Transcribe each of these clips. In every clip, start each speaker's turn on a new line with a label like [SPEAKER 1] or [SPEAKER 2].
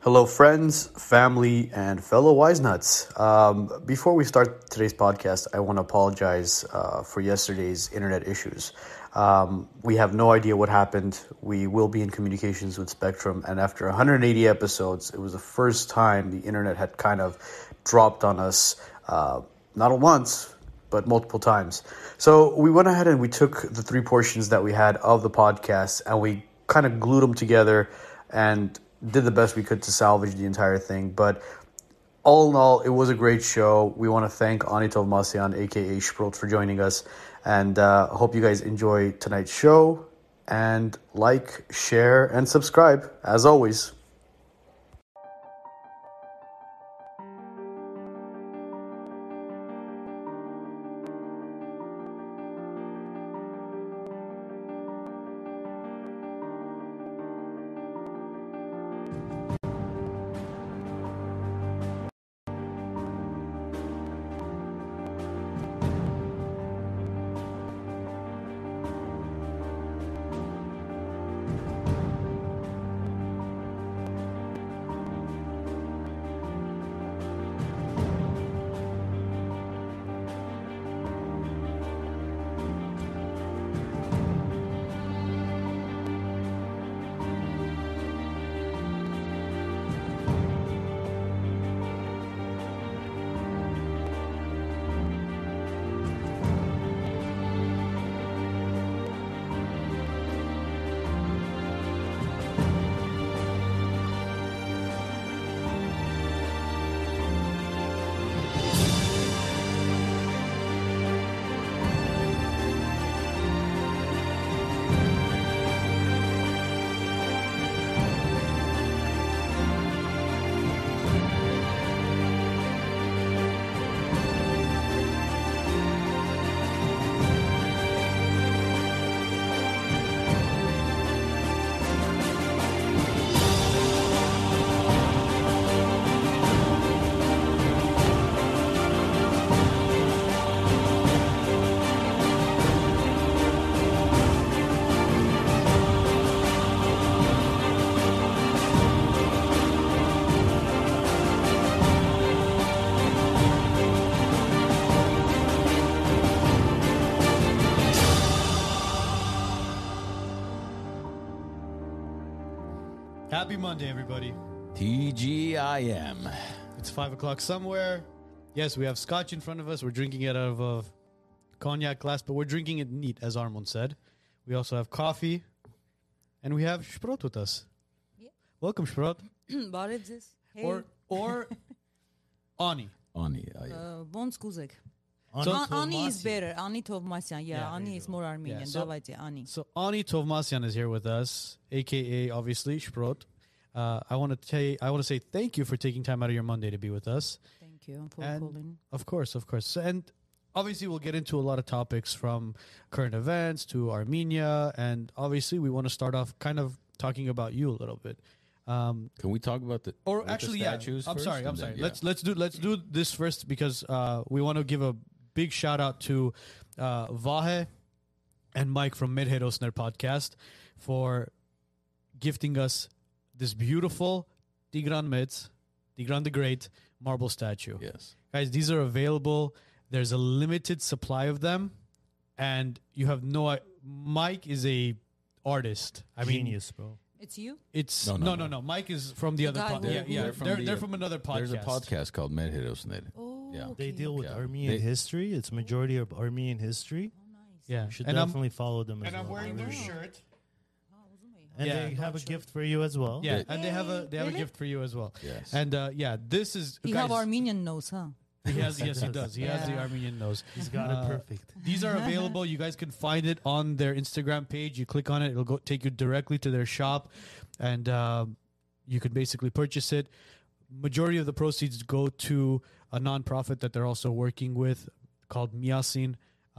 [SPEAKER 1] Hello, friends, family, and fellow wise nuts. Um, before we start today's podcast, I want to apologize uh, for yesterday's internet issues. Um, we have no idea what happened. We will be in communications with Spectrum, and after 180 episodes, it was the first time the internet had kind of dropped on us, uh, not at once, but multiple times. So we went ahead and we took the three portions that we had of the podcast and we kind of glued them together and did the best we could to salvage the entire thing. But all in all, it was a great show. We want to thank Anitov Masyan, aka Sprot, for joining us. And uh, hope you guys enjoy tonight's show. And like, share, and subscribe, as always.
[SPEAKER 2] Happy Monday, everybody.
[SPEAKER 3] TGIM.
[SPEAKER 2] It's five o'clock somewhere. Yes, we have scotch in front of us. We're drinking it out of a cognac glass, but we're drinking it neat, as Armand said. We also have coffee, and we have Sprot with us.
[SPEAKER 4] Yeah.
[SPEAKER 2] Welcome, Sprot.
[SPEAKER 4] Բարև ձեզ։ Հեյ,
[SPEAKER 2] Or or Ani.
[SPEAKER 3] Անի, այո։
[SPEAKER 4] ը, ոնց կուզեք։
[SPEAKER 2] So-
[SPEAKER 4] Ա- Անի is better, Անի Թովմասյան, yeah,
[SPEAKER 2] Yeah,
[SPEAKER 4] Անի is more Armenian,
[SPEAKER 2] Yeah, so-
[SPEAKER 4] давайте, Անի։
[SPEAKER 2] So Ani Tovmasyan is here with us, aka obviously Sprot. Uh, I want to tell you, I want to say thank you for taking time out of your Monday to be with us.
[SPEAKER 4] Thank you for
[SPEAKER 2] And-
[SPEAKER 4] calling.
[SPEAKER 2] Of course, of course. So, and obviously, we'll get into a lot of topics from current events to Armenia. And obviously, we want to start off kind of talking about you a little bit. Um,
[SPEAKER 3] Can we talk about the
[SPEAKER 2] or
[SPEAKER 3] about the
[SPEAKER 2] actually, yeah.
[SPEAKER 3] statues
[SPEAKER 2] I'm
[SPEAKER 3] first
[SPEAKER 2] sorry.
[SPEAKER 3] and
[SPEAKER 2] I'm
[SPEAKER 3] then-
[SPEAKER 2] sorry.
[SPEAKER 3] yeah.
[SPEAKER 2] Let's let's do let's do this first because uh, we want to give a big shout out to uh, Vahe and Mike from Midhead Osner podcast for gifting us this beautiful Tigran Metz, Tigran the Great marble statue
[SPEAKER 3] yes.
[SPEAKER 2] guys these are available there's a limited supply of them and you have no i- mike is a artist i mean
[SPEAKER 5] Genius, bro.
[SPEAKER 4] It's you?
[SPEAKER 2] it's no
[SPEAKER 3] No,
[SPEAKER 2] no,
[SPEAKER 3] no,
[SPEAKER 2] no
[SPEAKER 3] no.
[SPEAKER 2] mike is from the other
[SPEAKER 4] guy
[SPEAKER 2] podcast
[SPEAKER 4] who-
[SPEAKER 3] They're
[SPEAKER 2] yeah, yeah. They're,
[SPEAKER 3] from
[SPEAKER 2] they're,
[SPEAKER 3] the-
[SPEAKER 2] from another podcast
[SPEAKER 3] There's a podcast called Medhedos Net.
[SPEAKER 4] Oh,
[SPEAKER 3] Yeah.
[SPEAKER 4] okay.
[SPEAKER 5] They deal with
[SPEAKER 3] Yeah.
[SPEAKER 5] Armenian
[SPEAKER 3] They-
[SPEAKER 5] history. It's majority of Armenian history.
[SPEAKER 2] yeah
[SPEAKER 5] You should
[SPEAKER 2] and i'm
[SPEAKER 5] definitely follow them. As
[SPEAKER 2] and i'm
[SPEAKER 5] well.
[SPEAKER 2] wearing their
[SPEAKER 4] Wow.
[SPEAKER 2] shirt
[SPEAKER 4] Հա, ուզում էի։
[SPEAKER 5] And
[SPEAKER 2] Yeah.
[SPEAKER 5] they have a gift for you as well.
[SPEAKER 2] yeah
[SPEAKER 3] Yeah.
[SPEAKER 2] and they have a they have
[SPEAKER 4] Really?
[SPEAKER 2] a gift for you as well
[SPEAKER 3] Yes.
[SPEAKER 2] and uh yeah this is
[SPEAKER 4] He
[SPEAKER 2] guys,
[SPEAKER 4] have Armenian nose, huh?
[SPEAKER 2] he has yes he does he has the
[SPEAKER 4] Yeah.
[SPEAKER 2] armenian nose
[SPEAKER 5] He's got
[SPEAKER 2] Uh,
[SPEAKER 5] it perfect.
[SPEAKER 2] These are available. You guys can find it on their Instagram page. You click on it, it'll go take you directly to their shop, and um, you can basically purchase it. Majority of the proceeds go to a nonprofit that they're also working with called Miasin.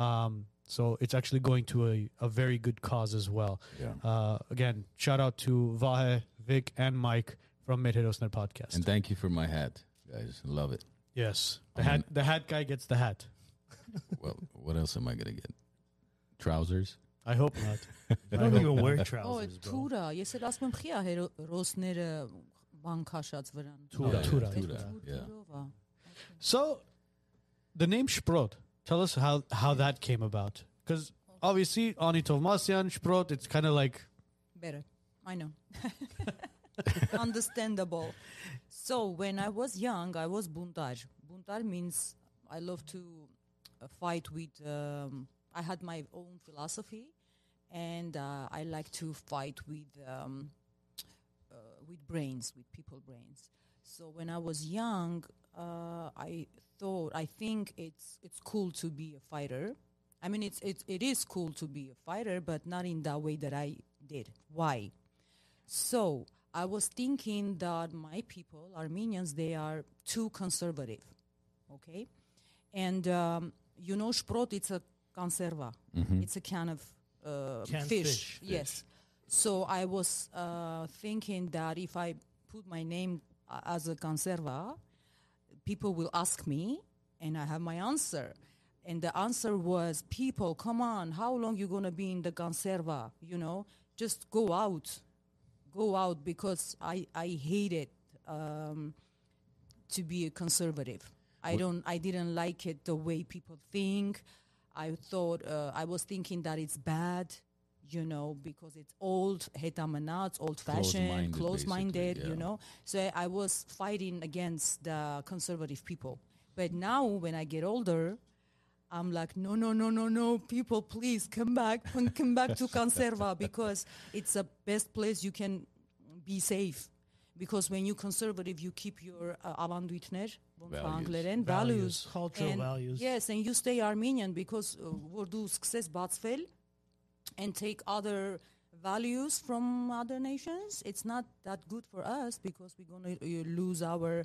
[SPEAKER 2] Um, so it's actually going to a, a very good cause as well.
[SPEAKER 3] Yeah.
[SPEAKER 2] Uh, again, shout out to Vahe, Vic, and Mike from Medhedosner Podcast.
[SPEAKER 3] And thank you for my hat, guys. Love it.
[SPEAKER 2] yes, the
[SPEAKER 3] I
[SPEAKER 2] hat
[SPEAKER 3] mean-
[SPEAKER 2] the hat guy gets the hat.
[SPEAKER 3] Well, what else am I gonna get? Trousers.
[SPEAKER 2] I hope not.
[SPEAKER 5] I don't even wear
[SPEAKER 4] Oh,
[SPEAKER 5] trousers, bro.
[SPEAKER 4] Թուրա, ես էլ ասում եմ խիա հերոսները բանկաշած վրան։
[SPEAKER 5] Թուրա,
[SPEAKER 3] Yeah,
[SPEAKER 5] թուրա,
[SPEAKER 3] yeah,
[SPEAKER 5] թուրա.
[SPEAKER 3] Tura, yeah.
[SPEAKER 4] Թուրովա։
[SPEAKER 2] So, the name Sprot. Tell us how how that came about, because obviously Ani Tovmasyan Sprot. It's kind of like
[SPEAKER 4] Better. I know. Understandable. So when I was young, I was buntar. Buntar means I love to uh, fight with. Um, I had my own philosophy, and uh, I like to fight with um, uh, with brains, with people brains. So when I was young, uh, I thought I think it's it's cool to be a fighter. I mean, it's it, it is cool to be a fighter, but not in that way that I did. Why? So I was thinking that my people, Armenians, they are too conservative. Okay? And um, you know, Sprot, it's a conserva, it's a can of uh,
[SPEAKER 5] Canned
[SPEAKER 4] fish.
[SPEAKER 5] fish.
[SPEAKER 4] Yes. So I was uh, thinking that if I put my name a- as a conserva, people will ask me and i have my answer and the answer was people come on how long you gonna be in the conserva you know just go out go out because i i hate it um, to be a conservative i don't i didn't like it the way people think i thought uh, i was thinking that it's bad you know because it's old hetamanat old
[SPEAKER 3] Close-minded,
[SPEAKER 4] fashioned close minded
[SPEAKER 3] basically,
[SPEAKER 4] you
[SPEAKER 3] yeah.
[SPEAKER 4] know so I was fighting against the conservative people. But now, when I get older, I'm like, no, no, no, no, no, people, please come back, come- come back to Conserva because it's the best place you can be safe. Because when you conservative, you keep your uh, ավանդույթներ, ոնց
[SPEAKER 3] Values.
[SPEAKER 4] անգլերեն,
[SPEAKER 5] Values,
[SPEAKER 4] values,
[SPEAKER 5] cultural
[SPEAKER 4] and-
[SPEAKER 5] values.
[SPEAKER 4] Yes, and you stay Armenian because uh, որ դու սկսես բացվել and take other values from other nations, it's not that good for us because we're going to lose our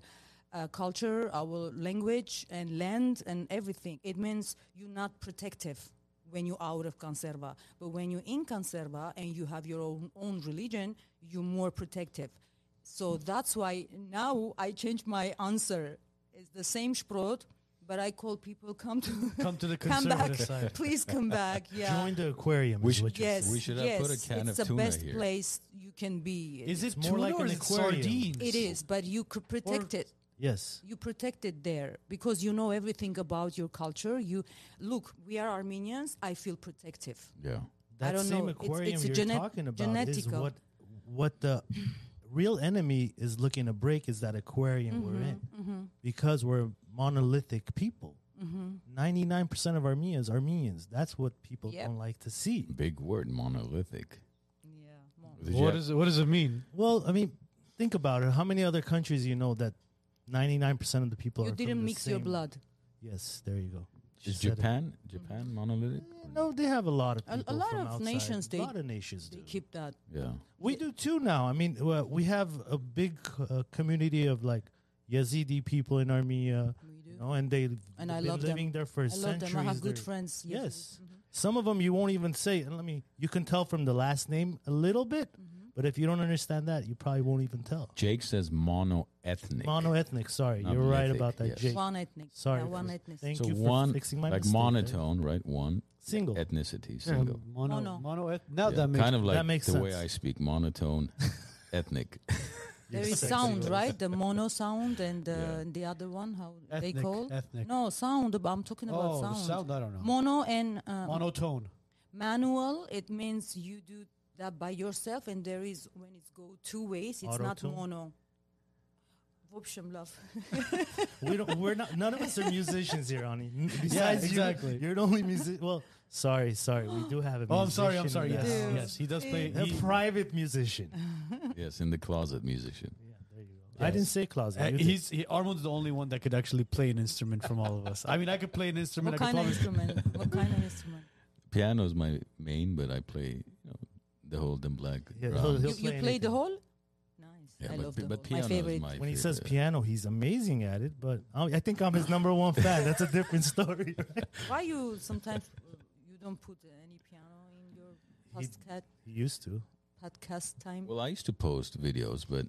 [SPEAKER 4] uh, culture, our language, and land, and everything. It means you're not protective when you're out of conserva. But when you're in conserva and you have your own, own religion, you're more protective. So that's why now I change my answer. It's the same sprot, but I call people come to
[SPEAKER 2] Come to the
[SPEAKER 4] back.
[SPEAKER 2] conservative side.
[SPEAKER 4] Please come back. Oh, Yeah.
[SPEAKER 5] Join the aquarium.
[SPEAKER 3] We
[SPEAKER 5] is
[SPEAKER 3] should-
[SPEAKER 5] what you're
[SPEAKER 4] Yes,
[SPEAKER 5] saying.
[SPEAKER 3] We should have
[SPEAKER 4] yes,
[SPEAKER 3] put a can
[SPEAKER 4] it's
[SPEAKER 3] of
[SPEAKER 4] the
[SPEAKER 3] tuna
[SPEAKER 4] best
[SPEAKER 3] here.
[SPEAKER 4] place you can be.
[SPEAKER 2] is it
[SPEAKER 5] It's
[SPEAKER 2] more like an
[SPEAKER 5] aquarium.
[SPEAKER 2] sardines?
[SPEAKER 4] It is, but you could protect it.
[SPEAKER 5] Yes.
[SPEAKER 4] You protect it there because you know everything about your culture. You look. We are Armenians. I feel protective.
[SPEAKER 3] Yeah.
[SPEAKER 5] That
[SPEAKER 4] don't
[SPEAKER 5] same
[SPEAKER 4] know. It's-
[SPEAKER 5] aquarium
[SPEAKER 4] it's a
[SPEAKER 5] you're
[SPEAKER 4] genet-
[SPEAKER 5] talking about is
[SPEAKER 4] genetical.
[SPEAKER 5] what what the real enemy is looking to break is that aquarium we're
[SPEAKER 4] Mm-hmm,
[SPEAKER 5] in because we're monolithic people. Ninety nine percent of Armenians Armenians. That's what people
[SPEAKER 4] Mm-hmm. Yep.
[SPEAKER 5] don't like to see.
[SPEAKER 3] Big word, monolithic.
[SPEAKER 4] Yeah. more.
[SPEAKER 3] Did you
[SPEAKER 2] What
[SPEAKER 3] have-
[SPEAKER 2] is it? What does it mean?
[SPEAKER 5] Well, I mean, think about it. How many other countries you know that ninety nine percent of the people
[SPEAKER 4] You
[SPEAKER 5] are from
[SPEAKER 4] didn't
[SPEAKER 5] the
[SPEAKER 4] mix your
[SPEAKER 5] same-
[SPEAKER 4] blood.
[SPEAKER 5] Yes, there you go. She
[SPEAKER 3] is
[SPEAKER 5] said Mm-hmm. it.
[SPEAKER 3] Japan? Japan monolithic?
[SPEAKER 5] No, they have a lot of
[SPEAKER 4] A- a
[SPEAKER 5] people.
[SPEAKER 4] lot
[SPEAKER 5] from
[SPEAKER 4] of
[SPEAKER 5] outside.
[SPEAKER 4] nations,
[SPEAKER 5] a
[SPEAKER 4] they-
[SPEAKER 5] lot of nations
[SPEAKER 4] They
[SPEAKER 5] do.
[SPEAKER 4] keep that.
[SPEAKER 3] Yeah.
[SPEAKER 5] We do too now. I mean, uh, we have a big uh, community of like Yazidi people in Armenia,
[SPEAKER 4] We do.
[SPEAKER 5] you know, and they
[SPEAKER 4] And I
[SPEAKER 5] been
[SPEAKER 4] love them.
[SPEAKER 5] living there for
[SPEAKER 4] I love
[SPEAKER 5] centuries.
[SPEAKER 4] them. Mm-hmm. I have good
[SPEAKER 5] They're-
[SPEAKER 4] friends. Yazidis.
[SPEAKER 5] Yes, some of them you won't even say. And let me, you can tell from the last name a little bit,
[SPEAKER 4] Mm-hmm.
[SPEAKER 5] but if you don't understand that, you probably won't even tell.
[SPEAKER 3] Jake says monoethnic.
[SPEAKER 5] Monoethnic. Sorry,
[SPEAKER 3] Not
[SPEAKER 5] you're right
[SPEAKER 3] mythic,
[SPEAKER 5] about that,
[SPEAKER 3] yes.
[SPEAKER 5] Jake.
[SPEAKER 4] One ethnic.
[SPEAKER 5] Sorry,
[SPEAKER 4] Yeah,
[SPEAKER 5] for-
[SPEAKER 4] one ethnic.
[SPEAKER 5] Thank
[SPEAKER 3] so
[SPEAKER 5] you for
[SPEAKER 3] one,
[SPEAKER 5] fixing my
[SPEAKER 3] like
[SPEAKER 5] mistake. there. Oh.
[SPEAKER 3] monotone, right? One
[SPEAKER 5] Single.
[SPEAKER 3] ethnicity, single.
[SPEAKER 2] Mono,
[SPEAKER 4] Mono.
[SPEAKER 2] mono eth- now
[SPEAKER 3] Yeah,
[SPEAKER 2] that makes
[SPEAKER 3] kind of like
[SPEAKER 5] makes
[SPEAKER 3] the way
[SPEAKER 5] sense.
[SPEAKER 3] I speak, monotone, ethnic.
[SPEAKER 4] There
[SPEAKER 5] Yes.
[SPEAKER 4] is
[SPEAKER 5] Sexy
[SPEAKER 4] sound,
[SPEAKER 5] voice.
[SPEAKER 4] right? The mono sound and uh,
[SPEAKER 3] Yeah.
[SPEAKER 4] and the other one, how
[SPEAKER 2] ethnic.
[SPEAKER 4] they call?
[SPEAKER 2] ethnic.
[SPEAKER 4] No, sound. I'm talking about
[SPEAKER 2] oh, the sound. I don't know.
[SPEAKER 4] Mono and uh,
[SPEAKER 2] Monotone.
[SPEAKER 4] manual it means you do that by yourself and there is when it's go two ways it's not
[SPEAKER 5] Auto-tune?
[SPEAKER 4] mono В общем, love.
[SPEAKER 5] We don't. We're not. None of us are musicians here, Ani. N- Besides
[SPEAKER 2] exactly.
[SPEAKER 5] you, you're the only music. Well, sorry, sorry. We do have a.
[SPEAKER 2] Oh, I'm sorry. I'm sorry.
[SPEAKER 5] musician in
[SPEAKER 2] Yes,
[SPEAKER 5] the house.
[SPEAKER 2] yes. He does play.
[SPEAKER 5] A
[SPEAKER 2] He,
[SPEAKER 5] private musician.
[SPEAKER 3] yes, in the closet musician.
[SPEAKER 5] Yeah, there you go. I didn't say closet.
[SPEAKER 2] Uh,
[SPEAKER 5] you did.
[SPEAKER 2] he's he, Armand's the only one that could actually play an instrument from all of us. I mean, I could play an instrument.
[SPEAKER 4] what
[SPEAKER 2] I
[SPEAKER 4] kind
[SPEAKER 2] could
[SPEAKER 4] of
[SPEAKER 2] probably
[SPEAKER 4] instrument? What kind of instrument?
[SPEAKER 3] Piano is my main, but I play you know, the whole dim black.
[SPEAKER 5] Yeah,
[SPEAKER 3] drum.
[SPEAKER 5] he'll- he'll-
[SPEAKER 4] You, you play
[SPEAKER 5] play
[SPEAKER 4] the
[SPEAKER 5] anything.
[SPEAKER 4] whole? Nice.
[SPEAKER 3] Yeah,
[SPEAKER 4] I
[SPEAKER 3] but,
[SPEAKER 4] love
[SPEAKER 3] pi-
[SPEAKER 4] the
[SPEAKER 3] but
[SPEAKER 4] whole.
[SPEAKER 3] piano
[SPEAKER 4] My favorite.
[SPEAKER 3] is my
[SPEAKER 5] when he says
[SPEAKER 3] favorite.
[SPEAKER 5] piano, he's amazing at it. But I, I think I'm his number one fan. That's a different story. right?
[SPEAKER 4] Why you sometimes uh, you don't put any piano in your
[SPEAKER 5] He-
[SPEAKER 4] podcast,
[SPEAKER 5] He used to.
[SPEAKER 4] podcast time?
[SPEAKER 3] Well, I used to post videos, but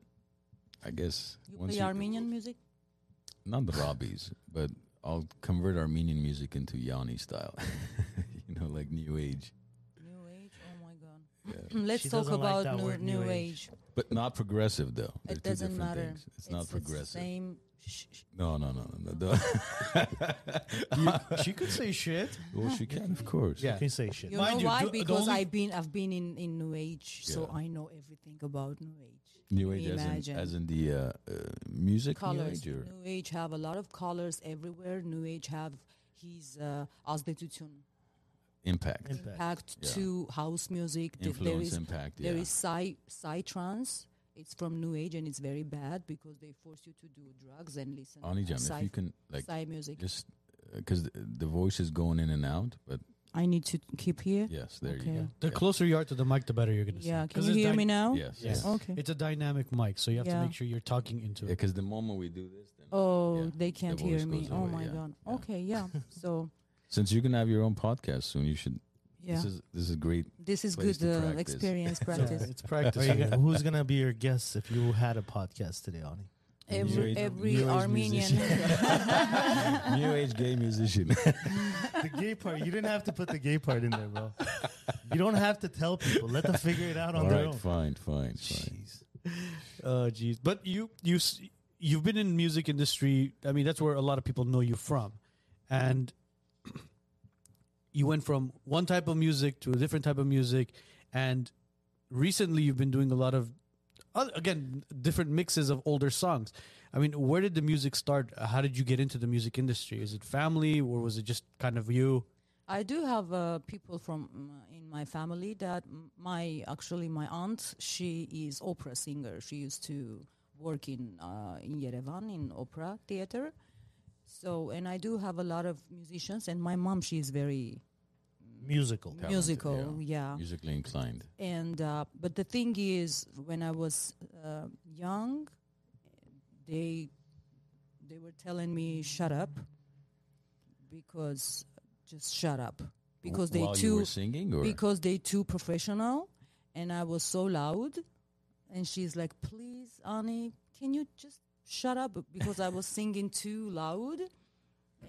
[SPEAKER 3] I guess
[SPEAKER 4] you play Armenian music?
[SPEAKER 3] not the Robbies, but I'll convert Armenian music into Yanni style, you know, like new age.
[SPEAKER 4] New age? Oh my god.
[SPEAKER 3] Yeah.
[SPEAKER 4] Let's
[SPEAKER 5] She
[SPEAKER 4] talk
[SPEAKER 5] doesn't like
[SPEAKER 4] about
[SPEAKER 5] that
[SPEAKER 4] new,
[SPEAKER 5] word,
[SPEAKER 4] new
[SPEAKER 5] new
[SPEAKER 4] age.
[SPEAKER 5] age.
[SPEAKER 3] But not progressive though. They're
[SPEAKER 4] It
[SPEAKER 3] two
[SPEAKER 4] doesn't
[SPEAKER 3] different
[SPEAKER 4] matter.
[SPEAKER 3] things. It's, not
[SPEAKER 4] the
[SPEAKER 3] progressive.
[SPEAKER 4] Same. Sh- sh-
[SPEAKER 3] No, no, no, no, no.
[SPEAKER 2] she could say shit.
[SPEAKER 3] well, she can, of course.
[SPEAKER 2] Yeah.
[SPEAKER 5] You can say shit.
[SPEAKER 4] you
[SPEAKER 2] Mind
[SPEAKER 4] know
[SPEAKER 2] you,
[SPEAKER 4] why?
[SPEAKER 2] do- the
[SPEAKER 4] because
[SPEAKER 2] only-
[SPEAKER 4] I've been I've been in, in New Age, so
[SPEAKER 3] Yeah.
[SPEAKER 4] I know everything about New Age.
[SPEAKER 3] New Age, as in,
[SPEAKER 4] Imagine.
[SPEAKER 3] as in the uh, uh, music
[SPEAKER 4] colors.
[SPEAKER 3] New Age. Or,
[SPEAKER 4] New Age have a lot of colors everywhere. New Age have his uh, ազդեցություն
[SPEAKER 3] impact,
[SPEAKER 5] Impact.
[SPEAKER 4] packed
[SPEAKER 3] Yeah.
[SPEAKER 4] to house music. Th- there
[SPEAKER 3] influence,
[SPEAKER 4] is
[SPEAKER 3] impact. Yeah.
[SPEAKER 4] there is psy psy trance. It's from New Age and it's very bad because they force you to do drugs and listen
[SPEAKER 3] Ani
[SPEAKER 4] to
[SPEAKER 3] Jam,
[SPEAKER 4] psy,
[SPEAKER 3] if you can like
[SPEAKER 4] psy music.
[SPEAKER 3] just because the, the voice is going in and out, but
[SPEAKER 4] I need to keep here.
[SPEAKER 3] yes, there
[SPEAKER 4] Okay.
[SPEAKER 3] you go.
[SPEAKER 2] The closer you are to the mic, the better you're gonna.
[SPEAKER 4] Yeah,
[SPEAKER 2] sound.
[SPEAKER 4] can
[SPEAKER 2] 'Cause
[SPEAKER 4] you
[SPEAKER 2] it's
[SPEAKER 4] hear
[SPEAKER 2] dyna-
[SPEAKER 4] me now?
[SPEAKER 3] Yes,
[SPEAKER 2] Yes.
[SPEAKER 3] yes.
[SPEAKER 4] Okay.
[SPEAKER 2] It's a dynamic mic, so you have
[SPEAKER 4] Yeah.
[SPEAKER 2] to make sure you're talking into it.
[SPEAKER 3] Because the moment we do this, then
[SPEAKER 4] Oh,
[SPEAKER 3] Yeah,
[SPEAKER 4] they can't
[SPEAKER 3] voice
[SPEAKER 4] hear me.
[SPEAKER 3] goes
[SPEAKER 4] Oh
[SPEAKER 3] away,
[SPEAKER 4] my
[SPEAKER 3] yeah,
[SPEAKER 4] god.
[SPEAKER 3] yeah.
[SPEAKER 4] Okay, yeah. So
[SPEAKER 3] since you're gonna have your own podcast soon, you should.
[SPEAKER 4] yeah,
[SPEAKER 3] This is this is great.
[SPEAKER 4] this is
[SPEAKER 3] place
[SPEAKER 4] good
[SPEAKER 3] to
[SPEAKER 4] uh,
[SPEAKER 3] practice.
[SPEAKER 4] experience
[SPEAKER 2] Yeah,
[SPEAKER 4] practice.
[SPEAKER 2] it's practice.
[SPEAKER 5] Are you gonna, who's gonna be your guest if you had a podcast today, Ani?
[SPEAKER 3] New
[SPEAKER 4] Every
[SPEAKER 3] age-
[SPEAKER 4] every
[SPEAKER 3] new age
[SPEAKER 4] Armenian.
[SPEAKER 3] musician. new age gay musician.
[SPEAKER 5] The gay part. You didn't have to put the gay part in there, bro. You don't have to tell people. Let them figure it out on
[SPEAKER 3] All
[SPEAKER 5] their
[SPEAKER 3] right,
[SPEAKER 5] own.
[SPEAKER 3] fine, fine, fine.
[SPEAKER 5] Jeez.
[SPEAKER 2] Oh, jeez. But you, you, s- you've been in music industry. I mean, that's where a lot of people know you from, and you went from one type of music to a different type of music, and recently you've been doing a lot of, oth- again, different mixes of older songs. I mean, where did the music start? How did you get into the music industry? Is it family, or was it just kind of you?
[SPEAKER 4] I do have uh, people from mm, in my family that m- my actually my aunt she is opera singer. She used to work in uh, in Yerevan in opera theater. So and I do have a lot of musicians and my mom she is very
[SPEAKER 5] Musical.
[SPEAKER 3] Talented,
[SPEAKER 4] musical. yeah.
[SPEAKER 3] Musically inclined.
[SPEAKER 4] and uh, but the thing is when i was uh, young they they were telling me shut up because just shut up because they
[SPEAKER 3] While you
[SPEAKER 4] too
[SPEAKER 3] were singing, or
[SPEAKER 4] because they too professional and i was so loud and she's like please annie can you just shut up because i was singing too loud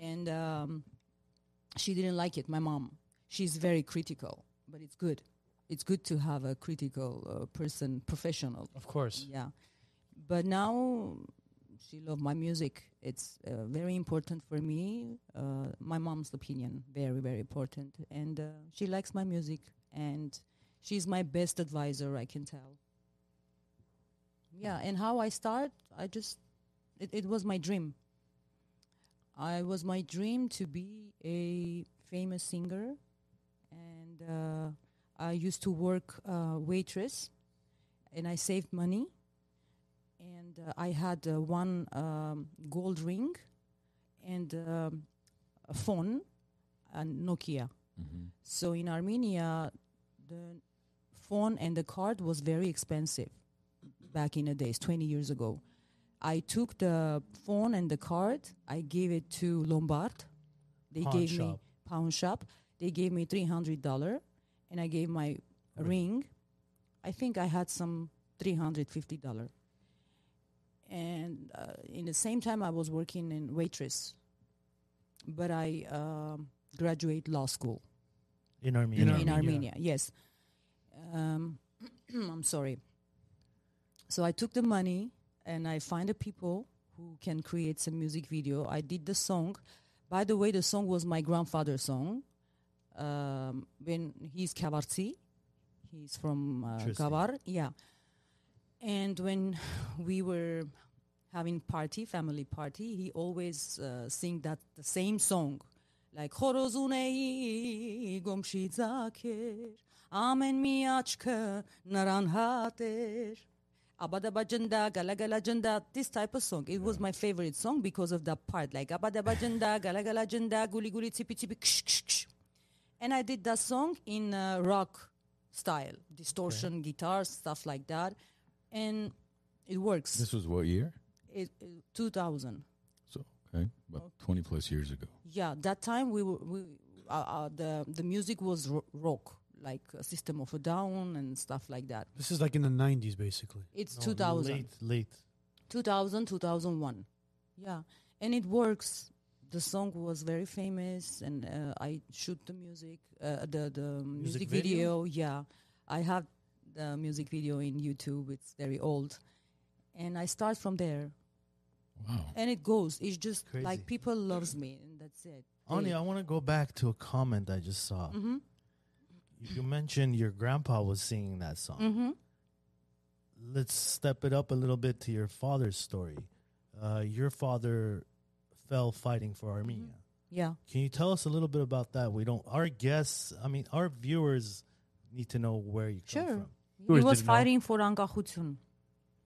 [SPEAKER 4] and um, she didn't like it my mom she's very critical but it's good it's good to have a critical uh, person professional
[SPEAKER 2] Of course.
[SPEAKER 4] yeah but now she loved my music it's uh, very important for me uh, my mom's opinion very very important and uh, she likes my music and she's my best advisor i can tell yeah and how i start i just it, it was my dream i was my dream to be a famous singer and uh, i used to work uh, waitress and i saved money and uh, I had uh, one um, gold ring and um, a phone, a Nokia.
[SPEAKER 5] Mm-hmm.
[SPEAKER 3] Mhm.
[SPEAKER 4] So in Armenia, the phone and the card was very expensive back in the days, 20 years ago. I took the phone and the card. I gave it to Lombard. They
[SPEAKER 5] Pawn
[SPEAKER 4] gave me
[SPEAKER 5] shop.
[SPEAKER 4] pound shop. They gave me three hundred dollar, and I gave my ring. I think I had some three hundred fifty dollar. And uh, in the same time, I was working in waitress, but I um, graduate law school
[SPEAKER 5] In Armenia.
[SPEAKER 2] In
[SPEAKER 4] in Armenia.
[SPEAKER 2] Armenia.
[SPEAKER 4] Yes. Um, I'm sorry. So I took the money and I find the people who can create some music video. I did the song. By the way, the song was my grandfather's song. Um, when he's Kavartsi, he's from uh,
[SPEAKER 5] Interesting.
[SPEAKER 4] Kavar. Yeah. And when we were having party, family party, he always uh, sing that the same song, like Խորոզունեի գոմշի ձակեր, ամեն մի աչքը նրան հատեր։ Abadaba janda, gala gala janda. This type of song. It was my favorite song because of that part. Like abadaba janda, gala gala janda, guli guli tipi tipi ksh ksh ksh. And I did that song in uh, rock style, distortion, guitar, stuff like that, and it works
[SPEAKER 3] this was what year?
[SPEAKER 4] it, it- 2000.
[SPEAKER 3] So okay, about twenty plus years ago.
[SPEAKER 4] Yeah, that time we were we uh, uh, the the music was ro- rock, like uh, System of a Down and stuff like that.
[SPEAKER 2] This is like in the '90s, basically.
[SPEAKER 4] It's
[SPEAKER 5] No,
[SPEAKER 4] 2000,
[SPEAKER 5] Late, late.
[SPEAKER 4] 2000, 2001. Yeah, and it works. The song was very famous, and uh, I shoot the music, uh, the the music, video.
[SPEAKER 5] video?
[SPEAKER 4] Yeah, I have the music video in YouTube. It's very old, and I start from there,
[SPEAKER 3] Wow.
[SPEAKER 4] and it goes. It's just
[SPEAKER 5] Crazy.
[SPEAKER 4] like people loves me, and that's it.
[SPEAKER 5] Ani,
[SPEAKER 4] They-
[SPEAKER 5] I want to go back to a comment I just saw.
[SPEAKER 4] Mm-hmm.
[SPEAKER 5] You mentioned your grandpa was singing that song.
[SPEAKER 4] Mm-hmm.
[SPEAKER 5] Let's step it up a little bit to your father's story. Uh, your father fell fighting for Armenia.
[SPEAKER 4] yeah.
[SPEAKER 5] Can you tell us a little bit about that? We don't. Our guests, I mean, our viewers need to know where you come
[SPEAKER 4] Sure.
[SPEAKER 5] from.
[SPEAKER 4] He
[SPEAKER 2] Tourists
[SPEAKER 4] was
[SPEAKER 2] didn't know.
[SPEAKER 4] fighting for Angakhutun,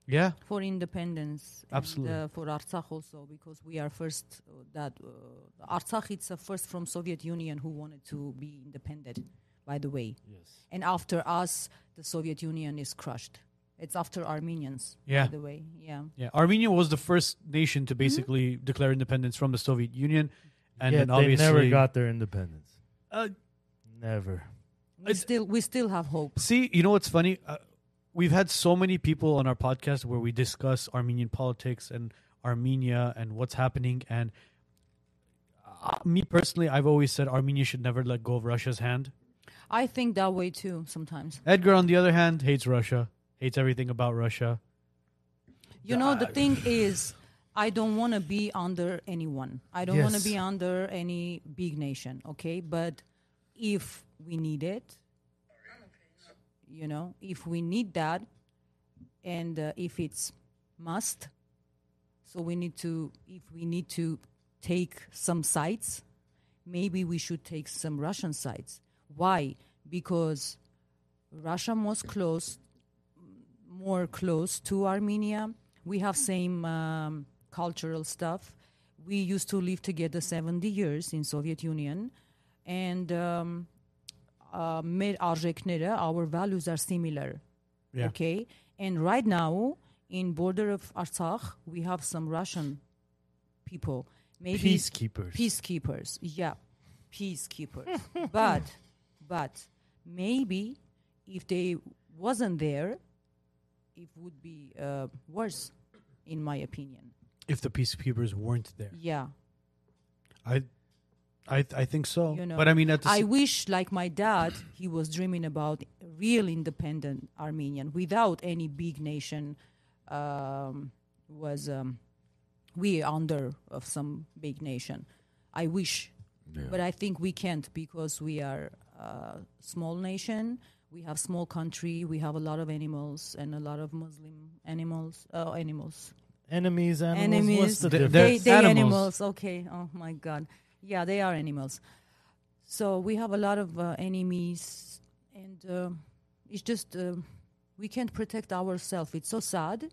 [SPEAKER 2] Yeah.
[SPEAKER 4] for independence. and,
[SPEAKER 2] Absolutely.
[SPEAKER 4] uh, for Artsakh also, because we are first uh, that uh, Artsakh it's the first from Soviet Union who wanted to be independent. By the way,
[SPEAKER 5] Yes.
[SPEAKER 4] and after us, the Soviet Union is crushed. It's after Armenians.
[SPEAKER 2] Yeah.
[SPEAKER 4] By the Mm-hmm. way, yeah.
[SPEAKER 2] Yeah, Armenia was the first nation to basically declare independence from the Soviet Union, and
[SPEAKER 5] yeah,
[SPEAKER 2] then
[SPEAKER 5] they
[SPEAKER 2] obviously
[SPEAKER 5] never got their independence.
[SPEAKER 2] Uh,
[SPEAKER 5] Never.
[SPEAKER 4] We still we still have hope.
[SPEAKER 2] see, you know what's funny? Uh, we've had so many people on our podcast where we discuss Armenian politics and Armenia and what's happening. And uh, me personally, I've always said Armenia should never let go of Russia's hand.
[SPEAKER 4] I think that way too sometimes.
[SPEAKER 2] Edgar, on the other hand, hates Russia, hates everything about Russia.
[SPEAKER 4] You know, the thing is, I don't want to be under anyone. I don't want
[SPEAKER 5] Yes.
[SPEAKER 4] to be under any big nation, okay? But if we need it, you know, if we need that, and uh, if it's must, so we need to, if we need to take some sides, maybe we should take some Russian sides. Why? Because Russia was close more close to Armenia. We have same um, cultural stuff. We used to live together 70 years in Soviet Union, and um, uh, մեր արժեքները, our values are similar.
[SPEAKER 2] Yeah.
[SPEAKER 4] Okay, and right now in border of Artsakh, we have some Russian people. Maybe
[SPEAKER 5] Peacekeepers.
[SPEAKER 4] peacekeepers yeah peacekeepers but but maybe if they wasn't there it would be uh, worse in my opinion
[SPEAKER 2] If the peacekeepers weren't there,
[SPEAKER 4] yeah
[SPEAKER 2] I, I, I think so.
[SPEAKER 4] You know,
[SPEAKER 2] but I mean, at the
[SPEAKER 4] i
[SPEAKER 2] s-
[SPEAKER 4] wish like my dad he was dreaming about real independent armenian without any big nation um, was um, we under of some big nation i wish
[SPEAKER 3] Yeah.
[SPEAKER 4] but I think we can't because we are a small nation. We have small country. We have a lot of animals and a lot of Muslim animals. Oh, animals.
[SPEAKER 5] Enemies, animals. What's
[SPEAKER 4] Enemies.
[SPEAKER 5] the
[SPEAKER 2] They're-
[SPEAKER 5] difference?
[SPEAKER 2] they're
[SPEAKER 4] they they animals.
[SPEAKER 2] animals.
[SPEAKER 4] Okay. Oh my God. Yeah, they are animals. So we have a lot of uh, enemies, and uh, it's just uh, we can't protect ourselves. It's so sad.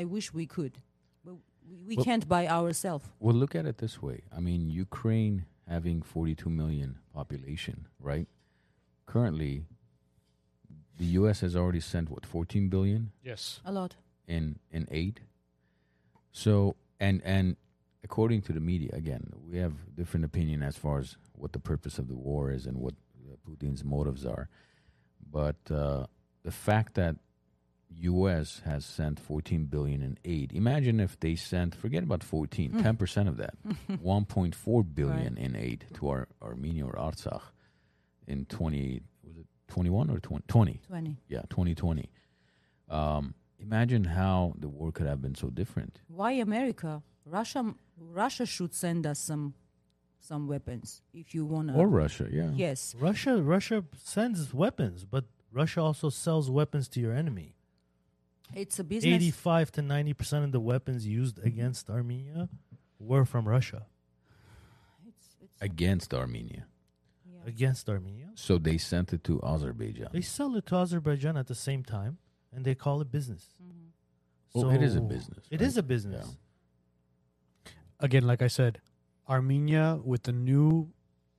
[SPEAKER 4] I wish we could, but we, we
[SPEAKER 3] Well-
[SPEAKER 4] can't by ourselves.
[SPEAKER 3] Well, look at it this way. I mean, Ukraine having 42 million population, right? Currently, the U.S. has already sent what 14 billion
[SPEAKER 2] yes,
[SPEAKER 4] A lot.
[SPEAKER 3] in in aid. So and and according to the media, again, we have different opinion as far as what the purpose of the war is and what uh, Putin's motives are. But uh, the fact that U.S. has sent 14 billion in aid. Imagine if they sent, forget about 14, 10 percent of that, 1.4 billion in aid to our Armenia or Artsakh in 20 was it 21 or 20? 20
[SPEAKER 4] Twenty.
[SPEAKER 3] yeah 2020 um imagine how the war could have been so different
[SPEAKER 4] why America? Russia, Russia should send us some, some weapons if you wanna.
[SPEAKER 3] or russia yeah
[SPEAKER 4] yes,
[SPEAKER 5] Russia Russia sends weapons, but Russia also sells weapons to your enemy.
[SPEAKER 4] it's a business.
[SPEAKER 5] Eighty five to ninety percent of the weapons used against Armenia were from Russia.
[SPEAKER 3] against armenia
[SPEAKER 5] Against Armenia.
[SPEAKER 3] so they sent it to azerbaijan
[SPEAKER 5] They sell it to Azerbaijan at the same time and they call it business.
[SPEAKER 3] Well, it is a business,
[SPEAKER 5] It is
[SPEAKER 3] right?
[SPEAKER 5] a business.
[SPEAKER 3] Yeah.
[SPEAKER 2] again, like I said, Armenia with the new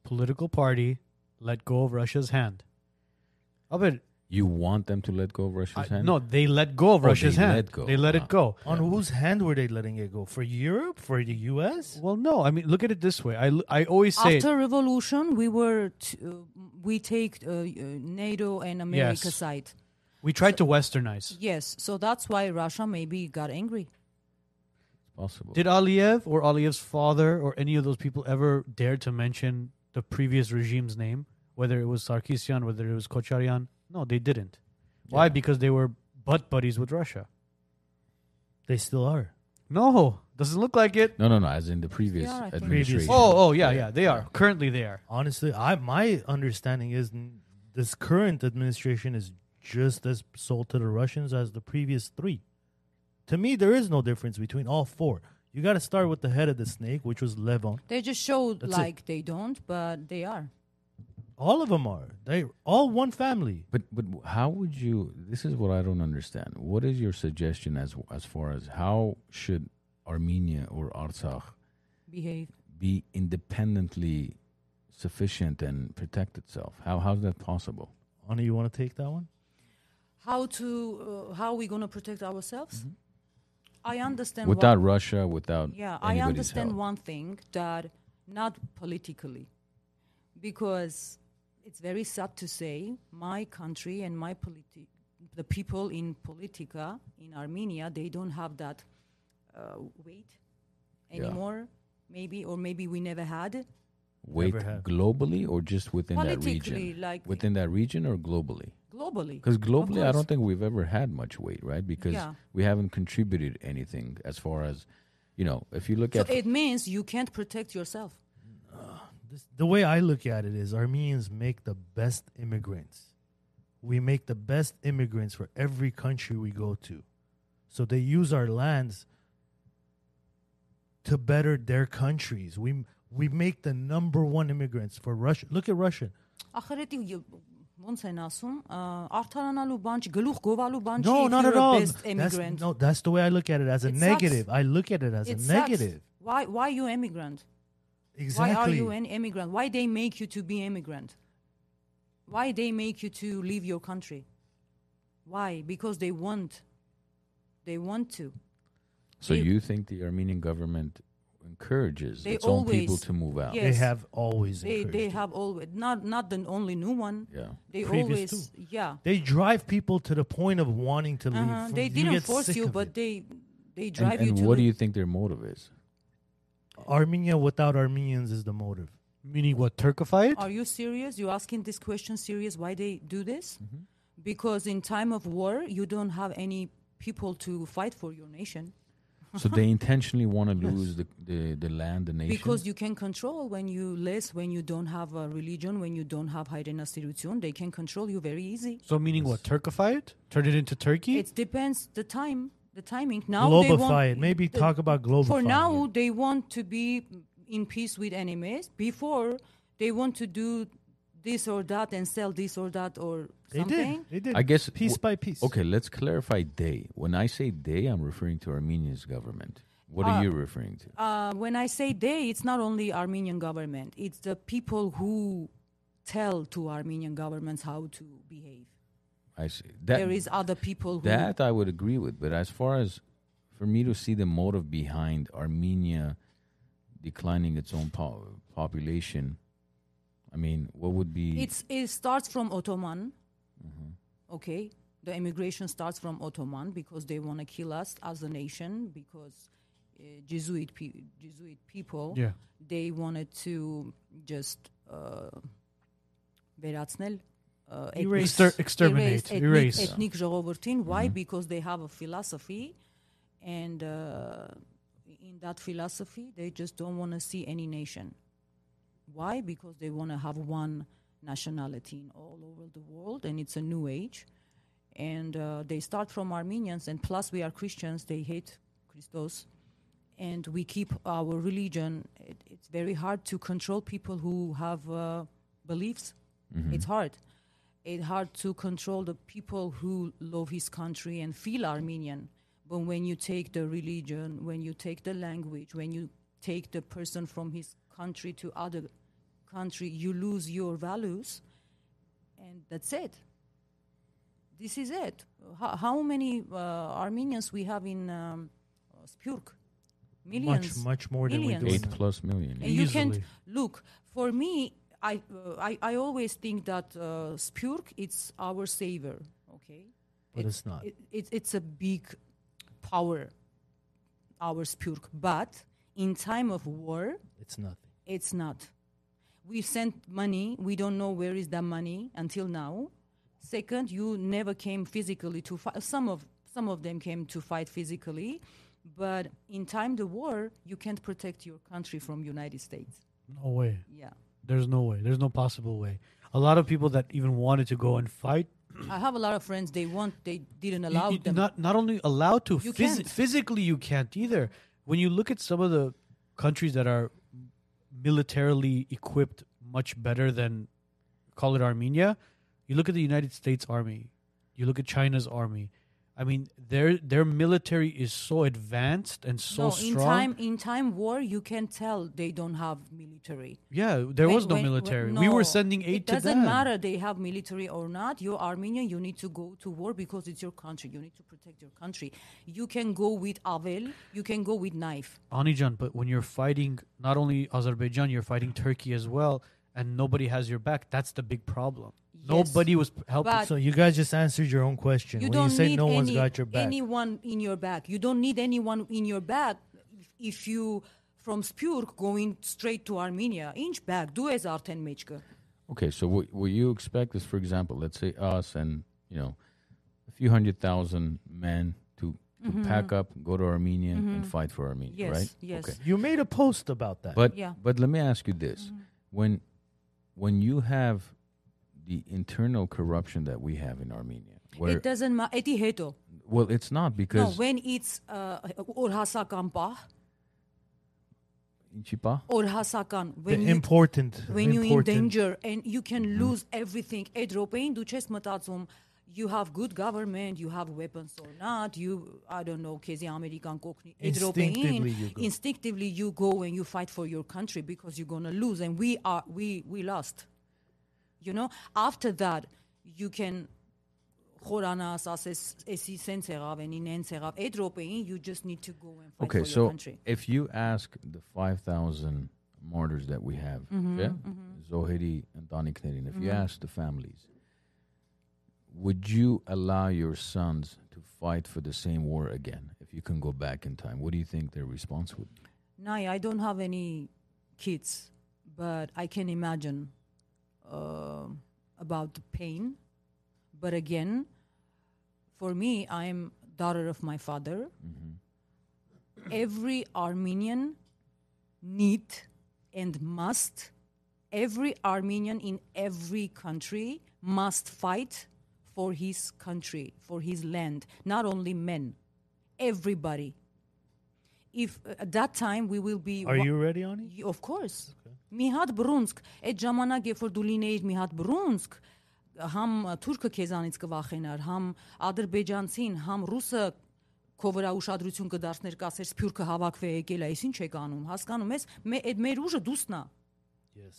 [SPEAKER 2] political party let go of Russia's hand. I bet
[SPEAKER 3] you want them to let go of russia's
[SPEAKER 2] I-
[SPEAKER 3] hand
[SPEAKER 2] no, they let go of
[SPEAKER 3] Oh,
[SPEAKER 2] Russia's
[SPEAKER 3] they
[SPEAKER 2] hand.
[SPEAKER 3] let go.
[SPEAKER 2] They let
[SPEAKER 3] Ah.
[SPEAKER 2] it go.
[SPEAKER 5] On whose hand were they letting it go? For Europe? For the US?
[SPEAKER 2] Well, no, I mean, look at it this way. I, l- I always say,
[SPEAKER 4] After revolution, we were t- uh, we take uh, uh, NATO and America
[SPEAKER 2] Yes.
[SPEAKER 4] side.
[SPEAKER 2] we tried to westernize.
[SPEAKER 4] Yes, so that's why Russia maybe got angry.
[SPEAKER 3] it's possible
[SPEAKER 2] Did Aliyev or Aliyev's father or any of those people ever dare to mention the previous regime's name, whether it was Sarkisian, whether it was Kocharyan? No, they didn't. Why? Because they were butt buddies with Russia.
[SPEAKER 5] They still are.
[SPEAKER 2] No, doesn't look like it.
[SPEAKER 3] No, no, no. As in the previous
[SPEAKER 4] I think.
[SPEAKER 3] administration.
[SPEAKER 2] Oh, oh, yeah, yeah, they are. Currently, they are.
[SPEAKER 5] Honestly, I my understanding is n- this current administration is just as sold to the Russians as the previous three. To me, there is no difference between all four. You got to start with the head of the snake, which was Levon.
[SPEAKER 4] They just showed
[SPEAKER 5] That's it.
[SPEAKER 4] like they don't, but they are.
[SPEAKER 5] All of them are. They all one family.
[SPEAKER 3] But but how would you? This is what I don't understand. What is your suggestion as as far as how should Armenia or Artsakh
[SPEAKER 4] Behave.
[SPEAKER 3] be independently sufficient and protect itself? How how's that possible?
[SPEAKER 5] Anna, you want to take that one?
[SPEAKER 4] How to? Uh, how are we gonna protect ourselves? I understand. why-
[SPEAKER 3] Without Russia, without
[SPEAKER 4] Yeah, I
[SPEAKER 3] anybody's
[SPEAKER 4] understand
[SPEAKER 3] help.
[SPEAKER 4] one thing that not politically, because it's very sad to say my country and my politi- the people in Politica in Armenia they don't have that uh, weight
[SPEAKER 3] Yeah.
[SPEAKER 4] anymore, maybe or maybe we never had it.
[SPEAKER 3] Wait,
[SPEAKER 5] Never have.
[SPEAKER 3] globally or just within that
[SPEAKER 4] Politically,
[SPEAKER 3] region?
[SPEAKER 4] like-
[SPEAKER 3] within that region or globally?
[SPEAKER 4] globally.
[SPEAKER 3] Because
[SPEAKER 4] Of
[SPEAKER 3] globally, I
[SPEAKER 4] course.
[SPEAKER 3] don't think we've ever had much weight, right? Because
[SPEAKER 4] Yeah.
[SPEAKER 3] we haven't contributed anything as far as you know. If you look
[SPEAKER 4] So
[SPEAKER 3] at
[SPEAKER 4] it means you can't protect yourself.
[SPEAKER 5] This, the way I look at it is Armenians make the best immigrants. We make the best immigrants for every country we go to. So they use our lands to better their countries. We we make the number one immigrants for Russia. Look at Russia.
[SPEAKER 4] Ախրետի ե- ոնց են ասում, ա, արդարանալու բան, չ- գլուխ գովալու բան
[SPEAKER 5] No,
[SPEAKER 4] if
[SPEAKER 5] not
[SPEAKER 4] you're
[SPEAKER 5] at
[SPEAKER 4] a
[SPEAKER 5] all.
[SPEAKER 4] best
[SPEAKER 5] That's,
[SPEAKER 4] immigrant.
[SPEAKER 5] no, that's the way I look at it as a
[SPEAKER 4] It sucks.
[SPEAKER 5] negative. I look at it as
[SPEAKER 4] It
[SPEAKER 5] a
[SPEAKER 4] sucks.
[SPEAKER 5] negative.
[SPEAKER 4] Why why you immigrant?
[SPEAKER 5] Exactly.
[SPEAKER 4] Why are you an immigrant? Why they make you to be immigrant? Why they make you to leave your country? Why? Because they want. They want to.
[SPEAKER 3] So
[SPEAKER 4] You-
[SPEAKER 3] you think the Armenian government encourages
[SPEAKER 4] They
[SPEAKER 3] its own people
[SPEAKER 4] always-
[SPEAKER 3] to move out?
[SPEAKER 4] yeah.
[SPEAKER 5] they
[SPEAKER 4] Yes.
[SPEAKER 5] have always
[SPEAKER 4] They
[SPEAKER 5] encouraged
[SPEAKER 4] they
[SPEAKER 5] it.
[SPEAKER 4] have always not not the only new one.
[SPEAKER 3] Yeah.
[SPEAKER 4] They
[SPEAKER 5] Previous
[SPEAKER 4] always
[SPEAKER 5] too.
[SPEAKER 4] yeah.
[SPEAKER 5] They drive people to the point of wanting to leave.
[SPEAKER 4] Uh-huh.
[SPEAKER 5] From-
[SPEAKER 4] They
[SPEAKER 5] you
[SPEAKER 4] didn't
[SPEAKER 5] get
[SPEAKER 4] force
[SPEAKER 5] sick
[SPEAKER 4] you,
[SPEAKER 5] of
[SPEAKER 4] but
[SPEAKER 5] it.
[SPEAKER 4] they they
[SPEAKER 3] And,
[SPEAKER 4] drive you
[SPEAKER 3] and
[SPEAKER 4] to.
[SPEAKER 3] what do
[SPEAKER 4] leave.
[SPEAKER 3] you think their motive is?
[SPEAKER 5] Armenia without Armenians is the motive.
[SPEAKER 2] Meaning what? Turkify it?
[SPEAKER 4] Are you serious? You're asking this question serious? Why they do this?
[SPEAKER 5] Mm-hmm.
[SPEAKER 4] Because in time of war, you don't have any people to fight for your nation.
[SPEAKER 3] So they intentionally want to lose the, the, the land, the nation.
[SPEAKER 4] Because you can control when you less, when you don't have a religion, when you don't have Hayrena Sirutun, they can control you very easy.
[SPEAKER 2] So meaning what? Turkify it? Turn it into Turkey?
[SPEAKER 4] It depends the time, the timing. Now they
[SPEAKER 5] globify
[SPEAKER 4] want,
[SPEAKER 5] it. Maybe
[SPEAKER 4] the-
[SPEAKER 5] talk about globifying.
[SPEAKER 4] For now,
[SPEAKER 5] it.
[SPEAKER 4] they want to be in peace with enemies. Before, they want to do this or that and sell this or that or
[SPEAKER 5] they
[SPEAKER 4] something.
[SPEAKER 5] did. They did.
[SPEAKER 3] I guess
[SPEAKER 5] piece
[SPEAKER 3] w-
[SPEAKER 5] by piece.
[SPEAKER 3] Okay, let's clarify they. When I say they, I'm referring to Armenia's government. What
[SPEAKER 4] Ah.
[SPEAKER 3] are you referring to?
[SPEAKER 4] uh, when I say they, it's not only Armenian government. It's the people who tell to Armenian governments how to behave.
[SPEAKER 3] I see. That,
[SPEAKER 4] there is other people who
[SPEAKER 3] that I would agree with, but as far as for me to see the motive behind Armenia declining its own po- population, I mean, what would be?
[SPEAKER 4] it's it starts from Ottoman. Okay, the immigration starts from Ottoman because they want to kill us as a nation because uh, Jesuit pe- Jesuit people
[SPEAKER 2] Yeah.
[SPEAKER 4] they wanted to just uh, վերացնել uh,
[SPEAKER 2] Erase. Exter- exterminate,
[SPEAKER 4] ethnic,
[SPEAKER 2] erase. Mm-hmm.
[SPEAKER 4] ethnic ժողովրդին why because they have a philosophy and uh, in that philosophy they just don't want to see any nation why because they want to have one nationality in all over the world and it's a new age and uh, they start from armenians and plus we are christians they hate christos and we keep our religion it, it's very hard to control people who have uh, beliefs it's hard it's hard to control the people who love his country and feel armenian but when you take the religion when you take the language when you take the person from his country to other country you lose your values and that's it this is it. How, how many uh, Armenians we have in um, uh, Spurk? Millions.
[SPEAKER 5] Much, much more than we do
[SPEAKER 4] Millions.
[SPEAKER 5] in
[SPEAKER 3] Eight plus million.
[SPEAKER 4] And you can't
[SPEAKER 2] Easily.
[SPEAKER 4] look for me. I, uh, I I always think that uh, Spurk it's our savior. Okay,
[SPEAKER 5] But it's not.
[SPEAKER 4] It, it, it's a big power. Our Spurk, but in time of war,
[SPEAKER 5] It's nothing.
[SPEAKER 4] it's not. We sent money. We don't know where is that money until now. Second, you never came physically to fight. Some of some of them came to fight physically, but in time the war, you can't protect your country from United States.
[SPEAKER 2] No way.
[SPEAKER 4] Yeah,
[SPEAKER 2] There's no way. There's no possible way. A lot of people that even wanted to go and fight,
[SPEAKER 4] I have a lot of friends. They want, they didn't
[SPEAKER 2] you-
[SPEAKER 4] allow
[SPEAKER 2] you
[SPEAKER 4] them.
[SPEAKER 2] not not only allowed to,
[SPEAKER 4] You
[SPEAKER 2] phys-
[SPEAKER 4] can't.
[SPEAKER 2] physically you can't either. When you look at some of the countries that are militarily equipped much better than call it Armenia, you look at the United States Army, you look at China's army. I mean, their their military is so advanced and so
[SPEAKER 4] no, in
[SPEAKER 2] strong.
[SPEAKER 4] time, in time war, you can tell they don't have military.
[SPEAKER 2] yeah, there
[SPEAKER 4] When-
[SPEAKER 2] was no
[SPEAKER 4] when- when-
[SPEAKER 2] military. we were
[SPEAKER 4] no,
[SPEAKER 2] sending aid
[SPEAKER 4] It
[SPEAKER 2] to them.
[SPEAKER 4] doesn't matter they have military or not. You're Armenian. You need to go to war because it's your country. You need to protect your country. You can go with avel. You can go with knife.
[SPEAKER 2] Anijan, but when you're fighting not only Azerbaijan, you're fighting Turkey as well, and nobody has your back. That's the big problem. Nobody was p- helping.
[SPEAKER 4] But-
[SPEAKER 5] So you guys just answered your own question.
[SPEAKER 4] You
[SPEAKER 5] when
[SPEAKER 4] don't
[SPEAKER 5] you say
[SPEAKER 4] need
[SPEAKER 5] no
[SPEAKER 4] any,
[SPEAKER 5] one's got your back,
[SPEAKER 4] anyone in your back. You don't need anyone in your back if, if you from Spurk going straight to Armenia. Inch back. Do as Arten Mechka.
[SPEAKER 3] Okay, so what what you expect is, for example, let's say us and you know a few hundred thousand men to, to pack up, go to Armenia, and fight for Armenia,
[SPEAKER 4] Mm-hmm. Yes.
[SPEAKER 3] right?
[SPEAKER 4] Yes. Uh,
[SPEAKER 3] Okay.
[SPEAKER 5] you made a post about that.
[SPEAKER 3] But
[SPEAKER 4] Yeah. Mm-hmm.
[SPEAKER 3] but let me ask you this: when when you have the internal corruption that we have in Armenia, where
[SPEAKER 4] It doesn't matter. Eti heto.
[SPEAKER 3] well, it's not
[SPEAKER 4] No,
[SPEAKER 3] because
[SPEAKER 4] when it's uh, orhasakan pah,
[SPEAKER 3] Chipa?
[SPEAKER 4] orhasakan. When
[SPEAKER 5] the
[SPEAKER 4] you
[SPEAKER 5] important,
[SPEAKER 4] when you in
[SPEAKER 5] important Mm-hmm.
[SPEAKER 4] danger and you can lose everything այդ րոպեին դու չես մտածում you have good government you have weapons or not you i don't know քեզի ամերիկան կօգնի այդ րոպեին
[SPEAKER 5] Instinctively you go.
[SPEAKER 4] instinctively you go and you fight for your country because you're going to lose and we are we we lost you know after that you can խորանաս ասես էսի սենց եղավ ենի նենց եղավ այդ րոպեին you just need to go and fight
[SPEAKER 3] Okay,
[SPEAKER 4] for your
[SPEAKER 3] so
[SPEAKER 4] country
[SPEAKER 3] if you ask the 5,000 martyrs that we have,
[SPEAKER 4] Mm-hmm,
[SPEAKER 3] okay? Zohedi and Donny Canadian, if you ask the families, would you allow your sons to fight for the same war again if you can go back in time? What do you think their response would be?
[SPEAKER 4] No, I don't have any kids, but I can imagine um about the pain. But again, for me, I'm daughter of my father.
[SPEAKER 5] Mm-hmm.
[SPEAKER 4] Every Armenian need and must. Every Armenian in every country must fight for his country, for his land. Not only men, everybody. If uh, at that time we will be
[SPEAKER 5] Are
[SPEAKER 4] one-
[SPEAKER 5] you ready, Ani?
[SPEAKER 4] Y- Of course։ Մի հատ բրունցք, այդ ժամանակ երբ որ դու լինեիր մի հատ բրունցք, համ թուրքը քեզանից կվախենար, համ ադրբեջանցին, համ ռուսը քո վրա ուշադրություն կդարձներ, կասեր սփյուրքը հավաքվե եկել է, այս ինչ է կանում, հասկանում ես, մե այդ մեր ուժը դուսնա։
[SPEAKER 5] Yes,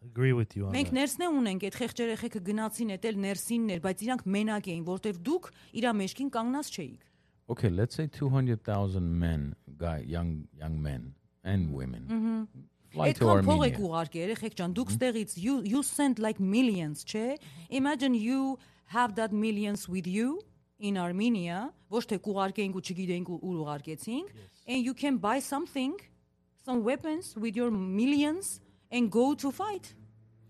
[SPEAKER 5] agree with you on
[SPEAKER 4] Մենք
[SPEAKER 5] that.
[SPEAKER 4] ներսն է ունենք, այդ խեղճ երեխեքը գնացին, էդ էլ ներսիններ, բայց իրանք մենակ էին, որտեվ դուք իրա մեջքին կանգնած չէիք։
[SPEAKER 3] Okay, let's say 200,000 men, guy, young, young men and women,
[SPEAKER 4] Mm-hmm.
[SPEAKER 3] fly to
[SPEAKER 4] Այդքան փող եք
[SPEAKER 3] Armenia.
[SPEAKER 4] ուղարկի, երեխեք ջան, դուք
[SPEAKER 5] Mm-hmm.
[SPEAKER 4] ստեղից you you send like millions, չէ? Imagine you have that millions with you in Armenia, e ոչ թե կուղարկեինք ու չգիտեինք ու- ուր ուղարկեցինք, and you can buy something, some weapons with your millions and go to fight.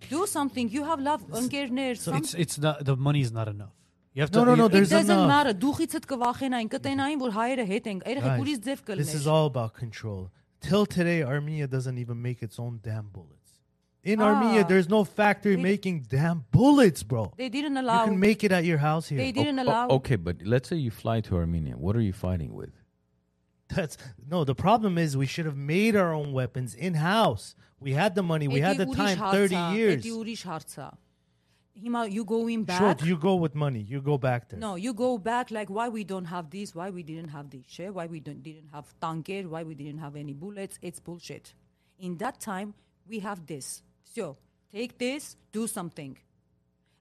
[SPEAKER 4] Do something. You have love, ընկերներ,
[SPEAKER 2] it's
[SPEAKER 4] something.
[SPEAKER 2] it's not the money's not enough. You have to.
[SPEAKER 5] No, no, no.
[SPEAKER 2] you-
[SPEAKER 4] It
[SPEAKER 5] There's
[SPEAKER 4] doesn't
[SPEAKER 5] enough.
[SPEAKER 4] matter. Դուխիցդ կվախենային, կտենային, որ հայերը հետ են։ Երեխեք ուրիշ ձև
[SPEAKER 5] Guys, this is
[SPEAKER 4] կլներ։
[SPEAKER 5] all about control. Till today, Armenia doesn't even make its own damn bullets. In Armenia,
[SPEAKER 4] Ah.
[SPEAKER 5] there's no factory making damn bullets, bro.
[SPEAKER 4] They didn't
[SPEAKER 5] You
[SPEAKER 4] allow.
[SPEAKER 5] can make it at your house here.
[SPEAKER 4] They didn't
[SPEAKER 3] O-
[SPEAKER 4] allow.
[SPEAKER 3] okay, but let's say you fly to Armenia. What are you fighting with?
[SPEAKER 5] That's no. The problem is we should have made our own weapons in house. We had the money. We had
[SPEAKER 4] Էդի
[SPEAKER 5] the
[SPEAKER 4] ուրիշ
[SPEAKER 5] time.
[SPEAKER 4] հարց
[SPEAKER 5] Thirty
[SPEAKER 4] ա,
[SPEAKER 5] years.
[SPEAKER 4] Էդի ուրիշ հարց ա։ Հիմա you going
[SPEAKER 5] Sure,
[SPEAKER 4] back.
[SPEAKER 5] you go with money. You go back there.
[SPEAKER 4] No, you go back like why we don't have this, why we didn't have this, shit, why we don't, didn't have tanker, why we didn't have any bullets. It's bullshit. In that time, we have this. So, take this, do something.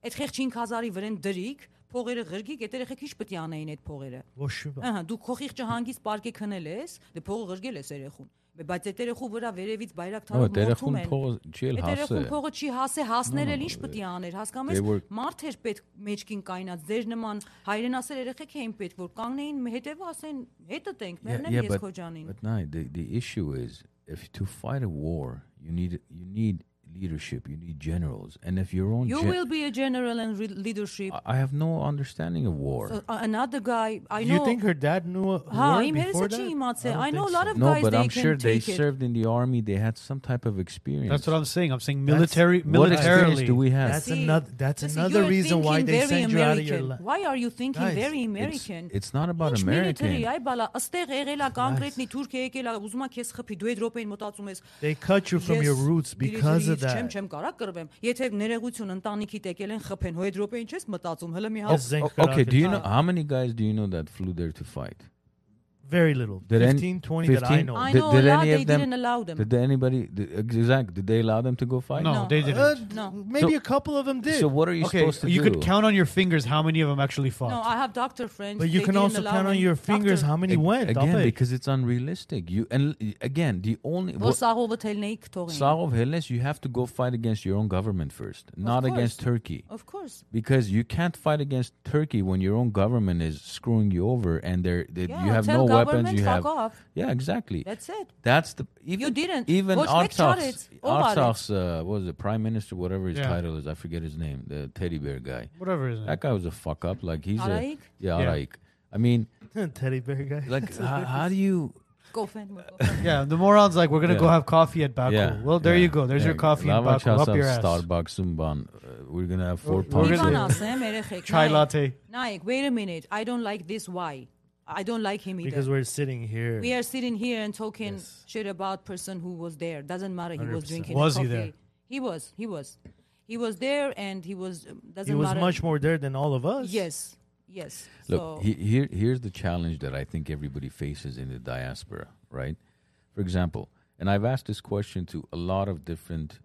[SPEAKER 4] Այդ խեղճ 5000-ի վրան դրիկ, փողերը ղրգիկ, այդ երեխեք ինչ պետք է անեին այդ փողերը։
[SPEAKER 5] Well, sure, but-
[SPEAKER 4] Ահա, դու քողիղճը հանգիս պարկե քնել ես, դե փողը ղրգել ես երեխուն։ Բայց այդ երեխու վրա վերևից բայրակ
[SPEAKER 3] No,
[SPEAKER 4] թարով մորթում
[SPEAKER 3] Terehun uh,
[SPEAKER 4] են։
[SPEAKER 3] Pol- Jail
[SPEAKER 4] Այդ երեխուն
[SPEAKER 3] Hase.
[SPEAKER 4] փողը չի հասե հասնել էլ ինչ պետք է աներ, հասկանում
[SPEAKER 3] they were-
[SPEAKER 4] ես։ Մարդ էր պետք մեջքին կայնած, ձեր նման հայրենասեր երեխեք էին պետք, որ կանգնեին մ- հետևը ասեն, հետդ ենք, մերն եմ ես
[SPEAKER 3] but,
[SPEAKER 4] քոջանին։
[SPEAKER 3] but no, the the issue is if to fight a war, you need you need leadership. You need generals. And if your own,
[SPEAKER 4] You
[SPEAKER 3] gen-
[SPEAKER 4] will be a general and re- leadership.
[SPEAKER 3] I- I have no understanding of war.
[SPEAKER 4] So, uh, another guy, I
[SPEAKER 5] You
[SPEAKER 4] know.
[SPEAKER 5] think her dad knew a
[SPEAKER 4] Ha,
[SPEAKER 5] war
[SPEAKER 4] իմ հերիս
[SPEAKER 5] before
[SPEAKER 4] չի
[SPEAKER 5] that?
[SPEAKER 4] իմացել։
[SPEAKER 5] don't
[SPEAKER 4] I know
[SPEAKER 5] think
[SPEAKER 4] a lot
[SPEAKER 5] so.
[SPEAKER 4] of
[SPEAKER 3] no,
[SPEAKER 4] guys,
[SPEAKER 3] but
[SPEAKER 4] they
[SPEAKER 3] I'm
[SPEAKER 4] can
[SPEAKER 3] sure they
[SPEAKER 4] take it.
[SPEAKER 3] served in the army. They had some type of experience.
[SPEAKER 2] That's what I'm saying. I'm saying
[SPEAKER 5] That's-
[SPEAKER 2] military,
[SPEAKER 3] What
[SPEAKER 2] militarily.
[SPEAKER 3] experience do we have?
[SPEAKER 5] That's
[SPEAKER 4] See,
[SPEAKER 5] another. That's
[SPEAKER 4] Listen,
[SPEAKER 5] another
[SPEAKER 4] you're
[SPEAKER 5] reason why
[SPEAKER 4] thinking
[SPEAKER 5] they
[SPEAKER 4] very
[SPEAKER 5] send you out of your
[SPEAKER 4] American.
[SPEAKER 5] life.
[SPEAKER 4] Why are you thinking
[SPEAKER 5] Guys,
[SPEAKER 4] very
[SPEAKER 3] It's,
[SPEAKER 4] American?
[SPEAKER 3] it's not about
[SPEAKER 4] Ինչ
[SPEAKER 3] American.
[SPEAKER 4] military, այ բալա, ըստեղ եղել է կոնկրետնի Թուրքիա եկել է, ուզում է քեզ խփի, դու այդ րոպեին մտածում ես։
[SPEAKER 5] They cut you from
[SPEAKER 4] ես
[SPEAKER 5] your roots because of
[SPEAKER 4] military-ից Չեմ,
[SPEAKER 5] that.
[SPEAKER 4] չեմ կարա կրվեմ։ Եթե ներեգություն ընտանիքիդ եկել են խփեն, հո այդ րոպեին չես մտածում, հələ մի
[SPEAKER 5] Oh,
[SPEAKER 4] հաց։
[SPEAKER 5] Zenk
[SPEAKER 3] O- okay, do you know uh,
[SPEAKER 5] Karakic.
[SPEAKER 3] how many guys do you know that flew there to fight?
[SPEAKER 5] Very little.
[SPEAKER 3] Did any-
[SPEAKER 5] 15, 20 that I
[SPEAKER 3] 15?
[SPEAKER 5] know.
[SPEAKER 4] I
[SPEAKER 3] Did-
[SPEAKER 4] know
[SPEAKER 3] did
[SPEAKER 4] a lot
[SPEAKER 3] any of
[SPEAKER 4] they
[SPEAKER 3] them-
[SPEAKER 4] didn't allow them.
[SPEAKER 3] Did they- anybody did, exact? Did they allow them to go fight?
[SPEAKER 2] no,
[SPEAKER 4] No.
[SPEAKER 2] they didn't.
[SPEAKER 5] Uh, d-
[SPEAKER 4] No.
[SPEAKER 5] Maybe
[SPEAKER 3] So-
[SPEAKER 5] a couple of them did.
[SPEAKER 3] So what are you
[SPEAKER 2] okay,
[SPEAKER 3] supposed to
[SPEAKER 2] you
[SPEAKER 3] do?
[SPEAKER 2] could count on your fingers how many of them actually fought.
[SPEAKER 4] No, I have doctor friends.
[SPEAKER 5] but you
[SPEAKER 4] they
[SPEAKER 5] can
[SPEAKER 4] didn't
[SPEAKER 5] also
[SPEAKER 4] allow
[SPEAKER 5] count on
[SPEAKER 4] them.
[SPEAKER 5] your fingers
[SPEAKER 4] Doctor-
[SPEAKER 5] how many
[SPEAKER 3] Ag-
[SPEAKER 5] went.
[SPEAKER 3] again
[SPEAKER 5] Taufik.
[SPEAKER 3] because it's unrealistic. You and l- again the only
[SPEAKER 4] Որ սաղովը թելնեի կթողեն։
[SPEAKER 3] Slav of Hellas, you have to go fight against your own government first, not
[SPEAKER 4] course.
[SPEAKER 3] against Turkey.
[SPEAKER 4] Of course.
[SPEAKER 3] Because you can't fight against Turkey when your own government is screwing you over and they're, they,
[SPEAKER 4] Yeah,
[SPEAKER 3] you have
[SPEAKER 4] tell
[SPEAKER 3] no weapons.
[SPEAKER 4] government,
[SPEAKER 3] You
[SPEAKER 4] fuck
[SPEAKER 3] have
[SPEAKER 4] off.
[SPEAKER 3] yeah, exactly.
[SPEAKER 4] That's it.
[SPEAKER 3] That's the even
[SPEAKER 4] didn't.
[SPEAKER 3] even
[SPEAKER 4] Watch Nick
[SPEAKER 3] Artsakh's,
[SPEAKER 4] Charitz. All about it.
[SPEAKER 3] Artsakh's uh, what was the prime minister, whatever his
[SPEAKER 2] Yeah.
[SPEAKER 3] title is, I forget his name, the teddy bear guy.
[SPEAKER 2] Whatever it is.
[SPEAKER 3] That guy was a fuck up. Like he's
[SPEAKER 4] Araik?
[SPEAKER 3] a yeah,
[SPEAKER 2] Yeah.
[SPEAKER 3] Araik. I mean,
[SPEAKER 5] Teddy bear guy.
[SPEAKER 3] like h- how do you
[SPEAKER 4] Go fan, go fan.
[SPEAKER 2] Yeah, the morons like we're gonna go
[SPEAKER 3] Yeah.
[SPEAKER 2] have coffee at Baku.
[SPEAKER 3] Yeah.
[SPEAKER 2] well, there
[SPEAKER 3] yeah,
[SPEAKER 2] you go. There's
[SPEAKER 3] yeah.
[SPEAKER 2] your coffee in
[SPEAKER 3] Lava
[SPEAKER 2] Baku. Up
[SPEAKER 3] Chasa,
[SPEAKER 2] your ass.
[SPEAKER 3] Starbucks, Umban. Uh, we're gonna have four
[SPEAKER 2] We're
[SPEAKER 3] pounds.
[SPEAKER 2] gonna-
[SPEAKER 4] Իվան
[SPEAKER 3] there.
[SPEAKER 4] ասեմ երեխեք։
[SPEAKER 2] Chai
[SPEAKER 4] Նայեք,
[SPEAKER 2] latte.
[SPEAKER 4] Նայեք, wait a minute. I don't like this why. I don't like him either.
[SPEAKER 5] Because we're sitting here.
[SPEAKER 4] we are sitting here and talking
[SPEAKER 5] Yes.
[SPEAKER 4] shit about person who was there. Doesn't matter. He was
[SPEAKER 5] 100%.
[SPEAKER 4] drinking.
[SPEAKER 2] Was he
[SPEAKER 4] coffee.
[SPEAKER 2] there?
[SPEAKER 4] He was. He was. He was there, and he was. um, Doesn't
[SPEAKER 5] He was
[SPEAKER 4] matter.
[SPEAKER 5] much more there than all of us.
[SPEAKER 4] Yes. Yes. so
[SPEAKER 3] Look, he, here here's the challenge that I think everybody faces in the diaspora, right? For example, and I've asked this question to a lot of different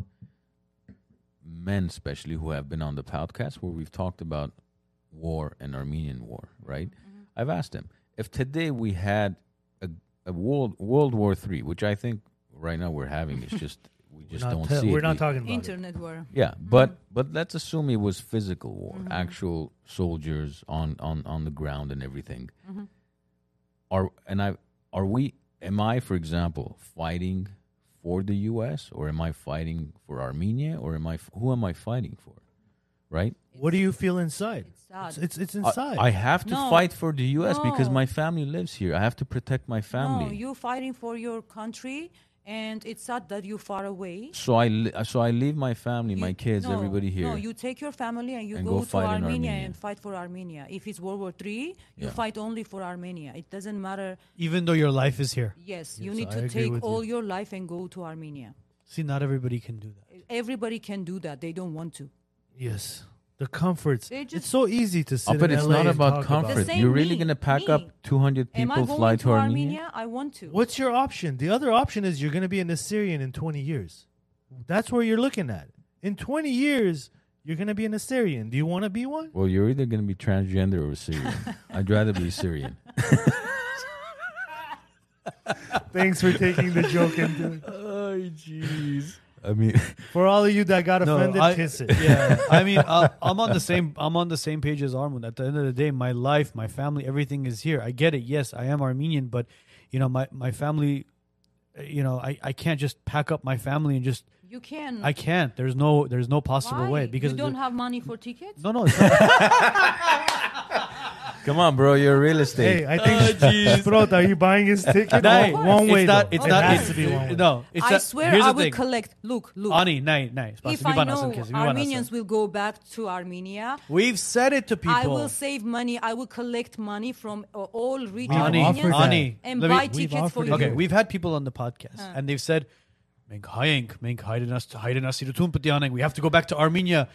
[SPEAKER 3] men, especially who have been on the podcast where we've talked about war and Armenian war, right? I've asked them if today we had a, a world World War Three, which I think right now we're having, it's just we
[SPEAKER 5] We're
[SPEAKER 3] just
[SPEAKER 5] not,
[SPEAKER 3] don't
[SPEAKER 5] tell-
[SPEAKER 3] see.
[SPEAKER 5] we're
[SPEAKER 3] it.
[SPEAKER 5] not
[SPEAKER 3] We-
[SPEAKER 5] talking about it.
[SPEAKER 4] internet war.
[SPEAKER 3] yeah, but but let's assume it was physical war,
[SPEAKER 4] Mm-hmm.
[SPEAKER 3] actual soldiers on on on the ground and everything.
[SPEAKER 4] Mm-hmm.
[SPEAKER 3] Are and I are we? Am I, for example, fighting for the U.S. or am I fighting for Armenia or am I f- who am I fighting for? Right?
[SPEAKER 5] What do you feel inside?
[SPEAKER 4] sad.
[SPEAKER 5] It's, it's, it's
[SPEAKER 3] I-
[SPEAKER 5] inside.
[SPEAKER 3] I, have to
[SPEAKER 4] No.
[SPEAKER 3] fight for the U.S. because
[SPEAKER 4] No.
[SPEAKER 3] my family lives here. I have to protect my family.
[SPEAKER 4] No, you're fighting for your country, and it's sad that you're far away.
[SPEAKER 3] so I li- so I leave my family, my
[SPEAKER 4] You-
[SPEAKER 3] kids,
[SPEAKER 4] no,
[SPEAKER 3] everybody here.
[SPEAKER 4] No, you take your family and you
[SPEAKER 3] and
[SPEAKER 4] go,
[SPEAKER 3] go
[SPEAKER 4] to
[SPEAKER 3] fight in
[SPEAKER 4] Armenia,
[SPEAKER 3] Armenia.
[SPEAKER 4] and fight for Armenia. If it's World War Three, you
[SPEAKER 3] Yeah.
[SPEAKER 4] fight only for Armenia. It doesn't matter.
[SPEAKER 2] Even though your life is here,
[SPEAKER 4] Yes, you
[SPEAKER 5] Yes,
[SPEAKER 4] need
[SPEAKER 5] I
[SPEAKER 4] to
[SPEAKER 5] agree
[SPEAKER 4] take
[SPEAKER 5] with
[SPEAKER 4] all
[SPEAKER 5] you.
[SPEAKER 4] your life and go to Armenia.
[SPEAKER 2] see, not everybody can do that.
[SPEAKER 4] Everybody can do that. They don't want to.
[SPEAKER 5] yes. The comforts.
[SPEAKER 4] They
[SPEAKER 5] it's
[SPEAKER 4] just-
[SPEAKER 5] so easy to sit
[SPEAKER 3] Oh, but
[SPEAKER 5] in
[SPEAKER 3] it's
[SPEAKER 5] LA
[SPEAKER 3] not
[SPEAKER 5] and
[SPEAKER 3] about
[SPEAKER 5] talk
[SPEAKER 3] comfort.
[SPEAKER 5] it.
[SPEAKER 4] The same
[SPEAKER 3] You're really
[SPEAKER 4] me,
[SPEAKER 3] gonna pack up
[SPEAKER 4] me.
[SPEAKER 3] 200
[SPEAKER 4] Am I
[SPEAKER 3] people,
[SPEAKER 4] going
[SPEAKER 3] fly
[SPEAKER 4] to Armenia? I want to.
[SPEAKER 5] What's your option? The other option is you're going to be an Assyrian in 20 years. That's where you're looking at. In 20 years, you're going to be an Assyrian. Do you want to be one?
[SPEAKER 3] Well, you're either going to be transgender or Syrian. I'd rather be Syrian.
[SPEAKER 5] Thanks for taking the joke. And doing-
[SPEAKER 3] oh, jeez. I mean,
[SPEAKER 5] for all of you that got
[SPEAKER 2] No,
[SPEAKER 5] offended,
[SPEAKER 2] I-
[SPEAKER 5] kiss it.
[SPEAKER 2] Yeah, I mean, uh, I'm on the same. I'm on the same page as Armand. At the end of the day, my life, my family, everything is here. I get it. Yes, I am Armenian, but you know, my my family. uh, You know, I I can't just pack up my family and just.
[SPEAKER 4] You can.
[SPEAKER 2] I can't. There's no. There's no possible
[SPEAKER 4] Mm. Why?
[SPEAKER 2] way because
[SPEAKER 4] you don't have money for tickets.
[SPEAKER 2] no, no. It's not,
[SPEAKER 3] come on, bro. You're real estate.
[SPEAKER 5] Hey, I think Sprot, are you buying his ticket?
[SPEAKER 2] Nay,
[SPEAKER 5] One- one
[SPEAKER 2] Oh, it's
[SPEAKER 5] way.
[SPEAKER 2] not.
[SPEAKER 5] though.
[SPEAKER 2] It's
[SPEAKER 5] it
[SPEAKER 2] not.
[SPEAKER 5] has
[SPEAKER 2] it's-
[SPEAKER 5] to be one way.
[SPEAKER 2] No, it's
[SPEAKER 4] I
[SPEAKER 2] not-
[SPEAKER 4] swear
[SPEAKER 2] here's
[SPEAKER 4] I
[SPEAKER 2] the
[SPEAKER 4] will
[SPEAKER 2] thing.
[SPEAKER 4] collect. Look, look.
[SPEAKER 2] Ani, nay, nay.
[SPEAKER 4] if
[SPEAKER 2] Spasibo,
[SPEAKER 4] I
[SPEAKER 2] nas
[SPEAKER 4] know
[SPEAKER 2] unkezi, mi banas
[SPEAKER 4] Armenians
[SPEAKER 2] un-
[SPEAKER 4] will go back to Armenia,
[SPEAKER 2] We've said it to people.
[SPEAKER 4] I will save money. I will collect money from uh, all rich
[SPEAKER 5] We've
[SPEAKER 2] Ani,
[SPEAKER 5] offered
[SPEAKER 4] Armenians
[SPEAKER 5] that.
[SPEAKER 2] Ani,
[SPEAKER 4] and
[SPEAKER 2] let me-
[SPEAKER 4] buy
[SPEAKER 2] we've
[SPEAKER 4] tickets for
[SPEAKER 5] offered
[SPEAKER 4] you.
[SPEAKER 5] it.
[SPEAKER 2] Okay,
[SPEAKER 5] Sure.
[SPEAKER 2] we've had people on the podcast and they've said, "Մենք հայ ենք, մենք հայրենաստ հայրենասիրություն պետք է անենք, We have to go back to Armenia."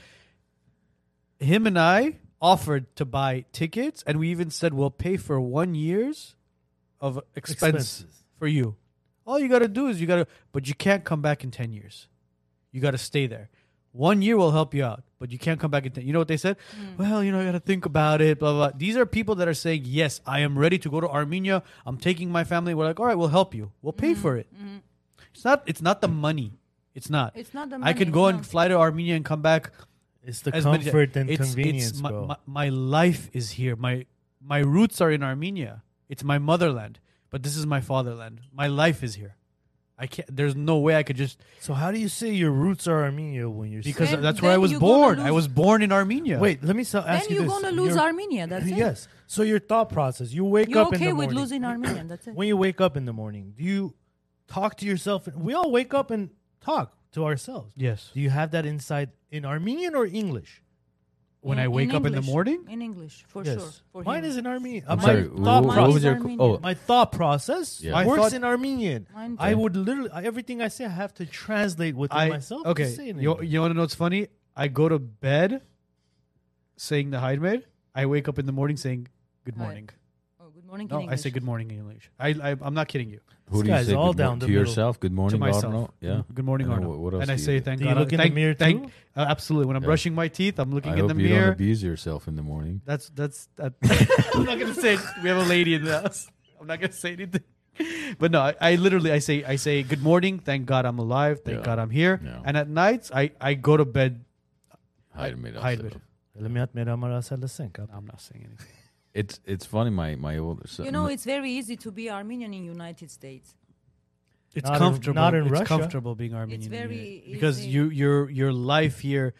[SPEAKER 2] Him and I offered to buy tickets and we even said we'll pay for 1 year's of expense
[SPEAKER 5] Expenses.
[SPEAKER 2] for you. All you got to do is you got to but you can't come back in 10 years. You got to stay there. One year will help you out, but you can't come back in 10. You know what they said?
[SPEAKER 4] Mm.
[SPEAKER 2] Well, you know, I got to think about it, blah, blah, blah. These are people that are saying, yes, I am ready to go to Armenia. I'm taking my family. We're like, all right, we'll help you. We'll pay
[SPEAKER 4] Mm,
[SPEAKER 2] for it. It's not It's not the money. It's not.
[SPEAKER 4] It's not the
[SPEAKER 2] I could
[SPEAKER 4] money,
[SPEAKER 2] go
[SPEAKER 4] no.
[SPEAKER 2] and fly to Armenia and come back.
[SPEAKER 5] It's the
[SPEAKER 2] as many-
[SPEAKER 5] comfort and
[SPEAKER 2] It's- it's
[SPEAKER 5] convenience,
[SPEAKER 2] my,
[SPEAKER 5] bro.
[SPEAKER 2] My, my life is here. My, my roots are in Armenia. It's my motherland, but this is my fatherland. My life is here. I can't. There's no way I could just
[SPEAKER 5] So how do you say your roots are Armenia when you're
[SPEAKER 2] because
[SPEAKER 5] saying-
[SPEAKER 4] Then-
[SPEAKER 2] that's where I
[SPEAKER 4] then
[SPEAKER 2] was
[SPEAKER 4] you're gonna
[SPEAKER 2] born. I
[SPEAKER 4] lose-
[SPEAKER 2] was born in Armenia.
[SPEAKER 5] wait? Let me so,
[SPEAKER 4] Then
[SPEAKER 5] ask you
[SPEAKER 4] you're
[SPEAKER 5] this.
[SPEAKER 4] gonna lose
[SPEAKER 5] Your-
[SPEAKER 4] Armenia. That's it.
[SPEAKER 5] yes. So your thought process. You wake
[SPEAKER 4] You're
[SPEAKER 5] up in
[SPEAKER 4] okay
[SPEAKER 5] the
[SPEAKER 4] with
[SPEAKER 5] morning.
[SPEAKER 4] losing Armenian. That's it.
[SPEAKER 5] when you wake up in the morning, do you talk to yourself? We all wake up and talk to ourselves.
[SPEAKER 2] Yes.
[SPEAKER 5] Do you have that insight in Armenian or English?
[SPEAKER 2] When I wake up in the
[SPEAKER 4] English.
[SPEAKER 2] morning,
[SPEAKER 4] In English, for sure. For
[SPEAKER 5] Mine
[SPEAKER 4] him.
[SPEAKER 5] is in Armenian.
[SPEAKER 3] I'm
[SPEAKER 5] my
[SPEAKER 3] sorry. wh-
[SPEAKER 5] Thought
[SPEAKER 3] wh-
[SPEAKER 4] process
[SPEAKER 3] what was your?
[SPEAKER 4] Armenian.
[SPEAKER 3] Oh,
[SPEAKER 5] my thought process
[SPEAKER 3] Yeah.
[SPEAKER 2] My
[SPEAKER 5] works
[SPEAKER 2] thought-
[SPEAKER 5] in Armenian.
[SPEAKER 4] Mine
[SPEAKER 5] I
[SPEAKER 4] too.
[SPEAKER 5] would literally I- everything I say I have to translate within
[SPEAKER 2] I
[SPEAKER 5] myself. to say
[SPEAKER 2] okay.
[SPEAKER 5] it in
[SPEAKER 2] You,
[SPEAKER 5] English.
[SPEAKER 2] you want to know what's funny? I go to bed saying the Haidmed. I wake up in the morning saying good
[SPEAKER 4] Hi.
[SPEAKER 2] morning.
[SPEAKER 4] Oh, good morning.
[SPEAKER 2] No,
[SPEAKER 4] in
[SPEAKER 2] I say
[SPEAKER 4] English.
[SPEAKER 2] good morning in English. I, I I'm not kidding you.
[SPEAKER 3] who do you
[SPEAKER 5] guy's
[SPEAKER 3] say
[SPEAKER 5] all
[SPEAKER 3] good
[SPEAKER 5] down
[SPEAKER 3] morning
[SPEAKER 5] the
[SPEAKER 3] to
[SPEAKER 5] middle.
[SPEAKER 3] yourself? Good morning,
[SPEAKER 2] to myself.
[SPEAKER 3] Arno. Yeah.
[SPEAKER 2] Mm, Good morning,
[SPEAKER 3] And
[SPEAKER 2] Arno.
[SPEAKER 3] wh- What else
[SPEAKER 2] and I
[SPEAKER 3] do you
[SPEAKER 2] say
[SPEAKER 3] do?
[SPEAKER 2] thank
[SPEAKER 5] Do you
[SPEAKER 2] God.
[SPEAKER 5] look in the
[SPEAKER 2] thank,
[SPEAKER 5] mirror
[SPEAKER 2] thank-
[SPEAKER 5] too?
[SPEAKER 2] uh, absolutely. When I'm
[SPEAKER 3] Yeah.
[SPEAKER 2] brushing my teeth, I'm looking
[SPEAKER 3] I
[SPEAKER 2] in
[SPEAKER 3] hope
[SPEAKER 2] the
[SPEAKER 3] you don't
[SPEAKER 2] mirror.
[SPEAKER 3] abuse yourself in the morning.
[SPEAKER 2] That's that's. That, I'm not gonna say it. we have a lady in the house. I'm not gonna say anything. But no, I, I literally I say I say good morning. Thank God I'm alive. Thank
[SPEAKER 3] Yeah.
[SPEAKER 2] God I'm here.
[SPEAKER 3] Yeah.
[SPEAKER 2] And at nights I I go to bed.
[SPEAKER 3] Hide me.
[SPEAKER 2] Hide me.
[SPEAKER 5] Let me admit, I'm gonna say the same.
[SPEAKER 2] I'm not saying anything.
[SPEAKER 3] It's it's funny. My my older son.
[SPEAKER 4] You know, it's very easy to be Armenian in United States.
[SPEAKER 2] It's
[SPEAKER 5] Not in-
[SPEAKER 2] comfortable.
[SPEAKER 5] not in
[SPEAKER 2] it's
[SPEAKER 5] Russia.
[SPEAKER 2] comfortable being Armenian. in
[SPEAKER 4] very
[SPEAKER 2] Europe. because
[SPEAKER 4] easy.
[SPEAKER 2] you your your life here,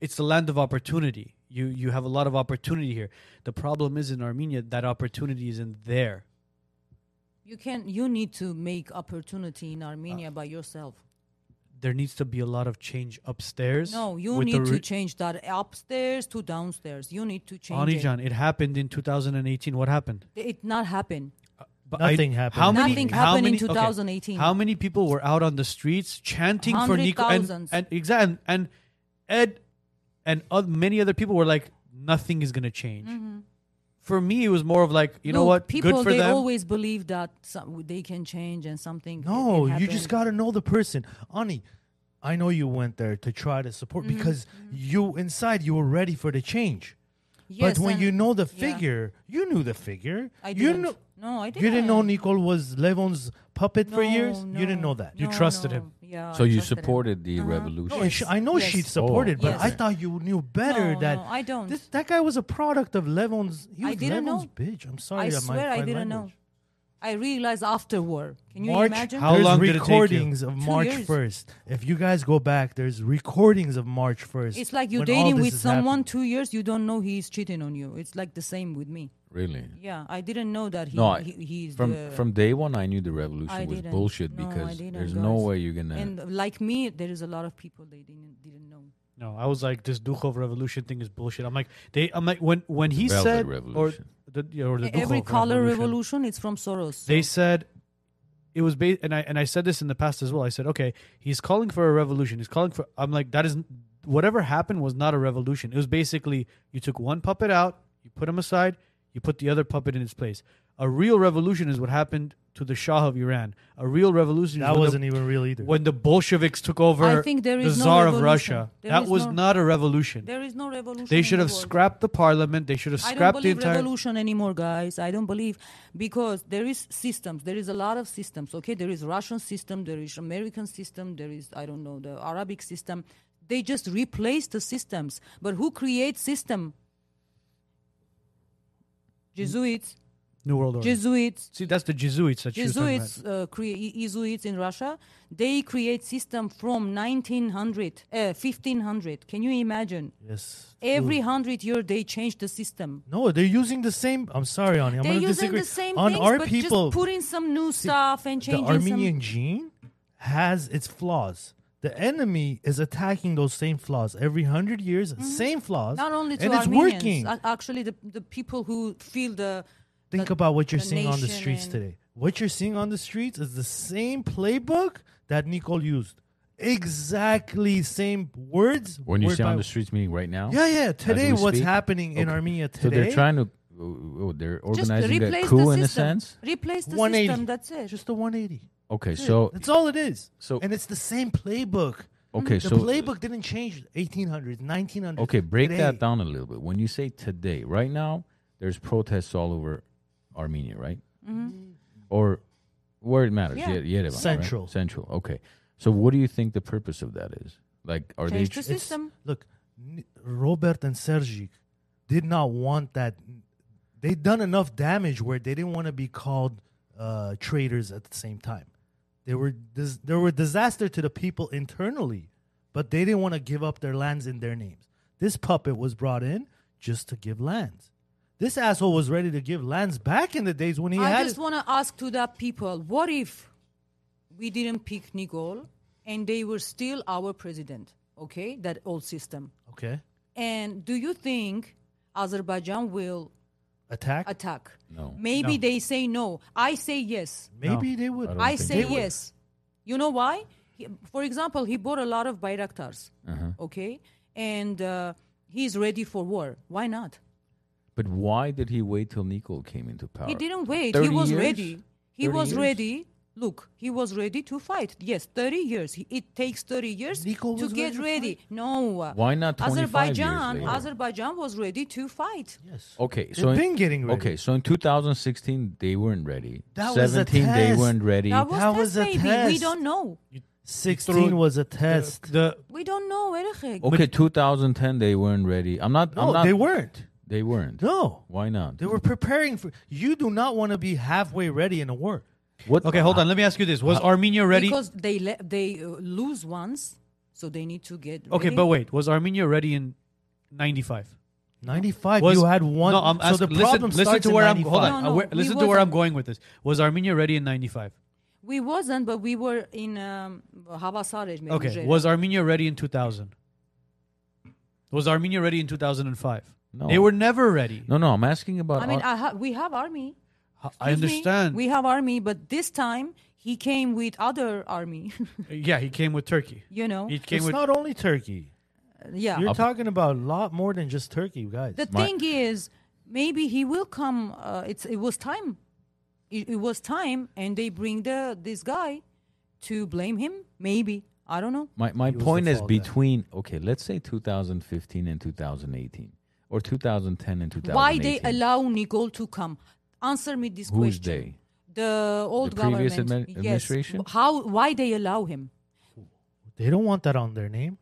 [SPEAKER 2] it's the land of opportunity. You you have a lot of opportunity here. The problem is in Armenia that opportunity isn't there.
[SPEAKER 4] You can. You need to make opportunity in Armenia
[SPEAKER 5] Ah.
[SPEAKER 4] by yourself.
[SPEAKER 2] There needs to be a lot of change upstairs.
[SPEAKER 4] No, you
[SPEAKER 2] with the
[SPEAKER 4] need to
[SPEAKER 2] re-
[SPEAKER 4] change that upstairs to downstairs. You need to change it.
[SPEAKER 2] Anijan, it happened in 2018. What happened?
[SPEAKER 4] It not happen.
[SPEAKER 2] But
[SPEAKER 5] Nothing happened.
[SPEAKER 2] How many,
[SPEAKER 4] Nothing
[SPEAKER 2] how
[SPEAKER 4] happened in
[SPEAKER 2] many-
[SPEAKER 4] 2018.
[SPEAKER 2] How many people were out on the streets chanting for Nico and,
[SPEAKER 4] Hundred thousands.
[SPEAKER 2] and exactly and Ed and oth- many other people were like, nothing is gonna change. For me, it was more of like, you know
[SPEAKER 4] Look,
[SPEAKER 2] what?
[SPEAKER 4] Mm-hmm. People
[SPEAKER 2] Good for
[SPEAKER 4] they
[SPEAKER 2] them.
[SPEAKER 4] always believe that some, they can change and something. it-
[SPEAKER 5] No,
[SPEAKER 4] it
[SPEAKER 5] you just
[SPEAKER 4] happened.
[SPEAKER 5] gotta know the person. Ani, I know you went there to try to support
[SPEAKER 4] Mm-hmm.
[SPEAKER 5] because you inside you were ready for the change.
[SPEAKER 4] Yes,
[SPEAKER 5] but when
[SPEAKER 4] and-
[SPEAKER 5] you know the
[SPEAKER 4] yeah.
[SPEAKER 5] figure, you knew the figure.
[SPEAKER 4] I
[SPEAKER 5] you
[SPEAKER 4] didn't.
[SPEAKER 5] kno-
[SPEAKER 4] no, I didn't.
[SPEAKER 5] You didn't know Nicole was Levon's puppet for
[SPEAKER 4] No,
[SPEAKER 5] years. You didn't
[SPEAKER 4] no,
[SPEAKER 5] know that.
[SPEAKER 2] You
[SPEAKER 4] no,
[SPEAKER 2] trusted
[SPEAKER 4] no.
[SPEAKER 2] him.
[SPEAKER 4] Yeah.
[SPEAKER 3] so
[SPEAKER 4] I
[SPEAKER 3] you
[SPEAKER 4] trusted him.
[SPEAKER 3] supported the
[SPEAKER 4] Uh-huh.
[SPEAKER 3] revolution.
[SPEAKER 5] No, and she- I know
[SPEAKER 4] Yes. Oh,
[SPEAKER 5] she supported, but
[SPEAKER 4] Yes.
[SPEAKER 5] I thought you knew better
[SPEAKER 4] No,
[SPEAKER 5] that.
[SPEAKER 4] no, I don't.
[SPEAKER 5] This, that guy was a product of Levon's. He
[SPEAKER 4] I
[SPEAKER 5] was
[SPEAKER 4] didn't
[SPEAKER 5] Levon's
[SPEAKER 4] know.
[SPEAKER 5] bitch. I'm sorry.
[SPEAKER 4] I
[SPEAKER 5] that my
[SPEAKER 4] swear I
[SPEAKER 5] fine
[SPEAKER 4] didn't
[SPEAKER 5] language.
[SPEAKER 4] I realized after war. Can you
[SPEAKER 5] March,
[SPEAKER 4] imagine?
[SPEAKER 2] How
[SPEAKER 5] there's
[SPEAKER 2] long did it take you?
[SPEAKER 5] recordings of
[SPEAKER 4] Two
[SPEAKER 5] March
[SPEAKER 4] years.
[SPEAKER 5] 1st. If you guys go back, there's recordings of March 1st.
[SPEAKER 4] It's like you're
[SPEAKER 5] when all
[SPEAKER 4] dating
[SPEAKER 5] this
[SPEAKER 4] with
[SPEAKER 5] is
[SPEAKER 4] someone
[SPEAKER 5] happening.
[SPEAKER 4] two years, you don't know he's cheating on you. It's like the same with me.
[SPEAKER 3] Really?
[SPEAKER 4] Yeah, I didn't know that he,
[SPEAKER 3] No, I,
[SPEAKER 4] he he's
[SPEAKER 3] from
[SPEAKER 4] the,
[SPEAKER 3] from day one, I knew the revolution
[SPEAKER 4] I
[SPEAKER 3] was
[SPEAKER 4] didn't.
[SPEAKER 3] bullshit
[SPEAKER 4] No, I
[SPEAKER 3] because
[SPEAKER 4] didn't,
[SPEAKER 3] there's no
[SPEAKER 4] guys.
[SPEAKER 3] way you're gonna.
[SPEAKER 4] and like me, there is a lot of people they didn't didn't know.
[SPEAKER 2] No, I was like, this Dukhov revolution thing is bullshit. I'm like, they. I'm like, when when he
[SPEAKER 3] Velvet
[SPEAKER 2] said
[SPEAKER 3] Revolution.
[SPEAKER 2] or the yeah, or the
[SPEAKER 4] E-, Every
[SPEAKER 2] Dukhov
[SPEAKER 4] color revolution.
[SPEAKER 2] revolution.
[SPEAKER 4] it's from Soros.
[SPEAKER 2] they said it was based and I and I said this in the past as well. I said, okay, he's calling for a revolution. He's calling for I'm like that is whatever happened was not a revolution. It was basically you took one puppet out, you put him aside, you put the other puppet in its place. A real revolution is what happened to the Shah of Iran. A real revolution is
[SPEAKER 5] That
[SPEAKER 2] when
[SPEAKER 5] wasn't
[SPEAKER 2] the,
[SPEAKER 5] even real either.
[SPEAKER 2] when the Bolsheviks took over
[SPEAKER 4] I think there
[SPEAKER 2] the
[SPEAKER 4] is no
[SPEAKER 2] Tsar of
[SPEAKER 4] revolution.
[SPEAKER 2] Russia.
[SPEAKER 4] There
[SPEAKER 2] that
[SPEAKER 4] is
[SPEAKER 2] was
[SPEAKER 4] no-
[SPEAKER 2] not a revolution.
[SPEAKER 4] there is no revolution.
[SPEAKER 2] They
[SPEAKER 4] in
[SPEAKER 2] should
[SPEAKER 4] the
[SPEAKER 2] have
[SPEAKER 4] world.
[SPEAKER 2] scrapped the parliament. They should have
[SPEAKER 4] I don't
[SPEAKER 2] scrapped the
[SPEAKER 4] believe
[SPEAKER 2] entire
[SPEAKER 4] revolution anymore, guys. I don't believe because there is systems. There is a lot of systems. Okay, there is Russian system, there is American system, there is I don't know the Arabic system. They just replace the systems. But who creates system? Jesuits,
[SPEAKER 2] New World Order.
[SPEAKER 4] Jesuits,
[SPEAKER 2] See, that's the Jesuits that you
[SPEAKER 4] Jesuits, uh, crea- Jesuits in Russia. They create system from 1900, uh, 1500. Can you imagine?
[SPEAKER 5] yes.
[SPEAKER 4] Every hundred year they change the system.
[SPEAKER 5] No, they're using the same. I'm sorry, Ani. I'm
[SPEAKER 4] They're
[SPEAKER 5] gonna
[SPEAKER 4] using
[SPEAKER 5] disagree.
[SPEAKER 4] the same
[SPEAKER 5] On
[SPEAKER 4] things,
[SPEAKER 5] our
[SPEAKER 4] but
[SPEAKER 5] people,
[SPEAKER 4] just putting some new stuff and
[SPEAKER 5] the
[SPEAKER 4] changing
[SPEAKER 5] Armenian
[SPEAKER 4] some.
[SPEAKER 5] gene has its flaws. The enemy is attacking those same flaws every hundred years, same flaws.
[SPEAKER 4] Mm-hmm. Not only to
[SPEAKER 5] and it's
[SPEAKER 4] Armenians,
[SPEAKER 5] working.
[SPEAKER 4] a- actually the, the people who feel the.
[SPEAKER 5] Think
[SPEAKER 4] the-
[SPEAKER 5] about what you're
[SPEAKER 4] the
[SPEAKER 5] seeing on the
[SPEAKER 4] nation
[SPEAKER 5] streets
[SPEAKER 4] and-
[SPEAKER 5] today. What you're seeing on the streets is the same playbook that Nicole used. Exactly same words.
[SPEAKER 3] when you
[SPEAKER 5] word
[SPEAKER 3] say
[SPEAKER 5] by-
[SPEAKER 3] on the streets meeting right now,
[SPEAKER 5] Yeah, yeah.
[SPEAKER 3] as
[SPEAKER 5] Today,
[SPEAKER 3] we
[SPEAKER 5] what's
[SPEAKER 3] speak?
[SPEAKER 5] happening in
[SPEAKER 3] Okay.
[SPEAKER 5] Armenia
[SPEAKER 3] So
[SPEAKER 5] today?
[SPEAKER 3] they're trying to, oh, oh, they're
[SPEAKER 4] Just
[SPEAKER 3] organizing
[SPEAKER 4] replace
[SPEAKER 3] a
[SPEAKER 4] the
[SPEAKER 3] coup
[SPEAKER 4] system.
[SPEAKER 3] in a sense.
[SPEAKER 4] Replace the
[SPEAKER 5] 180.
[SPEAKER 4] system. That's it.
[SPEAKER 5] just a 180.
[SPEAKER 3] Okay,
[SPEAKER 5] Yeah,
[SPEAKER 3] so
[SPEAKER 5] that's all it is.
[SPEAKER 3] so-
[SPEAKER 5] and it's the same playbook.
[SPEAKER 3] okay,
[SPEAKER 5] The
[SPEAKER 3] so
[SPEAKER 5] playbook didn't change 1800s, 1900s.
[SPEAKER 3] Okay, break
[SPEAKER 5] today.
[SPEAKER 3] that down a little bit. When you say today, right now, there's protests all over Armenia, right? Or where it matters,
[SPEAKER 4] Yeah.
[SPEAKER 3] Ye- Yerevan, right?
[SPEAKER 5] Mm-hmm. Central.
[SPEAKER 3] Central. Okay. So, what do you think the purpose of that is? Like, are
[SPEAKER 4] Change
[SPEAKER 3] they?
[SPEAKER 4] the
[SPEAKER 3] tr-
[SPEAKER 5] It's-
[SPEAKER 4] system.
[SPEAKER 5] Look, N- Robert and Sergic did not want that. they done enough damage where they didn't want to be called uh, traitors at the same time. They were dis- there were disaster to the people internally, but they didn't want to give up their lands in their names. This puppet was brought in just to give lands. This asshole was ready to give lands back in the days when he
[SPEAKER 4] I
[SPEAKER 5] had
[SPEAKER 4] just
[SPEAKER 5] it.
[SPEAKER 4] want to ask to the people: What if we didn't pick Nigol and they were still our president? Okay, that old system.
[SPEAKER 5] okay.
[SPEAKER 4] And do you think Azerbaijan will
[SPEAKER 5] Attack?
[SPEAKER 4] attack?
[SPEAKER 3] No.
[SPEAKER 4] Maybe
[SPEAKER 5] No.
[SPEAKER 4] they say no. I say yes.
[SPEAKER 5] Maybe they would.
[SPEAKER 3] I don't
[SPEAKER 4] I
[SPEAKER 3] think
[SPEAKER 4] say
[SPEAKER 3] they would.
[SPEAKER 4] yes. You know why? He- for example, he bought a lot of Bayraktars. Okay, and uh, he's ready for war. Why not?
[SPEAKER 3] But why did he wait till Nikol came into power?
[SPEAKER 4] He didn't wait.
[SPEAKER 3] 30
[SPEAKER 4] He was
[SPEAKER 3] years?
[SPEAKER 4] ready. He
[SPEAKER 3] 30
[SPEAKER 4] was
[SPEAKER 3] years?
[SPEAKER 4] ready. Look, he was ready to fight. Yes, 30 years. He, it takes 30 years
[SPEAKER 5] Nico
[SPEAKER 4] to
[SPEAKER 5] was
[SPEAKER 4] get
[SPEAKER 5] ready to
[SPEAKER 4] ready. No. uh,
[SPEAKER 3] Why not 25 years
[SPEAKER 4] Azerbaijan,
[SPEAKER 3] later?
[SPEAKER 4] Azerbaijan was ready to fight.
[SPEAKER 5] Yes.
[SPEAKER 3] Okay,
[SPEAKER 5] They've
[SPEAKER 3] so in-
[SPEAKER 5] been getting ready.
[SPEAKER 3] Okay, so in 2016 they weren't ready.
[SPEAKER 5] That was a
[SPEAKER 3] 17 they
[SPEAKER 5] test.
[SPEAKER 3] weren't ready.
[SPEAKER 4] That was,
[SPEAKER 5] That
[SPEAKER 4] test,
[SPEAKER 5] was a
[SPEAKER 4] maybe. We
[SPEAKER 5] test.
[SPEAKER 4] don't know.
[SPEAKER 5] 16 was a test.
[SPEAKER 2] The
[SPEAKER 4] We don't know. Erechek.
[SPEAKER 3] okay, 2010 they weren't ready. I'm not.
[SPEAKER 5] no,
[SPEAKER 3] I'm not
[SPEAKER 5] they weren't.
[SPEAKER 3] They weren't.
[SPEAKER 5] No.
[SPEAKER 3] Why not?
[SPEAKER 5] They were preparing for. You do not want to be halfway ready in a war.
[SPEAKER 3] What?
[SPEAKER 2] okay, hold on. Let me ask you this: Was Armenia ready?
[SPEAKER 4] Uh, Because they le- they uh, lose once, so they need to get
[SPEAKER 2] Okay,
[SPEAKER 4] ready.
[SPEAKER 2] but wait, was Armenia ready in '95?
[SPEAKER 5] 95,
[SPEAKER 2] Was
[SPEAKER 5] you had one.
[SPEAKER 2] No, I'm
[SPEAKER 5] so
[SPEAKER 2] asking,
[SPEAKER 5] the problem
[SPEAKER 2] listen, listen
[SPEAKER 5] starts
[SPEAKER 2] to
[SPEAKER 5] in
[SPEAKER 2] where I'm.
[SPEAKER 5] 95.
[SPEAKER 2] Hold on.
[SPEAKER 4] No,
[SPEAKER 2] uh,
[SPEAKER 4] no,
[SPEAKER 2] where-
[SPEAKER 4] we
[SPEAKER 2] listen to where I'm
[SPEAKER 4] wasn't.
[SPEAKER 2] going with this. Was Armenia ready in '95?
[SPEAKER 4] we wasn't, but we were in um, Havasar. Ejmer,
[SPEAKER 2] Okay.
[SPEAKER 4] Mujer.
[SPEAKER 2] Was Armenia ready in 2000? Was Armenia ready in 2005?
[SPEAKER 3] No.
[SPEAKER 2] They were never ready.
[SPEAKER 3] No, no. I'm asking about.
[SPEAKER 4] I mean,
[SPEAKER 3] Ar-
[SPEAKER 4] I ha- we have army.
[SPEAKER 2] I
[SPEAKER 4] Excuse me,
[SPEAKER 2] understand.
[SPEAKER 4] we have army, but this time he came with other army.
[SPEAKER 2] yeah, he came with Turkey.
[SPEAKER 4] you know, Uh,
[SPEAKER 2] He came
[SPEAKER 5] It's
[SPEAKER 2] with.
[SPEAKER 5] not only Turkey.
[SPEAKER 4] yeah.
[SPEAKER 5] You're talking about a lot more than just Turkey, guys.
[SPEAKER 4] The
[SPEAKER 3] My-
[SPEAKER 4] thing is, maybe he will come. Uh, it's it was time. It, it was time, and they bring the this guy to blame him. Maybe I don't know.
[SPEAKER 3] my my
[SPEAKER 5] was the
[SPEAKER 3] point is
[SPEAKER 5] fallback.
[SPEAKER 3] between. Okay, let's say 2015 and 2018, or 2010 and 2018.
[SPEAKER 4] Why they allow Nicole to come? Answer me this
[SPEAKER 3] Who's
[SPEAKER 4] question.
[SPEAKER 3] they?
[SPEAKER 4] The old
[SPEAKER 3] The previous
[SPEAKER 4] government.
[SPEAKER 3] admin-
[SPEAKER 4] Yes.
[SPEAKER 3] administration?
[SPEAKER 4] How? Why they allow him?
[SPEAKER 5] they don't want that on their name.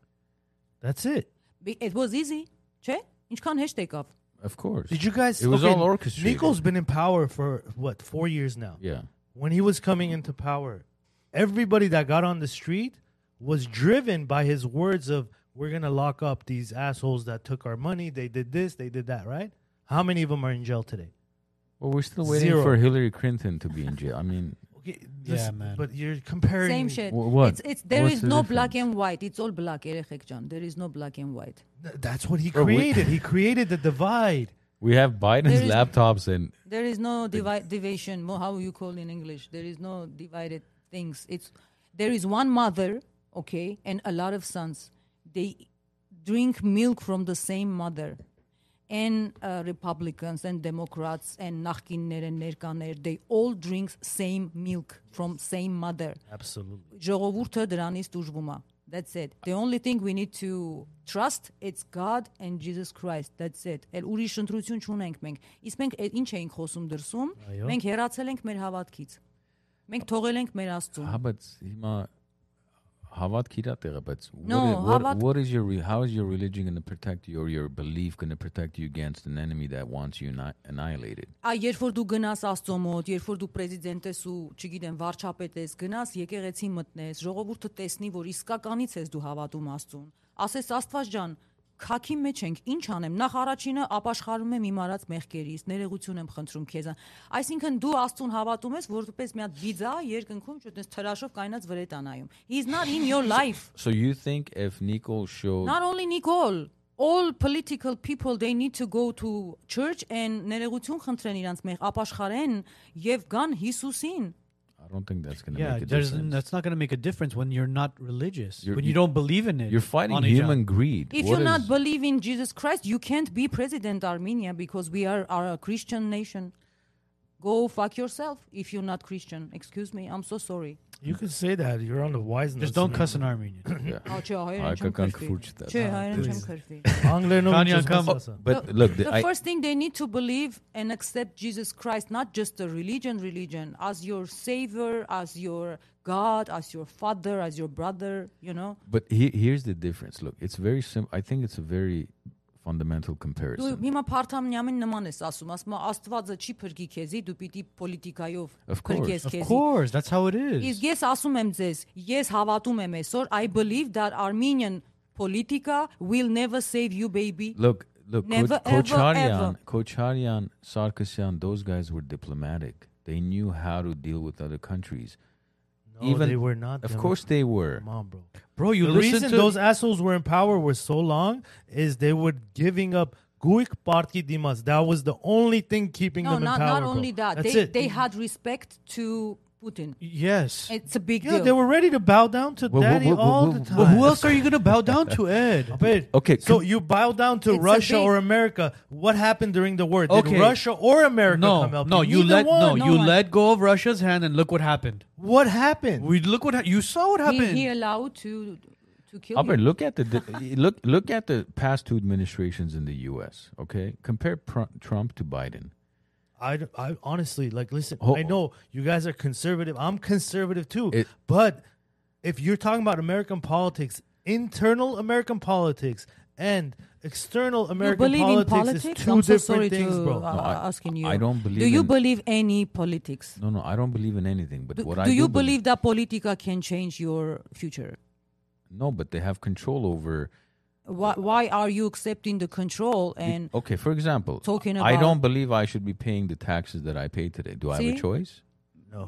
[SPEAKER 5] That's it.
[SPEAKER 4] Be- It was easy. չէ՞։ Ինչքան հեշտ եկավ։
[SPEAKER 3] Of course.
[SPEAKER 5] Did you guys?
[SPEAKER 3] It was
[SPEAKER 5] okay,
[SPEAKER 3] all orchestrated.
[SPEAKER 5] Nico's been in power for what four years now.
[SPEAKER 3] Yeah.
[SPEAKER 5] When he was coming into power, everybody that got on the street was driven by his words of "We're gonna lock up these assholes that took our money. They did this. They did that." Right? How many of them are in jail today?
[SPEAKER 3] Well, we're still waiting
[SPEAKER 5] Zero.
[SPEAKER 3] for Hillary Clinton to be in jail. I mean,
[SPEAKER 5] Okay,
[SPEAKER 2] Yeah,
[SPEAKER 5] listen,
[SPEAKER 2] man.
[SPEAKER 5] But you're comparing.
[SPEAKER 4] Same shit.
[SPEAKER 3] Wh- what?
[SPEAKER 4] It's, it's, there
[SPEAKER 3] What's
[SPEAKER 4] is
[SPEAKER 3] the
[SPEAKER 4] no
[SPEAKER 3] difference?
[SPEAKER 4] black and white. It's all black, Erechek Can. There is no black and white.
[SPEAKER 5] Th- That's what he
[SPEAKER 3] Or we-
[SPEAKER 5] created. he created the divide.
[SPEAKER 3] we have
[SPEAKER 4] There
[SPEAKER 3] Biden's
[SPEAKER 4] is-
[SPEAKER 3] laptops and
[SPEAKER 4] There is no divide, division. mo- How you call in English? There is no divided things. It's there is one mother, okay, and a lot of sons. They drink milk from the same mother. And uh, Republicans and Democrats and Nachkinner and Nerkaner, they all drink same milk from same mother.
[SPEAKER 5] Absolutely.
[SPEAKER 4] ժողովուրդը դրանից դժվում է that's it the only thing we need to trust it's god and jesus christ that's it էլ ուրիշ ընտրություն չունենք մենք իսկ մենք էլ ինչ էինք խոսում դրսում
[SPEAKER 5] Այո։
[SPEAKER 4] մենք հերացել ենք մեր հավատքից մենք թողել ենք մեր աստծուն
[SPEAKER 3] Habits հիմա հավատքի դա տեղը, բայց what
[SPEAKER 4] No,
[SPEAKER 3] is- what,
[SPEAKER 4] հավատ-
[SPEAKER 3] what is your re- how is your religion going to protect you or your belief going to protect you against an enemy that wants you anni- annihilated?
[SPEAKER 4] Ա երբ որ դու գնաս Աստծո մոտ, երբ որ դու պրեզիդենտ ես ու, չգիտեմ, վարչապետ ես, գնաս եկեղեցի մտնես, ժողովուրդը տեսնի, որ իսկականից ես դու հավատում Աստծուն։ Ասես Աստված ջան, քաքի մեջ ենք, ինչ անեմ։ Նախ առաջինը ապաշխարում եմ իմ արած մեղքերից, ներողություն եմ խնդրում քեզ։ Այսինքն դու Աստծուն հավատում ես, որպես մի հատ վիզա երկնքում չէ, դες թրաշով կայնած վրետանայում։ He's not in your life։
[SPEAKER 3] So you think if Nicole showed
[SPEAKER 4] Not only Nicole, all political people they need to go to church and ներեգություն խնդրեն իրանց մեղ ապաշխարեն եւ գան Հիսուսին։
[SPEAKER 3] I don't think that's going to
[SPEAKER 2] Yeah,
[SPEAKER 3] make a
[SPEAKER 2] there's,
[SPEAKER 3] difference.
[SPEAKER 2] that's not going to make a difference when you're not religious,
[SPEAKER 3] You're-
[SPEAKER 2] when you don't believe in it.
[SPEAKER 3] You're fighting
[SPEAKER 2] on a
[SPEAKER 3] human
[SPEAKER 2] job.
[SPEAKER 3] greed.
[SPEAKER 4] If
[SPEAKER 3] What
[SPEAKER 4] you not
[SPEAKER 3] is-
[SPEAKER 4] believe in Jesus Christ, you can't be president Armenia because we are, are a Christian nation. Go fuck yourself if you're not Christian. Excuse me. I'm so sorry.
[SPEAKER 5] You could say that. You're on the wise.
[SPEAKER 2] Just don't cuss an Armenian.
[SPEAKER 3] Yeah.
[SPEAKER 4] Ա, Չէ, հայերեն չեմ
[SPEAKER 3] Հայկական
[SPEAKER 4] քրվի։
[SPEAKER 3] քֆուրջ
[SPEAKER 4] Չէ,
[SPEAKER 3] դա։
[SPEAKER 4] հայերեն չեմ քրվի։
[SPEAKER 2] Քանի
[SPEAKER 5] Anglenom
[SPEAKER 2] անգամ-
[SPEAKER 3] But look, the,
[SPEAKER 4] the
[SPEAKER 3] I,
[SPEAKER 4] first thing they need to believe and accept Jesus Christ, not just a religion, religion, as your savior, as your God, as your father, as your brother, you know.
[SPEAKER 3] But he, here's the difference. Look, it's very simple. I think it's a very fundamental
[SPEAKER 4] Դու
[SPEAKER 3] comparison.
[SPEAKER 4] հիմա Փարթամնյամին նման ես ասում, ասում է Աստվածը չի փրկի քեզի, դու պիտի պոլիտիկայով
[SPEAKER 3] Of
[SPEAKER 4] փրկես
[SPEAKER 3] course.
[SPEAKER 2] Of
[SPEAKER 4] քեզի։
[SPEAKER 2] course, that's how it
[SPEAKER 4] Իսկ
[SPEAKER 2] is.
[SPEAKER 4] ես ասում եմ ձեզ, ես հավատում եմ այսօր I believe that Armenian politica will never save you baby.
[SPEAKER 3] Look, look,
[SPEAKER 4] Never, ever,
[SPEAKER 3] Kocharyan,
[SPEAKER 4] ever.
[SPEAKER 3] Kocharyan, Sarkisyan, those guys were diplomatic. They knew how to deal with other countries.
[SPEAKER 5] No,
[SPEAKER 3] Even-
[SPEAKER 5] they were not.
[SPEAKER 3] Of
[SPEAKER 5] them.
[SPEAKER 3] course they were.
[SPEAKER 5] Come on, bro.
[SPEAKER 2] Bro, you
[SPEAKER 5] The
[SPEAKER 2] listen
[SPEAKER 5] reason
[SPEAKER 2] to
[SPEAKER 5] those assholes were in power for so long is they were giving up Guik Parti Dimas. That was the only thing keeping
[SPEAKER 4] No,
[SPEAKER 5] them in
[SPEAKER 4] not
[SPEAKER 5] power.
[SPEAKER 4] not only
[SPEAKER 5] bro.
[SPEAKER 4] that.
[SPEAKER 5] That's
[SPEAKER 4] they
[SPEAKER 5] it.
[SPEAKER 4] they had respect to Putin.
[SPEAKER 2] Yes.
[SPEAKER 4] It's a big
[SPEAKER 5] yeah,
[SPEAKER 4] deal.
[SPEAKER 5] they were ready to bow down to
[SPEAKER 3] Well, well,
[SPEAKER 5] daddy
[SPEAKER 3] well, well,
[SPEAKER 5] all
[SPEAKER 3] well,
[SPEAKER 5] the
[SPEAKER 3] well,
[SPEAKER 5] time.
[SPEAKER 2] But who else are you going to bow down to, Ed?
[SPEAKER 5] Wait,
[SPEAKER 3] Okay,
[SPEAKER 5] so
[SPEAKER 3] c-
[SPEAKER 5] you bow down to
[SPEAKER 4] It's a
[SPEAKER 5] Russia
[SPEAKER 4] big-
[SPEAKER 5] or America? What happened during the war? Did
[SPEAKER 2] Okay.
[SPEAKER 5] Russia or America
[SPEAKER 2] No,
[SPEAKER 5] come help
[SPEAKER 2] no, you
[SPEAKER 5] Neither
[SPEAKER 2] let
[SPEAKER 5] one.
[SPEAKER 2] no,
[SPEAKER 4] no
[SPEAKER 2] you
[SPEAKER 4] one.
[SPEAKER 2] let go of Russia's hand, and look what happened.
[SPEAKER 5] What happened?
[SPEAKER 2] We look what ha- you saw. What
[SPEAKER 4] he, he
[SPEAKER 2] happened?
[SPEAKER 4] allowed to to kill
[SPEAKER 3] Albert,
[SPEAKER 4] him.
[SPEAKER 3] look at the di- look look at the past two administrations in the U.S. Okay, compare pr- Trump to Biden.
[SPEAKER 5] I, d- I honestly like listen.
[SPEAKER 3] Oh.
[SPEAKER 5] I know you guys are conservative. I'm conservative too.
[SPEAKER 3] It-
[SPEAKER 5] but if you're talking about American politics, internal American politics and external American
[SPEAKER 4] you believe
[SPEAKER 5] politics,
[SPEAKER 4] in politics?
[SPEAKER 5] is 2
[SPEAKER 4] I'm so
[SPEAKER 5] different
[SPEAKER 4] sorry
[SPEAKER 5] things,
[SPEAKER 4] to
[SPEAKER 5] bro.
[SPEAKER 4] uh,
[SPEAKER 3] I-
[SPEAKER 4] asking you.
[SPEAKER 3] I don't
[SPEAKER 4] Do
[SPEAKER 3] believe
[SPEAKER 4] you
[SPEAKER 3] in-
[SPEAKER 4] believe any politics?
[SPEAKER 3] No, no, I don't believe in anything. But
[SPEAKER 4] Do,
[SPEAKER 3] what
[SPEAKER 4] do
[SPEAKER 3] I
[SPEAKER 4] you
[SPEAKER 3] do
[SPEAKER 4] believe that politica can change your future?
[SPEAKER 3] no, but they have control over.
[SPEAKER 4] Why, why are you accepting the control and
[SPEAKER 3] okay, for example,
[SPEAKER 4] Talking
[SPEAKER 3] I
[SPEAKER 4] about-
[SPEAKER 3] don't believe I should be paying the taxes that I pay today. Do I have
[SPEAKER 4] See?
[SPEAKER 3] a choice?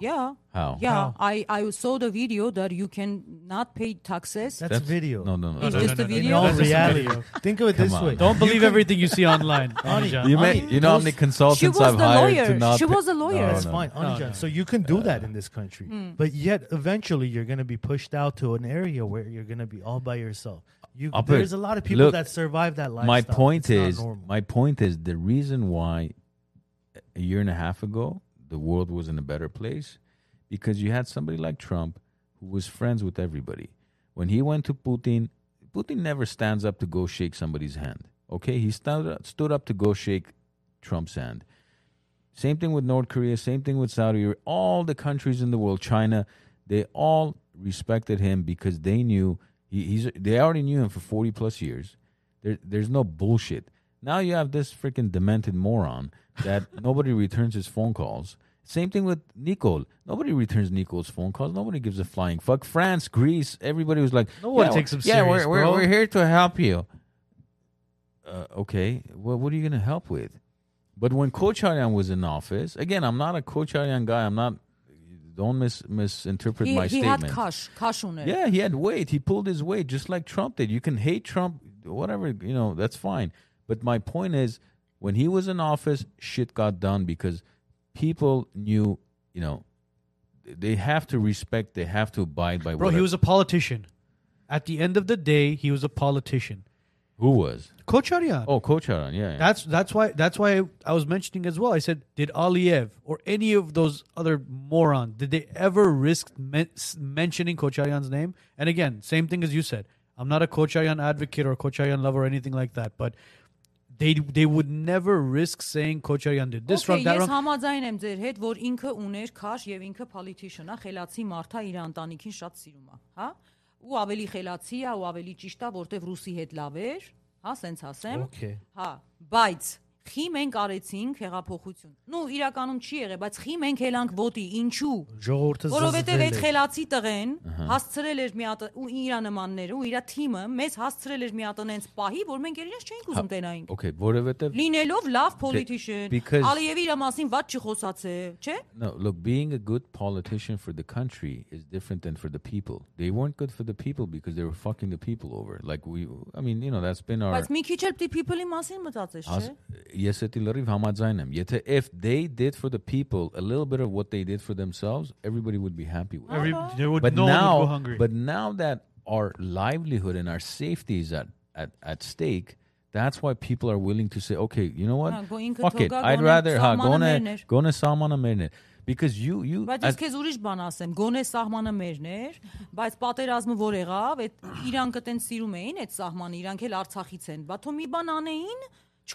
[SPEAKER 4] yeah
[SPEAKER 3] How?
[SPEAKER 4] yeah I, I saw the video that you can not pay taxes
[SPEAKER 5] That's, video.
[SPEAKER 3] No, no, no.
[SPEAKER 4] It's
[SPEAKER 3] no.
[SPEAKER 4] just a
[SPEAKER 5] In
[SPEAKER 4] video.
[SPEAKER 5] all
[SPEAKER 2] That's just a
[SPEAKER 5] reality,
[SPEAKER 2] video.
[SPEAKER 5] think of it
[SPEAKER 3] Come
[SPEAKER 5] this
[SPEAKER 3] on.
[SPEAKER 5] way.
[SPEAKER 2] Don't believe everything you see online.
[SPEAKER 5] Ani-
[SPEAKER 2] Anija.
[SPEAKER 3] You, may,
[SPEAKER 5] Ani,
[SPEAKER 3] you know how
[SPEAKER 5] those-
[SPEAKER 3] many
[SPEAKER 4] She
[SPEAKER 3] consultants
[SPEAKER 4] was
[SPEAKER 3] I've
[SPEAKER 4] the
[SPEAKER 3] hired
[SPEAKER 4] lawyer.
[SPEAKER 3] to not.
[SPEAKER 4] She
[SPEAKER 3] pay-
[SPEAKER 4] was a lawyer.
[SPEAKER 3] No,
[SPEAKER 5] That's
[SPEAKER 3] no.
[SPEAKER 5] fine, Ani Jan. So you can do that in this country, but yet eventually you're going to be pushed out to an area where you're going to be all by yourself. You,
[SPEAKER 3] Albert,
[SPEAKER 5] there's a lot of people
[SPEAKER 3] look,
[SPEAKER 5] that survive that lifestyle.
[SPEAKER 3] my point
[SPEAKER 5] It's not
[SPEAKER 3] is
[SPEAKER 5] normal.
[SPEAKER 3] my point is the reason why a year and a half ago the world was in a better place because you had somebody like Trump who was friends with everybody. When he went to Putin, Putin never stands up to go shake somebody's hand. Okay, he stood stood up to go shake Trump's hand. Same thing with North Korea, same thing with Saudi Arabia. All the countries in the world, China, they all respected him because they knew he, he's they already knew him for 40 plus years. There, there's no bullshit. Now you have this freaking demented moron that nobody returns his phone calls. Same thing with Nicole. Nobody returns Nicole's phone calls. Nobody gives a flying fuck. France, Greece, everybody was like,
[SPEAKER 2] No one
[SPEAKER 3] yeah,
[SPEAKER 2] takes him
[SPEAKER 3] yeah,
[SPEAKER 2] serious,
[SPEAKER 3] we're,
[SPEAKER 2] bro."
[SPEAKER 3] we're, we're here to help you. Uh, okay, well, what are you going to help with? But when Kocharyan was in office, again, I'm not a Kocharyan guy. I'm not. Don't mis- misinterpret
[SPEAKER 4] he,
[SPEAKER 3] my
[SPEAKER 4] he
[SPEAKER 3] statement.
[SPEAKER 4] had cash cash on it
[SPEAKER 3] Yeah, he had weight. He pulled his weight, just like Trump did. You can hate Trump, whatever you know. That's fine. But my point is, when he was in office, shit got done because people knew. You know, they have to respect. They have to abide by.
[SPEAKER 2] Bro,
[SPEAKER 3] whatever-
[SPEAKER 2] he was a politician. At the end of the day, he was a politician.
[SPEAKER 3] who was?
[SPEAKER 2] Kocharyan.
[SPEAKER 3] Oh, Kocharyan. Yeah, yeah.
[SPEAKER 2] That's that's why that's why I was mentioning as well. I said, did Aliyev or any of those other morons did they ever risk men- s- mentioning Kocharyan's name? And again, same thing as you said. I'm not a Kocharyan advocate or a Kocharyan lover or anything like that, but they they would never risk saying Kocharyan did this wrong,
[SPEAKER 4] Okay,
[SPEAKER 2] that
[SPEAKER 4] ես
[SPEAKER 2] wrong.
[SPEAKER 4] համաձայն եմ ձեր հետ, որ ինքը ուներ քաշ եւ ինքը politician-ա, խելացի մարդա իր ընտանիքին շատ սիրում է, հա? Ու ավելի խելացի է, ու ավելի ճիշտ է, որտեվ ռուսի հետ լավ էր, հա, սենց ասեմ։
[SPEAKER 5] Okay.
[SPEAKER 4] Հա, բայց խի մենք արեցինք հեղափոխություն։ Ну, իրականում չի եղել, բայց խի մենք հելանք ոտի, ինչու։
[SPEAKER 5] ժողովուրդը
[SPEAKER 4] Որովհետև այդ
[SPEAKER 5] զզվել է։
[SPEAKER 4] խելացի տղեն հասցրել էր մի հատ ու իր նմանները ու իր թիմը մեզ հասցրել էր մի հատ այնց պահի, որ մենք իրենց չենք ուզում տենայինք։
[SPEAKER 3] okay. Որովհետև
[SPEAKER 4] Լինելով լավ politician,
[SPEAKER 3] because-
[SPEAKER 4] Ալիևի իր մասին ված չխոսացել, չէ՞։
[SPEAKER 3] No, look, being a good politician for the country is different than for the people. They weren't good for the people because they were fucking the people over. Like we, I mean, you know, that's been our.
[SPEAKER 4] Բայց մի քիչ էլ պիտի people-ի մասին մտածես, չէ՞։
[SPEAKER 3] As- Ես էդի լրիվ համաձայն եմ։ Եթե if they did for the people a little bit of what they did for themselves, everybody would be happy with. it.
[SPEAKER 2] Every, there would
[SPEAKER 3] But
[SPEAKER 2] no one would go
[SPEAKER 3] now,
[SPEAKER 2] hungry.
[SPEAKER 3] but now that our livelihood and our safety is at, at, at stake, that's why people are willing to say, okay, you know what?
[SPEAKER 4] Հա, գո- ինքը
[SPEAKER 3] Fuck it.
[SPEAKER 4] թողա,
[SPEAKER 3] I'd
[SPEAKER 4] գոնե
[SPEAKER 3] rather ha
[SPEAKER 4] սահմանը
[SPEAKER 3] gonna
[SPEAKER 4] մերն էր։
[SPEAKER 3] gonna samana merne because you you
[SPEAKER 4] Բայց
[SPEAKER 3] as-
[SPEAKER 4] ես քեզ ուրիշ բան ասեմ, գոնե սահմանը մերն էր, բայց պատերազմը որ եղավ, այդ իրանք էլ սիրում էին այդ սահմանը, իրանք էլ Արցախից են։ Բաթո մի բան անեին,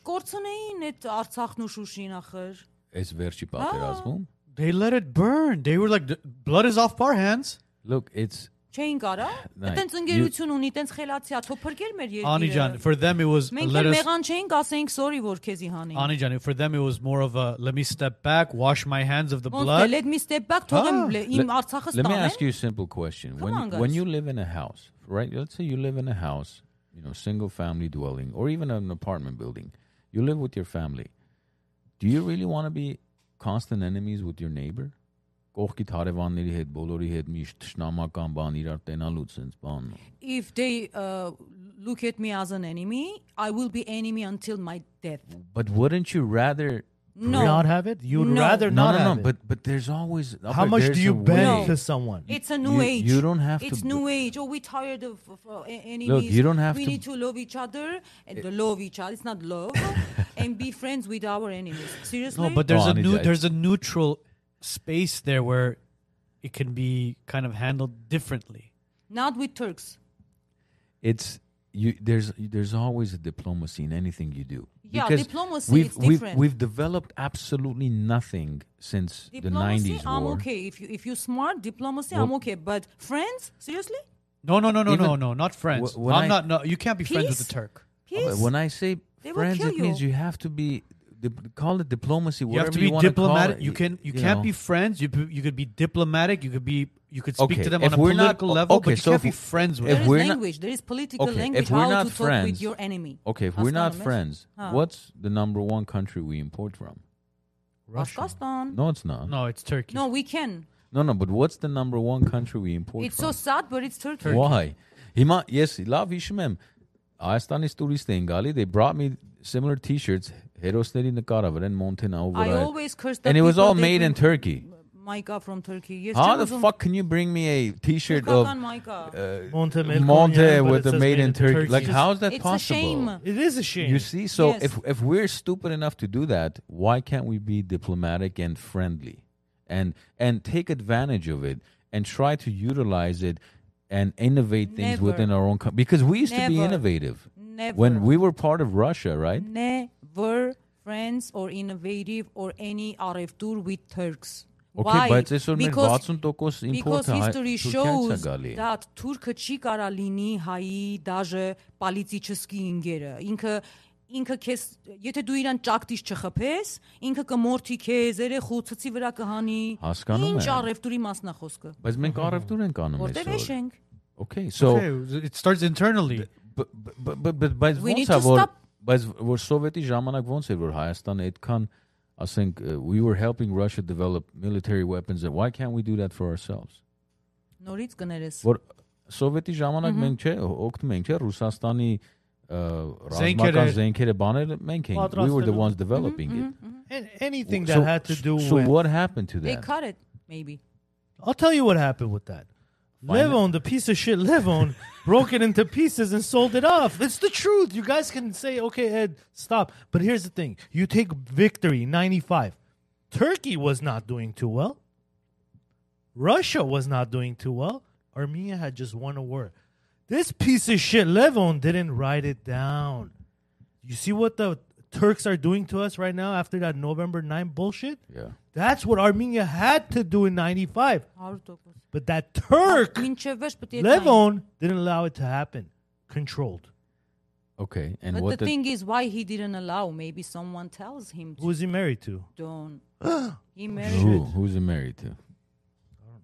[SPEAKER 4] չկորցնեին այդ Արցախն ու Շուշին ախր։
[SPEAKER 3] Այս վերջի
[SPEAKER 4] Ah.
[SPEAKER 3] պատերազմում
[SPEAKER 2] they let it burn. They were like, "The blood is off our hands.
[SPEAKER 3] look it's
[SPEAKER 4] Չէին կարա։
[SPEAKER 3] Նայ,
[SPEAKER 4] Այդտենց ընկերություն ունի, տենց խելացիա, թոփրկել մեր
[SPEAKER 2] Anijan,
[SPEAKER 4] երկիրը։
[SPEAKER 2] for them it was
[SPEAKER 4] Մենք
[SPEAKER 2] let
[SPEAKER 4] էլ
[SPEAKER 2] us
[SPEAKER 4] մեղան չէինք, ասեինք sorry, որ քեզի հանենք։
[SPEAKER 2] Anijan, for them it was more of a let me step back, wash my hands of the
[SPEAKER 4] Ոնց դե
[SPEAKER 2] blood.
[SPEAKER 4] let me step back թողեմ
[SPEAKER 2] Ah,
[SPEAKER 4] բլե- իմ
[SPEAKER 3] Le- Let
[SPEAKER 4] Արցախը
[SPEAKER 3] me ask
[SPEAKER 4] ստանեմ։
[SPEAKER 3] you a simple question.
[SPEAKER 4] Come
[SPEAKER 3] when
[SPEAKER 4] on,
[SPEAKER 3] when
[SPEAKER 4] guys.
[SPEAKER 3] you live in a house, right? Let's say you live in a house, you know, single family dwelling or even an apartment building. You live with your family. Do you really want to be constant enemies with your neighbor? Կողքի թարևանների հետ, բոլորի հետ միշտ ճշնամական բան իրար տենալուց ինձ բան։
[SPEAKER 4] If they uh, look at me as an enemy, I will be enemy until my death.
[SPEAKER 3] But wouldn't you rather
[SPEAKER 5] You
[SPEAKER 4] No.
[SPEAKER 5] not have it. You'd
[SPEAKER 4] No.
[SPEAKER 5] rather
[SPEAKER 3] No,
[SPEAKER 5] not
[SPEAKER 3] no, no,
[SPEAKER 5] have it.
[SPEAKER 3] but but there's always
[SPEAKER 5] how
[SPEAKER 3] but
[SPEAKER 5] much
[SPEAKER 3] there's
[SPEAKER 5] do
[SPEAKER 3] a
[SPEAKER 5] you
[SPEAKER 3] way.
[SPEAKER 5] bend to someone?
[SPEAKER 4] It's a new
[SPEAKER 3] You-
[SPEAKER 4] age.
[SPEAKER 3] you don't have to
[SPEAKER 4] It's
[SPEAKER 3] b-
[SPEAKER 4] new age. Oh, we're tired of, of uh, e- enemies.
[SPEAKER 3] you don't have
[SPEAKER 4] we
[SPEAKER 3] to- Eh.
[SPEAKER 4] need to love each other and love each other. It's not love, and be friends with our enemies. Seriously.
[SPEAKER 2] No, Oh, but there's a
[SPEAKER 3] Anijan,
[SPEAKER 2] new
[SPEAKER 3] it's-
[SPEAKER 2] there's a neutral space there where it can be kind of handled differently.
[SPEAKER 4] not with Turks.
[SPEAKER 3] it's you there's there's always a diplomacy in anything you do.
[SPEAKER 4] Yeah,
[SPEAKER 3] Because
[SPEAKER 4] diplomacy,
[SPEAKER 3] We've
[SPEAKER 4] it's
[SPEAKER 3] we've
[SPEAKER 4] different.
[SPEAKER 3] we've developed absolutely nothing since
[SPEAKER 4] Diplomacy,
[SPEAKER 3] the 90s
[SPEAKER 4] I'm
[SPEAKER 3] war.
[SPEAKER 4] okay. If you if you smart, diplomacy, I'm
[SPEAKER 3] Well- Oh,
[SPEAKER 4] okay. But friends, seriously,
[SPEAKER 2] No, no, no, no, no,
[SPEAKER 3] Even-
[SPEAKER 2] no, not friends.
[SPEAKER 3] Wh- when
[SPEAKER 2] I'm
[SPEAKER 3] I-
[SPEAKER 2] not no, you can't be friends with the
[SPEAKER 4] Peace?
[SPEAKER 2] Turk.
[SPEAKER 4] peace.
[SPEAKER 3] Uh, When I say
[SPEAKER 4] They will
[SPEAKER 3] friends,
[SPEAKER 4] kill
[SPEAKER 3] it means
[SPEAKER 4] you.
[SPEAKER 3] you have to be dip- call it diplomacy.
[SPEAKER 2] You have
[SPEAKER 3] whatever
[SPEAKER 2] to
[SPEAKER 3] you
[SPEAKER 2] be
[SPEAKER 3] wanna call
[SPEAKER 2] diplomatic.
[SPEAKER 3] it,
[SPEAKER 2] You can you,
[SPEAKER 3] you
[SPEAKER 2] can't
[SPEAKER 3] know.
[SPEAKER 2] be friends. You p- you could be diplomatic. You could be you could speak
[SPEAKER 3] Okay,
[SPEAKER 2] to them
[SPEAKER 3] if
[SPEAKER 2] on a
[SPEAKER 3] we're lit-
[SPEAKER 2] political
[SPEAKER 3] o-
[SPEAKER 2] level,
[SPEAKER 3] okay,
[SPEAKER 2] but you
[SPEAKER 3] so
[SPEAKER 2] can't
[SPEAKER 3] if
[SPEAKER 2] be
[SPEAKER 3] w-
[SPEAKER 2] friends with
[SPEAKER 3] if
[SPEAKER 4] there
[SPEAKER 2] them.
[SPEAKER 4] is
[SPEAKER 3] we're not-
[SPEAKER 4] language. there is political
[SPEAKER 3] Okay, if
[SPEAKER 4] language.
[SPEAKER 3] we're
[SPEAKER 4] How
[SPEAKER 3] not
[SPEAKER 4] to talk
[SPEAKER 3] friends-
[SPEAKER 4] with your enemy?
[SPEAKER 3] Okay, if we're not
[SPEAKER 4] Aslanım,
[SPEAKER 3] friends,
[SPEAKER 4] Huh.
[SPEAKER 3] what's the number one country we import from?
[SPEAKER 4] Afghanistan.
[SPEAKER 3] No, it's not.
[SPEAKER 2] Mm. No, it's Turkey.
[SPEAKER 4] No, we can.
[SPEAKER 3] no, no, but what's the number one country we import
[SPEAKER 4] It's
[SPEAKER 3] from?
[SPEAKER 4] so sad, but it's Turkey.
[SPEAKER 3] Why? Հիմա ես լավ հիշում եմ Հայաստանից տուրիստ էին գալի, they brought me similar t-shirts հերոսների նկարը վրան Մոնտենաու
[SPEAKER 4] I
[SPEAKER 3] վրա։ էր։
[SPEAKER 4] always curse the
[SPEAKER 3] And it was
[SPEAKER 4] people
[SPEAKER 3] all
[SPEAKER 4] they
[SPEAKER 3] made in
[SPEAKER 4] bring-
[SPEAKER 3] Turkey.
[SPEAKER 4] Micah from Turkey. Yes,
[SPEAKER 3] How the
[SPEAKER 4] Cemuzum.
[SPEAKER 3] fuck can you bring me a t-shirt of uh,
[SPEAKER 4] Kakan Micah.
[SPEAKER 5] Monte, Melkonian,
[SPEAKER 3] Monte
[SPEAKER 5] but
[SPEAKER 3] with
[SPEAKER 5] it
[SPEAKER 3] the
[SPEAKER 5] says
[SPEAKER 3] made in Turkey? Like
[SPEAKER 5] It's just-
[SPEAKER 3] how is that
[SPEAKER 4] it's
[SPEAKER 3] possible?
[SPEAKER 4] a shame.
[SPEAKER 5] It is a shame.
[SPEAKER 3] You see, so
[SPEAKER 4] Yes.
[SPEAKER 3] if if we're stupid enough to do that, why can't we be diplomatic and friendly, and and take advantage of it and try to utilize it and innovate things
[SPEAKER 4] Never.
[SPEAKER 3] within our own country? Because we used to be
[SPEAKER 4] Never.
[SPEAKER 3] innovative
[SPEAKER 4] Never. Mm.
[SPEAKER 3] when we were part of Russia, right?
[SPEAKER 4] never friends or innovative or any RF with Turks.
[SPEAKER 3] Okay,
[SPEAKER 4] Why?
[SPEAKER 3] but this one means
[SPEAKER 4] because,
[SPEAKER 3] Watson took us in
[SPEAKER 4] because
[SPEAKER 3] Porta,
[SPEAKER 4] history
[SPEAKER 3] Turkiyans are
[SPEAKER 4] shows
[SPEAKER 3] Gali.
[SPEAKER 4] that Թուրքը չի կարա լինի հայի դաժե պոլիտիկի ինգերը։ Ինքը ինքը քեզ եթե դու իրան ճակտից չխփես, ինքը կմորթի քեզ, երեխու ցցի վրա կհանի։
[SPEAKER 3] Հա, Հասկանում
[SPEAKER 4] Ինչ
[SPEAKER 3] եմ։
[SPEAKER 4] արևտուրի մասն է խոսքը։
[SPEAKER 3] Բայց մենք առևտուր ենք անում
[SPEAKER 4] Որտե՞վ
[SPEAKER 3] այսօր։
[SPEAKER 4] էշենք։
[SPEAKER 3] Okay, so
[SPEAKER 2] Okay, it starts internally.
[SPEAKER 3] Բ- բ- բ- բ- բ- բայց
[SPEAKER 4] We need
[SPEAKER 3] ո՞նց է
[SPEAKER 4] to
[SPEAKER 3] որ
[SPEAKER 4] stop.
[SPEAKER 3] բայց որ սովետի ժամանակ ո՞նց էր որ Հայաստանը այդքան ասենք uh, we were helping Russia develop military weapons and why can't we do that for ourselves
[SPEAKER 4] Նորից կներես։
[SPEAKER 3] որ սովետի
[SPEAKER 4] Mm-hmm.
[SPEAKER 3] ժամանակ մենք չէ օ- օգտվում ենք չէ Ռուսաստանի uh, ռազմական
[SPEAKER 2] Զենքերը-
[SPEAKER 3] զենքերը բաները մենք ենք we were the ones
[SPEAKER 4] Mm-hmm,
[SPEAKER 3] developing it
[SPEAKER 5] And anything
[SPEAKER 3] So-
[SPEAKER 5] that had to do
[SPEAKER 3] so
[SPEAKER 5] with.
[SPEAKER 3] what happened to
[SPEAKER 4] They
[SPEAKER 3] that
[SPEAKER 4] cut it maybe.
[SPEAKER 5] I'll tell you what happened with that. Levon, the piece of shit Levon, broke it into pieces and sold it off. It's the truth. You guys can say, okay, Ed, stop. But here's the thing you take victory, 95. Turkey was not doing too well. Russia was not doing too well. Armenia had just won a war. This piece of shit Levon didn't write it down. You see what the Turks are doing to us right now after that November 9 bullshit?
[SPEAKER 3] yeah
[SPEAKER 5] That's what Armenia had to do in 95.
[SPEAKER 4] 100%։
[SPEAKER 5] But that Turk,
[SPEAKER 4] Մինչև վերջ պետք է այդ այն-
[SPEAKER 5] Levon, didn't allow it to happen. Controlled.
[SPEAKER 3] okay and
[SPEAKER 4] But
[SPEAKER 3] what
[SPEAKER 4] the
[SPEAKER 3] did
[SPEAKER 4] thing is, why he didn't allow? Maybe someone tells him
[SPEAKER 5] Who
[SPEAKER 4] to
[SPEAKER 5] is he married to?
[SPEAKER 4] don't. he married
[SPEAKER 3] who who's he married to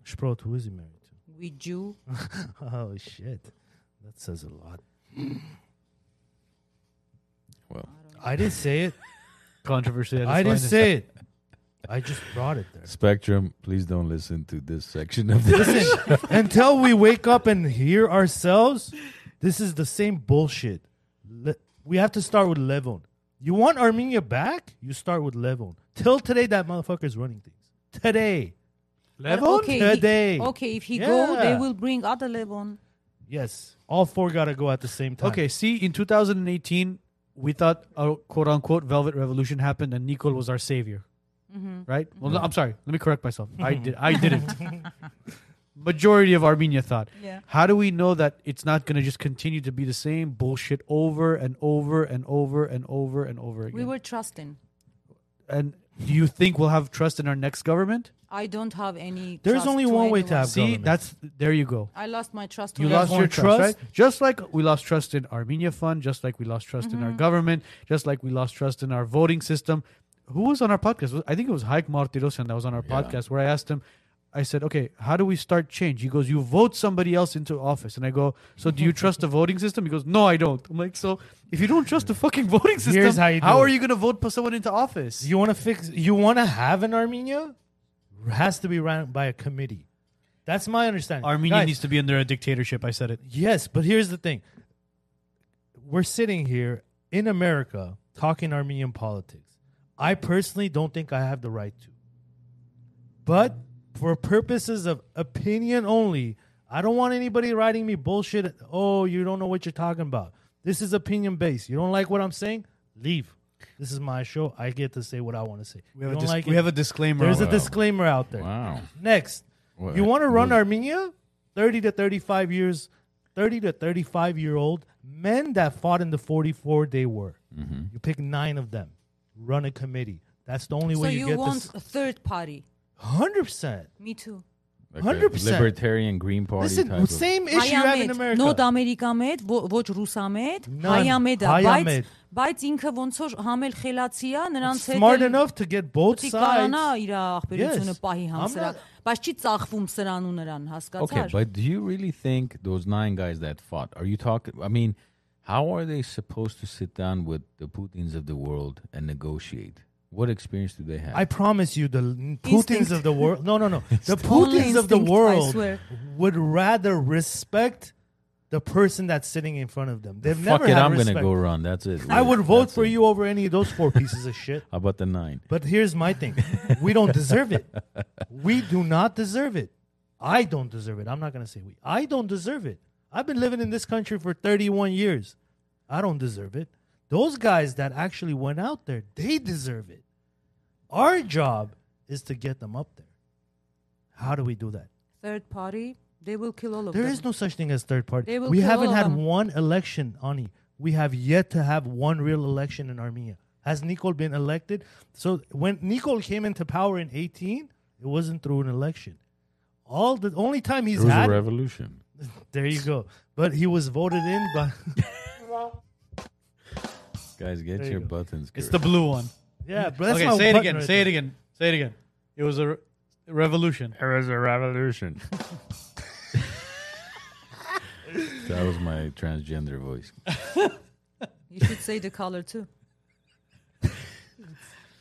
[SPEAKER 5] Sprot, who is he married to?
[SPEAKER 4] with Jew.
[SPEAKER 5] Oh, shit. That says a lot.
[SPEAKER 3] well
[SPEAKER 5] I didn't say it.
[SPEAKER 2] Controversy.
[SPEAKER 5] I didn't say it. I just brought it there.
[SPEAKER 3] spectrum please don't listen to this section of this
[SPEAKER 5] Listen, until we wake up and hear ourselves, this is the same bullshit. Le- we have to start with Levon. You want Armenia back? You start with Levon. Till today, that motherfucker's running things. Today.
[SPEAKER 4] But
[SPEAKER 5] Levon?
[SPEAKER 4] Uh, okay, he-
[SPEAKER 5] today.
[SPEAKER 4] okay, if he go, they
[SPEAKER 5] Yeah.
[SPEAKER 4] will bring other Levon.
[SPEAKER 5] Yes. All four got to go at the same time.
[SPEAKER 2] Okay, see, in 2018, we thought a quote unquote Velvet Revolution happened and Nicole was our savior. Right? Well,
[SPEAKER 5] Mm-hmm.
[SPEAKER 2] no, I'm sorry. Let me correct myself. I did. I didn't. Majority of Armenia thought.
[SPEAKER 4] Yeah.
[SPEAKER 2] How do we know that it's not going to just continue to be the same bullshit over and over and over and over and over again?
[SPEAKER 4] We were trusting.
[SPEAKER 2] and do you think we'll have trust in our next government?
[SPEAKER 4] I don't have any.
[SPEAKER 5] There's
[SPEAKER 4] trust
[SPEAKER 5] only
[SPEAKER 4] to
[SPEAKER 5] one way to
[SPEAKER 4] anyone.
[SPEAKER 5] have-
[SPEAKER 2] See,
[SPEAKER 5] government.
[SPEAKER 2] that's there you go.
[SPEAKER 4] I lost my trust.
[SPEAKER 2] You
[SPEAKER 4] to
[SPEAKER 2] lost your
[SPEAKER 4] everyone.
[SPEAKER 5] Everyone
[SPEAKER 2] trust,
[SPEAKER 5] trust.
[SPEAKER 2] right? Just like we lost trust in Armenia Fund, just like we lost trust
[SPEAKER 5] Mm-hmm.
[SPEAKER 2] in our government, just like we lost trust in our voting system. Who was on our podcast? I think it was Haik Martirosyan that was on our podcast where I asked him, I said, okay, how do we start change? He goes, you vote somebody else into office. And I go, so do you trust the voting system? He goes, no, I don't. I'm like, so if you don't trust the fucking voting system,
[SPEAKER 5] Here's how you do it.
[SPEAKER 2] are you going to vote for someone into office?
[SPEAKER 5] You want to fix? You want to have an Armenia? Has to be ran by a committee. That's my understanding.
[SPEAKER 2] Armenia
[SPEAKER 5] Guys,
[SPEAKER 2] needs to be under a dictatorship. I said it.
[SPEAKER 5] Yes, but here's the thing. We're sitting here in America talking Armenian politics. I personally don't think I have the right to. But for purposes of opinion only, I don't want anybody writing me bullshit. Oh, you don't know what you're talking about. This is opinion based. You don't like what I'm saying? Leave. This is my show. I get to say what I want to say.
[SPEAKER 2] We have,
[SPEAKER 5] You
[SPEAKER 2] a,
[SPEAKER 5] don't
[SPEAKER 2] dis-
[SPEAKER 5] like
[SPEAKER 2] we
[SPEAKER 5] it?
[SPEAKER 2] have a disclaimer.
[SPEAKER 5] There's
[SPEAKER 2] on
[SPEAKER 5] a
[SPEAKER 2] it.
[SPEAKER 5] disclaimer out there.
[SPEAKER 3] Wow.
[SPEAKER 5] Next,
[SPEAKER 3] Well,
[SPEAKER 5] you want to run
[SPEAKER 3] well-
[SPEAKER 5] Armenia? 30 to 35 years, 30 to 35 year old men that fought in the 44 day war.
[SPEAKER 3] Mm-hmm.
[SPEAKER 5] You pick nine of them, run a committee. That's the only
[SPEAKER 4] So
[SPEAKER 5] way you,
[SPEAKER 4] you,
[SPEAKER 5] get
[SPEAKER 4] want
[SPEAKER 5] this.
[SPEAKER 4] a third party?
[SPEAKER 5] 100%.
[SPEAKER 4] Me too.
[SPEAKER 3] Like a
[SPEAKER 5] 100%.
[SPEAKER 3] Libertarian Green Party type
[SPEAKER 5] Listen,
[SPEAKER 3] of-
[SPEAKER 5] same issue you have in America.
[SPEAKER 4] նոտ ամերիկամետ, ո- ոչ ռուսամետ,
[SPEAKER 5] Նան,
[SPEAKER 4] հայամետը, բայց
[SPEAKER 5] հայամետ։
[SPEAKER 4] բայց ինքը ոնց որ համել խելացի է, նրանց հետ
[SPEAKER 5] Smart
[SPEAKER 4] էլ
[SPEAKER 5] enough to get both
[SPEAKER 4] պիտի կարողանա
[SPEAKER 5] sides.
[SPEAKER 4] իր ախբերությունը
[SPEAKER 5] Yes,
[SPEAKER 4] պահի
[SPEAKER 5] I'm
[SPEAKER 4] համսրա,
[SPEAKER 5] not-
[SPEAKER 4] բայց չի ծախվում սրան ու նրան,
[SPEAKER 3] Okay,
[SPEAKER 4] հասկացար։
[SPEAKER 3] but do you really think those nine guys that fought? Are you talking? I mean, how are they supposed to sit down with the Putins of the world and negotiate? What experience do they have?
[SPEAKER 5] I promise you, the Putins
[SPEAKER 4] Instinct.
[SPEAKER 5] of the world. No, no, no. The
[SPEAKER 4] Only
[SPEAKER 5] Putins of the
[SPEAKER 4] instinct, I
[SPEAKER 5] world
[SPEAKER 4] swear.
[SPEAKER 5] would rather respect the person that's sitting in front of them. They've
[SPEAKER 3] Fuck
[SPEAKER 5] never
[SPEAKER 3] it,
[SPEAKER 5] had
[SPEAKER 3] I'm
[SPEAKER 5] respect.
[SPEAKER 3] gonna go run. That's it.
[SPEAKER 5] I would vote
[SPEAKER 3] That's
[SPEAKER 5] for
[SPEAKER 3] it.
[SPEAKER 5] you over any of those four pieces of shit.
[SPEAKER 3] How about the nine?
[SPEAKER 5] But here's my thing we don't deserve it. We do not deserve it. I don't deserve it. I'm not going to say we. I don't deserve it. I've been living in this country for 31 years. I don't deserve it. Those guys that actually went out there, they deserve it. Our job is to get them up there. How do we do that?
[SPEAKER 4] Third party, they will kill all of
[SPEAKER 5] There
[SPEAKER 4] them.
[SPEAKER 5] is no such thing as third party.
[SPEAKER 4] They will
[SPEAKER 5] We
[SPEAKER 4] kill
[SPEAKER 5] haven't
[SPEAKER 4] all of
[SPEAKER 5] had
[SPEAKER 4] them.
[SPEAKER 5] one election, Ani. We have yet to have one real election in Armenia. Has Nikol been elected? So when Nikol came into power in 18, it wasn't through an election. All the only time he's
[SPEAKER 3] It was a
[SPEAKER 5] had,
[SPEAKER 3] revolution.
[SPEAKER 5] there you go. But he was voted in by.
[SPEAKER 3] Guys, get
[SPEAKER 5] you
[SPEAKER 3] your
[SPEAKER 5] go.
[SPEAKER 3] buttons.
[SPEAKER 2] it's
[SPEAKER 3] correct.
[SPEAKER 2] the blue one.
[SPEAKER 5] yeah, but that's
[SPEAKER 2] okay,
[SPEAKER 5] my
[SPEAKER 2] say it
[SPEAKER 5] button
[SPEAKER 2] again.
[SPEAKER 5] right
[SPEAKER 2] say
[SPEAKER 5] there.
[SPEAKER 2] it again. Say it again. It was a re- revolution.
[SPEAKER 3] It was a revolution. that was my transgender voice.
[SPEAKER 4] You should say the color too.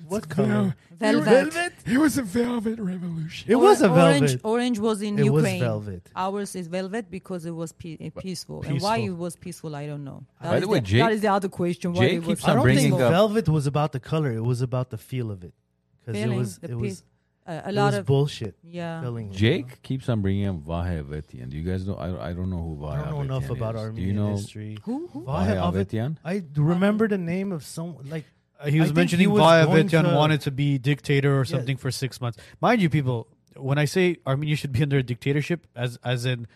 [SPEAKER 5] What color?
[SPEAKER 4] Velvet.
[SPEAKER 3] It was a velvet revolution.
[SPEAKER 5] It was a velvet.
[SPEAKER 4] Orange, orange was in
[SPEAKER 5] It was
[SPEAKER 4] Ukraine.
[SPEAKER 5] velvet.
[SPEAKER 4] Ours is velvet because it was pe- uh, peaceful. And
[SPEAKER 2] Peaceful.
[SPEAKER 4] why it was peaceful, I don't know. That
[SPEAKER 3] By
[SPEAKER 4] is
[SPEAKER 3] the way, Jake-
[SPEAKER 4] that is the other question. Why
[SPEAKER 3] Jake
[SPEAKER 4] it was
[SPEAKER 3] keeps
[SPEAKER 5] I
[SPEAKER 3] I'm
[SPEAKER 5] don't
[SPEAKER 3] bringing
[SPEAKER 5] think
[SPEAKER 3] up-
[SPEAKER 5] velvet was about the color. It was about the feel of it. Because it
[SPEAKER 4] Feeling,
[SPEAKER 5] was
[SPEAKER 4] the
[SPEAKER 5] it was
[SPEAKER 4] peace. uh, a
[SPEAKER 5] it
[SPEAKER 4] lot
[SPEAKER 5] was
[SPEAKER 4] of
[SPEAKER 5] bullshit.
[SPEAKER 4] yeah.
[SPEAKER 5] Feeling it.
[SPEAKER 3] Mm-hmm. Jake keeps on bringing up Vahe Avetian. Do you guys know? I, I don't know who Vahe
[SPEAKER 5] I don't know enough
[SPEAKER 3] Avetian
[SPEAKER 5] about
[SPEAKER 3] is. Do
[SPEAKER 5] Armenian
[SPEAKER 3] you know
[SPEAKER 5] history.
[SPEAKER 4] Who? Who?
[SPEAKER 5] Vahe
[SPEAKER 3] Vahe
[SPEAKER 5] Avet-
[SPEAKER 3] Avetian?
[SPEAKER 5] I d- remember the name of some like
[SPEAKER 2] Uh, he was
[SPEAKER 5] I think
[SPEAKER 2] mentioning
[SPEAKER 5] he was
[SPEAKER 2] Vaev
[SPEAKER 5] going
[SPEAKER 2] Etian
[SPEAKER 5] to-
[SPEAKER 2] wanted to be dictator or something for six months. Mind you, people, when I say Armenia should be under a dictatorship, as as in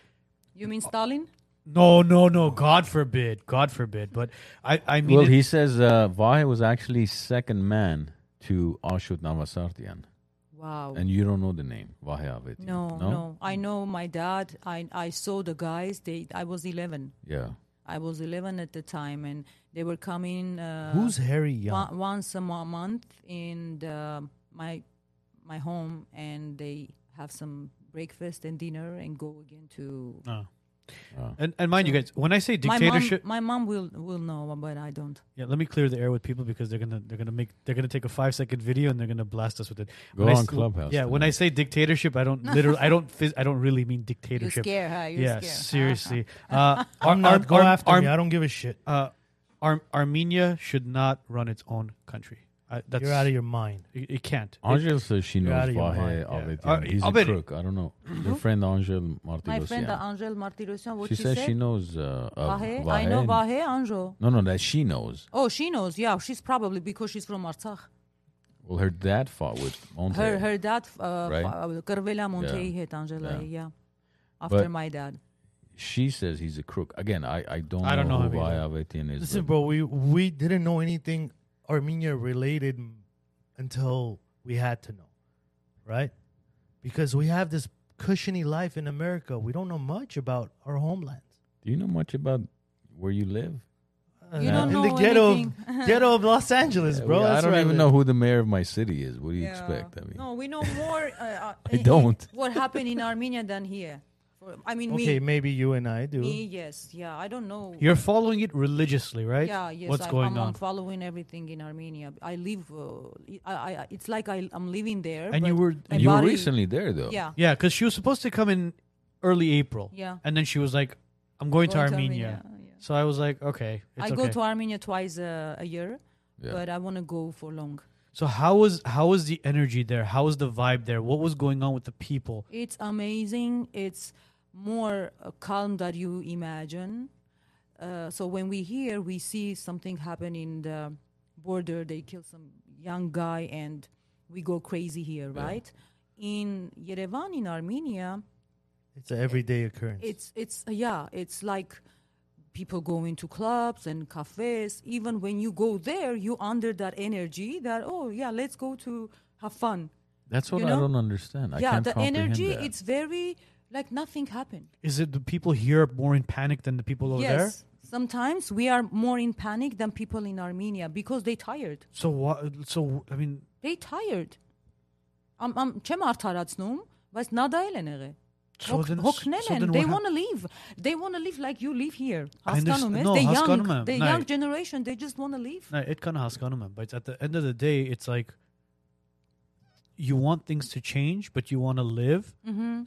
[SPEAKER 4] You mean Stalin?
[SPEAKER 2] no, no, no, God forbid, God forbid. But I, I mean,
[SPEAKER 3] Well,
[SPEAKER 2] it-
[SPEAKER 3] he says uh, Vahe was actually second man to Ashut Navasartian,
[SPEAKER 2] Oh.
[SPEAKER 4] Wow.
[SPEAKER 3] and you don't know the name Vahe Avetian.
[SPEAKER 4] no, no, I know my dad. I I saw the guys. They. I was eleven.
[SPEAKER 3] Yeah,
[SPEAKER 4] I was eleven at the time, and they were coming. Uh,
[SPEAKER 5] who's Harry Young?
[SPEAKER 4] one, once a mo- month in the, my my home, and they have some breakfast and dinner, and go again to
[SPEAKER 2] and and mind you guys, when I say
[SPEAKER 4] my mom.
[SPEAKER 2] dictatorship,
[SPEAKER 4] My mom will will know, but I don't.
[SPEAKER 2] yeah, let me clear the air with people because they're gonna they're gonna make they're gonna take a five second video and they're gonna blast us with it.
[SPEAKER 3] Go
[SPEAKER 2] I
[SPEAKER 3] on
[SPEAKER 2] s-
[SPEAKER 3] Clubhouse
[SPEAKER 2] Yeah, when I say dictatorship, I don't literally, I don't, phys- I don't really mean
[SPEAKER 4] You
[SPEAKER 2] dictatorship.
[SPEAKER 4] scare her. You
[SPEAKER 2] yeah,
[SPEAKER 4] scare.
[SPEAKER 2] seriously. Uh, Ar-
[SPEAKER 5] I'm not
[SPEAKER 2] Ar-
[SPEAKER 5] go
[SPEAKER 2] Ar-
[SPEAKER 5] after
[SPEAKER 2] Ar-
[SPEAKER 5] me. I don't give a shit.
[SPEAKER 2] uh, Ar- Armenia should not run its own country. I, that's
[SPEAKER 5] You're out of your mind.
[SPEAKER 2] It, it can't. It-
[SPEAKER 3] Angel says she
[SPEAKER 5] You're
[SPEAKER 3] knows
[SPEAKER 5] out of your
[SPEAKER 3] Vahe
[SPEAKER 5] mind,
[SPEAKER 3] Avetian.
[SPEAKER 2] yeah. Uh,
[SPEAKER 3] He's
[SPEAKER 2] I'll
[SPEAKER 3] a
[SPEAKER 2] bet it-
[SPEAKER 3] crook. I don't know. Your friend Angel
[SPEAKER 4] My friend uh,
[SPEAKER 3] Martirosyan.
[SPEAKER 4] Angel Martirosyan, what
[SPEAKER 3] She
[SPEAKER 4] she,
[SPEAKER 3] says
[SPEAKER 4] said?
[SPEAKER 3] she knows uh, of
[SPEAKER 4] Vahe.
[SPEAKER 3] Vahe.
[SPEAKER 4] I know
[SPEAKER 3] and-
[SPEAKER 4] Vahe Angel.
[SPEAKER 3] No, no, that she knows.
[SPEAKER 4] Oh, she knows. Yeah, she's probably because she's from Artsakh.
[SPEAKER 3] Well, her dad fought with Monte.
[SPEAKER 4] Her her dad uh,
[SPEAKER 3] Right?
[SPEAKER 4] right? Carvela Montei
[SPEAKER 3] Yeah.
[SPEAKER 4] had Angela.
[SPEAKER 3] Yeah.
[SPEAKER 4] Yeah. After
[SPEAKER 3] But-
[SPEAKER 4] my dad.
[SPEAKER 3] She says he's a crook. Again, I, I don't.
[SPEAKER 2] I don't know
[SPEAKER 3] who
[SPEAKER 2] him
[SPEAKER 3] Vahe
[SPEAKER 2] either.
[SPEAKER 3] Avetian is.
[SPEAKER 5] Listen,
[SPEAKER 3] but-
[SPEAKER 5] bro, we we didn't know anything Armenia related m- until we had to know, right? because we have this cushiony life in America. We don't know much about our homeland.
[SPEAKER 3] Do you know much about where you live?
[SPEAKER 4] You
[SPEAKER 5] Uh,
[SPEAKER 4] don't
[SPEAKER 5] in
[SPEAKER 4] know
[SPEAKER 5] the ghetto,
[SPEAKER 4] anything.
[SPEAKER 5] of, ghetto of Los Angeles,
[SPEAKER 3] Yeah,
[SPEAKER 5] bro.
[SPEAKER 3] we- I
[SPEAKER 5] That's
[SPEAKER 3] don't
[SPEAKER 5] where
[SPEAKER 3] even
[SPEAKER 5] live.
[SPEAKER 3] know who the mayor of my city is. What do you
[SPEAKER 4] Yeah.
[SPEAKER 3] expect? I mean,
[SPEAKER 4] no, we know more. Uh, uh,
[SPEAKER 3] I
[SPEAKER 4] eh, eh,
[SPEAKER 3] don't.
[SPEAKER 4] What happened in Armenia than here? For- I mean,
[SPEAKER 5] Okay,
[SPEAKER 4] me,
[SPEAKER 5] maybe you and I do.
[SPEAKER 4] me, yes, yeah. I don't know.
[SPEAKER 2] You're following it religiously, right?
[SPEAKER 4] Yeah, yes,
[SPEAKER 2] What's
[SPEAKER 4] I,
[SPEAKER 2] going
[SPEAKER 4] I'm,
[SPEAKER 2] on?
[SPEAKER 4] I'm following everything in Armenia. I live. Uh, I, I, I- it's like I, I'm living there.
[SPEAKER 2] And you
[SPEAKER 4] but
[SPEAKER 2] were-
[SPEAKER 4] my
[SPEAKER 3] you were
[SPEAKER 4] body-
[SPEAKER 3] recently there though.
[SPEAKER 4] Yeah,
[SPEAKER 2] yeah, because she was supposed to come in early April.
[SPEAKER 4] Yeah.
[SPEAKER 2] And then she was like, I'm going, to,
[SPEAKER 4] Going to
[SPEAKER 2] Armenia.
[SPEAKER 4] Armenia, yeah.
[SPEAKER 2] So I was like, okay. It's
[SPEAKER 4] I
[SPEAKER 2] okay.
[SPEAKER 4] go to Armenia twice uh, a year,
[SPEAKER 3] Yeah.
[SPEAKER 4] but I want to go for long.
[SPEAKER 2] So how was how was the energy there? How was the vibe there? What was going on with the people?
[SPEAKER 4] It's amazing. It's more uh, calm than you imagine. Uh, so when we hear, we see something happen in the border. They kill some young guy, and we go crazy here, right? In Yerevan, in Armenia,
[SPEAKER 5] It's an everyday occurrence.
[SPEAKER 4] it's it's uh, yeah, it's like people go into clubs and cafes. Even when you go there, you under that energy that oh yeah, let's go to have fun.
[SPEAKER 3] That's what
[SPEAKER 4] You
[SPEAKER 3] I
[SPEAKER 4] know?
[SPEAKER 3] don't understand. I
[SPEAKER 4] yeah,
[SPEAKER 3] can't
[SPEAKER 4] the
[SPEAKER 3] comprehend
[SPEAKER 4] energy.
[SPEAKER 3] that.
[SPEAKER 4] It's very like nothing happened.
[SPEAKER 2] Is it the people here more in panic than the people over there?
[SPEAKER 4] Yes. Sometimes we are more in panic than people in Armenia because they tired.
[SPEAKER 2] So what? So I mean,
[SPEAKER 4] They tired. Am am չեմ արդարացնում, բայց նա դա էլ են եղել։
[SPEAKER 2] So
[SPEAKER 4] Հոգ-
[SPEAKER 2] then-
[SPEAKER 4] Հոգնել
[SPEAKER 2] so
[SPEAKER 4] են,
[SPEAKER 2] then
[SPEAKER 4] they
[SPEAKER 2] what hap-
[SPEAKER 4] want to live. They want to live like you live here.
[SPEAKER 2] I understand-
[SPEAKER 4] Հասկանում ես,
[SPEAKER 2] no,
[SPEAKER 4] they young,
[SPEAKER 2] հասկանում եմ,
[SPEAKER 4] they
[SPEAKER 2] նայ։
[SPEAKER 4] young generation, they just want to live.
[SPEAKER 2] no, it kind of has gone on, man, but at the end of the day, it's like you want things to change, but you want to live.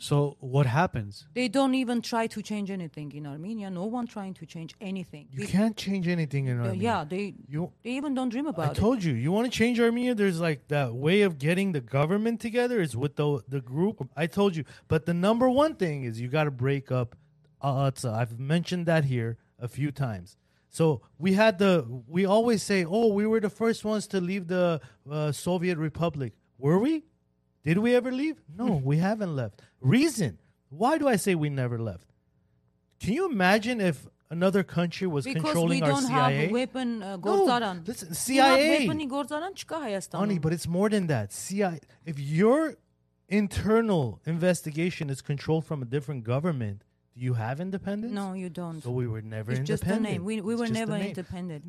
[SPEAKER 2] So what happens?
[SPEAKER 4] They don't even try to change anything in Armenia. No one trying to change anything.
[SPEAKER 5] you
[SPEAKER 4] Be-
[SPEAKER 5] can't change anything in
[SPEAKER 4] uh,
[SPEAKER 5] Armenia.
[SPEAKER 4] yeah, they
[SPEAKER 5] You,
[SPEAKER 4] they even don't dream
[SPEAKER 5] I
[SPEAKER 4] about it.
[SPEAKER 5] told you, you want to change Armenia. There's like that way of getting the government together is with the the group. I told you, but the number one thing is you got to break up Aatsa. I've mentioned that here a few times. So we had the we always say, oh, we were the first ones to leave the uh, Soviet Republic. Were we? Did we ever leave? No, we haven't left. Reason why do I say we never left? Can you imagine if another country was
[SPEAKER 4] Because we
[SPEAKER 5] controlling our
[SPEAKER 4] don't
[SPEAKER 5] CIA?
[SPEAKER 4] have weapon uh, Գործարան։
[SPEAKER 5] listen,
[SPEAKER 4] Իրանք
[SPEAKER 5] CIA.
[SPEAKER 4] weapon-ի Գործարան չկա Հայաստանում։
[SPEAKER 5] Ani, but it's more than that. CIA. If your internal investigation is controlled from a different government, do you have independence?
[SPEAKER 4] No, you don't.
[SPEAKER 5] So we were never
[SPEAKER 4] it's just a
[SPEAKER 5] independent.
[SPEAKER 4] name. We, we
[SPEAKER 5] It's
[SPEAKER 4] were
[SPEAKER 5] just a
[SPEAKER 4] never
[SPEAKER 5] name.
[SPEAKER 4] independent.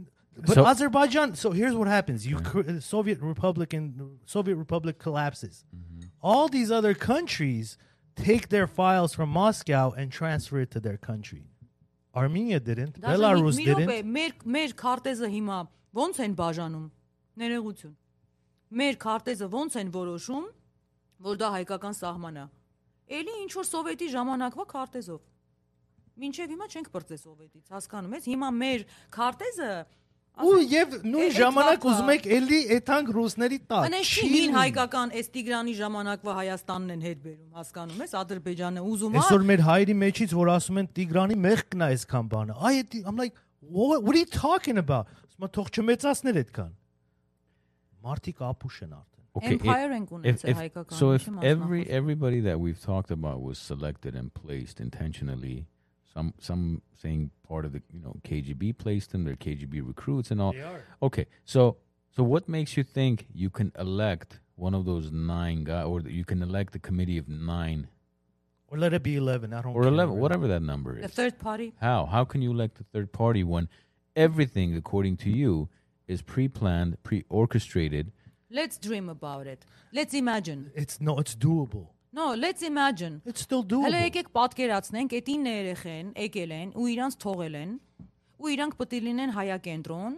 [SPEAKER 5] But
[SPEAKER 3] So-
[SPEAKER 5] Azerbaijan. So here's what happens: you cr- uh, Soviet Republic and Soviet Republic collapses. All these other countries take their files from Moscow and transfer it to their country. Armenia didn't.
[SPEAKER 4] Դաժան
[SPEAKER 5] Belarus
[SPEAKER 4] մի- մի
[SPEAKER 5] didn't.
[SPEAKER 4] րոպե, Մեր մեր քարտեզը հիմա ո՞նց են բաժանում։ Ներողություն։ Մեր քարտեզը ո՞նց են որոշում, որ դա հայկական սահման է։ Էլի ինչ որ սովետի ժամանակվա քարտեզով։ Մինչև հիմա չենք բրծե սովետից, հասկանում ես։ Հիմա մեր քարտեզը
[SPEAKER 5] Ու եւ նույն
[SPEAKER 4] Է- էդ
[SPEAKER 5] ժամանակ
[SPEAKER 4] վաղվա-
[SPEAKER 5] ուզում եք էլի էթանք ռուսների տակ։
[SPEAKER 4] Անեշի
[SPEAKER 5] Չի
[SPEAKER 4] հին
[SPEAKER 5] լինի։
[SPEAKER 4] հայկական էս Տիգրանի ժամանակվա Հայաստանն են հետ բերում, հասկանում ես, Ադրբեջանը ուզում է
[SPEAKER 5] Այսօր մեր հայերի մեջից որ ասում են Տիգրանի մեղքն է այսքան բանը։ Այ էդ I'm like what, what are you talking about? Ասում եմ թող չմեծացներ այդքան։ Մարտիկ ապուշ են արդեն։
[SPEAKER 3] Okay,
[SPEAKER 4] Empire and
[SPEAKER 3] if,
[SPEAKER 4] Gunitsa
[SPEAKER 3] if,
[SPEAKER 4] Haikakan,
[SPEAKER 3] so if
[SPEAKER 4] Shimon
[SPEAKER 3] every
[SPEAKER 4] Mahmoud.
[SPEAKER 3] everybody that we've talked about was selected and placed intentionally, some some saying part of the you know KGB placed them, they're KGB recruits and all.
[SPEAKER 5] They are.
[SPEAKER 3] Okay, so so what makes you think you can elect one of those nine guy, or that you can elect the committee of nine
[SPEAKER 5] Or let it be 11, I don't
[SPEAKER 3] or
[SPEAKER 5] care.
[SPEAKER 3] eleven, whatever that number
[SPEAKER 4] the
[SPEAKER 3] is?
[SPEAKER 4] third party
[SPEAKER 3] How how can you elect a third party when everything, according to you, is pre-planned, pre-orchestrated?
[SPEAKER 4] Let's dream about it. Let's imagine.
[SPEAKER 5] It's no, it's doable.
[SPEAKER 4] No, let's imagine.
[SPEAKER 5] It's still
[SPEAKER 4] Հələ
[SPEAKER 5] doable.
[SPEAKER 4] եկեք պատկերացնենք, այդ 9 երեխեն եկել են ու իրանց թողել են ու իրանք պետք է լինեն հայակենտրոն,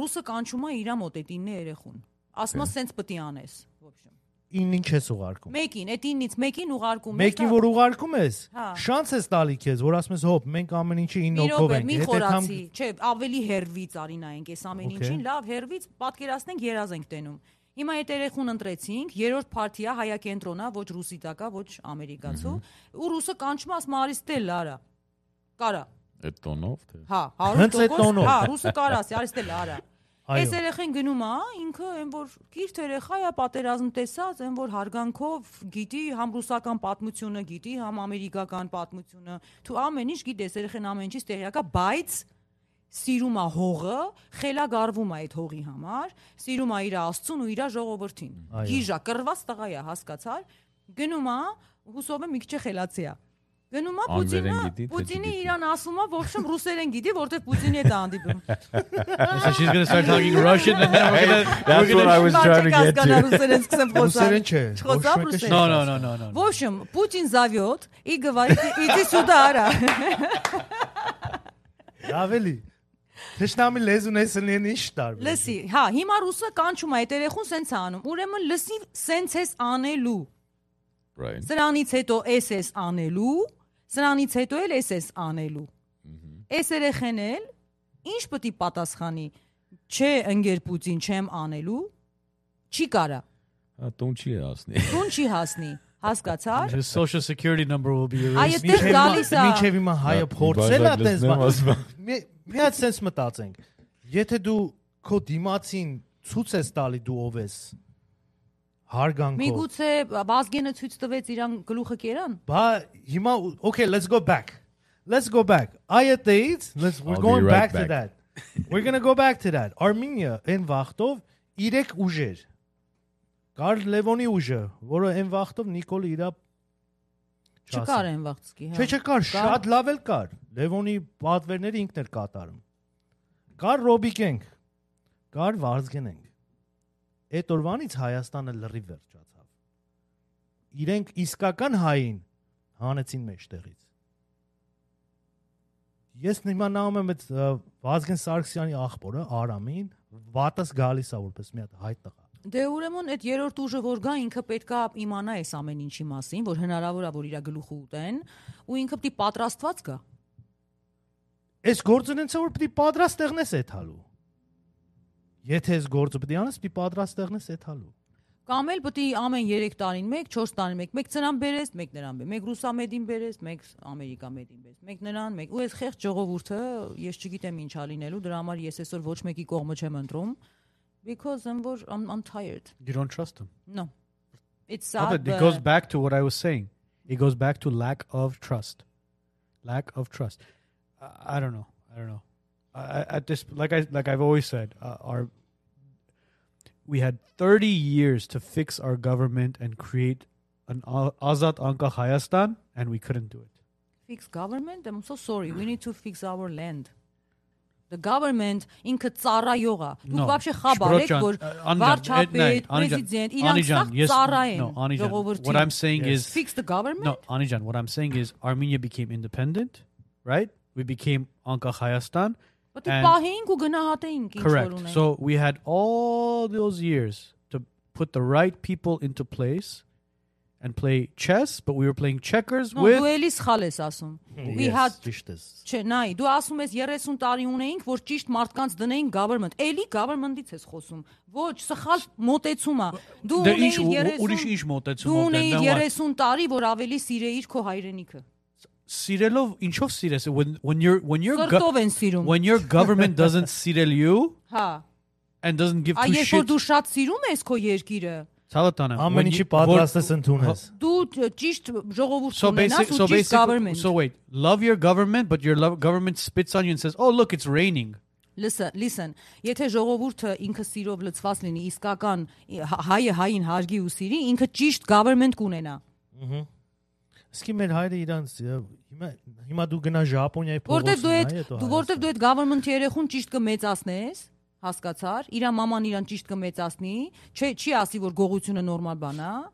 [SPEAKER 4] ռուսը կանչում է իր մոտ այդ 9 երեխուն։ Ասում է, սենց պետք է անես, ոբշեմ։
[SPEAKER 5] Ին ինչ ես ուղարկում։
[SPEAKER 4] Մեկին, այդ 9-ից մեկին ուղարկում ես,
[SPEAKER 5] Մեկի
[SPEAKER 4] հա,
[SPEAKER 5] որ ուղարկում ես,
[SPEAKER 4] Հա։
[SPEAKER 5] շանս ես տալի քեզ, որ ասում ես հոբ, մենք ամեն ինչի 9
[SPEAKER 4] մի
[SPEAKER 5] հոգով
[SPEAKER 4] ռոպե,
[SPEAKER 5] ենք։
[SPEAKER 4] մի
[SPEAKER 5] Հետ էդ համ-
[SPEAKER 4] խորացի, չէ, ավելի հերվից արինայինք այս ամեն
[SPEAKER 5] Okay.
[SPEAKER 4] ինչին, լավ, հերվից պատկերացնենք երազ ենք տենում։ Հիմա այդ երեխուն ընտրեցինք, երրորդ party-ա հայակենտրոնա, ոչ ռուսիտակա, ոչ ամերիկացու, ու ռուսը կանչում ասում արիստել արա։ Կարա։ Հա, 100%։
[SPEAKER 5] Հենց այդ տոնով։
[SPEAKER 4] Հա, ռուսը կարա, ասի արիստել արա։
[SPEAKER 5] Այո։
[SPEAKER 4] Այս երեխեն գնում է, ինքը այն որ քիրթ երեխա է պատերազմ տեսած, այն որ հարգանքով գիտի համ ռուսական պատմությունը, գիտի համ ամերիկական պատմությունը, თუ ամեն ինչ գիտես, երեխեն ամեն ինչից տեղյակա, բայց սիրում է հողը, խելագարվում է այդ հողի համար, սիրում է իր աստծուն ու իր ժողովրդին։
[SPEAKER 5] Այո.
[SPEAKER 4] Գիժա, կռված տղա է, հասկացար։ Գնում է, հուսով եմ մի քիչ խելացիա։ Գնում է
[SPEAKER 3] Անգլերեն
[SPEAKER 4] Պուտինը,
[SPEAKER 3] գիտի, թե
[SPEAKER 4] Պուտինը
[SPEAKER 3] չգիտի։
[SPEAKER 4] իրան ասում է, ոչմ ռուսերեն գիտի, որտեղ Պուտինի հետ է հանդիպում։
[SPEAKER 2] So she's gonna start talking Russian, and then we're gonna.
[SPEAKER 3] That's what I was trying to get
[SPEAKER 4] Բաժակազգանա
[SPEAKER 3] to.
[SPEAKER 4] ռուսերեն սկսեմ խոսալ։
[SPEAKER 6] Ռուսերեն չէ։
[SPEAKER 4] Խոսա
[SPEAKER 6] Բոլշևիկը
[SPEAKER 4] ռուսերեն։
[SPEAKER 2] No, no, no, no, no,
[SPEAKER 4] В
[SPEAKER 2] no.
[SPEAKER 4] общем, Путин зовет и говорит, иди сюда, ара.
[SPEAKER 6] Ավելի։ Թշնամի լեզուն էս լինեն ինչ տարբեր։
[SPEAKER 4] Լսի, հա, հիմա ռուսը կանչում է այդ երեխուն սենց է անում։ Ուրեմն լսի սենց էս անելու։
[SPEAKER 3] Right.
[SPEAKER 4] Սրանից հետո էս էս անելու, սրանից հետո էլ էս էս անելու։ Էս երեխեն էլ ինչ պետք է պատասխանի։ Չէ, ընկեր Պուտին, չեմ անելու։ Չի կարա։
[SPEAKER 3] Հա, տուն չի ասնի։
[SPEAKER 4] Տուն չի հասնի։ Հասկացար։
[SPEAKER 2] His social security number will be
[SPEAKER 4] Այ
[SPEAKER 2] erased.
[SPEAKER 4] այդտեղ գալիս է։
[SPEAKER 5] Մինչև հիմա
[SPEAKER 3] Հա,
[SPEAKER 5] հայը փորձել է տես բան։
[SPEAKER 3] բան։
[SPEAKER 5] Մի- Մի հատ sense մտածենք։ Եթե դու քո դիմացին ցույց ես տալի դու ով ես հարգանքով։
[SPEAKER 4] Միգուցե Վազգենը ցույց տվեց իրան գլուխը կերան։
[SPEAKER 5] Բա հիմա ու- okay, let's go back. Let's go back. Ayatayt, let's we're
[SPEAKER 3] I'll be
[SPEAKER 5] going
[SPEAKER 3] right
[SPEAKER 5] back, to
[SPEAKER 3] back.
[SPEAKER 5] that. We're going to go back to that. Armenia այն վախտով իրեք ուժեր։ Կար Լևոնի ուժը, որը այն վախտով Նիկոլը իրա չասի։
[SPEAKER 4] Չկար այն վաղցկի, հա։
[SPEAKER 5] Չէ, չէ, կար, շատ լավ էլ կար։ Լևոնի պատվերները ինքն էր կատարում։ Կար Ռոբիկենք, կար Վարզգենենք։ Այդ օրվանից Հայաստանը լրի վերջացավ։ Իրենք իսկական հային հանեցին մեջտեղից։ Ես հիմա նայում եմ այդ ը, Վազգեն Սարգսյանի աղբորը Արամին, վատս գալիս է որպես մի հատ հայ տղա։
[SPEAKER 4] Դե ուրեմն այդ երրորդ ուժը որ գա ինքը պետքա իմանա այս ամեն ինչի մասին, որ հնարավոր է որ իրա գլուխը ուտեն ու ինքը պետք է պատրաստված գա։
[SPEAKER 5] Այս գործը ինձ է որ պիտի պատրաստ տեղնես այդ հալու։ Եթե այս գործը պիտի անես, պիտի պատրաստ տեղնես այդ հալու։
[SPEAKER 4] Կամ էլ պետք է ամեն 3 տարին մեկ, 4 տարին մեկ, մեկ ծնան բերես, մեկ նրան բերես, մեկ ռուսամեդին բերես, մեկ ամերիկամեդին բերես, մեկ նրան, մեկ ու այս խեղճ ժողովուրդը ես չգիտեմ ինչա լինելու, դրա համար ես այսօր ոչ մեկի կողմը չեմ ընտրում because I'm որ I'm, I'm tired.
[SPEAKER 2] You don't trust him.
[SPEAKER 4] No. It's
[SPEAKER 2] No,
[SPEAKER 4] sad. uh,
[SPEAKER 2] but it
[SPEAKER 4] but-
[SPEAKER 2] goes back to what I was saying. It goes back to lack of trust. Lack of trust. I, I don't know. I don't know. I, I- at this, like I like I've always said, uh, our we had 30 years to fix our government and create an A- Azad Anka Hayastan, and we couldn't do it.
[SPEAKER 4] fix government i'm so sorry we need to fix our land the government ինքը ծառայող է դուք
[SPEAKER 2] No.
[SPEAKER 4] вообще խաբար եք
[SPEAKER 2] Shprochyan,
[SPEAKER 4] որ
[SPEAKER 2] uh, Anijan, Ednay,
[SPEAKER 4] վարչապետ
[SPEAKER 2] Anijan,
[SPEAKER 4] պրեզիդենտ
[SPEAKER 2] Anijan,
[SPEAKER 4] իրանք սաղ
[SPEAKER 2] yes,
[SPEAKER 4] ծառա
[SPEAKER 2] no,
[SPEAKER 4] են
[SPEAKER 2] Anijan. What I'm
[SPEAKER 4] ժողովրդին
[SPEAKER 2] saying is
[SPEAKER 4] fix the
[SPEAKER 2] No,
[SPEAKER 4] government
[SPEAKER 2] Anijan, what I'm saying is Armenia became independent, right? We became Anka Hayastan.
[SPEAKER 4] but the
[SPEAKER 2] and-
[SPEAKER 4] պահեինք ու գնահատեինք ինչ որ
[SPEAKER 2] Correct.
[SPEAKER 4] ունենք
[SPEAKER 2] So we had all those years to put the right people into place and play chess, but we were playing checkers
[SPEAKER 4] No, դու
[SPEAKER 2] with.
[SPEAKER 4] էլի սխալ ես ասում we had
[SPEAKER 5] ճիշտ ես։
[SPEAKER 4] չէ նայ դու ասում ես 30 տարի ունեինք որ ճիշտ մարդկանց դնեին government էլի government-ից ես խոսում ոչ սխալ մոտեցում է դու
[SPEAKER 2] Դե ինչ, ու-
[SPEAKER 4] ունեիր
[SPEAKER 2] ուրիշ
[SPEAKER 4] 30
[SPEAKER 2] ինչ մոտեցում
[SPEAKER 4] Դու
[SPEAKER 2] ա դեն,
[SPEAKER 4] ունեիր
[SPEAKER 2] then
[SPEAKER 4] 30
[SPEAKER 2] what?
[SPEAKER 4] տարի, որ ավելի սիրեիր քո հայրենիքը։
[SPEAKER 2] Սիրելով, ինչով սիրես, when when your when your go-
[SPEAKER 4] Սրտով են սիրում։
[SPEAKER 2] when your government doesn't սիրել you
[SPEAKER 4] Հա։
[SPEAKER 2] and doesn't give
[SPEAKER 4] Այ
[SPEAKER 2] two
[SPEAKER 4] երբ որ
[SPEAKER 2] shits.
[SPEAKER 4] դու շատ սիրում ես քո երկիրը,
[SPEAKER 2] Ցավտան եմ, when
[SPEAKER 5] Ամեն ինչի
[SPEAKER 2] you- որ-
[SPEAKER 5] պատրաստ ես ընդունես։
[SPEAKER 4] դու ջ- ճիշտ ժողովուրդ
[SPEAKER 2] So
[SPEAKER 4] ունենաս
[SPEAKER 2] basic,
[SPEAKER 4] ու
[SPEAKER 2] so
[SPEAKER 4] ճիշտ
[SPEAKER 2] basic,
[SPEAKER 4] government։
[SPEAKER 2] so wait, love your government, but your love, government spits on you and says, "Oh, look, it's raining."
[SPEAKER 4] Listen, listen, եթե ժողովուրդը ինքը սիրով լցված լինի, իսկական ի- հա- հայը հային հարգի ու սիրի, ինքը ճիշտ government կունենա։
[SPEAKER 5] Իսկի մեր հայրը իրանց ե, հիմա հիմա դու գնա Ժապոնիայի
[SPEAKER 4] Որտեւ դու այդ
[SPEAKER 5] նայ,
[SPEAKER 4] դու
[SPEAKER 5] հետո Հայաստան։
[SPEAKER 4] որտեւ դու այդ government-ի երեխուն ճիշտ կմեծացնես, հասկացար, իր մաման իրան ճիշտ կմեծացնի, չէ, չի ասի, որ գողությունը նորմալ բան է։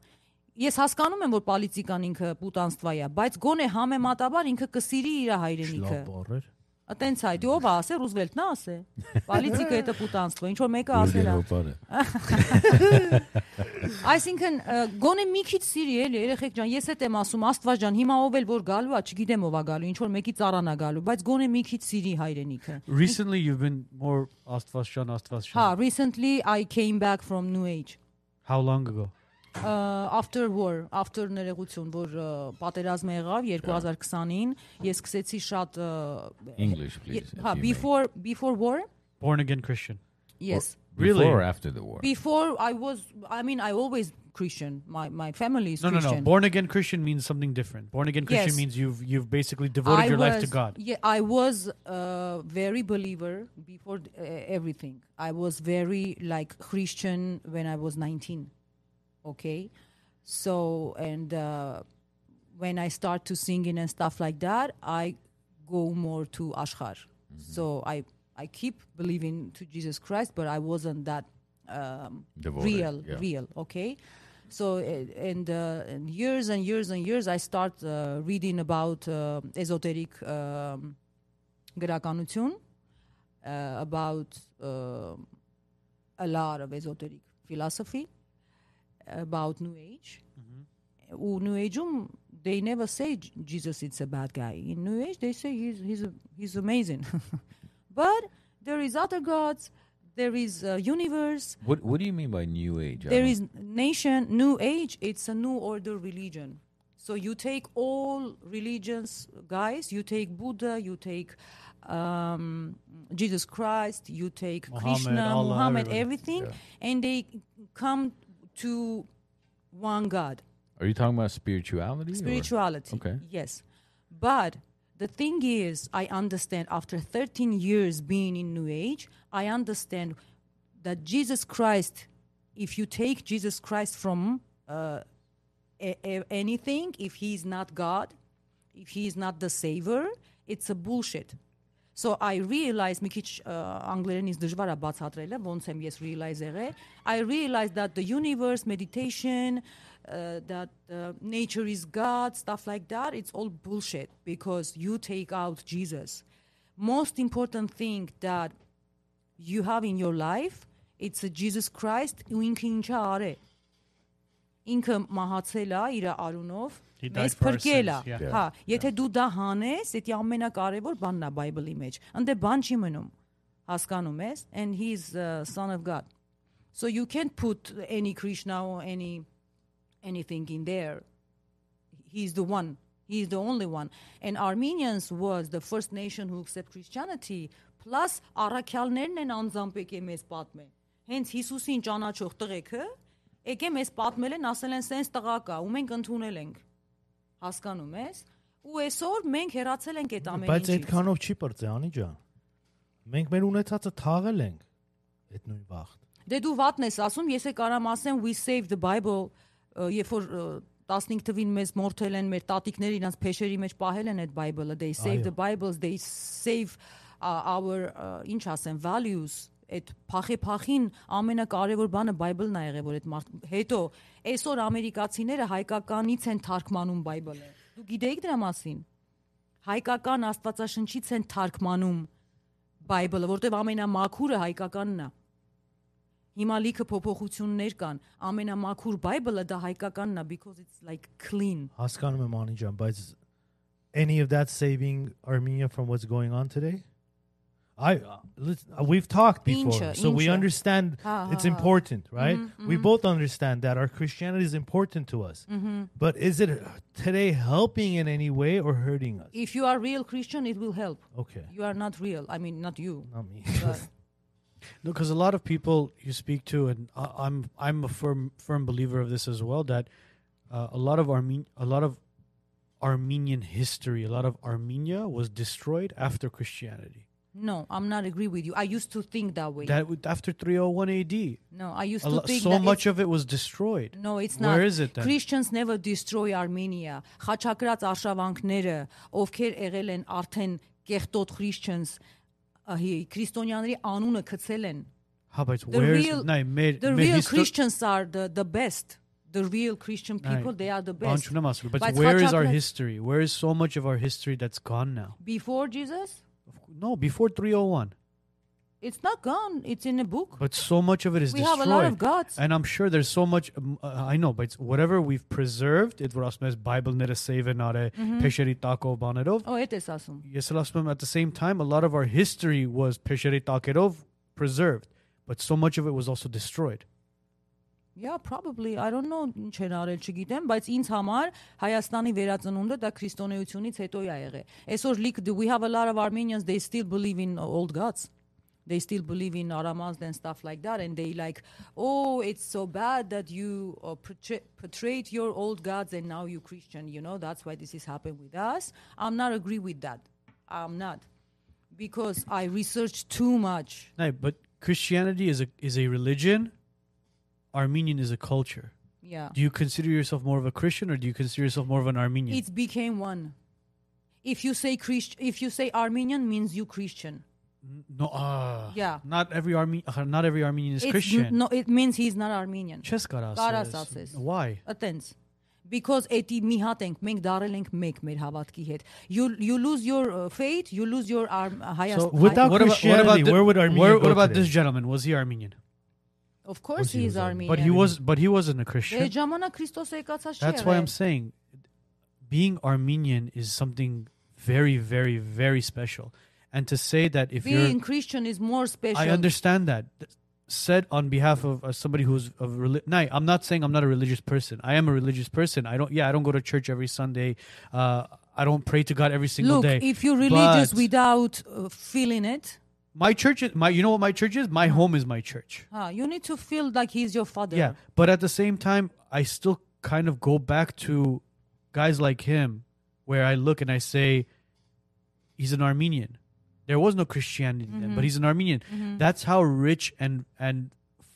[SPEAKER 4] Ես հասկանում եմ, որ պոլիտիկան ինքը պուտանստվա է, բայց գոնե համեմատաբար ինքը կսիրի իր հայրենիքը։
[SPEAKER 5] լավ բառեր։
[SPEAKER 4] Ատենց այդ ով է ասե Ռուզվելտն է ասե։ Պոլիտիկա դա պուտանստվա, ինչ որ մեկը ասել է։ Uh, Այսինքն ը, գոնե մի քիչ սիրի էլի երեխեք ջան, ես էդ եմ ասում Աստված ջան, հիմա ով էլ որ գալու է, չգիտեմ ով է գալու, ինչ որ մեկի ծառան է գալու, բայց գոնե մի քիչ սիրի հայրենիքը։
[SPEAKER 2] Recently, you've been more Astvashan, Astvashan.
[SPEAKER 4] Հա, recently I came back from New Age
[SPEAKER 2] How long ago?
[SPEAKER 4] uh, after war, after ներեգություն, որ ը, պատերազմը եղավ 2020-ին, ես սկսեցի շատ ը,
[SPEAKER 3] English,
[SPEAKER 4] ե-
[SPEAKER 3] please.
[SPEAKER 4] հա, uh, before before war,
[SPEAKER 2] Born again Christian.
[SPEAKER 4] yes.
[SPEAKER 2] Really?
[SPEAKER 3] Really? Before or after the war?
[SPEAKER 4] Before I was I mean I always Christian. My my family is
[SPEAKER 2] No, no,
[SPEAKER 4] Christian.
[SPEAKER 2] no. Born again Christian means something different. Born again Christian
[SPEAKER 4] Yes.
[SPEAKER 2] means you've you've basically devoted your life to God.
[SPEAKER 4] Yeah, I was uh, very believer before uh, everything. I was very like Christian when I was 19. Okay. So, and uh, when I start to singing and stuff like that, I go more to Ashkar. So I I keep believing to Jesus Christ, but I wasn't that um,
[SPEAKER 3] Devoted,
[SPEAKER 4] real,
[SPEAKER 3] yeah.
[SPEAKER 4] real. Okay. So a- and, uh, and years and years and years, I start uh, reading about uh, esoteric um, գրականություն uh, about um a lot of esoteric philosophy about new age U new age-um they never say J- jesus is a bad guy in new age they say he's he's a, he's amazing but there is other gods there is a universe
[SPEAKER 3] What What do you mean by New Age? I
[SPEAKER 4] there
[SPEAKER 3] don't-
[SPEAKER 4] is nation new age it's a new order religion so you take all religions guys you take buddha you take um, jesus christ you take
[SPEAKER 5] Muhammad,
[SPEAKER 4] krishna
[SPEAKER 5] Allah,
[SPEAKER 4] muhammad
[SPEAKER 5] everybody.
[SPEAKER 4] everything and they come to one god
[SPEAKER 3] Are you talking about spirituality? or-
[SPEAKER 4] spirituality
[SPEAKER 3] Okay.
[SPEAKER 4] yes but the thing is i understand after 13 years being in new age i understand that jesus christ if you take jesus christ from uh, a- a- anything if he is not god if he is not the savior it's a bullshit So I realized մի քիչ ը, անգլերենից դժվար է բացատրել, ոնց եմ ես realize եղել։ I realized that the universe, meditation, uh, that uh, nature is God, stuff like that, it's all bullshit because you take out Jesus. Most important thing that you have in your life, it's a Jesus Christ, ու ինքը ինչա արե։ Ինքը մահացել է իր արունով,
[SPEAKER 6] He died
[SPEAKER 4] մեզ
[SPEAKER 6] for our
[SPEAKER 4] փրկել
[SPEAKER 6] sins,
[SPEAKER 4] է։
[SPEAKER 6] yeah.
[SPEAKER 4] Հա, եթե դու դա հանես, դա ամենակարևոր բանն է Bible-ի մեջ։ Անդե բան չի մնում։ Հասկանում ես? And he is uh, son of God. So you can't put any Krishna or any anything in there. He's the one. He's the only one. And Armenians was the first nation who accept Christianity. Plus առաքյալներն են անձամբ եկե մեզ պատմել։ Հենց Հիսուսին ճանաչող տղեկը եկե մեզ պատմել են, ասել են սենց տղա կա, ու մենք ընդունել ենք։ Հասկանում ես։ Ու այսօր մենք հերացել ենք այդ ամեն
[SPEAKER 5] Բայց
[SPEAKER 4] ինչից։
[SPEAKER 5] այդքանով չի բրծե, անի ջան։ Մենք մեր ունեցածը թաղել ենք այդ նույն վաղ։
[SPEAKER 4] Դե դու վատն ես ասում, ես է կարամ ասեմ we save the bible, ը, երբ որ ը, 15 թվին մեզ մորթել են մեր տատիկները իրանց փեշերի մեջ պահել են այդ bible-ը, they save the bibles, they save uh, our uh, ինչ ասեմ values այդ փախե փախին ամենակարևոր բանը Bible-ն է եղել որ այդ մարդ հետո այսօր ամերիկացիները հայկականից են թարգմանում Bible-ը դու գիտեիք դրա մասին հայկական աստվածաշնչից են թարգմանում Bible-ը որտեղ ամենամաքուրը հայկականն է Հիմա լիքը փոփոխություններ կան։ Ամենամաքուր Bible-ը դա հայկականն է because it's like clean։
[SPEAKER 5] Հասկանում եմ, անի ջան, բայց any of that saving Armenia from what's going on today? I let's, we've talked before,
[SPEAKER 4] Incha,
[SPEAKER 5] so we
[SPEAKER 4] incha. Ah,
[SPEAKER 5] understand
[SPEAKER 4] Ha,
[SPEAKER 5] it's
[SPEAKER 4] ha, ha.
[SPEAKER 5] important, right?
[SPEAKER 4] Mm-hmm,
[SPEAKER 5] We both understand that our Christianity is important to us,
[SPEAKER 4] Mm-hmm.
[SPEAKER 5] but is it uh, today helping in any way or hurting us?
[SPEAKER 4] If you are real Christian, it will help.
[SPEAKER 5] Okay,
[SPEAKER 4] You are not real. I mean, not you.
[SPEAKER 5] not me.
[SPEAKER 4] But
[SPEAKER 2] No, because a lot of people you speak to, and I, I'm I'm a firm firm believer of this as well. That uh, a lot of Armen a lot of Armenian history, a lot of Armenia was destroyed after Christianity.
[SPEAKER 4] no, I'm not agree with you. I used to think that way.
[SPEAKER 2] That would- after 301 AD,
[SPEAKER 4] no, I used
[SPEAKER 2] a
[SPEAKER 4] to
[SPEAKER 2] lo-
[SPEAKER 4] think
[SPEAKER 2] so
[SPEAKER 4] that
[SPEAKER 2] much
[SPEAKER 4] it's-
[SPEAKER 2] of it was destroyed.
[SPEAKER 4] No, it's not.
[SPEAKER 2] Where is it then?
[SPEAKER 4] Christians never destroy Armenia. Խաչակրած արշավանքները, ովքեր եղել են արդեն կեղտոտ Christians, ահի քրիստոնյաների անունը կցել են։
[SPEAKER 2] How about
[SPEAKER 4] the
[SPEAKER 2] where's
[SPEAKER 4] real-
[SPEAKER 2] no, made,
[SPEAKER 4] The
[SPEAKER 2] made
[SPEAKER 4] real
[SPEAKER 2] histo-
[SPEAKER 4] Christians are the the best. The real Christian people, they are the best.
[SPEAKER 2] Բանջունեմ ասել, But,
[SPEAKER 4] Բայց
[SPEAKER 2] where is our
[SPEAKER 4] խաչակրաց-
[SPEAKER 2] history? Where is so much of our history that's gone now?
[SPEAKER 4] Before Jesus,
[SPEAKER 2] No, before 301.
[SPEAKER 4] it's not gone. It's in a book.
[SPEAKER 2] But so much of it is
[SPEAKER 4] We
[SPEAKER 2] destroyed.
[SPEAKER 4] have a lot of gods.
[SPEAKER 2] And I'm sure there's so much. um, uh, I know, but it's whatever we've preserved, it was mes Bible nere save nare
[SPEAKER 4] Mm-hmm.
[SPEAKER 2] pesheri takov banedov.
[SPEAKER 4] Oh, it is awesome.
[SPEAKER 2] Yes, Lasmam, at the same time, a lot of our history was pesheri takerov preserved, but so much of it was also destroyed.
[SPEAKER 4] Yeah, probably. I don't know ինչ են արել, չգիտեմ, բայց ինձ համար Հայաստանի վերածնունդը դա քրիստոնեությունից հետո է եղել։ Այսօր լիք we have a lot of Armenians they still believe in old gods. They still believe in Aramazd and stuff like that and they like, "Oh, it's so bad that you uh, portray- portrayed your old gods and now you Christian, you know, that's why this is happening with us." I'm not agree with that. I'm not because I researched too much.
[SPEAKER 2] No, but Christianity is a is a religion. Armenian is a culture.
[SPEAKER 4] Yeah.
[SPEAKER 2] Do you consider yourself more of a Christian or do you consider yourself more of an Armenian?
[SPEAKER 4] It became one. If you say Christ- if you say Armenian means you Christian.
[SPEAKER 2] no, ah,
[SPEAKER 4] Yeah.
[SPEAKER 2] Not every Arme- uh, not every Armenian is
[SPEAKER 4] It's n-
[SPEAKER 2] Christian.
[SPEAKER 4] No, it means he's not Armenian.
[SPEAKER 2] Չես կարա
[SPEAKER 4] Կարաս
[SPEAKER 2] ասես։
[SPEAKER 4] ասես։
[SPEAKER 2] Why?
[SPEAKER 4] Atens. Because էտի մի հատ ենք, մենք դարել ենք մեկ մեր հավատքի հետ. You you lose your uh, faith, you lose your arm, uh, highest.
[SPEAKER 5] So
[SPEAKER 4] high-
[SPEAKER 5] without What about- Christianity,
[SPEAKER 2] thi-
[SPEAKER 5] where would Armenia
[SPEAKER 2] where-
[SPEAKER 5] go
[SPEAKER 2] What about
[SPEAKER 5] today?
[SPEAKER 2] this gentleman? Was he Armenian?
[SPEAKER 4] of course he is Armenian.
[SPEAKER 2] But he was but he wasn't a
[SPEAKER 4] Դե
[SPEAKER 2] Christian.
[SPEAKER 4] ժամանակ Քրիստոսը եկածած չի
[SPEAKER 2] That's why I'm
[SPEAKER 4] եղել։
[SPEAKER 2] saying being Armenian is something very very very special. And to say that if you're
[SPEAKER 4] Being Christian is more special.
[SPEAKER 2] I understand that. Th- Said on behalf of uh, somebody who's of reli- no, I'm not saying I'm not a religious person. I am a religious person. I don't. Yeah, I don't go to church every Sunday. Uh, I don't pray to God every single
[SPEAKER 4] Look,
[SPEAKER 2] day.
[SPEAKER 4] if you're religious
[SPEAKER 2] But
[SPEAKER 4] without uh, feeling it,
[SPEAKER 2] my church, is, my you know what my church is. My home is my church.
[SPEAKER 4] huh, ah, you need to feel like he's your father.
[SPEAKER 2] Yeah, but at the same time, I still kind of go back to guys like him, where I look and I say, he's an Armenian. There was no Christianity then,
[SPEAKER 4] Mm-hmm.
[SPEAKER 2] but he's an Armenian. That's how rich and and f-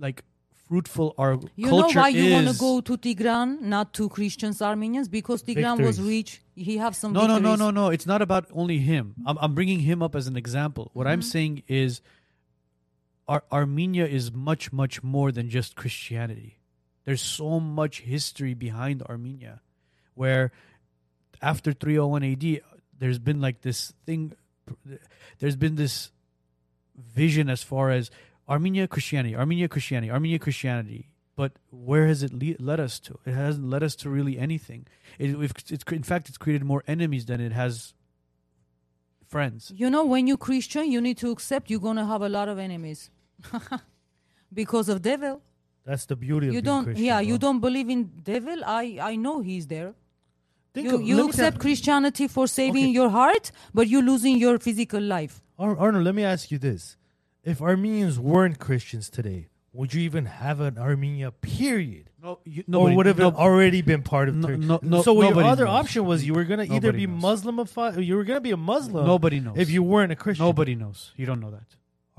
[SPEAKER 2] like fruitful our
[SPEAKER 4] You
[SPEAKER 2] culture
[SPEAKER 4] know why you want to
[SPEAKER 2] is.
[SPEAKER 4] go to Tigran, not to Christians Armenians, because Tigran was rich. He have some.
[SPEAKER 2] no, no,
[SPEAKER 4] victories.
[SPEAKER 2] no, no, no. It's not about only him. I'm, I'm bringing him up as an example. What
[SPEAKER 4] Mm-hmm.
[SPEAKER 2] I'm saying is, Ar- Armenia is much, much more than just Christianity. There's so much history behind Armenia, where after 301 AD, there's been like this thing. There's been this vision as far as Armenia Christianity, Armenia Christianity, Armenia Christianity. But where has it le- led us to? It hasn't led us to really anything. It, we've, it's cre- in fact, it's created more enemies than it has friends.
[SPEAKER 4] You know, when you Christian, you need to accept you're gonna have a lot of enemies because of devil.
[SPEAKER 5] That's the beauty of
[SPEAKER 4] You
[SPEAKER 5] being
[SPEAKER 4] don't.
[SPEAKER 5] Christian,
[SPEAKER 4] yeah, you
[SPEAKER 5] bro.
[SPEAKER 4] don't believe in devil. I I know he's there.
[SPEAKER 5] Think
[SPEAKER 4] You,
[SPEAKER 5] of-
[SPEAKER 4] you
[SPEAKER 5] let me tell-
[SPEAKER 4] accept Christianity for saving
[SPEAKER 5] Okay.
[SPEAKER 4] your heart, but you're losing your physical life.
[SPEAKER 5] Ar- Arnold, let me ask you this: If Armenians weren't Christians today, would you even have an Armenia? Period.
[SPEAKER 2] No, you,
[SPEAKER 5] or would have
[SPEAKER 2] no,
[SPEAKER 5] it already been part of
[SPEAKER 2] No-
[SPEAKER 5] Turkey?
[SPEAKER 2] no- no-
[SPEAKER 5] so your
[SPEAKER 2] nobody
[SPEAKER 5] other
[SPEAKER 2] knows.
[SPEAKER 5] option was you were gonna either
[SPEAKER 2] Nobody
[SPEAKER 5] be
[SPEAKER 2] knows.
[SPEAKER 5] Muslimify, you were gonna be a Muslim.
[SPEAKER 2] Nobody knows.
[SPEAKER 5] if you weren't a Christian.
[SPEAKER 2] nobody knows. You don't know that.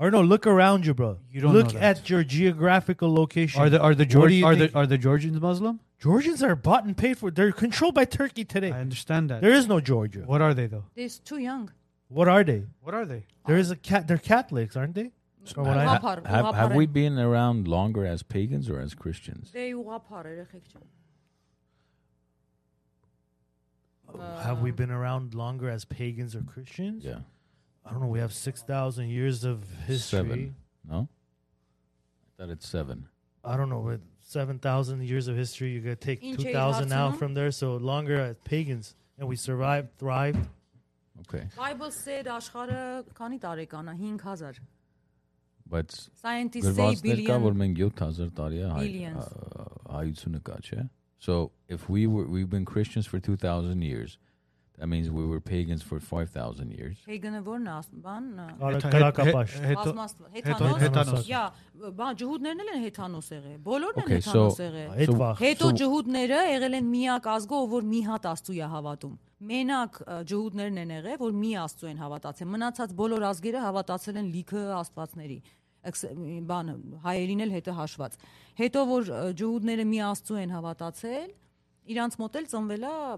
[SPEAKER 5] Or no, look around you, bro.
[SPEAKER 2] You don't
[SPEAKER 5] look
[SPEAKER 2] know that.
[SPEAKER 5] at your geographical location.
[SPEAKER 2] Are the are the
[SPEAKER 5] What do
[SPEAKER 2] Georg-
[SPEAKER 5] you
[SPEAKER 2] are
[SPEAKER 5] think-
[SPEAKER 2] the uh, are the Georgians Muslim?
[SPEAKER 5] Georgians are bought and paid for? They're controlled by Turkey
[SPEAKER 2] I
[SPEAKER 5] today.
[SPEAKER 2] understand that.
[SPEAKER 5] There is no Georgia. What,
[SPEAKER 2] What are they though?
[SPEAKER 4] They're too young.
[SPEAKER 5] are they?
[SPEAKER 2] What are they?
[SPEAKER 5] There is a cat. They're Catholics, aren't they? From what I-
[SPEAKER 4] Ugapar,
[SPEAKER 3] Ha- have, have
[SPEAKER 4] Ugapar.
[SPEAKER 3] we been around longer as pagans or as Christians?
[SPEAKER 4] They ուղափար երեխեք ջան։
[SPEAKER 5] have we been around longer as pagans or Christians?
[SPEAKER 3] uh, Yeah,
[SPEAKER 5] I don't know. We have six thousand years of history.
[SPEAKER 3] seven. No, I thought it's seven.
[SPEAKER 5] I don't know, with 7,000 years of history, you could take
[SPEAKER 4] In
[SPEAKER 5] 2,000
[SPEAKER 4] Jay
[SPEAKER 5] out
[SPEAKER 4] Hudson?
[SPEAKER 5] from there. So longer as pagans. And we survived, thrived.
[SPEAKER 3] Okay,
[SPEAKER 4] Bible said աշխարը քանի տարեկան է 5000։
[SPEAKER 3] but
[SPEAKER 4] Scientists say
[SPEAKER 3] գրվածներ կա, որ
[SPEAKER 4] billion.
[SPEAKER 3] մենք 7000 տարի է հայ-
[SPEAKER 4] Billions.
[SPEAKER 3] ա- հայությունը կա, չէ՞։ So if we were we've been Christians for 2000 years, that means we were pagans for 5000 years.
[SPEAKER 4] Հեգնը որն է ասում, բան
[SPEAKER 5] Կարա- Կարակապաշտ։
[SPEAKER 4] բազմաստվ-
[SPEAKER 2] հեթանոս։
[SPEAKER 4] հեթանոս։ Յա, բա ջհուդներն էլ են հեթանոս եղել։ Բոլորն են
[SPEAKER 3] Okay, so-
[SPEAKER 4] հեթանոս եղել։
[SPEAKER 5] Այդ
[SPEAKER 3] So-
[SPEAKER 5] վաղ։
[SPEAKER 4] Հետո
[SPEAKER 3] so-
[SPEAKER 4] ջհուդները եղել են միակ ազգը, ով որ մի հատ Աստծու է հավատում։ Մենակ ը, ջհուդներն են եղել, որ մի Աստծու են հավատացել։ Մնացած բոլոր ազգերը հավատացել են լիքը աստվածների Ex- մ, բանը հայերին էլ հետը հաշված։ Հետո որ ը, ջհուդները մի Աստծու են հավատացել, իրանց մոտ էլ ծնվելա ը,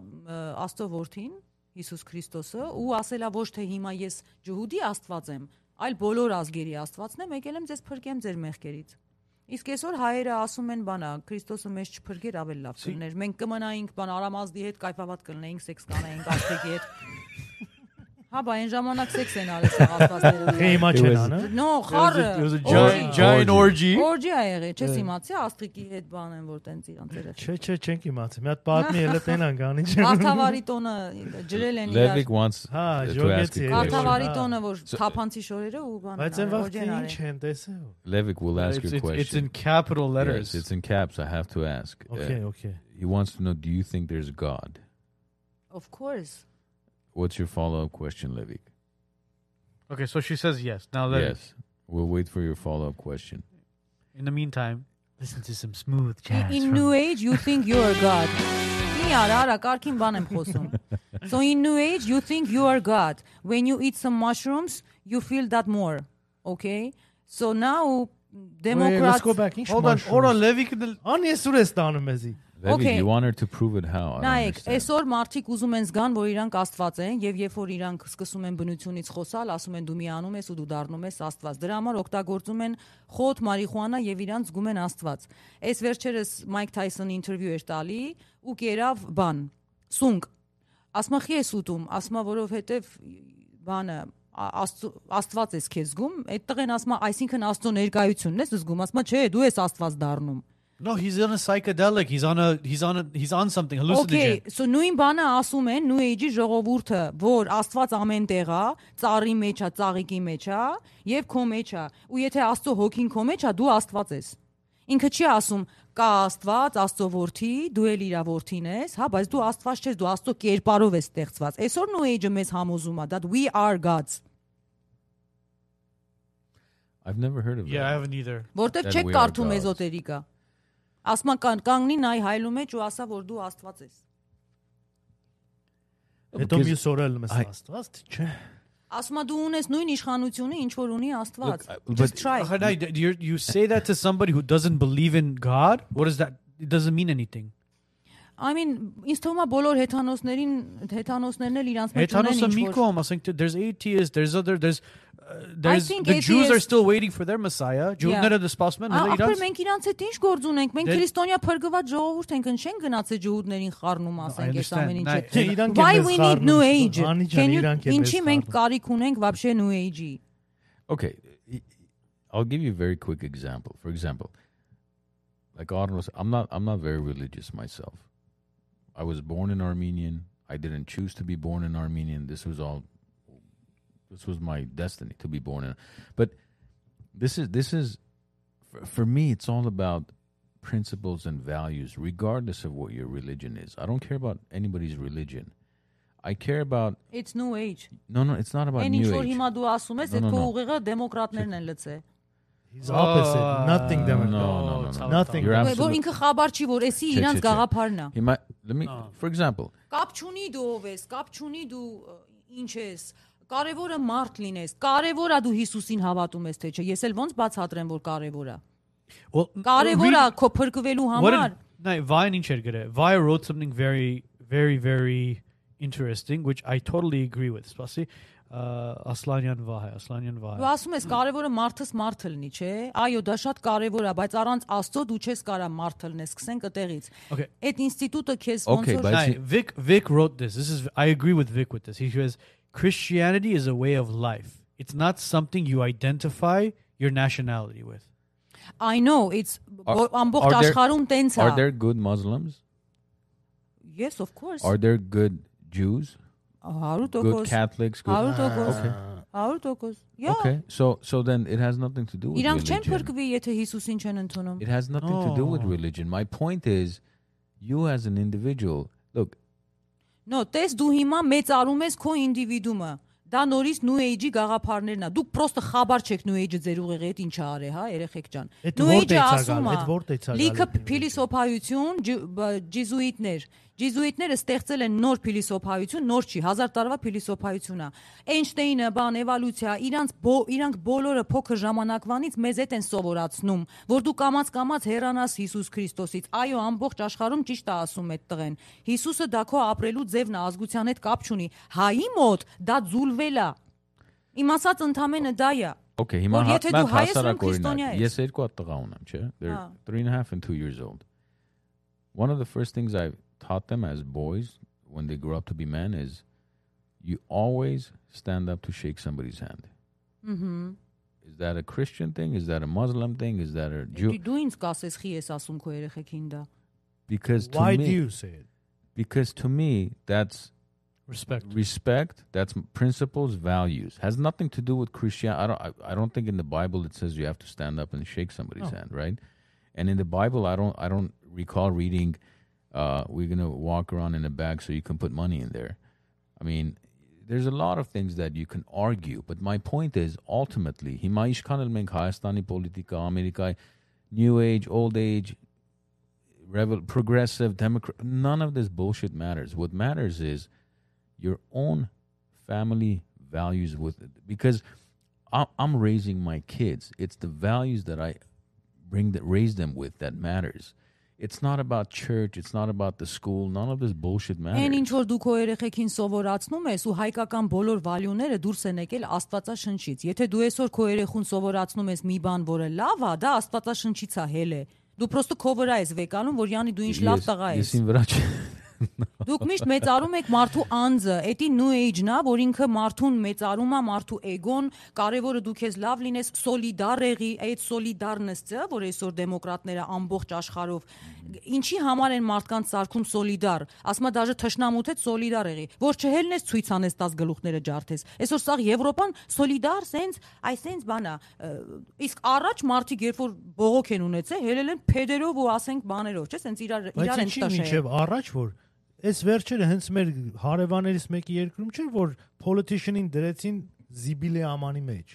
[SPEAKER 4] Աստծո որդին Հիսուս Քրիստոսը ու ասելա ոչ թե հիմա ես ջհուդի Աստված եմ, այլ բոլոր ազգերի Աստվածն եմ, եկել եմ ձեզ փրկեմ ձեր մեղքերից։ Իսկ այսօր հայերը ասում են բանա, Քրիստոսը մեզ չփրկեր ավելի լավ կներ։ Մենք կմնայինք բան Արամազդի հետ կայֆաբատ կլնեինք, սեքս կանայինք աստղի հետ։ Հա, բա այն ժամանակ սեքս են արել սաղ
[SPEAKER 5] Քեի
[SPEAKER 4] աստվածները։
[SPEAKER 5] մաչեն անա։
[SPEAKER 4] No, խառը։
[SPEAKER 2] It was a
[SPEAKER 4] Օրի-
[SPEAKER 2] giant, giant orgy.
[SPEAKER 4] Օրջի ա եղել, չես իմացի աստղի հետ բան են որ տենց իրանց երեխա։
[SPEAKER 5] Չէ, չէ, չենք իմացի։ Մի հատ պատմի էլ տենան գանի չէ։
[SPEAKER 4] Կարթավարի տոնը ջրել են իրար։
[SPEAKER 3] Levik wants
[SPEAKER 5] Ah,
[SPEAKER 3] to ask
[SPEAKER 5] Jorgetsi.
[SPEAKER 3] a question.
[SPEAKER 5] Kartavar-
[SPEAKER 4] Կարթավարի
[SPEAKER 5] Ա։
[SPEAKER 4] տոնը որ թափանցի շորերը ու բան։
[SPEAKER 5] Բայց այն
[SPEAKER 4] արել,
[SPEAKER 5] վաղ
[SPEAKER 4] օրգեն արել։
[SPEAKER 5] ինչ են տեսել։
[SPEAKER 3] Levik will ask
[SPEAKER 2] It's,
[SPEAKER 3] your
[SPEAKER 2] it's,
[SPEAKER 3] question.
[SPEAKER 2] it's in capital
[SPEAKER 3] Yes,
[SPEAKER 2] letters.
[SPEAKER 3] it's in caps. I have to ask. Uh,
[SPEAKER 5] Okay, okay.
[SPEAKER 3] he wants to know: Do you think there's God?
[SPEAKER 4] Of course։
[SPEAKER 3] What's your follow-up question, Levik?
[SPEAKER 2] okay, so she says yes. Now let
[SPEAKER 3] Yes, we'll wait for your follow-up question.
[SPEAKER 2] in the meantime, listen to some smooth jazz.
[SPEAKER 4] In
[SPEAKER 2] from-
[SPEAKER 4] new age you think you are god. Մի արա, արա, կարքին բան եմ խոսում։ So in new age you think you are god. When you eat some mushrooms, you feel that more. Okay? So now
[SPEAKER 6] Wait, let's
[SPEAKER 4] Democrats.
[SPEAKER 6] go back.
[SPEAKER 5] Ինչ
[SPEAKER 6] Hold on.
[SPEAKER 5] մաշուր։
[SPEAKER 6] Օրա Լևիկն էլ
[SPEAKER 5] e
[SPEAKER 6] անի ես ուր է ստանում էզի։
[SPEAKER 3] Levi,
[SPEAKER 4] Okay.
[SPEAKER 3] you want her to prove it how? I don't
[SPEAKER 4] Նայեք,
[SPEAKER 3] understand.
[SPEAKER 4] այսօր մարդիկ ուզում են զգան, որ իրանք աստված են, եւ երբ որ իրանք սկսում են բնությունից խոսալ, ասում են դու միանում ես ու դու դառնում ես աստված։ Դրա համար օգտագործում են խոտ մարիխուանա եւ իրանք զգում են աստված։ Այս վերջերս Մայք Թայսոնի ինտերվյու էր տալի ու կերավ բան սունկ ասմա խի ես ուտում, ասմա որովհետև բանը ա- Աստծո- աստված ես քեզ զգում, այդ տղեն ասմա, այսինքն աստծո ներկայությունն ես զգում, ասմա չէ, դու ես աստված դառնում։
[SPEAKER 2] No, he's on a psychedelic. He's on a he's on a he's on something hallucinogen.
[SPEAKER 4] Okay, so նույն բանը ասում են New Age-ի ժողովուրդը, որ Աստված ամեն տեղ է, ծառի մեջ է, ծաղիկի մեջ է, եւ քո մեջ է։ Ու եթե Աստծո հոգին քո մեջ է, դու Աստված ես։ Ինքը չի ասում կա Աստված, Աստծո որդի, դու էլ իր որդին ես, հա, բայց դու Աստված չես, դու Աստծո կերպարով ես ստեղծված։ Այսօր New Age-ը մեզ համոզում է, that we are gods,
[SPEAKER 3] I've never heard of
[SPEAKER 2] Yeah, I
[SPEAKER 3] that.
[SPEAKER 2] haven't either.
[SPEAKER 4] որտեղ
[SPEAKER 3] That
[SPEAKER 4] չեք
[SPEAKER 3] we are
[SPEAKER 4] կարդում
[SPEAKER 3] gods.
[SPEAKER 4] էզոտերիկա։ Ասմա կան կանգնի նայ հայլու մեջ ու ասա, որ դու Աստված ես։
[SPEAKER 5] Հետո
[SPEAKER 3] Because-
[SPEAKER 5] մյուս օրը լմես
[SPEAKER 3] I-
[SPEAKER 5] աստված, թե չէ։
[SPEAKER 4] Ասմա դու ունես նույն իշխանությունը, ինչ որ ունի Աստված։
[SPEAKER 3] Look, I-
[SPEAKER 4] Just
[SPEAKER 3] but-
[SPEAKER 4] try.
[SPEAKER 2] Hanai, you you say that to somebody who doesn't believe in God? What is that? It doesn't mean anything.
[SPEAKER 4] I mean, ինձ թվում է բոլոր հեթանոսներին, հեթանոսներն էլ իրանց մեջ ունեն
[SPEAKER 2] Ethanos
[SPEAKER 4] ինչ որ։
[SPEAKER 2] Amikom, I was saying, there's atheists, there's other, there's, uh, there's
[SPEAKER 4] think
[SPEAKER 2] the Jews are
[SPEAKER 4] atheists-
[SPEAKER 2] still waiting for their Messiah.
[SPEAKER 4] Yeah. Ah,
[SPEAKER 2] Judnera the spouseman,
[SPEAKER 4] Ա- Ապա
[SPEAKER 2] I
[SPEAKER 4] մենք իրանց հետ ինչ գործ ունենք։ Մենք
[SPEAKER 2] Դե-
[SPEAKER 4] քրիստոնյա փրկված ժողովուրդ ենք, ընդ չեն գնացել ջհուդներին խառնում ասենք այս
[SPEAKER 2] understand,
[SPEAKER 4] ամեն
[SPEAKER 2] նայ-
[SPEAKER 4] ինչը։
[SPEAKER 5] Չէ, իրանք են
[SPEAKER 4] Why
[SPEAKER 5] մեզ
[SPEAKER 4] we need new
[SPEAKER 5] խառնում,
[SPEAKER 4] age?
[SPEAKER 5] Անի ջան,
[SPEAKER 4] Can you
[SPEAKER 5] իրանք են մեզ
[SPEAKER 4] ինչի մենք
[SPEAKER 5] խառնում։
[SPEAKER 4] կարիք ունենք вообще new age-ի։
[SPEAKER 3] Okay, I- I'll give you a very quick example. For example, like Arnold, I'm not I'm not very religious myself. I was born in Armenian. I didn't choose to be born in Armenian. This was all. This was my destiny to be born in. But this is this is for, for me. It's all about principles and values, regardless of what your religion is. I don't care about anybody's religion. I care about
[SPEAKER 4] It's new age։
[SPEAKER 3] no, no. It's not about
[SPEAKER 4] Այն
[SPEAKER 3] new
[SPEAKER 4] ինչ որ
[SPEAKER 3] age.
[SPEAKER 4] հիմա դու ասում ես,
[SPEAKER 3] No,
[SPEAKER 4] այդ
[SPEAKER 3] no,
[SPEAKER 4] քո
[SPEAKER 3] no.
[SPEAKER 4] ուղեղը դեմոկրատներն են լցել։
[SPEAKER 5] He's opposite.
[SPEAKER 3] Oh,
[SPEAKER 5] Nothing
[SPEAKER 3] no,
[SPEAKER 5] democratic.
[SPEAKER 3] no, no, no,
[SPEAKER 2] it's
[SPEAKER 3] no.
[SPEAKER 2] not-
[SPEAKER 5] Nothing.
[SPEAKER 3] You're
[SPEAKER 4] Ու- Որ
[SPEAKER 3] absolutely.
[SPEAKER 4] ինքը խաբար չի, որ էսի
[SPEAKER 3] Չէ, չէ,
[SPEAKER 4] իրանց
[SPEAKER 3] չէ։
[SPEAKER 4] գաղափարն է։
[SPEAKER 3] He might. Let me. For example,
[SPEAKER 4] Կապ չունի դու ով ես, կապ չունի դու ը, ինչ ես։ Կարևորը մարդ լինես։ Կարևորա դու Հիսուսին հավատում ես թե չէ։ Ես էլ ոնց բացատրեմ, որ կարևորա։
[SPEAKER 2] Well,
[SPEAKER 4] Կարևորա
[SPEAKER 2] read-
[SPEAKER 4] քո փրկվելու
[SPEAKER 2] What did
[SPEAKER 4] համար։
[SPEAKER 2] no, Vaya Ninchergere? eh? Vaya wrote something very, very, very interesting, which I totally agree with. Spasi, uh, Aslanyan Vaya, Aslanyan
[SPEAKER 4] Դու
[SPEAKER 2] Vaya.
[SPEAKER 4] ասում ես կարևորը մարդըս մարդը լինի, չէ։ Այո, դա շատ կարևոր է, բայց առանց Աստծո դու չես կարա մարդը լինես, սկսենք այդտեղից։
[SPEAKER 2] Okay.
[SPEAKER 4] Այդ ինստիտուտը քեզ ոնց
[SPEAKER 3] Okay,
[SPEAKER 4] որ
[SPEAKER 3] but-
[SPEAKER 2] Nay,
[SPEAKER 3] see-
[SPEAKER 2] Vic Vic wrote this. This is I agree with Vic with this. He says Christianity is a way of life. It's not something you identify your nationality with.
[SPEAKER 4] I know it's
[SPEAKER 3] Are-
[SPEAKER 4] որ ամբողջ
[SPEAKER 3] are there-
[SPEAKER 4] աշխարհում տենց
[SPEAKER 3] are
[SPEAKER 4] է։
[SPEAKER 3] there good Muslims?
[SPEAKER 4] Yes, of course։
[SPEAKER 3] Are there good Jews?
[SPEAKER 4] 100%։
[SPEAKER 3] Good Catholics? Good. Ah,
[SPEAKER 4] 100%։ 100%։ Yeah։
[SPEAKER 3] Okay. So so then it has nothing to do with
[SPEAKER 4] Իրանք չեն
[SPEAKER 3] religion.
[SPEAKER 4] փրկվի, եթե Հիսուսին չեն ընդունում։
[SPEAKER 3] It has nothing to do with
[SPEAKER 2] No.
[SPEAKER 3] religion. My point is, you as an individual, look.
[SPEAKER 4] Նո, տես դու հիմա մեծարում ես քո ինդիվիդումը։ Դա նորից New Age-ի գաղափարներն է։ Դուք պրոստը խաբար չեք New Age-ը ձեր ուղեղի հետ ինչա արե, հա, երեխեք ջան։
[SPEAKER 5] Էդ
[SPEAKER 4] New
[SPEAKER 5] որտե՞ց
[SPEAKER 4] Age-ը
[SPEAKER 5] ա գալու,
[SPEAKER 4] ասում է,
[SPEAKER 5] էդ որտե՞ց ա գալու
[SPEAKER 4] Լիքը
[SPEAKER 5] New Age-ը։
[SPEAKER 4] փիլիսոփայություն, ջի- բ- ջիզուիտներ։ Ջիզուիտները ստեղծել են նոր փիլիսոփայություն, նոր չի, 1000 տարվա փիլիսոփայություն է։ Էյնշտեյնը, բան, էվոլյուցիա, իրանք բո- իրանք բոլորը փոքր ժամանակվանից մեզ հետ են սովորացնում, որ դու կամած-կամած հեռանաս Հիսուս Քրիստոսից։ Այո, ամբողջ աշխարհում ճիշտ է ասում այդ տղեն։ Հիսուսը դա քո ապրելու ձևն է, ազգության հետ կապ չունի։ Հայի մոտ դա ձուլվել է։ Իմ ասած ընդամենը դա է։
[SPEAKER 3] Okay,
[SPEAKER 4] Որ
[SPEAKER 3] հիմա հա-
[SPEAKER 4] եթե
[SPEAKER 3] մա-
[SPEAKER 4] դու հայ ես,
[SPEAKER 3] հասարակ
[SPEAKER 4] ում քրիստոնյա
[SPEAKER 3] օրինակ,
[SPEAKER 4] ես։
[SPEAKER 3] Ես երկու հատ տղա ունեմ, չէ։ They're
[SPEAKER 4] Հա.
[SPEAKER 3] three and a half and two years old. One of the first things I taught them as boys when they grow up to be men is you always stand up to shake somebody's hand. Is that a Christian thing? Is that a Muslim thing? Is that a Jew?
[SPEAKER 4] Դու ինձ կասես խի ես ասում քո երեխեքին դա։
[SPEAKER 3] Because to
[SPEAKER 5] Why
[SPEAKER 3] me,
[SPEAKER 5] do you say it?
[SPEAKER 3] because to me that's
[SPEAKER 2] Respect.
[SPEAKER 3] respect that's m- principles values has nothing to do with christian i don't I, I don't think in the bible it says you have to stand up and shake somebody's hand right and in the bible i don't i don't recall reading uh we're gonna walk around in a bag so you can put money in there i mean there's a lot of things that you can argue but my point is ultimately հիմա ինչքան էլ մենք հայաստանի politika ամերիկայի new age old age revol- progressive democrat none of this bullshit matters what matters is your own family values with it because I- I'm raising my kids. It's the values that I bring that raise them with that matters. It's not about church. It's not about the school. None of this bullshit matters.
[SPEAKER 4] Այն ինչ որ դու քո երեխեքին սովորացնում ես ու հայկական բոլոր վալյուները դուրս են եկել Աստվածաշնչից։ Եթե դու այսօր քո երեխուն սովորացնում ես մի բան, որը լավ է, դա Աստվածաշնչից է հել է։ Դու պրոստը քո վրա ես վեկանում, որ յանի դու ինչ լավ տղա ես։
[SPEAKER 3] Ես ինձ վրա չ-
[SPEAKER 4] Դուք միշտ մեծարում եք մարդու անձը, էտի new age-նա, որ ինքը մարդուն մեծարում է, մարդու էգոն, կարևորը դու քեզ լավ լինես, սոլիդար եղի, այդ սոլիդարնեսը, որ այսօր դեմոկրատները ամբողջ աշխարհով ինչի համար են մարդկանց սարքում սոլիդար, ասма դաժե թշնամուտ է սոլիդար եղի, որ չհելնես ցույցանես 10 գլուխները ջարդես։ Այսօր սաղ Եվրոպան սոլիդար sense, այս sense բանա, ը, իսկ առաջ մարդիկ երբ որ բողոք են ունեցել, հելել են փեդերով ու ասենք բաներով, չէ՞, sense իրար իրար
[SPEAKER 5] Բայց
[SPEAKER 4] են
[SPEAKER 5] ինչի՞
[SPEAKER 4] տաշել։
[SPEAKER 5] մինչև առաջ որ այս վերջերը հենց մեր հարևաններից մեկի երկրում չէր որ politician-ին դրեցին զիբիլե ամանի մեջ։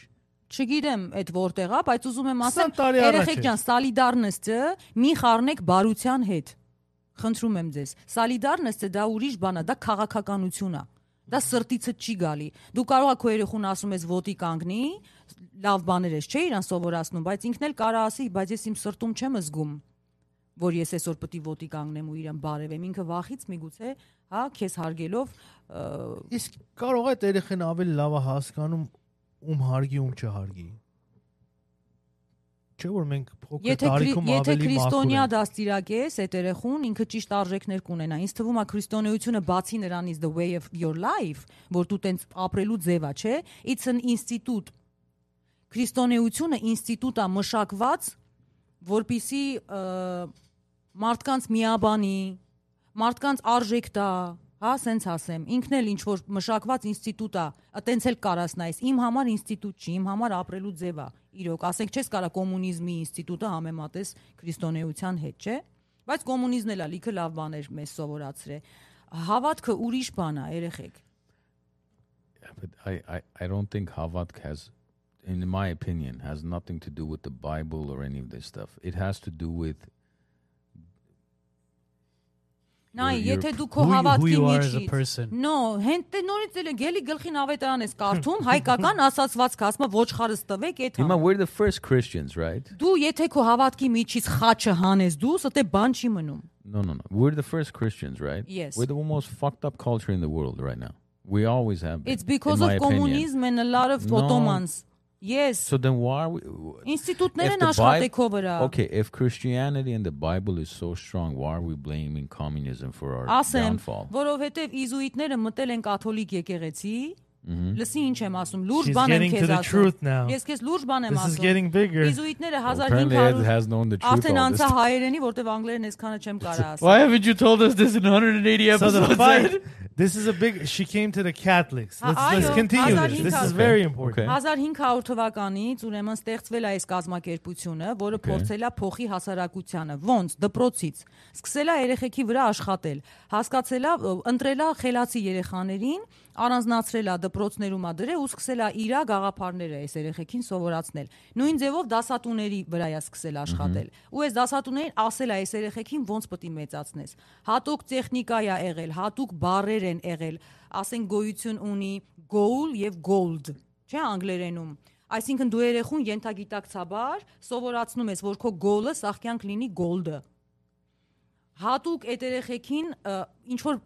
[SPEAKER 4] չգիտեմ այդ որտեղ է, բայց ուզում եմ
[SPEAKER 5] 20
[SPEAKER 4] ասեմ,
[SPEAKER 5] տարի առաջ
[SPEAKER 4] երեխեք
[SPEAKER 5] էր։
[SPEAKER 4] ջան, սալիդարնեսը մի խառնեք բարության հետ։ Խնդրում եմ ձեզ։ Սալիդարնեսը դա ուրիշ բան է, դա քաղաքականություն է։ Դա սրտիցը չի գալի։ Դու կարող ես քո երեխուն ասում ես ոտի կանգնի, լավ բաներ ես, չէ՞ իրան սովորացնում, բայց ինքն էլ կարա ասի, բայց ես իմ սրտում չեմ զգում որ ես այսօր պետք է ոտի կանգնեմ ու իրան բարևեմ ինքը վախից միգուցե հա քեզ հարգելով ը,
[SPEAKER 5] Իսկ կարող է այդ երեխան ավելի լավ է հասկանում ում հարգի ում չհարգի։ Չէ որ մենք փոքր
[SPEAKER 4] Եթե քրի-
[SPEAKER 5] տարիքում
[SPEAKER 4] եթե
[SPEAKER 5] ավելի
[SPEAKER 4] քրիստոնյա
[SPEAKER 5] մաքուր
[SPEAKER 4] դաստիարակես այդ երեխուն ինքը ճիշտ արժեքներ կունենա։ Ինձ թվում է քրիստոնեությունը բացի նրանից the way of your life, որ դու տենց ապրելու ձևա, չէ, it's an institute։ Քրիստոնեությունը ինստիտուտ է մշակված, որբիսի ը, մարդկանց միաբանի, մարդկանց արժեք տա, հա, սենց ասեմ, ինքն էլ ինչ որ մշակված ինստիտուտ է, այտենց էլ կարաս նայես, իմ համար ինստիտուտ չի, իմ համար ապրելու ձև է, իրոք, ասենք չես կարա կոմունիզմի ինստիտուտը համեմատես քրիստոնեության հետ, չէ՞։ Բայց կոմունիզմն էլ է լիքը լավ բաներ մեզ սովորացրել։ Հավատքը ուրիշ բան է, երեխեք։
[SPEAKER 3] But I, I, I don't think Havatk has, in my opinion, has nothing to do with the Bible or any of this stuff. It has to do with
[SPEAKER 4] Նայ,
[SPEAKER 3] Your- your-
[SPEAKER 4] եթե դու քո
[SPEAKER 2] Who you- who
[SPEAKER 4] հավատքի
[SPEAKER 2] you are as a
[SPEAKER 4] միջից։
[SPEAKER 2] person.
[SPEAKER 4] No, հենց դե նորից էլ է գելի գլխին ավետարան ես կարդում, հայկական ասացվածք ասма ոչխարս տվեք այդ
[SPEAKER 3] Ima, we're the first Christians, right?
[SPEAKER 4] Դու եթե քո հավատքի միջից խաչը հանես դու, ստե բան չի մնում։
[SPEAKER 3] No, no, no. We're the first Christians, right?
[SPEAKER 4] Yes.
[SPEAKER 3] We're the most fucked up culture in the world right now. We always have. Been,
[SPEAKER 4] It's because
[SPEAKER 3] in
[SPEAKER 4] of
[SPEAKER 3] my opinion.
[SPEAKER 4] communism and a lot of
[SPEAKER 3] No.
[SPEAKER 4] Ottomans. Yes,
[SPEAKER 3] So then, why are we?
[SPEAKER 4] ինստիտուտներ
[SPEAKER 3] If
[SPEAKER 4] են
[SPEAKER 3] the
[SPEAKER 4] աշխատեքո
[SPEAKER 3] Bib-
[SPEAKER 4] վրա։
[SPEAKER 3] Okay, if Christianity and the Bible is so strong, why are we blaming communism for our
[SPEAKER 4] Ասեմ,
[SPEAKER 3] downfall?
[SPEAKER 4] որովհետև իզուիտները մտել են կաթոլիկ եկեղեցի։
[SPEAKER 3] Mhm.
[SPEAKER 4] Լսի ինչ եմ ասում,
[SPEAKER 5] She's
[SPEAKER 4] լուրջ բան եմ
[SPEAKER 5] getting to
[SPEAKER 4] քեզ
[SPEAKER 5] the truth
[SPEAKER 4] ասում։
[SPEAKER 5] now.
[SPEAKER 4] Ես քեզ լուրջ բան
[SPEAKER 5] է։
[SPEAKER 4] եմ
[SPEAKER 5] This is
[SPEAKER 4] ասում։
[SPEAKER 5] getting bigger։
[SPEAKER 4] Իզուիտները
[SPEAKER 3] Apparently, it
[SPEAKER 4] 1500
[SPEAKER 3] has known the truth.
[SPEAKER 4] Արդեն
[SPEAKER 3] all this
[SPEAKER 4] անցա հայերենի, որտեվ անգլերեն այսքանը չեմ կարա ասել։
[SPEAKER 6] Why haven't you told us this in 180
[SPEAKER 5] So
[SPEAKER 6] episodes?
[SPEAKER 5] the fight. This is a big. She came to the Catholics.
[SPEAKER 4] Ha-
[SPEAKER 5] Let's,
[SPEAKER 4] ayo,
[SPEAKER 5] let's continue
[SPEAKER 4] Azar
[SPEAKER 5] this. This
[SPEAKER 4] Hinkal.
[SPEAKER 5] is very
[SPEAKER 3] Okay.
[SPEAKER 5] important.
[SPEAKER 4] 1500 թվականից ուրեմն ստեղծվել է այս կազմակերպությունը, որը
[SPEAKER 3] Okay.
[SPEAKER 4] փորձել է փոխի հասարակությանը, ոնց դպրոցից։ Սկսել է երեխեքի վրա աշխատել, հասկացել է, ը, ընտրել է խելացի երեխաներին, առանձնացրել է դպրոցներում ա դրել ու սկսել է իր գաղափարները այս երեխեքին սովորացնել։ Նույն ձևով դասատուների վրա է սկսել աշխատել։ Ու այս դասատուներին ասել է այս երեխեքին ոնց պետք է մեծացնես։ Հատուկ տեխնիկա է եղել, հատուկ բարեր են եղել, ասենք գոյություն ունի goal եւ gold չէ անգլերենում այսինքն դու երեխուն յենթագիտակցաբար սովորացնում ես որ քո գոլը սախքյանք լինի գոլդը հատուկ այդ երեխեքին ը, ինչ որ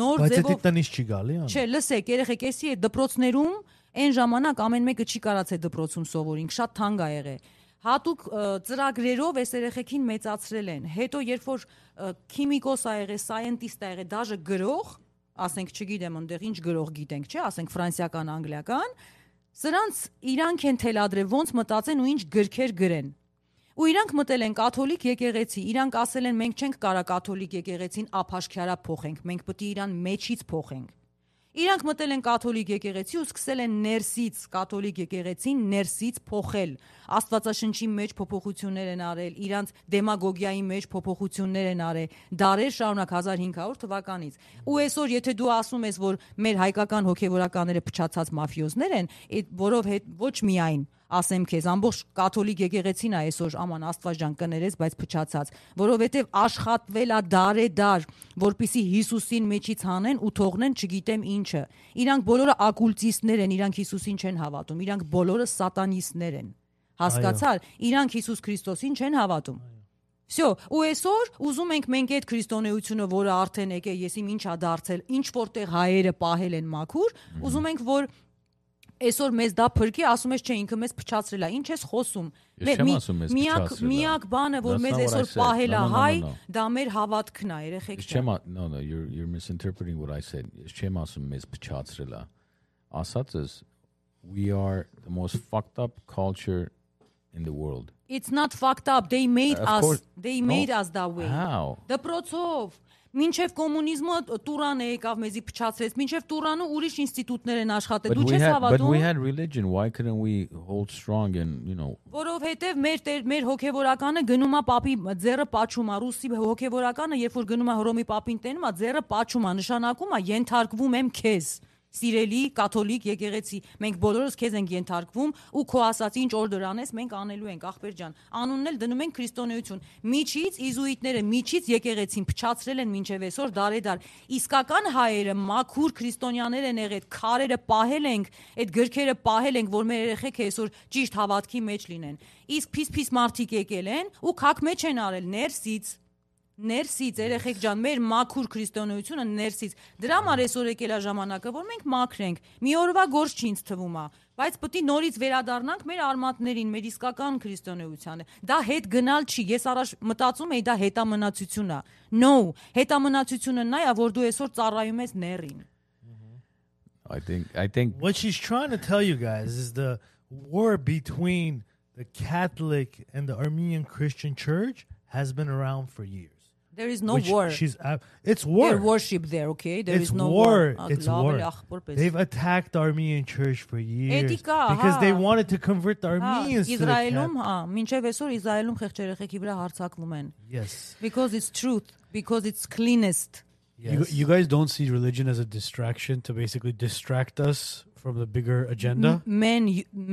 [SPEAKER 4] նոր
[SPEAKER 5] Բայց դա
[SPEAKER 4] ձևով
[SPEAKER 5] տնից չի գալի, ան։
[SPEAKER 4] չէ լսեք երեխեք էսի է դպրոցներում այն ժամանակ ամեն մեկը չի կարացել դպրոցում սովորին շատ թանկ է եղել հատուկ ը, ծրագրերով այս երեխեքին մեծացրել են հետո երբ որ ը, քիմիկոս ա եղել սայենտիստ ա եղել դաժե գրող ասենք չգիտեմ այնտեղ ինչ գրող գիտենք չէ ասենք ֆրանսիական անգլիական սրանց իրանք են թելադրել ոնց մտածեն ու ինչ գրքեր գրեն ու իրանք մտել են կաթոլիկ եկեղեցի իրանք ասել են մենք չենք կարա կաթոլիկ եկեղեցին ափաշքյարա փոխենք մենք պետք է իրան մեջից փոխենք իրանք մտել են կաթոլիկ եկեղեցի ու սկսել են ներսից կաթոլիկ եկեղեցին ներսից փոխել Աստվածաշնչի մեջ փոփոխություններ են արել, իրանց դեմագոգիայի մեջ փոփոխություններ են արել, դարեր շարունակ 1500 թվականից։ Ու այսօր եթե դու ասում ես, որ մեր հայկական հոգևորականները փչացած մաֆիոզներ են, այդ որով հետ ոչ միայն ասեմ քեզ ամբողջ կաթոլիկ եկեղեցին է այսօր աման աստված ջան կներես բայց փչացած որովհետև աշխատվել է դարե դար որpիսի Հիսուսին մեջից հանեն ու թողնեն չգիտեմ ինչը իրանք բոլորը ակուլտիստներ են իրանք Հիսուսին չեն հավատում իրանք բոլորը սատանիստներ են հասկացար իրանք Հիսուս Քրիստոսին չեն հավատում Всё, ու այսօր ուզում ենք մենք այդ քրիստոնեությունը, որը արդեն եկե, ես իմ ինչա դարձել, ինչ որտեղ հայերը պահել են մաքուր, ուզում ենք որ այսօր մեզ դա փրկի, ասում ես չէ, ինքը մեզ փչացրել է։ Ինչ ես խոսում։
[SPEAKER 3] Ես
[SPEAKER 4] Մե-
[SPEAKER 3] չեմ
[SPEAKER 4] մի-
[SPEAKER 3] ասում մեզ
[SPEAKER 4] Միակ
[SPEAKER 3] փչացրել է։
[SPEAKER 4] միակ բանը,
[SPEAKER 3] That's
[SPEAKER 4] որ
[SPEAKER 3] not what
[SPEAKER 4] մեզ
[SPEAKER 3] I
[SPEAKER 4] այսօր
[SPEAKER 3] said.
[SPEAKER 4] պահել
[SPEAKER 3] No,
[SPEAKER 4] է
[SPEAKER 3] no, no,
[SPEAKER 4] հայ,
[SPEAKER 3] no.
[SPEAKER 4] դա մեր հավատքն է, երեխեք։
[SPEAKER 3] Ես չեմ ա- no no you're you're misinterpreting what I said. Ես չեմ ասում մեզ փչացրելա։ Ասածս we are the most fucked up culture in the world.
[SPEAKER 4] It's not fucked up. They made
[SPEAKER 3] Of course-
[SPEAKER 4] us. They
[SPEAKER 3] No.
[SPEAKER 4] made us that way։
[SPEAKER 3] How?
[SPEAKER 4] Դպրոցով մինչև կոմունիզմը Տուրան է եկավ մեզի փչացրեց, մինչև Տուրանը ուրիշ ինստիտուտներ են աշխատել։
[SPEAKER 3] But
[SPEAKER 4] Դու
[SPEAKER 3] we
[SPEAKER 4] չես
[SPEAKER 3] had but we
[SPEAKER 4] հավատում,
[SPEAKER 3] had religion. Why couldn't we hold strong and you know
[SPEAKER 4] որովհետև մեր տեր- մեր հոգևորականը գնում է papi ձերը պաչում է, ռուսի հոգևորականը, երբ որ գնում է Հռոմի papin տենում է, ձերը պաչում է, նշանակում է ենթարկվում եմ քեզ սիրելի կաթոլիկ եկեղեցի մենք բոլորս քեզ ենք ենթարկվում ու քո ասած ինչ օրդեր անես մենք անելու ենք ախպեր ջան անունն էլ դնում են քրիստոնեություն միջից իզուիտները միջից եկեղեցին փչացրել են մինչև այսօր դարեդար իսկական հայերը մաքուր քրիստոնյաներ են եղել քարերը պահել ենք այդ գրքերը պահել ենք որ մեր երեխեքը այսօր ճիշտ հավատքի մեջ լինեն իսկ փիս-փիս մարդիկ եկել են ու քակ մեջ են արել ներսից ներսից երեխեք ջան մեր մաքուր քրիստոնեությունը ներսից դրա համար այսօր եկել է ժամանակը որ մենք մաքրենք մի օրվա գործ չի ինձ թվում ա բայց պետք է նորից վերադառնանք մեր արմատներին մեր իսկական քրիստոնեությանը դա հետ գնալ չի ես առաջ մտածում էի դա հետամնացություն ա no հետամնացությունը նա ա որ դու այսօր ծառայում ես ներին
[SPEAKER 3] I think I think
[SPEAKER 5] What she's trying to tell you guys is the war between the Catholic and the Armenian Christian Church has been around for years.
[SPEAKER 4] there is no
[SPEAKER 5] Which
[SPEAKER 4] war
[SPEAKER 5] She's uh, it's
[SPEAKER 4] there
[SPEAKER 5] war.
[SPEAKER 4] worship there okay there
[SPEAKER 5] it's
[SPEAKER 4] is no
[SPEAKER 5] war.
[SPEAKER 4] war
[SPEAKER 5] It's
[SPEAKER 4] Ա, լավ էլ,
[SPEAKER 5] war.
[SPEAKER 4] ախպորպես։
[SPEAKER 5] They've attacked the Armenian Church for years
[SPEAKER 4] Էդիկա,
[SPEAKER 5] because
[SPEAKER 4] հա։
[SPEAKER 5] they wanted to convert the
[SPEAKER 4] Հա,
[SPEAKER 5] Armenians to the
[SPEAKER 4] Իսրայելում,
[SPEAKER 5] Catholic.
[SPEAKER 4] հա, մինչև այսօր Իսրայելում խեղճ երեխեքի վրա հարցակվում են։
[SPEAKER 5] Yes.
[SPEAKER 4] Because it's truth, because it's cleanest.
[SPEAKER 2] You,
[SPEAKER 5] Yes.
[SPEAKER 2] you guys don't see religion as a distraction to basically distract us from the bigger agenda.
[SPEAKER 4] Men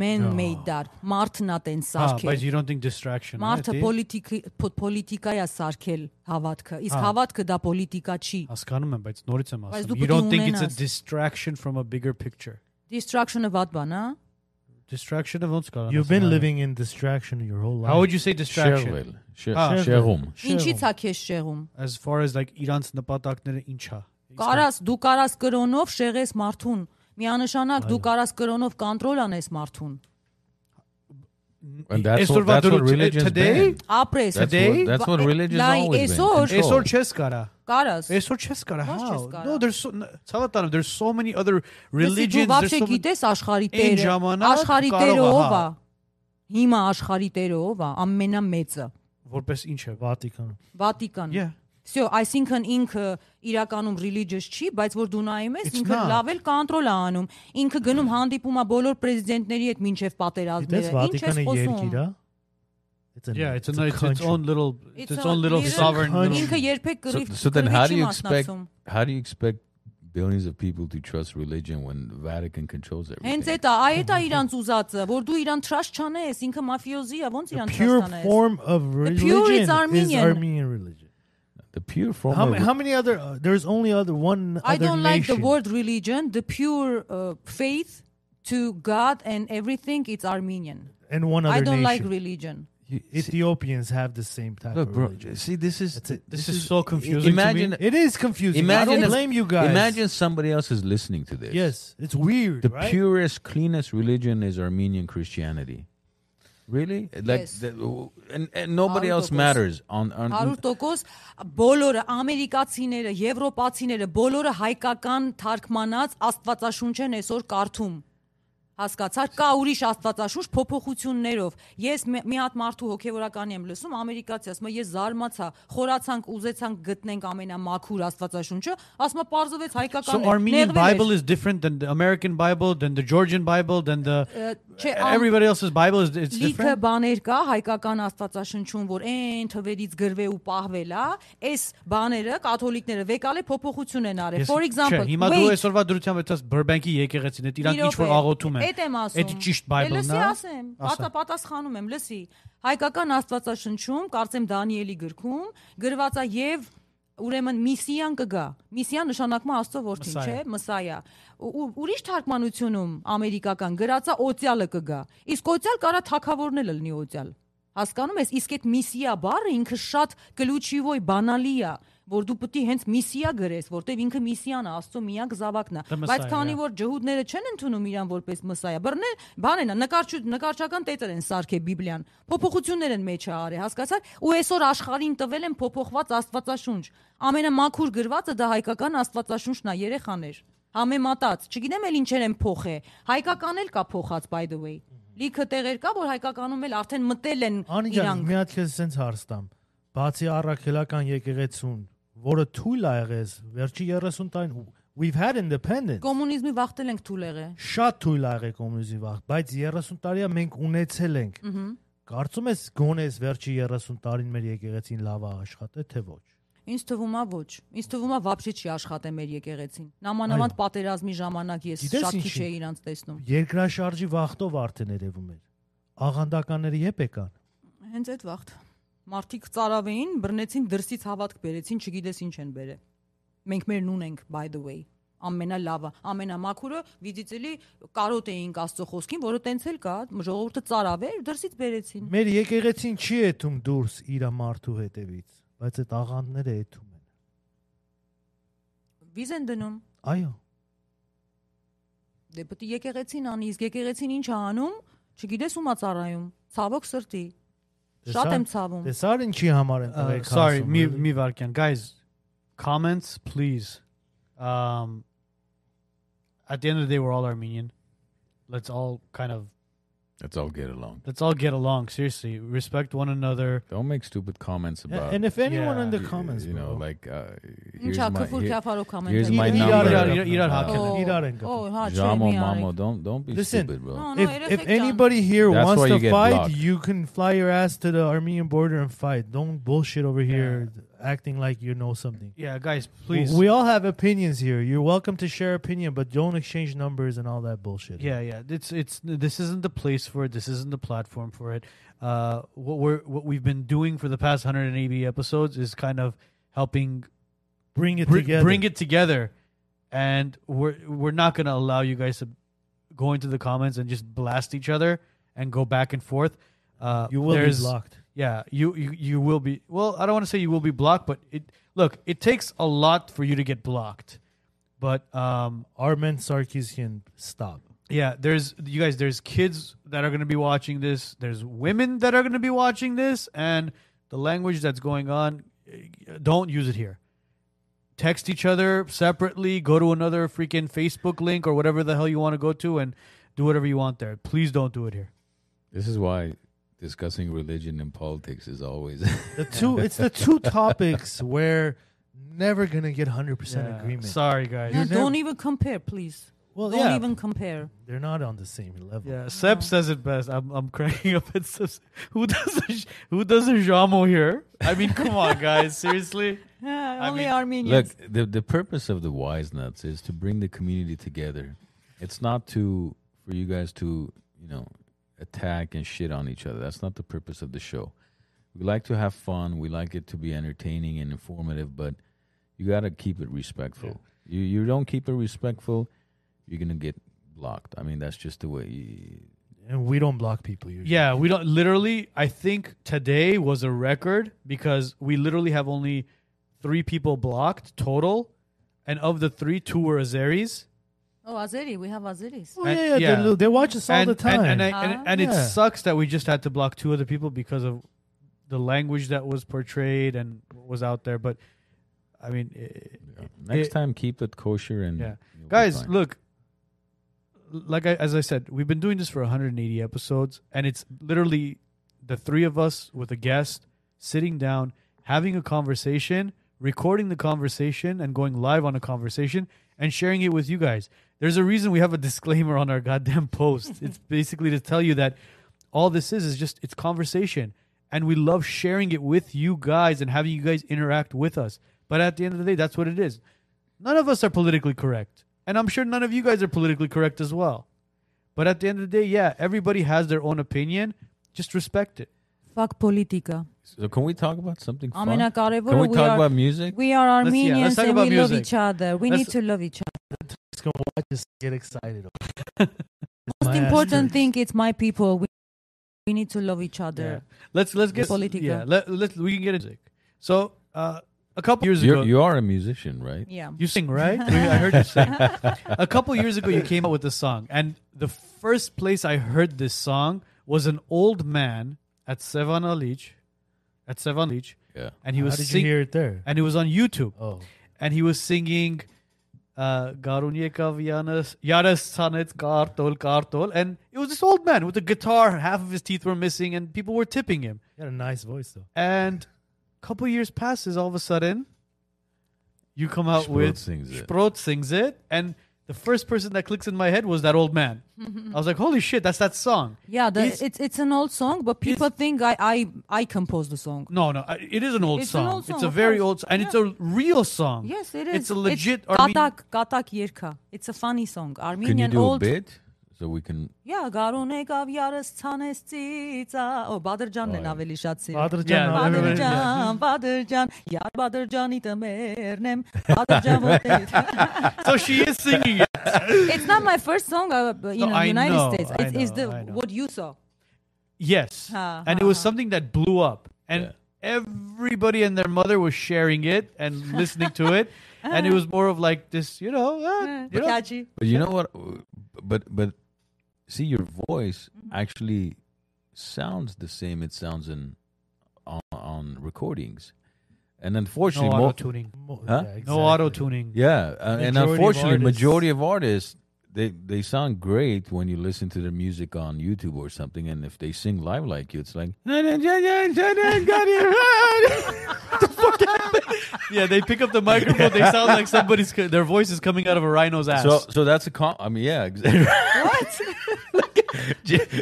[SPEAKER 4] men made that. Մարդն է տեն
[SPEAKER 3] Հա,
[SPEAKER 2] Ah, but
[SPEAKER 4] սարքել։
[SPEAKER 2] you don't think distraction. right?
[SPEAKER 4] Մարդը
[SPEAKER 3] դե։
[SPEAKER 2] They-
[SPEAKER 4] պոլիտիկի պո- պոլիտիկայ է սարքել հավատքը։ Իսկ
[SPEAKER 2] Հա։
[SPEAKER 4] հավատքը դա պոլիտիկա չի։
[SPEAKER 3] Հա։
[SPEAKER 2] հասկանում եմ, բայց նորից եմ ասում,
[SPEAKER 4] դու
[SPEAKER 2] You
[SPEAKER 4] պիտի
[SPEAKER 2] don't think it's a
[SPEAKER 4] ունենաս։
[SPEAKER 2] distraction from a bigger picture.
[SPEAKER 4] Distraction-ը վատ բան հա։ է։
[SPEAKER 2] Distraction-ը ոնց կարող
[SPEAKER 5] You've been living in distraction your whole life.
[SPEAKER 2] How would you say distraction?
[SPEAKER 3] Շեղվել, շեղ-
[SPEAKER 2] Ah.
[SPEAKER 3] շեղում։
[SPEAKER 4] Ինչի՞ց է քեզ շեղում։
[SPEAKER 2] As far as like իրանց նպատակները ինչա։
[SPEAKER 4] Կարաս դու կարաս կրոնով շեղես մարդուն։ Միանշանակ դու կարաս կրոնով կոնտրոլ անես մարդուն։
[SPEAKER 3] And that's what
[SPEAKER 2] Այսօրվա
[SPEAKER 3] that's what
[SPEAKER 2] դրույթ-
[SPEAKER 3] religion's
[SPEAKER 2] today?
[SPEAKER 3] been.
[SPEAKER 4] Ապրես։
[SPEAKER 3] That's
[SPEAKER 2] Today?
[SPEAKER 3] what that's what
[SPEAKER 4] Վա-
[SPEAKER 3] religion's
[SPEAKER 4] լայ,
[SPEAKER 3] always been.
[SPEAKER 4] այսօր-
[SPEAKER 3] Control.
[SPEAKER 2] Այսօր չես կարա։
[SPEAKER 4] Կարաս։
[SPEAKER 2] Այսօր չես կարա։
[SPEAKER 4] Ոնց չես
[SPEAKER 2] How?
[SPEAKER 4] կարա։
[SPEAKER 2] No, there's so ցավատանեմ, there's so many other
[SPEAKER 4] Լսի,
[SPEAKER 2] religions,
[SPEAKER 4] Դու
[SPEAKER 2] there's
[SPEAKER 4] բաբշե
[SPEAKER 2] so many
[SPEAKER 4] գիտես աշխարի
[SPEAKER 2] Այն
[SPEAKER 4] տերը։
[SPEAKER 2] ժամանակ
[SPEAKER 4] Աշխարի
[SPEAKER 2] կարող
[SPEAKER 4] տերը
[SPEAKER 2] է, հա։
[SPEAKER 4] ով է։ Հիմա աշխարի տերը ով է, ամենամեծը։
[SPEAKER 2] որպես ինչ է։
[SPEAKER 5] Vatican?
[SPEAKER 4] Վատիկանը։
[SPEAKER 2] Yeah.
[SPEAKER 4] Всё, այսինքն ինքը իրականում religious չի, բայց որ դու նայում ես,
[SPEAKER 2] It's
[SPEAKER 4] ինքը
[SPEAKER 2] not.
[SPEAKER 4] լավ էլ կոնտրոլ է անում։ Ինքը գնում հանդիպում է բոլոր պրեզիդենտների հետ մինչև
[SPEAKER 5] That's
[SPEAKER 4] պատերազմները։ Ինչ ես
[SPEAKER 5] Vatican
[SPEAKER 4] խոսում։
[SPEAKER 2] հա։
[SPEAKER 5] Yerkira. It's a
[SPEAKER 2] Yeah, it's, a,
[SPEAKER 5] a
[SPEAKER 2] it's its
[SPEAKER 5] country.
[SPEAKER 2] own little
[SPEAKER 4] It's
[SPEAKER 2] it's its
[SPEAKER 4] a
[SPEAKER 2] own little
[SPEAKER 4] little
[SPEAKER 2] sovereign
[SPEAKER 5] country.
[SPEAKER 2] little
[SPEAKER 4] Ինքը երբեք
[SPEAKER 3] So,
[SPEAKER 4] գրիվ
[SPEAKER 3] so then how do
[SPEAKER 4] գրիվի չի
[SPEAKER 3] you expect
[SPEAKER 4] մասնակցում։
[SPEAKER 3] how do you expect billions of people to trust religion when the Vatican controls
[SPEAKER 4] Հենց
[SPEAKER 3] everything?
[SPEAKER 4] էտա, այ էտա իրանց ուզածը, որ դու իրան trust չանես, ինքը մաֆիոզի է, ոնց
[SPEAKER 5] The
[SPEAKER 4] իրան
[SPEAKER 5] pure
[SPEAKER 4] trust անես։
[SPEAKER 5] form of religion
[SPEAKER 4] pure is
[SPEAKER 5] is
[SPEAKER 4] Armenian.
[SPEAKER 5] Armenian religion.
[SPEAKER 3] The pure form
[SPEAKER 5] How,
[SPEAKER 3] of
[SPEAKER 5] ma- how many other? Uh, there's only other one.
[SPEAKER 4] I
[SPEAKER 5] other
[SPEAKER 4] don't like the
[SPEAKER 5] nation.
[SPEAKER 4] word religion. The pure uh, faith to God and everything, it's Armenian.
[SPEAKER 5] And one other
[SPEAKER 4] I don't like
[SPEAKER 5] nation. Mm-hmm.
[SPEAKER 4] religion.
[SPEAKER 3] You- see-
[SPEAKER 5] Ethiopians have the same type
[SPEAKER 3] look,
[SPEAKER 5] of
[SPEAKER 3] bro.
[SPEAKER 5] religion.
[SPEAKER 3] See, this is
[SPEAKER 5] That's it.
[SPEAKER 2] This is so confusing to me.
[SPEAKER 3] Imagine,
[SPEAKER 5] It is confusing.
[SPEAKER 3] imagine,
[SPEAKER 5] I don't
[SPEAKER 3] if-
[SPEAKER 5] blame you guys.
[SPEAKER 3] Imagine somebody else is listening to this.
[SPEAKER 5] Yes, it's weird,
[SPEAKER 3] the
[SPEAKER 5] right?
[SPEAKER 3] purest, cleanest religion is Armenian Christianity. Really? Like,
[SPEAKER 4] Yes.
[SPEAKER 3] the, and, and nobody else
[SPEAKER 4] 100%.
[SPEAKER 3] matters on on.
[SPEAKER 4] 100% բոլորը ամերիկացիները, եվրոպացիները, բոլորը հայկական թարգմանած աստվածաշունչ են այսօր կարդում։ Հասկացար, կա ուրիշ աստվածաշունչ փոփոխություններով։ Ես մի մի հատ մարդու հոգևորականի եմ լսում, ամերիկացի, ասում է, ես զարմացա, խորացանք, ուզեցանք գտնենք ամենամաքուր աստվածաշունչը, ասում է, parzovets հայկական
[SPEAKER 2] So
[SPEAKER 4] է, նեղվել
[SPEAKER 2] Armenian
[SPEAKER 4] էր։
[SPEAKER 2] Bible is different than the American Bible, than the Georgian Bible, than the
[SPEAKER 4] Չէ, ամ-
[SPEAKER 2] Everybody else's Bible is it's
[SPEAKER 4] Լիքը
[SPEAKER 2] different.
[SPEAKER 4] բաներ կա հայկական աստվածաշնչում, որ այն թվերից գրվե ու պահվել է, այս բաները կաթոլիկները վեկալե փոփոխություն են արել։
[SPEAKER 2] Ես-
[SPEAKER 4] For
[SPEAKER 2] չէ,
[SPEAKER 4] example,
[SPEAKER 2] հիմա դու
[SPEAKER 4] wait,
[SPEAKER 2] այսօրվա դրությամբ այդպես Burbank-ի եկեղեցին, այդ իրանք
[SPEAKER 4] մի
[SPEAKER 2] ինչ որ
[SPEAKER 4] րոպե,
[SPEAKER 2] աղոթում են։
[SPEAKER 4] Էդ եմ ասում։
[SPEAKER 2] Էդ ճիշտ
[SPEAKER 4] Դե
[SPEAKER 2] Bible-ն հա?
[SPEAKER 4] Լսի
[SPEAKER 2] է։
[SPEAKER 4] ասեմ, պատա- պատասխանում եմ, լսի։ Հայկական Աստվածաշնչում, կարծեմ Դանիելի գրքում, գրված է եւ ուրեմն միսիան կգա։ Միսիան նշանակում է Աստծո որդին, չէ՞, Մսայա։ Ու- ու- Ուրիշ թարգմանությունում ամերիկական գրած է օծյալը կգա։ Իսկ օծյալ կարա թակավորն էլ լինի օծյալ։ Հասկանում ես, իսկ այդ միսիա բառը ինքը շատ գլուչիվոյ բանալի է, որ դու պետք է հենց միսիա գրես, որտեվ ինքը միսիան է, Աստծո միակ զավակն է։
[SPEAKER 2] The
[SPEAKER 4] Բայց
[SPEAKER 2] Messiah,
[SPEAKER 4] քանի
[SPEAKER 2] yeah.
[SPEAKER 4] որ ջհուդները չեն ընդունում իրան որպես մսայա, բռնե բան են, նկարչու նկարչական տետր են սարքե Բիբլիան։ Փոփոխություններ են մեջը արել, հասկացա՞ր։ Ու այսօր աշխարհին տվել են փոփոխված Աստվածաշունչ։ Ամենամաքուր գրվածը դա հայկական Աստվածաշունչն է, երեխաներ։ Համեմատած, չգիտեմ էլ ինչեր են փոխե։ Հայկական էլ կա փոխած by the way։ Լիքը տեղեր կա, որ հայկականում էլ արդեն մտել են
[SPEAKER 5] Անի ջան,
[SPEAKER 4] իրանք։
[SPEAKER 5] մի հատ քեզ սենց հարցտամ։ Բացի առաքելական եկեղեցուն, որը թույլ ա եղես վերջի 30 տարին we've had independence
[SPEAKER 4] Կոմունիզմի վախտել ենք թույլ եղե։
[SPEAKER 5] շատ թույլ ա եղել կոմունիզմի վաղ, բայց 30 տարիա մենք ունեցել ենք։ Կարծում ես գոնե այս վերջի 30 տարին մեր եկեղեցին լավ ա աշխատել թե ոչ։
[SPEAKER 4] Ինձ թվում է ոչ։ Ինձ թվում է вообще չի աշխատել մեր եկեղեցին։ Նամանավանդ պատերազմի ժամանակ ես
[SPEAKER 5] Գիտես
[SPEAKER 4] շատ քիչ
[SPEAKER 5] ինչի՞։
[SPEAKER 4] էի իրանց տեսնում։
[SPEAKER 5] Երկրաշարժի վախտով արդեն երևում էր։ Աղանդականները եպ եկան։
[SPEAKER 4] Հենց այդ վաղտ։ Մարտիկ ծարավեին, բռնեցին դրսից հավատք բերեցին, չգիտես ինչ են բերե։ Մենք մերն ունենք by the way ամենալավը, ամենամաքուրը վիդիցելի կարոտ էինք Աստծո խոսքին, որը տենց էլ կա, ժողովուրդը ծարավեր, դրսից բերեցին։
[SPEAKER 5] Մեր եկեղեցին չի եթում դուրս իր մարդու հետևից, բայց այդ աղանդները եթում են։
[SPEAKER 4] Վիզ են դնում։
[SPEAKER 5] Այո,
[SPEAKER 4] Դե պետք է եկեղեցին անի, իսկ եկեղեցին ինչ ա անում, չգիտես ումա ծարայում։ Ցավոք սրտի։ Շատ
[SPEAKER 5] Տեսա՞ր-
[SPEAKER 4] եմ ցավում։
[SPEAKER 5] տեսար ինչի համար են
[SPEAKER 2] Uh,
[SPEAKER 5] տղեկ
[SPEAKER 2] sorry,
[SPEAKER 5] ասում,
[SPEAKER 2] me
[SPEAKER 5] էլի։
[SPEAKER 2] me Varkian. Guys, comments please. Um at the end of the day we're all Armenian. Let's all kind of
[SPEAKER 3] Let's all get along.
[SPEAKER 2] let's all get along, seriously. Respect one another.
[SPEAKER 3] Don't make stupid comments
[SPEAKER 5] Yeah,
[SPEAKER 3] about.
[SPEAKER 5] And if anyone
[SPEAKER 2] Yeah,
[SPEAKER 5] in the
[SPEAKER 3] y-
[SPEAKER 5] comments,
[SPEAKER 3] you know,
[SPEAKER 5] bro,
[SPEAKER 3] like uh, here's
[SPEAKER 4] Ինչա
[SPEAKER 3] my,
[SPEAKER 4] քֆուր
[SPEAKER 3] here-
[SPEAKER 4] քաֆարո կամենտ։
[SPEAKER 3] here's my
[SPEAKER 5] Իրար-
[SPEAKER 3] number.
[SPEAKER 2] իրար- իրար
[SPEAKER 3] Uh,
[SPEAKER 2] հակել
[SPEAKER 5] են, իրար են գտնում։
[SPEAKER 4] Օ, հա, չէ,
[SPEAKER 3] Jamo,
[SPEAKER 4] մի արեք։
[SPEAKER 3] mamo, don't don't be
[SPEAKER 5] Listen.
[SPEAKER 3] stupid, bro.
[SPEAKER 4] No, no,
[SPEAKER 5] if,
[SPEAKER 4] երեխեք
[SPEAKER 5] if
[SPEAKER 4] ջան,
[SPEAKER 5] anybody here
[SPEAKER 3] That's
[SPEAKER 5] wants
[SPEAKER 3] why you
[SPEAKER 5] to
[SPEAKER 3] get
[SPEAKER 5] fight,
[SPEAKER 3] blocked.
[SPEAKER 5] you can fly your ass to the Armenian border and fight. Don't bullshit over here acting like you know something.
[SPEAKER 2] Yeah, guys, please.
[SPEAKER 5] We all have opinions here. You're welcome to share opinion, but don't exchange numbers and all that bullshit.
[SPEAKER 2] yeah, yeah. It's it's this isn't the place for it. This isn't the platform for it. Uh what we're what we've been doing for the past 180 episodes is kind of helping
[SPEAKER 5] Bring it
[SPEAKER 2] br-
[SPEAKER 5] together.
[SPEAKER 2] bring it together and we're we're not going to allow you guys to go into the comments and just blast each other and go back and forth uh
[SPEAKER 5] You will
[SPEAKER 2] there's-
[SPEAKER 5] be blocked.
[SPEAKER 2] yeah you, you you will be well i don't want to say you will be blocked but it look it takes a lot for you to get blocked but um
[SPEAKER 5] Armen Sarkisian, stop.
[SPEAKER 2] yeah there's you guys there's kids that are going to be watching this there's women that are going to be watching this and the language that's going on eh, don't use it here text each other separately go to another freaking facebook link or whatever the hell you want to go to and do whatever you want there please don't do it here
[SPEAKER 3] This is why discussing religion and politics is always.
[SPEAKER 5] The two. It's the two topics where never gonna get hundred percent
[SPEAKER 2] Yeah.
[SPEAKER 5] agreement.
[SPEAKER 2] sorry guys
[SPEAKER 4] No,
[SPEAKER 5] You're
[SPEAKER 4] don't e-
[SPEAKER 5] never-
[SPEAKER 4] even compare, please.
[SPEAKER 5] well,
[SPEAKER 4] Don't
[SPEAKER 5] yeah,
[SPEAKER 4] even compare.
[SPEAKER 5] they're not on the same level.
[SPEAKER 2] yeah seb says it best i'm, I'm cracking up at Seb. who does a, sh- who does a jamo here i mean come on guys seriously
[SPEAKER 4] Հա, only
[SPEAKER 2] mean,
[SPEAKER 3] Look,
[SPEAKER 4] Armenians.
[SPEAKER 3] the the purpose of the wise nuts is to bring the community together. It's not to for you guys to you know attack and shit on each other. That's not the purpose of the show. We like to have fun. We like it to be entertaining and informative, but you got to keep it respectful. You you don't keep it respectful, you're gonna get blocked. I mean that's just the way.
[SPEAKER 5] And we don't block people usually.
[SPEAKER 2] Yeah, we don't literally I think today was a record because we literally have only 3 people blocked total and of the 3 two were Azeris.
[SPEAKER 4] Oh, Azeri, we have Azeris.
[SPEAKER 5] Oh,
[SPEAKER 2] And-
[SPEAKER 5] yeah, yeah,
[SPEAKER 2] yeah.
[SPEAKER 5] They, they watch us all
[SPEAKER 2] and,
[SPEAKER 5] the time.
[SPEAKER 2] and and, I, and, and it
[SPEAKER 5] Yeah.
[SPEAKER 2] sucks that we just had to block two other people because of the language that was portrayed and what was out there but I mean eh,
[SPEAKER 3] Next
[SPEAKER 2] It-
[SPEAKER 3] time, keep it kosher and
[SPEAKER 2] Yeah.
[SPEAKER 3] you'll be
[SPEAKER 2] guys
[SPEAKER 3] fine.
[SPEAKER 2] look like I, as i said we've been doing this for 180 episodes and it's literally the three of us with a guest sitting down having a conversation recording the conversation and going live on a conversation and sharing it with you guys There's a reason we have a disclaimer on our goddamn post. it's basically to tell you that all this is is just it's conversation, and we love sharing it with you guys and having you guys interact with us. But at the end of the day, that's what it is. None of us are politically correct, and I'm sure none of you guys are politically correct as well. But at the end of the day, yeah, everybody has their own opinion. Just respect it.
[SPEAKER 4] Fuck politica.
[SPEAKER 3] So can we talk about something fun? Can
[SPEAKER 4] Ամենակարևորը
[SPEAKER 3] we
[SPEAKER 4] we
[SPEAKER 3] talk
[SPEAKER 4] are-
[SPEAKER 3] about music?
[SPEAKER 4] We are
[SPEAKER 2] Let's- yeah,
[SPEAKER 4] Armenians
[SPEAKER 2] let's talk
[SPEAKER 4] and
[SPEAKER 2] about
[SPEAKER 4] we love
[SPEAKER 2] music.
[SPEAKER 4] each other. We
[SPEAKER 2] Let's-
[SPEAKER 4] need to love each other.
[SPEAKER 5] It's gonna watch us get excited.
[SPEAKER 4] Most
[SPEAKER 5] My
[SPEAKER 4] important
[SPEAKER 5] ass.
[SPEAKER 4] thing it's my people. We, we need to love each other.
[SPEAKER 2] Let's let's get
[SPEAKER 4] Politica.
[SPEAKER 2] Yeah, let let we can get into it. So uh, a couple years ago,
[SPEAKER 3] You're,
[SPEAKER 2] you
[SPEAKER 3] you are a musician, right?
[SPEAKER 4] Yeah.
[SPEAKER 2] sing right? I heard you sing. a couple years ago, you came out with a song, and the first place I heard this song was an old man at Sevan Lich, at Sevan Lich,
[SPEAKER 3] Yeah.
[SPEAKER 2] and he
[SPEAKER 5] How
[SPEAKER 2] was
[SPEAKER 5] did
[SPEAKER 2] singing,
[SPEAKER 5] you hear it there?
[SPEAKER 2] and it was on YouTube,
[SPEAKER 5] Oh,
[SPEAKER 2] and he was singing. Uh, Garun yekav yanas yaras sanets kartol kartol, and it was this old man with a guitar. Half of his teeth were missing, and people were tipping him.
[SPEAKER 5] you got a nice voice though.
[SPEAKER 2] And a couple years passes, all of a sudden, you come out
[SPEAKER 3] Sprot
[SPEAKER 2] with
[SPEAKER 3] sings it.
[SPEAKER 2] Sprot sings it, and the first person that clicks in my head was that old man. I was like, "Holy shit, that's that song!"
[SPEAKER 4] Yeah, the,
[SPEAKER 2] It's-
[SPEAKER 4] it's, it's an old song, but people think I, I I composed the song.
[SPEAKER 2] No, no, I- it is an old,
[SPEAKER 4] It's an
[SPEAKER 2] song.
[SPEAKER 4] old
[SPEAKER 2] It's
[SPEAKER 4] song,
[SPEAKER 2] a
[SPEAKER 4] of
[SPEAKER 2] very
[SPEAKER 4] course.
[SPEAKER 2] old, s- and it's a real song.
[SPEAKER 4] Yes, it is.
[SPEAKER 2] It's a legit
[SPEAKER 4] it's
[SPEAKER 2] Armenian.
[SPEAKER 4] Katak Katak Yerka. It's a funny song. Armenian
[SPEAKER 3] Can you do
[SPEAKER 4] old.
[SPEAKER 3] a bit so we can?
[SPEAKER 4] Yeah, Garun ekav yaras tsanes tsitsa. Oh, Badrjanն են
[SPEAKER 3] Այո։
[SPEAKER 4] ավելի շատ սիրում։
[SPEAKER 5] Badr
[SPEAKER 2] Yeah,
[SPEAKER 5] Jan,
[SPEAKER 2] no,
[SPEAKER 5] I've
[SPEAKER 2] everybody-
[SPEAKER 5] never-
[SPEAKER 4] Բադրջան, Բադրջան, յար Բադրջանի տմերնեմ, Բադրջան ոտեյդ։
[SPEAKER 2] So Oh, she is singing it.
[SPEAKER 4] It's not my first song uh, b-
[SPEAKER 2] No,
[SPEAKER 4] in the
[SPEAKER 2] I
[SPEAKER 4] United
[SPEAKER 2] know,
[SPEAKER 4] States.
[SPEAKER 2] I
[SPEAKER 4] It's, it's
[SPEAKER 2] know,
[SPEAKER 4] the
[SPEAKER 2] I know.
[SPEAKER 4] what you saw.
[SPEAKER 2] Yes,
[SPEAKER 4] Ha,
[SPEAKER 2] and it
[SPEAKER 4] ha,
[SPEAKER 2] was
[SPEAKER 4] ha.
[SPEAKER 2] something that blew up, and
[SPEAKER 3] Yeah.
[SPEAKER 2] everybody and their mother was sharing it and listening to it, and it was more of like this, you know, uh, you know,
[SPEAKER 4] Catchy.
[SPEAKER 3] But you know what? But but see, your voice actually sounds the same. It sounds in on, on recordings, and
[SPEAKER 2] no
[SPEAKER 3] unfortunately, mo-
[SPEAKER 2] auto tuning,
[SPEAKER 5] Mo-
[SPEAKER 3] Huh?
[SPEAKER 5] yeah,
[SPEAKER 2] no
[SPEAKER 5] exactly.
[SPEAKER 2] auto tuning.
[SPEAKER 3] yeah, uh, and
[SPEAKER 5] Majority of
[SPEAKER 3] unfortunately,
[SPEAKER 5] artists-
[SPEAKER 3] majority of artists they they sound great when you listen to their music on YouTube or something, and if they sing live like you, it's like
[SPEAKER 2] Yeah, they pick up the microphone. They sound like somebody's. Their voice is coming out of a rhino's ass.
[SPEAKER 3] so so that's a com. I mean, yeah, exactly. What?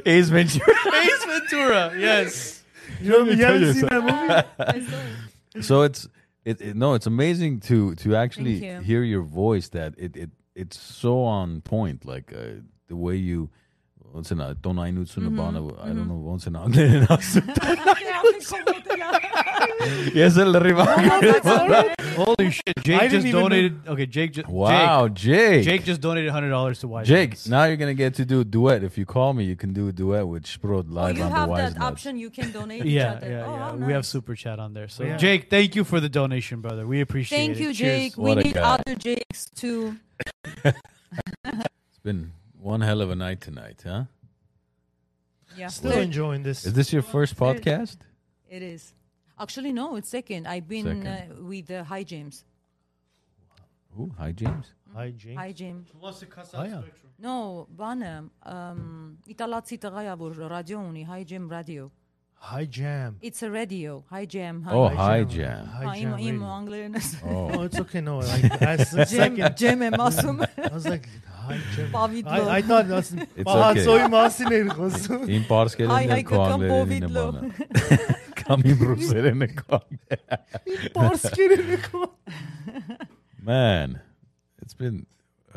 [SPEAKER 3] Ace Ventura.
[SPEAKER 2] Ace Ventura. Yes.
[SPEAKER 5] You haven't
[SPEAKER 3] tell you
[SPEAKER 5] seen that movie?
[SPEAKER 3] so it's it, it no it's amazing to to actually
[SPEAKER 4] Thank you.
[SPEAKER 3] hear your voice that it, it it's so on point like uh, the way you once in a don't I know soon about
[SPEAKER 4] Mm-hmm.
[SPEAKER 3] it, I don't know once in a yes el rival
[SPEAKER 2] Holy shit.
[SPEAKER 5] I
[SPEAKER 2] Jake
[SPEAKER 5] didn't
[SPEAKER 2] just
[SPEAKER 5] even
[SPEAKER 2] donated. Okay, Jake. Just,
[SPEAKER 3] wow Jake
[SPEAKER 2] Jake, Jake just donated hundred dollars to Wise.
[SPEAKER 3] Jake,
[SPEAKER 2] Nuts.
[SPEAKER 3] now you're gonna get to do a duet. If you call me, you can do a duet with Sprod
[SPEAKER 4] Oh,
[SPEAKER 3] live
[SPEAKER 4] you
[SPEAKER 3] on the
[SPEAKER 4] have
[SPEAKER 3] Wise
[SPEAKER 4] that
[SPEAKER 3] Nuts.
[SPEAKER 4] option. You can donate each
[SPEAKER 2] Yeah, yeah,
[SPEAKER 4] other.
[SPEAKER 2] yeah.
[SPEAKER 4] Oh, how
[SPEAKER 2] We have
[SPEAKER 4] nice.
[SPEAKER 2] super chat on there. So
[SPEAKER 5] Yeah.
[SPEAKER 2] Jake, thank you for the donation, brother. We appreciate
[SPEAKER 4] Thank
[SPEAKER 2] it.
[SPEAKER 4] you,
[SPEAKER 2] Cheers.
[SPEAKER 4] Jake.
[SPEAKER 3] What a
[SPEAKER 4] we need
[SPEAKER 3] guy.
[SPEAKER 4] other Jakes too.
[SPEAKER 3] It's been one hell of a night tonight, huh?
[SPEAKER 4] Yeah,
[SPEAKER 5] Still
[SPEAKER 4] There-
[SPEAKER 5] enjoying this.
[SPEAKER 3] Is this your first podcast?
[SPEAKER 4] it is. Actually, no, it's second. I've been
[SPEAKER 3] Second.
[SPEAKER 4] Uh, with uh, Hi James.
[SPEAKER 3] Ooh, hi James.
[SPEAKER 5] Hi, Jane.
[SPEAKER 4] Hi James.
[SPEAKER 5] Oh, yeah.
[SPEAKER 4] No, բանը, ըմ, իտալացի տղայա որ ռադիո ունի, Hi Jam Radio.
[SPEAKER 5] Hi, Jam.
[SPEAKER 4] It's a radio. Hi Jam. Hi.
[SPEAKER 3] Oh,
[SPEAKER 4] Jam.
[SPEAKER 3] hi Jam.
[SPEAKER 4] Հա,
[SPEAKER 5] Hi,
[SPEAKER 4] իմ
[SPEAKER 5] Jam.
[SPEAKER 4] իմ
[SPEAKER 5] radio.
[SPEAKER 4] անգլերեն ասում։
[SPEAKER 5] No,
[SPEAKER 3] Oh,
[SPEAKER 5] it's okay. No, like, I, s-
[SPEAKER 4] Jam,
[SPEAKER 5] second,
[SPEAKER 4] Jam եմ ասում։
[SPEAKER 5] I was like, hi, Jam.
[SPEAKER 4] Pavid
[SPEAKER 5] I,
[SPEAKER 4] Lo.
[SPEAKER 5] I thought that's
[SPEAKER 3] it's
[SPEAKER 5] uh,
[SPEAKER 6] Պահածոյի
[SPEAKER 3] okay.
[SPEAKER 6] մասին էր խոսում։
[SPEAKER 3] Իմ պարսկերն
[SPEAKER 4] Հայ
[SPEAKER 3] են
[SPEAKER 4] հայկական
[SPEAKER 3] կանգլերին
[SPEAKER 4] բովիդլո։
[SPEAKER 3] նման։ Կամ իմ ռուսերեն են կանգլեր։
[SPEAKER 6] Պարսկերն է խոսում։
[SPEAKER 3] Man, it's been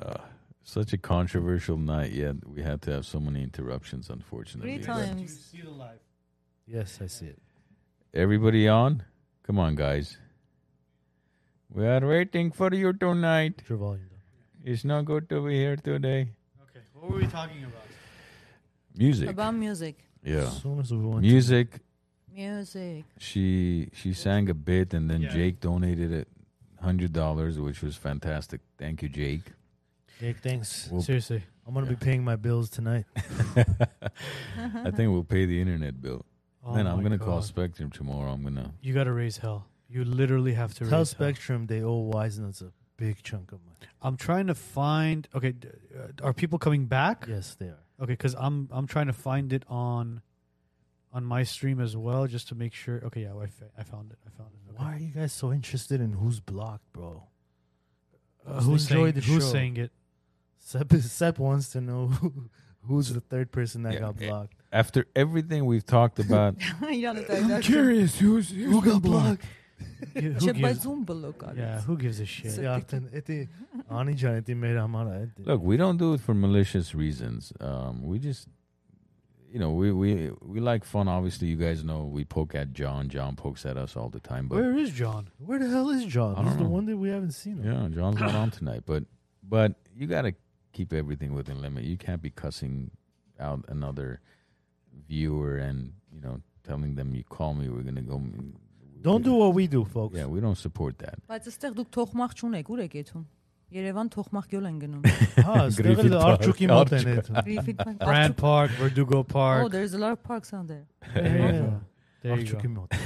[SPEAKER 3] uh, such a controversial night yet. We had to have so many interruptions unfortunately.
[SPEAKER 4] Three
[SPEAKER 3] But
[SPEAKER 4] times.
[SPEAKER 5] Yes, I see it.
[SPEAKER 3] Everybody on? Come on guys. We are waiting for you tonight.
[SPEAKER 5] Put your volume down.
[SPEAKER 3] It's not good to be here today.
[SPEAKER 2] Okay, what were we talking about?
[SPEAKER 3] Music.
[SPEAKER 4] About music.
[SPEAKER 3] Yeah.
[SPEAKER 5] As soon as we want.
[SPEAKER 3] Music.
[SPEAKER 4] Music.
[SPEAKER 3] She she sang a bit and then
[SPEAKER 2] Yeah.
[SPEAKER 3] Jake donated it hundred dollars, which was fantastic. Thank you, Jake.
[SPEAKER 5] Jake, thanks.
[SPEAKER 3] Well,
[SPEAKER 2] Seriously.
[SPEAKER 5] I'm gonna be paying my bills tonight.
[SPEAKER 3] I think we'll pay the internet bill.
[SPEAKER 2] Oh
[SPEAKER 3] Man, I'm
[SPEAKER 2] my
[SPEAKER 3] gonna call
[SPEAKER 2] God.
[SPEAKER 3] Spectrum tomorrow. I'm gonna.
[SPEAKER 2] You gotta raise hell. You literally have to
[SPEAKER 5] Tell
[SPEAKER 2] raise hell.
[SPEAKER 5] Spectrum they owe Wise Nuts a big chunk of money.
[SPEAKER 2] I'm trying to find. Okay, d- uh, are people coming back?
[SPEAKER 5] Yes, they are.
[SPEAKER 2] Okay, because I'm I'm trying to find it on on my stream as well, just to make sure. Okay, yeah, I, fa- I found it. I found it. Okay.
[SPEAKER 5] Why are you guys so interested in who's blocked, bro?
[SPEAKER 2] Uh,
[SPEAKER 5] Just
[SPEAKER 2] who's
[SPEAKER 5] enjoy
[SPEAKER 2] saying,
[SPEAKER 5] the
[SPEAKER 2] who's
[SPEAKER 5] show.
[SPEAKER 2] saying it?
[SPEAKER 5] Sep, Sep wants to know who, who's the third person that
[SPEAKER 3] Yeah,
[SPEAKER 5] got
[SPEAKER 3] yeah.
[SPEAKER 5] blocked.
[SPEAKER 3] After everything we've talked about,
[SPEAKER 4] Իրանը դա է։
[SPEAKER 3] curious who's, who's
[SPEAKER 5] Who got blocked?
[SPEAKER 2] Who
[SPEAKER 4] Չէ, բայց
[SPEAKER 2] gives,
[SPEAKER 4] ում բլոկ
[SPEAKER 2] yeah,
[SPEAKER 4] արեց։
[SPEAKER 2] who gives a shit?
[SPEAKER 5] Yeah, then it is- Ani Jan, it is made Amara, it is.
[SPEAKER 3] Look, we don't do it for malicious reasons. Um, we just, you know, we, we we like fun. Obviously, you guys know we poke at John. John pokes at us all the time. But
[SPEAKER 2] Where is John?
[SPEAKER 5] Where the hell is
[SPEAKER 3] I
[SPEAKER 5] John? He's
[SPEAKER 3] don't
[SPEAKER 5] the
[SPEAKER 3] know.
[SPEAKER 5] one that we haven't seen. Him.
[SPEAKER 3] yeah, John's not on tonight. But but you gotta keep everything within limit. You can't be cussing out another viewer and you know telling them you call me. We're gonna go.
[SPEAKER 5] Don't do what we do, folks.
[SPEAKER 3] Yeah, we don't support that.
[SPEAKER 4] Բայց այստեղ դուք թողмах չունեք, ուր եք եթում։ Երևան թողмах գյոլ են գնում։
[SPEAKER 5] Ah, still
[SPEAKER 3] Griffith
[SPEAKER 5] the
[SPEAKER 3] Park.
[SPEAKER 5] Archuki Mountain,
[SPEAKER 3] Archuk.
[SPEAKER 5] it is.
[SPEAKER 4] Griffith Park.
[SPEAKER 2] Brand Park, Verdugo
[SPEAKER 4] Oh,
[SPEAKER 2] Park.
[SPEAKER 4] there's a lot of parks on there.
[SPEAKER 2] there you
[SPEAKER 5] Yeah.
[SPEAKER 2] go. There you
[SPEAKER 5] Archuki
[SPEAKER 2] go.
[SPEAKER 5] Mountain.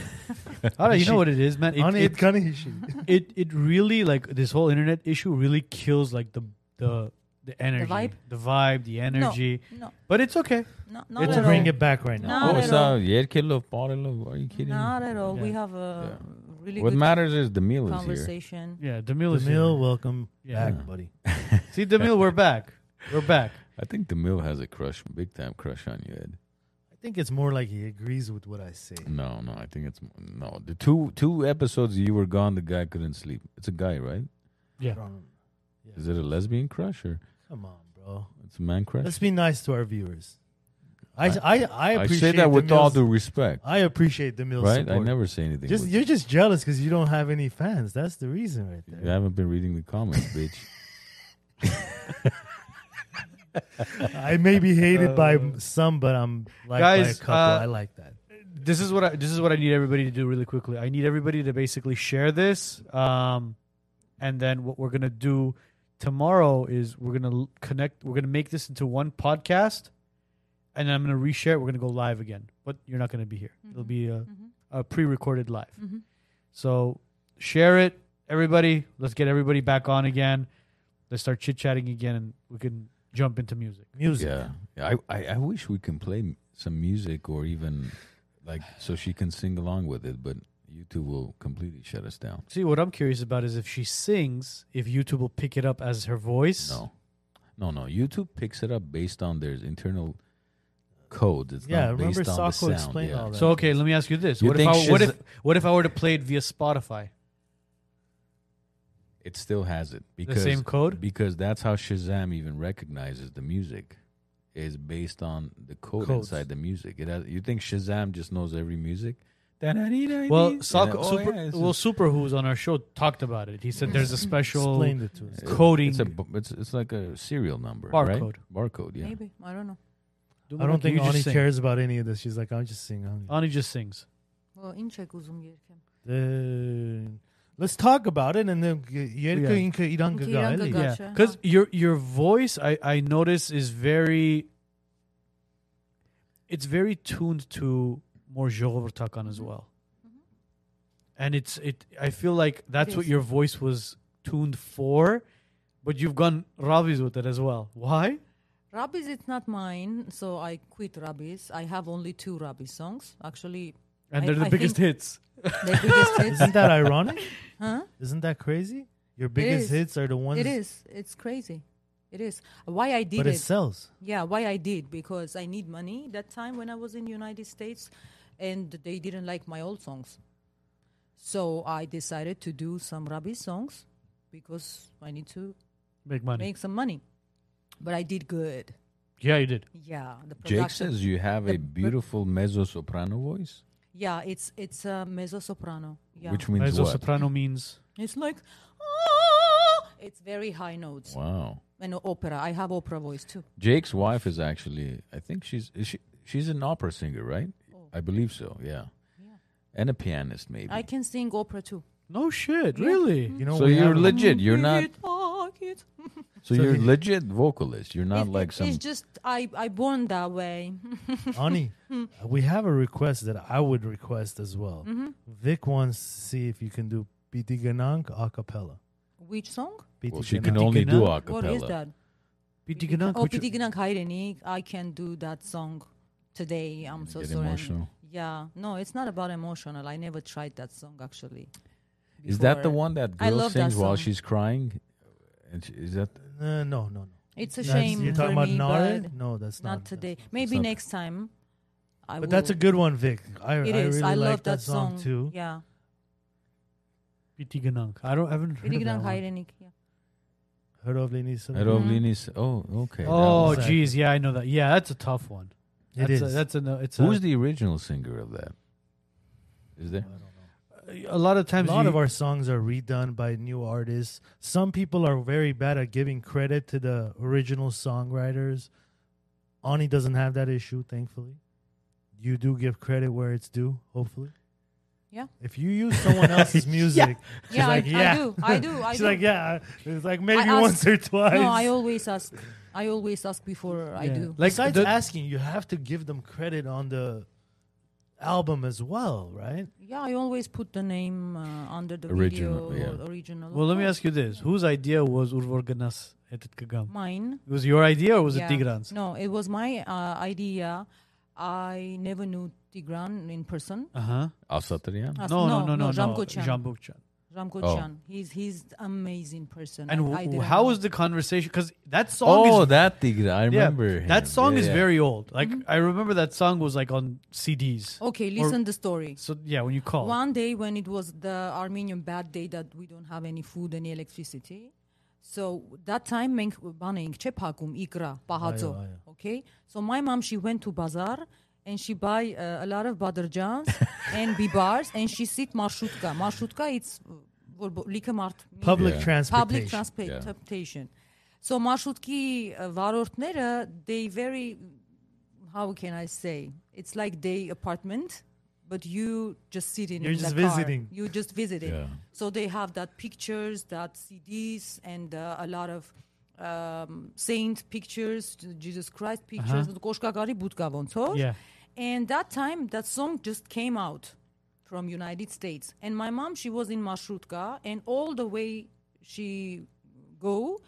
[SPEAKER 2] All right, you know what it is, man. It,
[SPEAKER 5] Ani,
[SPEAKER 2] it,
[SPEAKER 5] it kinda is she.
[SPEAKER 2] it it really like this whole internet issue really kills like the the the energy,
[SPEAKER 4] vibe?
[SPEAKER 2] the vibe, the energy.
[SPEAKER 4] No,
[SPEAKER 2] But it's okay.
[SPEAKER 4] no,
[SPEAKER 5] Let's
[SPEAKER 4] not at
[SPEAKER 5] bring
[SPEAKER 4] all.
[SPEAKER 5] it back right now.
[SPEAKER 4] Not
[SPEAKER 3] oh,
[SPEAKER 4] at
[SPEAKER 3] it's
[SPEAKER 4] all.
[SPEAKER 3] not. Yeah, kid love, bottle love. Are you kidding?
[SPEAKER 4] Not
[SPEAKER 3] me?
[SPEAKER 4] at all. We
[SPEAKER 2] Yeah.
[SPEAKER 4] have a really
[SPEAKER 3] What
[SPEAKER 4] good
[SPEAKER 3] matters is the meal is here.
[SPEAKER 4] conversation.
[SPEAKER 2] Yeah, Demil is
[SPEAKER 5] Jamil, welcome
[SPEAKER 2] Yeah.
[SPEAKER 5] back, buddy.
[SPEAKER 2] here. See, Demil, we're back. We're back.
[SPEAKER 3] I think the mill has a crush, big time crush on you, Ed.
[SPEAKER 5] I think it's more like he agrees with what I say.
[SPEAKER 3] No, no, I think it's no. The two two episodes you were gone, the guy couldn't sleep. It's a guy, right?
[SPEAKER 2] Yeah.
[SPEAKER 5] From-
[SPEAKER 3] Is it a lesbian crush or
[SPEAKER 5] Come on, bro.
[SPEAKER 3] it's a man crush?
[SPEAKER 5] Let's be nice to our viewers. I I, I
[SPEAKER 3] I
[SPEAKER 5] appreciate
[SPEAKER 3] say that with all
[SPEAKER 5] Jamil's-
[SPEAKER 3] due respect,
[SPEAKER 5] I appreciate the mill
[SPEAKER 3] right? I
[SPEAKER 5] support.
[SPEAKER 3] never say anything.
[SPEAKER 5] Just
[SPEAKER 3] with-
[SPEAKER 5] you're just jealous because you don't have any fans. That's the reason, right
[SPEAKER 3] you
[SPEAKER 5] there.
[SPEAKER 3] haven't been reading the comments, bitch.
[SPEAKER 5] I may be hated by some, but I'm like by a
[SPEAKER 2] Uh, Guys,
[SPEAKER 5] couple.
[SPEAKER 2] uh,
[SPEAKER 5] I like that.
[SPEAKER 2] This is what I this is what I need everybody to do really quickly. I need everybody to basically share this. Um and then what we're gonna do tomorrow is we're gonna l- connect we're gonna make this into one podcast and then I'm gonna reshare it. We're gonna go live again. But you're not gonna be here. It'll
[SPEAKER 4] Mm-hmm.
[SPEAKER 2] be a,
[SPEAKER 3] Mm-hmm.
[SPEAKER 2] a pre recorded live. So share it, everybody. Let's get everybody back on again. Let's start chit chatting again and we can jump into music.
[SPEAKER 5] Music.
[SPEAKER 3] yeah, yeah. I, I I wish we can play m- some music or even like so she can sing along with it, but YouTube will completely shut us down.
[SPEAKER 2] See, what I'm curious about is if she sings, if YouTube will pick it up as her voice.
[SPEAKER 3] No, no, no. YouTube picks it up based on their internal codes. It's
[SPEAKER 5] Yeah,
[SPEAKER 3] not
[SPEAKER 5] remember
[SPEAKER 3] based on the
[SPEAKER 5] Sako
[SPEAKER 3] sound.
[SPEAKER 5] explained
[SPEAKER 3] yeah.
[SPEAKER 5] all that.
[SPEAKER 2] So okay, let me ask you this:
[SPEAKER 3] You
[SPEAKER 2] what if,
[SPEAKER 3] think
[SPEAKER 2] I, what
[SPEAKER 3] she's-
[SPEAKER 2] if what if I were to play it via Spotify?
[SPEAKER 3] It still has it because
[SPEAKER 2] same code?
[SPEAKER 3] because that's how Shazam even recognizes the music is based on the code
[SPEAKER 5] Codes.
[SPEAKER 3] inside the music. It has, you think Shazam just knows every music?
[SPEAKER 2] Well, Soccer,
[SPEAKER 3] oh,
[SPEAKER 2] Super,
[SPEAKER 3] yeah, it's
[SPEAKER 2] well,
[SPEAKER 3] a-
[SPEAKER 2] Super Who's on our show talked about it. He said there's a special
[SPEAKER 5] Explain it to us.
[SPEAKER 2] coding.
[SPEAKER 3] It's a bu- it's it's like a serial number,
[SPEAKER 2] Barcode.
[SPEAKER 3] right? Barcode, yeah.
[SPEAKER 4] Maybe, I don't know.
[SPEAKER 5] I don't think
[SPEAKER 2] you just
[SPEAKER 5] Ani
[SPEAKER 2] sing. Uh,
[SPEAKER 5] cares about any of this. She's like, I'm just singing.
[SPEAKER 2] Ani just sings.
[SPEAKER 4] Well, ինչ եք ուզում երգեմ։
[SPEAKER 5] Then- Let's talk about it and then Yerka
[SPEAKER 2] Yeah.
[SPEAKER 5] Inka Iranka
[SPEAKER 4] Ինքը իրան
[SPEAKER 5] Gaeli.
[SPEAKER 4] կգա,
[SPEAKER 2] Yeah,
[SPEAKER 4] չէ՞։
[SPEAKER 2] because your your voice, I I notice is very. It's very tuned to more Joe Vertakan
[SPEAKER 4] Mm-hmm.
[SPEAKER 2] as well, and it's it. I feel like that's what
[SPEAKER 4] Yes.
[SPEAKER 2] your voice was tuned for, but you've gone Ravi's with it as well. Why?
[SPEAKER 4] Rabbi's it's not mine, so I quit Rabbi's. I have only two Rabbi songs, actually.
[SPEAKER 2] And
[SPEAKER 4] I-
[SPEAKER 2] they're the
[SPEAKER 4] I
[SPEAKER 2] biggest
[SPEAKER 4] think-
[SPEAKER 2] hits.
[SPEAKER 4] Their biggest hits.
[SPEAKER 5] Isn't that ironic?
[SPEAKER 4] Huh?
[SPEAKER 5] Isn't that crazy? Your biggest
[SPEAKER 4] is.
[SPEAKER 5] hits are the ones
[SPEAKER 4] It is. It's crazy. It is. Why I did
[SPEAKER 5] but it
[SPEAKER 4] it?
[SPEAKER 5] sells.
[SPEAKER 4] Yeah, why I did because I need money that time when I was in United States, and they didn't like my old songs, so I decided to do some Rabbi songs because I need to
[SPEAKER 2] Make money.
[SPEAKER 4] make some money. But I did good.
[SPEAKER 2] yeah, you did.
[SPEAKER 4] Yeah, the
[SPEAKER 3] Jake
[SPEAKER 4] production.
[SPEAKER 3] says you have
[SPEAKER 4] The-
[SPEAKER 3] a beautiful mezzo soprano voice,
[SPEAKER 4] yeah, it's it's a mezzo soprano. Yeah,
[SPEAKER 3] which means
[SPEAKER 2] Mezzo
[SPEAKER 3] what?
[SPEAKER 2] soprano means
[SPEAKER 4] it's like. "Ah," It's very high notes
[SPEAKER 3] Wow.
[SPEAKER 4] and opera. I have opera voice too.
[SPEAKER 3] Jake's wife is actually, I think she's is she, she's an opera singer, right?
[SPEAKER 4] Oh.
[SPEAKER 3] I believe so. Yeah. And a pianist, maybe.
[SPEAKER 4] I can sing opera too.
[SPEAKER 2] no shit.
[SPEAKER 4] Yeah. Mm-hmm.
[SPEAKER 2] Really?
[SPEAKER 5] You know,
[SPEAKER 3] so
[SPEAKER 5] we
[SPEAKER 3] you're
[SPEAKER 5] have-
[SPEAKER 3] legit. You're not.
[SPEAKER 4] It's
[SPEAKER 3] So,
[SPEAKER 5] So
[SPEAKER 3] you're
[SPEAKER 5] he-
[SPEAKER 3] legit vocalist. You're not like some.
[SPEAKER 4] It's just I I born that way.
[SPEAKER 5] Ani, uh, we have a request that I would request as well. Vic wants to see if you can do Piti Ganang a cappella.
[SPEAKER 4] Which song?
[SPEAKER 5] Piti
[SPEAKER 3] well, she can
[SPEAKER 5] Ganang.
[SPEAKER 3] only do a
[SPEAKER 2] What
[SPEAKER 4] What
[SPEAKER 3] cappella.
[SPEAKER 4] is that?
[SPEAKER 2] Pitiganak,
[SPEAKER 4] Oh,
[SPEAKER 2] which-
[SPEAKER 4] Pitiginak Haireni. I can do that song today. I'm so
[SPEAKER 3] get
[SPEAKER 4] sorry.
[SPEAKER 3] emotional.
[SPEAKER 4] Yeah, no, it's not about emotional. I never tried that song actually.
[SPEAKER 3] Is that the
[SPEAKER 4] before.
[SPEAKER 3] one that
[SPEAKER 4] I
[SPEAKER 3] girl
[SPEAKER 4] love that
[SPEAKER 3] sings while
[SPEAKER 4] song.
[SPEAKER 3] she's crying? And she, is that
[SPEAKER 5] Uh, no, no, no.
[SPEAKER 4] It's a
[SPEAKER 5] That's-
[SPEAKER 4] shame
[SPEAKER 5] You're
[SPEAKER 4] for
[SPEAKER 5] talking about
[SPEAKER 4] me,
[SPEAKER 5] Nare?
[SPEAKER 4] but
[SPEAKER 5] No, that's not.
[SPEAKER 4] not today. Maybe
[SPEAKER 3] not-
[SPEAKER 4] next time. I
[SPEAKER 5] But that's a
[SPEAKER 4] will-
[SPEAKER 5] good one, Vic. I, I
[SPEAKER 4] It
[SPEAKER 5] really
[SPEAKER 4] is. I
[SPEAKER 5] like
[SPEAKER 4] love
[SPEAKER 5] that, song, too.
[SPEAKER 4] Yeah.
[SPEAKER 2] Piti Ganang. I don't I haven't heard of
[SPEAKER 4] Birigiran
[SPEAKER 2] that one.
[SPEAKER 4] Hayrenik. Yeah.
[SPEAKER 5] Heard of Lenny Silva?
[SPEAKER 4] Mm-hmm.
[SPEAKER 3] Herovlinis. Oh, okay. that
[SPEAKER 2] Oh,
[SPEAKER 3] was-
[SPEAKER 5] Exactly.
[SPEAKER 2] geez, yeah, I know that. Yeah, that's a tough one.
[SPEAKER 5] It
[SPEAKER 2] That's
[SPEAKER 5] is.
[SPEAKER 2] A, that's a no- it's uh, a,
[SPEAKER 3] Who's the original singer of that? Is there?
[SPEAKER 2] a lot of
[SPEAKER 5] a
[SPEAKER 2] times
[SPEAKER 5] lot
[SPEAKER 2] you-
[SPEAKER 5] of our songs are redone by new artists. Some people are very bad at giving credit to the original songwriters. Ani doesn't have that issue, thankfully. You do give credit where it's due, hopefully.
[SPEAKER 4] Yeah.
[SPEAKER 5] If you use someone else's music, she's
[SPEAKER 4] Yeah, I-
[SPEAKER 5] like,
[SPEAKER 4] I
[SPEAKER 5] yeah.
[SPEAKER 4] do, I do, I
[SPEAKER 5] she's
[SPEAKER 4] do.
[SPEAKER 5] like, yeah. uh, It's like maybe
[SPEAKER 4] ask-
[SPEAKER 5] once or twice.
[SPEAKER 4] No, I always ask. I always ask before I
[SPEAKER 2] Yeah.
[SPEAKER 4] do.
[SPEAKER 2] Like
[SPEAKER 5] Besides
[SPEAKER 2] the-
[SPEAKER 5] asking, you have to give them credit on the album as well, right?
[SPEAKER 4] Yeah, I always put the name uh, under the
[SPEAKER 3] Original,
[SPEAKER 4] video
[SPEAKER 3] yeah.
[SPEAKER 4] or original.
[SPEAKER 2] Well, let me
[SPEAKER 4] Yeah.
[SPEAKER 2] ask you this: Whose idea was Urvor Ganas этот кагам?
[SPEAKER 4] Mine.
[SPEAKER 2] It was your idea or was
[SPEAKER 4] yeah.
[SPEAKER 2] it Tigran's?
[SPEAKER 4] No, it was my uh, idea. I never knew Tigran in person.
[SPEAKER 2] Uh huh.
[SPEAKER 3] Asatryan?
[SPEAKER 4] As-
[SPEAKER 2] No, no, no, no, no.
[SPEAKER 4] Jamkochan.
[SPEAKER 2] Jamkochan.
[SPEAKER 4] Ramko
[SPEAKER 3] Oh.
[SPEAKER 4] Chan. He's he's amazing person.
[SPEAKER 2] And
[SPEAKER 4] I- I
[SPEAKER 2] wh-
[SPEAKER 4] didn't
[SPEAKER 2] how
[SPEAKER 4] know.
[SPEAKER 2] was the conversation? Because that song
[SPEAKER 3] Oh,
[SPEAKER 2] is
[SPEAKER 3] that Tigran. I
[SPEAKER 2] yeah,
[SPEAKER 3] remember. him.
[SPEAKER 2] that song
[SPEAKER 3] Yeah,
[SPEAKER 2] is
[SPEAKER 3] yeah.
[SPEAKER 2] very old. Like
[SPEAKER 4] Mm-hmm.
[SPEAKER 2] I remember that song was like on CDs.
[SPEAKER 4] Okay,
[SPEAKER 2] Or- Oh.
[SPEAKER 4] listen the story.
[SPEAKER 2] So yeah, when you call,
[SPEAKER 4] One day when it was the Armenian bad day that we don't have any food, any electricity. So that time մենք բան էինք, չէ՞ փակում իկրա, պահածո,
[SPEAKER 5] այո, այո.
[SPEAKER 4] okay? So my mom she went to bazaar and she buy uh, a lot of badrjans and bibars and she sit marshutka. Marshutka it's uh, որ բո- լիքը մարդ մի-
[SPEAKER 5] Public
[SPEAKER 3] Yeah.
[SPEAKER 5] transportation.
[SPEAKER 4] public
[SPEAKER 3] Yeah.
[SPEAKER 4] transportation. So marshrutki uh, վարորդները they very how can I say? It's like day apartment, but you just sit in.
[SPEAKER 5] You're
[SPEAKER 4] the
[SPEAKER 5] just
[SPEAKER 4] car.
[SPEAKER 5] visiting.
[SPEAKER 4] You're just visiting.
[SPEAKER 3] Yeah.
[SPEAKER 4] So they have that pictures, that CDs, and uh, a lot of um, saint pictures, Jesus Christ pictures. Կոշկակարի բուտկա ոնց հո։
[SPEAKER 2] Yeah.
[SPEAKER 4] And that time, that song just came out from United States. And my mom, she was in Mashrutka, and all the way she go,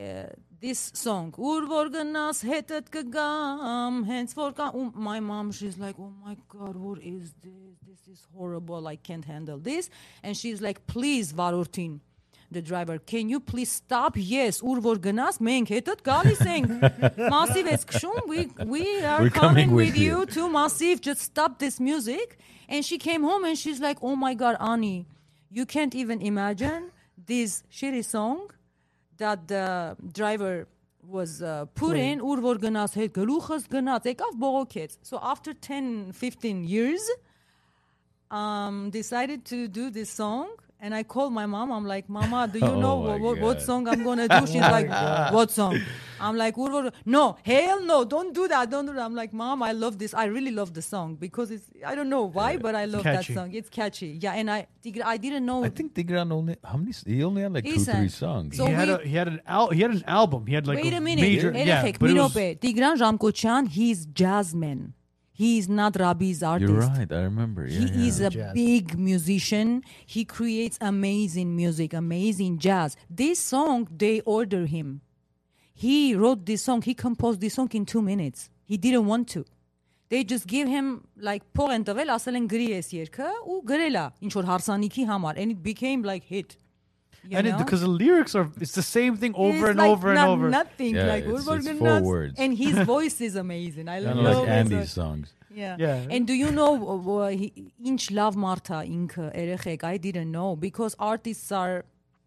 [SPEAKER 4] uh, this song ուր որ գնաս հետդ կգամ հենց որ կա ու Um, my mom she's like oh my god what is this this is horrible i can't handle this and she's like please varortin the driver can you please stop yes ուր որ գնաս մենք հետդ գալիս ենք massive is kshum we we are
[SPEAKER 3] We're
[SPEAKER 4] coming,
[SPEAKER 3] coming with
[SPEAKER 4] with you.
[SPEAKER 3] you.
[SPEAKER 4] too massive just stop this music and she came home and she's like oh my god ani you can't even imagine this shitty song that the driver was uh, put in ուր որ գնաց հետ գլուխս գնաց եկավ բողոքեց so after 10 15 years um decided to do this song and i called my mom i'm like mama do you
[SPEAKER 3] Oh
[SPEAKER 4] know
[SPEAKER 3] my
[SPEAKER 4] what, what,
[SPEAKER 3] God.
[SPEAKER 4] what song i'm going to do she's like what song i'm like "Ur Vor- no hell no don't do that don't do that i'm like mom i love this i really love the song because it's i don't know why
[SPEAKER 3] Uh,
[SPEAKER 4] but i love
[SPEAKER 2] catchy.
[SPEAKER 4] that song it's catchy yeah and i i didn't know
[SPEAKER 3] I think Tigran only how many? s- He only had like two,
[SPEAKER 4] Listen,
[SPEAKER 3] three songs.
[SPEAKER 4] so-
[SPEAKER 2] he had
[SPEAKER 4] we-
[SPEAKER 2] a, he had an al- he had an album. He had like
[SPEAKER 4] Wait
[SPEAKER 2] a
[SPEAKER 4] a minute.
[SPEAKER 2] major
[SPEAKER 4] Wait
[SPEAKER 2] yeah,
[SPEAKER 4] a sec.
[SPEAKER 2] but it was-
[SPEAKER 4] Minope. Tigran Jamkochan, he's jazzman. He's not Rabi's artist.
[SPEAKER 3] You're right. I remember. Yeah,
[SPEAKER 4] He
[SPEAKER 3] yeah.
[SPEAKER 4] is a
[SPEAKER 5] Jazz.
[SPEAKER 4] big musician. He creates amazing music, amazing jazz. This song, they order him. He wrote this song. He composed this song in two minutes. He didn't want to. They just give him like փող են տվել, ասել են գրի էս երգը ու գրել է ինչ որ հարսանիքի համար and it became like hit. You
[SPEAKER 2] and it,
[SPEAKER 4] know?
[SPEAKER 2] because the lyrics are it's the same thing over
[SPEAKER 4] It's
[SPEAKER 2] and
[SPEAKER 4] like
[SPEAKER 2] over and
[SPEAKER 4] not-
[SPEAKER 2] over.
[SPEAKER 4] Nothing
[SPEAKER 3] Yeah,
[SPEAKER 4] like
[SPEAKER 3] it's-
[SPEAKER 4] Urban
[SPEAKER 3] it's
[SPEAKER 4] Gymnast.
[SPEAKER 3] four words.
[SPEAKER 4] And his voice is amazing. I
[SPEAKER 3] Kind
[SPEAKER 4] love
[SPEAKER 3] of like
[SPEAKER 4] his
[SPEAKER 3] Andy's
[SPEAKER 4] voice.
[SPEAKER 3] songs.
[SPEAKER 4] Yeah.
[SPEAKER 2] Yeah.
[SPEAKER 4] And do you know uh, uh, he- ինչ լավ մարդ է ինքը երեխեք? I didn't know because artists are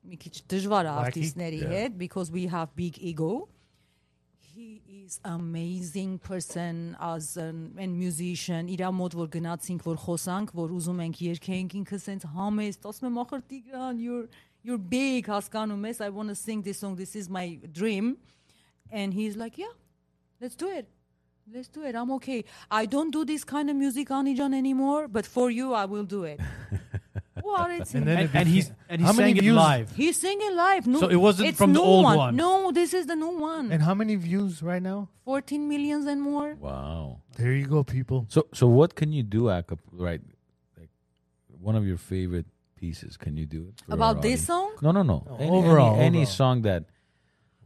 [SPEAKER 4] մի քիչ դժվար է արտիստների հետ because we have big ego. He is amazing person as an and musician. Իրա մոտ որ գնացինք, որ խոսանք, որ ուզում ենք երգենք, ինքը sense համեստ, ասում եմ ախր Տիգրան, you're you're big, հասկանում ես, I want to sing this song. This is my dream. And he's like, yeah, let's do it. Let's do it. I'm okay. I don't do this kind of music, Anijan, anymore, but for you, I will do it. what? It's
[SPEAKER 5] And then
[SPEAKER 2] And,
[SPEAKER 5] it
[SPEAKER 2] and he's
[SPEAKER 5] became-
[SPEAKER 2] and he
[SPEAKER 5] How many
[SPEAKER 2] sang it
[SPEAKER 5] views-
[SPEAKER 2] live.
[SPEAKER 4] he's singing live. No,
[SPEAKER 2] So it wasn't
[SPEAKER 4] it's
[SPEAKER 2] from the
[SPEAKER 4] new
[SPEAKER 2] old
[SPEAKER 4] one.
[SPEAKER 2] one.
[SPEAKER 4] No, this is the new one.
[SPEAKER 5] And how many views right now?
[SPEAKER 4] 14 millions and more.
[SPEAKER 3] Wow.
[SPEAKER 5] There you go, people.
[SPEAKER 3] So so what can you do, Akap? Right, like one of your favorite pieces. Can you do it for our
[SPEAKER 4] About this
[SPEAKER 3] audience?
[SPEAKER 4] song?
[SPEAKER 3] No, no, no.
[SPEAKER 5] No,
[SPEAKER 3] Any,
[SPEAKER 5] overall,
[SPEAKER 3] any, any
[SPEAKER 5] overall.
[SPEAKER 3] song that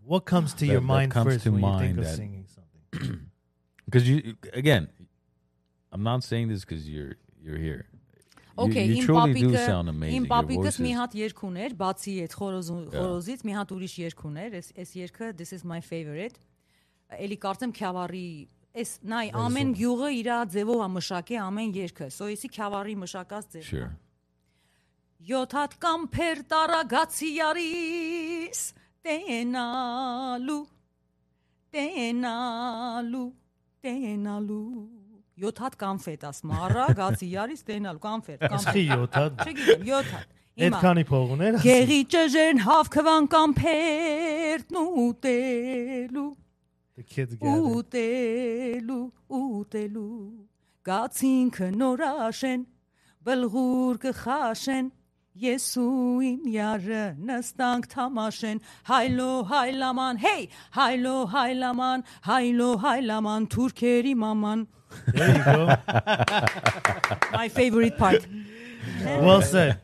[SPEAKER 5] What comes to
[SPEAKER 3] That-
[SPEAKER 5] your
[SPEAKER 3] that
[SPEAKER 5] mind
[SPEAKER 3] comes
[SPEAKER 5] first
[SPEAKER 3] to
[SPEAKER 5] when you
[SPEAKER 3] mind
[SPEAKER 5] think of
[SPEAKER 3] that-
[SPEAKER 5] singing something?
[SPEAKER 3] because you again, I'm not saying this because you're you're here.
[SPEAKER 4] Okay,
[SPEAKER 3] you
[SPEAKER 4] իմ
[SPEAKER 3] truly do
[SPEAKER 4] պապիկը
[SPEAKER 3] sound amazing.
[SPEAKER 4] իմ
[SPEAKER 3] Your
[SPEAKER 4] պապիկս
[SPEAKER 3] voice
[SPEAKER 4] մի
[SPEAKER 3] is-
[SPEAKER 4] հատ երգ ուներ, բացի այդ խորոզու խորոզից մի հատ ուրիշ երգ ուներ, այս այս երգը this is my favorite։ Էլի կարծեմ Քյավարի այս նայ ամեն գյուղը իր ձևով է մշակի ամեն երգը։ So էսի Քյավարի մշակած ձևն է։
[SPEAKER 3] Sure.
[SPEAKER 4] Յոթ հատ կամփեր տարագացի արիս տենալու տենալու տենալու յոթ հատ կամֆետ ասում արագացի արիս տենալու կամֆետ
[SPEAKER 5] Իսկի
[SPEAKER 4] կամֆետ
[SPEAKER 5] 7-ը։
[SPEAKER 4] չգիտեմ յոթ հատ հիմա
[SPEAKER 5] Այդքանի փողներ։
[SPEAKER 4] գեղի ճժեն հավքվան կամփերն ուտելու
[SPEAKER 5] The kids gather.
[SPEAKER 4] ուտելու ուտելու գացին քնորաշեն բլղուր կխաշեն ես ու իմ յարը նստանք թամաշեն հայլո հայլաման հեյ հայլո հայլաման հայլո հայլաման թուրքերի մաման
[SPEAKER 5] There you go.
[SPEAKER 4] my favorite part
[SPEAKER 5] Well said.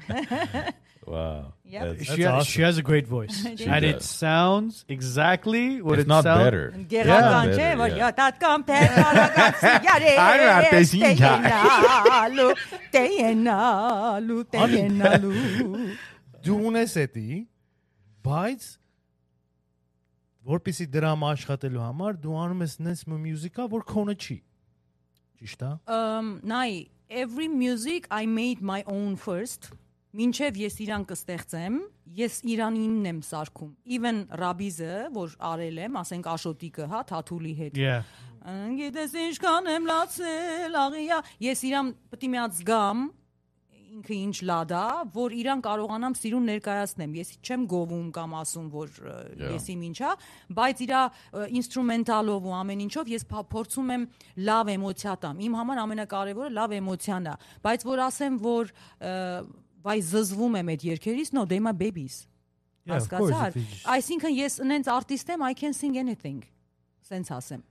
[SPEAKER 3] Wow.
[SPEAKER 4] Yep.
[SPEAKER 3] That's-
[SPEAKER 2] She, ha- she
[SPEAKER 5] awesome.
[SPEAKER 2] has a great voice,
[SPEAKER 4] She
[SPEAKER 2] and it
[SPEAKER 3] does.
[SPEAKER 2] sounds exactly what
[SPEAKER 3] it's
[SPEAKER 2] it
[SPEAKER 3] not
[SPEAKER 2] sounds.
[SPEAKER 3] better.
[SPEAKER 4] Գերական չէ,
[SPEAKER 3] better,
[SPEAKER 4] որ
[SPEAKER 3] yeah.
[SPEAKER 4] յատատ կամ փետարագացի յարե։
[SPEAKER 3] Այո, այդպես ինքա։
[SPEAKER 4] Տենալու, տենալու, տենալու։
[SPEAKER 5] Դու ունես էդի, բայց որպեսի դրամ աշխատելու համար դու անում ես նենց մի մյուզիկա, որ քոնը չի։ Ճիշտ է։
[SPEAKER 4] Um, նայ, every music I made my own first. Մինչև ես իրան կստեղծեմ, ես իրան իմն եմ սարքում։ Even Rabiz-ը, որ արել եմ, ասենք Աշոտիկը, հա, Թաթուլի հետ։
[SPEAKER 2] Yeah,
[SPEAKER 4] Ան Գիտես ինչքան եմ լացել, աղիա, ես իրան պետք է միած զգամ ինքը ինչ լադա, որ իրան կարողանամ սիրուն ներկայացնեմ։ Ես չեմ գովում կամ ասում, որ ը,
[SPEAKER 3] Yeah.
[SPEAKER 4] ես իմ ինչա, բայց իրա ը, ինստրումենտալով ու ամեն ինչով ես փա- փորձում եմ լավ էմոցիա տամ։ Իմ համար ամենակարևորը լավ էմոցիան է, բայց որ ասեմ, որ ը, վայ զզվում եմ այդ երգերից, no, they my babies։
[SPEAKER 5] Yeah, of course,
[SPEAKER 4] Հասկացա՞ր։
[SPEAKER 5] if it's-
[SPEAKER 4] Այսինքն ես նենց արտիստ եմ, I can sing anything։ Սենց ասեմ։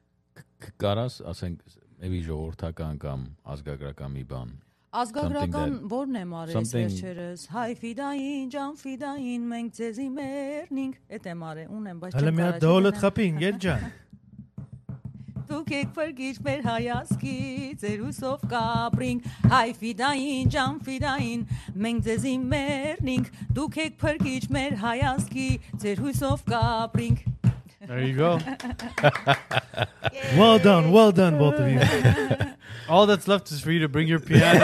[SPEAKER 3] Կարաս, ասենք, maybe ժողովրդական կամ ազգագրական մի բան։
[SPEAKER 4] Ազգագրական
[SPEAKER 3] Something
[SPEAKER 4] ո՞րն եմ արել այս
[SPEAKER 3] Something-
[SPEAKER 4] վերջերս։ Հայ ֆիդային, ջան ֆիդային, մենք ձեզի մերնինք, այդ եմ արել, ունեմ, բայց
[SPEAKER 5] Հələ մի հատ դոլոտ խփի, ինգել ջան։
[SPEAKER 4] Դուք եք ֆրգիչ մեր հայացքի, ձեր ուսով կապրինք, հայ ֆիդային, ջան ֆիդային, մենք ձեզի մերնինք, դուք եք ֆրգիչ մեր հայացքի, ձեր ուսով կապրինք։
[SPEAKER 2] there you go.
[SPEAKER 5] Well done, well done both of you.
[SPEAKER 2] All that's left is for you to bring your piano.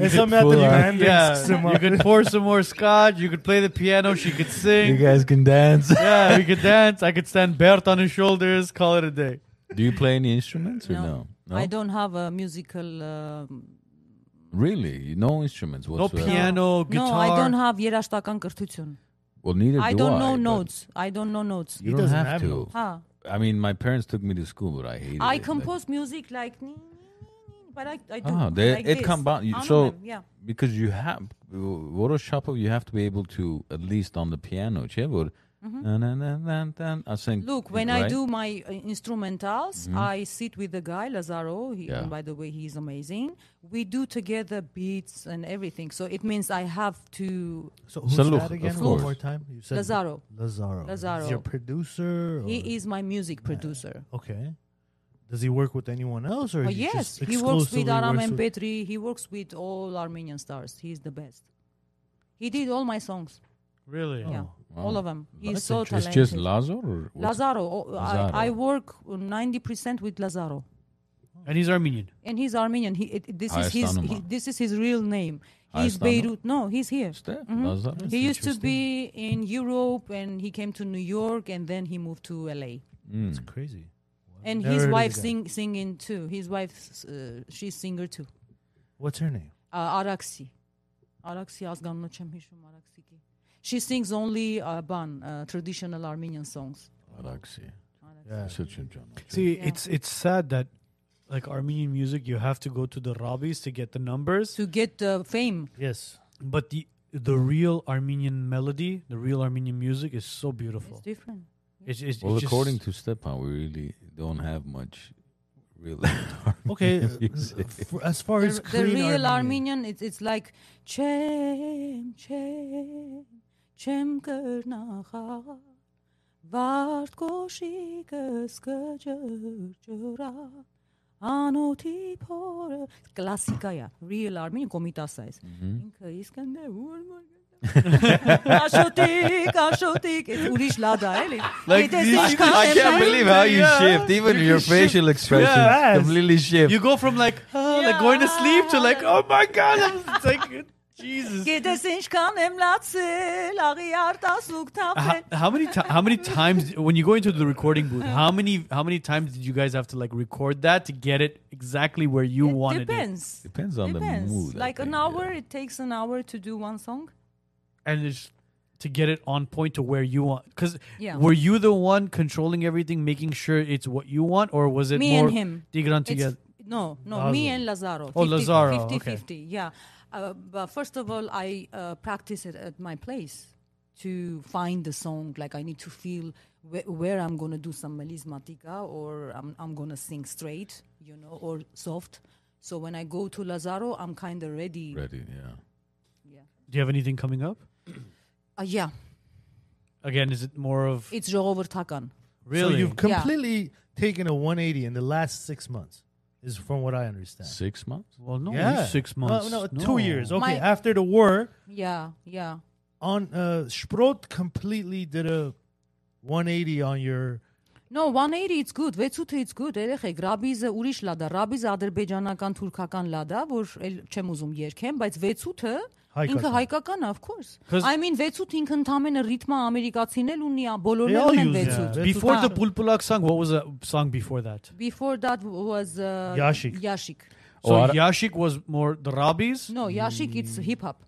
[SPEAKER 5] Ես համ մի հատ դիվան
[SPEAKER 2] yeah,
[SPEAKER 5] դեսքսում
[SPEAKER 2] you could pour some more scotch. You could play the piano. She could sing.
[SPEAKER 3] guys can dance.
[SPEAKER 2] Yeah, we could dance. I could stand Bert on his shoulders. Call it a day.
[SPEAKER 3] Do you play any instruments or
[SPEAKER 4] No.
[SPEAKER 3] no?
[SPEAKER 4] I don't have a musical um,
[SPEAKER 3] Really? No instruments
[SPEAKER 2] No
[SPEAKER 3] whatsoever.
[SPEAKER 2] piano, guitar.
[SPEAKER 4] No, I don't have երաժշտական կրթություն։
[SPEAKER 3] Well, neither
[SPEAKER 4] I
[SPEAKER 3] do
[SPEAKER 4] don't
[SPEAKER 3] I,
[SPEAKER 4] know
[SPEAKER 3] but
[SPEAKER 4] notes. I don't know notes.
[SPEAKER 3] You
[SPEAKER 5] He
[SPEAKER 3] don't
[SPEAKER 5] doesn't
[SPEAKER 3] have,
[SPEAKER 5] have
[SPEAKER 3] to.
[SPEAKER 5] notes.
[SPEAKER 4] Հա։
[SPEAKER 3] I mean, my parents took me to school, but I hated
[SPEAKER 4] I
[SPEAKER 3] it.
[SPEAKER 4] compose music like ni- ni- ni- but I I do
[SPEAKER 3] Ah, they-
[SPEAKER 4] like
[SPEAKER 3] it
[SPEAKER 4] this.
[SPEAKER 3] combine- you-
[SPEAKER 4] Անում
[SPEAKER 3] so-
[SPEAKER 4] եմ, yeah.
[SPEAKER 3] Like, because you have Photoshop, you have to be able to at least on the piano, չէ՞, որ na, na, na, na, na, I think.
[SPEAKER 4] Mm-hmm. Look, when I
[SPEAKER 3] right? Mm-hmm.
[SPEAKER 4] do my uh, instrumentals, I sit with the guy Lazaro. He,
[SPEAKER 3] Yeah.
[SPEAKER 4] and by the way, he's amazing. We do together beats and everything. So it means I have to.
[SPEAKER 5] So who's
[SPEAKER 3] Saluk,
[SPEAKER 5] that again?
[SPEAKER 3] of
[SPEAKER 5] One
[SPEAKER 3] course.
[SPEAKER 5] more time. You said
[SPEAKER 4] Lazaro.
[SPEAKER 5] Lazaro.
[SPEAKER 4] Lazaro.
[SPEAKER 5] He's your
[SPEAKER 3] Oh.
[SPEAKER 5] producer.
[SPEAKER 4] He is my music producer.
[SPEAKER 5] Okay. Does he work with anyone else or
[SPEAKER 4] Oh,
[SPEAKER 5] he
[SPEAKER 4] yes,
[SPEAKER 5] just
[SPEAKER 4] he works
[SPEAKER 5] exclusively
[SPEAKER 4] with Aram
[SPEAKER 5] works
[SPEAKER 4] and
[SPEAKER 5] with-
[SPEAKER 4] Petri. He works with all Armenian stars. He's the best. He did all my songs.
[SPEAKER 2] Really?
[SPEAKER 4] Yeah,
[SPEAKER 3] Oh, Wow.
[SPEAKER 4] all of them. He's
[SPEAKER 5] That's
[SPEAKER 4] so
[SPEAKER 3] It's
[SPEAKER 4] talented.
[SPEAKER 3] just Lazar or what's-
[SPEAKER 4] Lazaro. Oh,
[SPEAKER 3] Lazaro.
[SPEAKER 4] I, I work ninety percent with Lazaro,
[SPEAKER 2] And he's Armenian.
[SPEAKER 4] and he's Armenian. He it, this is his
[SPEAKER 3] Hayastanuma.
[SPEAKER 4] he, this is his real name. He's
[SPEAKER 3] Hayastanu-
[SPEAKER 4] Beirut. No, he's here.
[SPEAKER 3] Is there? Lazar?
[SPEAKER 4] Mm-hmm. He used to be in Europe, and he came to New York, and then he moved to LA.
[SPEAKER 5] It's crazy.
[SPEAKER 4] And
[SPEAKER 5] Never
[SPEAKER 4] his
[SPEAKER 5] heard of
[SPEAKER 4] wife
[SPEAKER 5] the guy.
[SPEAKER 4] sing singing too. His wife, uh, she's singer too.
[SPEAKER 5] What's her name?
[SPEAKER 4] Uh, Araxi, Araxi ազգանունը չեմ հիշում Araxi-ի։ She sings only uh, ban uh, traditional Armenian songs.
[SPEAKER 3] Araxi.
[SPEAKER 5] Yeah.
[SPEAKER 3] Such a genre.
[SPEAKER 2] See,
[SPEAKER 4] Yeah.
[SPEAKER 2] it's it's sad that like Armenian music, you have to go to the rabbis to get the numbers,
[SPEAKER 4] To get uh, fame,
[SPEAKER 5] Yes.
[SPEAKER 2] but the the real Armenian melody, the real Armenian music is so
[SPEAKER 4] it's
[SPEAKER 2] beautiful.
[SPEAKER 4] different.
[SPEAKER 2] It's, it's,
[SPEAKER 3] Well,
[SPEAKER 2] it's just-
[SPEAKER 3] according to Stepan, we really don't have much real.
[SPEAKER 5] Okay. uh,
[SPEAKER 3] Music.
[SPEAKER 5] f- as far as
[SPEAKER 4] the, the
[SPEAKER 5] clean
[SPEAKER 4] real
[SPEAKER 5] Armenian.
[SPEAKER 4] Armenian, it's it's like Chem Chem Chem Kernaha Vart Koshikes Kajer Անոթի փորը կլասիկա է real armenian կոմիտասա է
[SPEAKER 3] Mhm.
[SPEAKER 4] ինքը իսկանդեր ուրմը Աշոտիկ, աշոտիկ, այդ ուրիշ լադա էլի։
[SPEAKER 3] Like
[SPEAKER 4] Գիտես
[SPEAKER 3] this, I
[SPEAKER 4] ինչքան
[SPEAKER 3] can't
[SPEAKER 4] եմ նայում,
[SPEAKER 3] believe how you shift. Even your facial expression
[SPEAKER 6] Yes.
[SPEAKER 3] completely shift.
[SPEAKER 2] You go from like, oh, like going to sleep to like, oh my god, I'm it's like, Jesus.
[SPEAKER 4] Գիտես ինչքան եմ լացել, աղի արտասուկ
[SPEAKER 2] How,
[SPEAKER 4] թափել։
[SPEAKER 2] how many ti- how many times when you go into the recording booth? How many how many times did you guys have to like record that to get it exactly where you wanted it?
[SPEAKER 4] Depends։
[SPEAKER 3] Depends on
[SPEAKER 4] Depends.
[SPEAKER 3] the mood. I
[SPEAKER 4] Like an
[SPEAKER 3] think,
[SPEAKER 4] hour,
[SPEAKER 3] yeah.
[SPEAKER 4] it takes an hour to do one song.
[SPEAKER 2] And it's to get it on point to where you want. Because
[SPEAKER 4] Yeah.
[SPEAKER 2] were you the one controlling everything, making sure it's what you want, or was it
[SPEAKER 4] Me
[SPEAKER 2] more
[SPEAKER 4] and him.
[SPEAKER 2] Tigran
[SPEAKER 4] It's-
[SPEAKER 2] together?
[SPEAKER 4] No, no, me and Lazaro.
[SPEAKER 2] Oh, Lazaro,
[SPEAKER 4] 50,
[SPEAKER 2] okay.
[SPEAKER 4] 50, yeah. Uh, but first of all, I uh, practice it at my place to find the song. Like I need to feel wh- where I'm going to do some melismatica or I'm, I'm going to sing straight, you know, or soft. So when I go to Lazaro, I'm kind of ready.
[SPEAKER 3] Ready, yeah.
[SPEAKER 2] Do you have anything coming up?
[SPEAKER 4] Uh, yeah,
[SPEAKER 2] Again, is it more of
[SPEAKER 4] it's Jogover Takan.
[SPEAKER 2] really?
[SPEAKER 5] So you've completely taken a 180 in the last six months, is from what I understand. Oh.
[SPEAKER 3] Six months?
[SPEAKER 2] well, no,
[SPEAKER 5] Yeah.
[SPEAKER 2] six
[SPEAKER 5] No,
[SPEAKER 2] months.
[SPEAKER 5] No,
[SPEAKER 2] No.
[SPEAKER 5] two years. Okay,
[SPEAKER 4] My-
[SPEAKER 5] after the war,
[SPEAKER 4] Yeah, yeah.
[SPEAKER 5] on uh, Sprot completely did a 180 on your.
[SPEAKER 4] No 180 it's good, 68 it's good, երեխեք, ռաբիզը ուրիշ լադա, ռաբիզը ադրբեջանական թուրքական լադա, որ էլ չեմ ուզում երգեմ, բայց 68-ը ինքը
[SPEAKER 5] Հայկական։
[SPEAKER 4] հայկական, of course։
[SPEAKER 2] Cause-
[SPEAKER 4] I mean 68 ինքը ընդամենը ռիթմը ամերիկացին էլ ունի, ա,
[SPEAKER 5] They
[SPEAKER 4] բոլորն
[SPEAKER 5] all
[SPEAKER 4] էլ են
[SPEAKER 5] use that.
[SPEAKER 4] 68։
[SPEAKER 5] That's
[SPEAKER 2] Before
[SPEAKER 4] Ah.
[SPEAKER 2] the Pulpulak song, what was a song before that?
[SPEAKER 4] Before that was uh,
[SPEAKER 5] Yashik.
[SPEAKER 4] Yashik.
[SPEAKER 7] Oh,
[SPEAKER 2] So
[SPEAKER 3] Or-
[SPEAKER 2] Yashik was more the Rabis.
[SPEAKER 4] No, Yashik it's hip hop.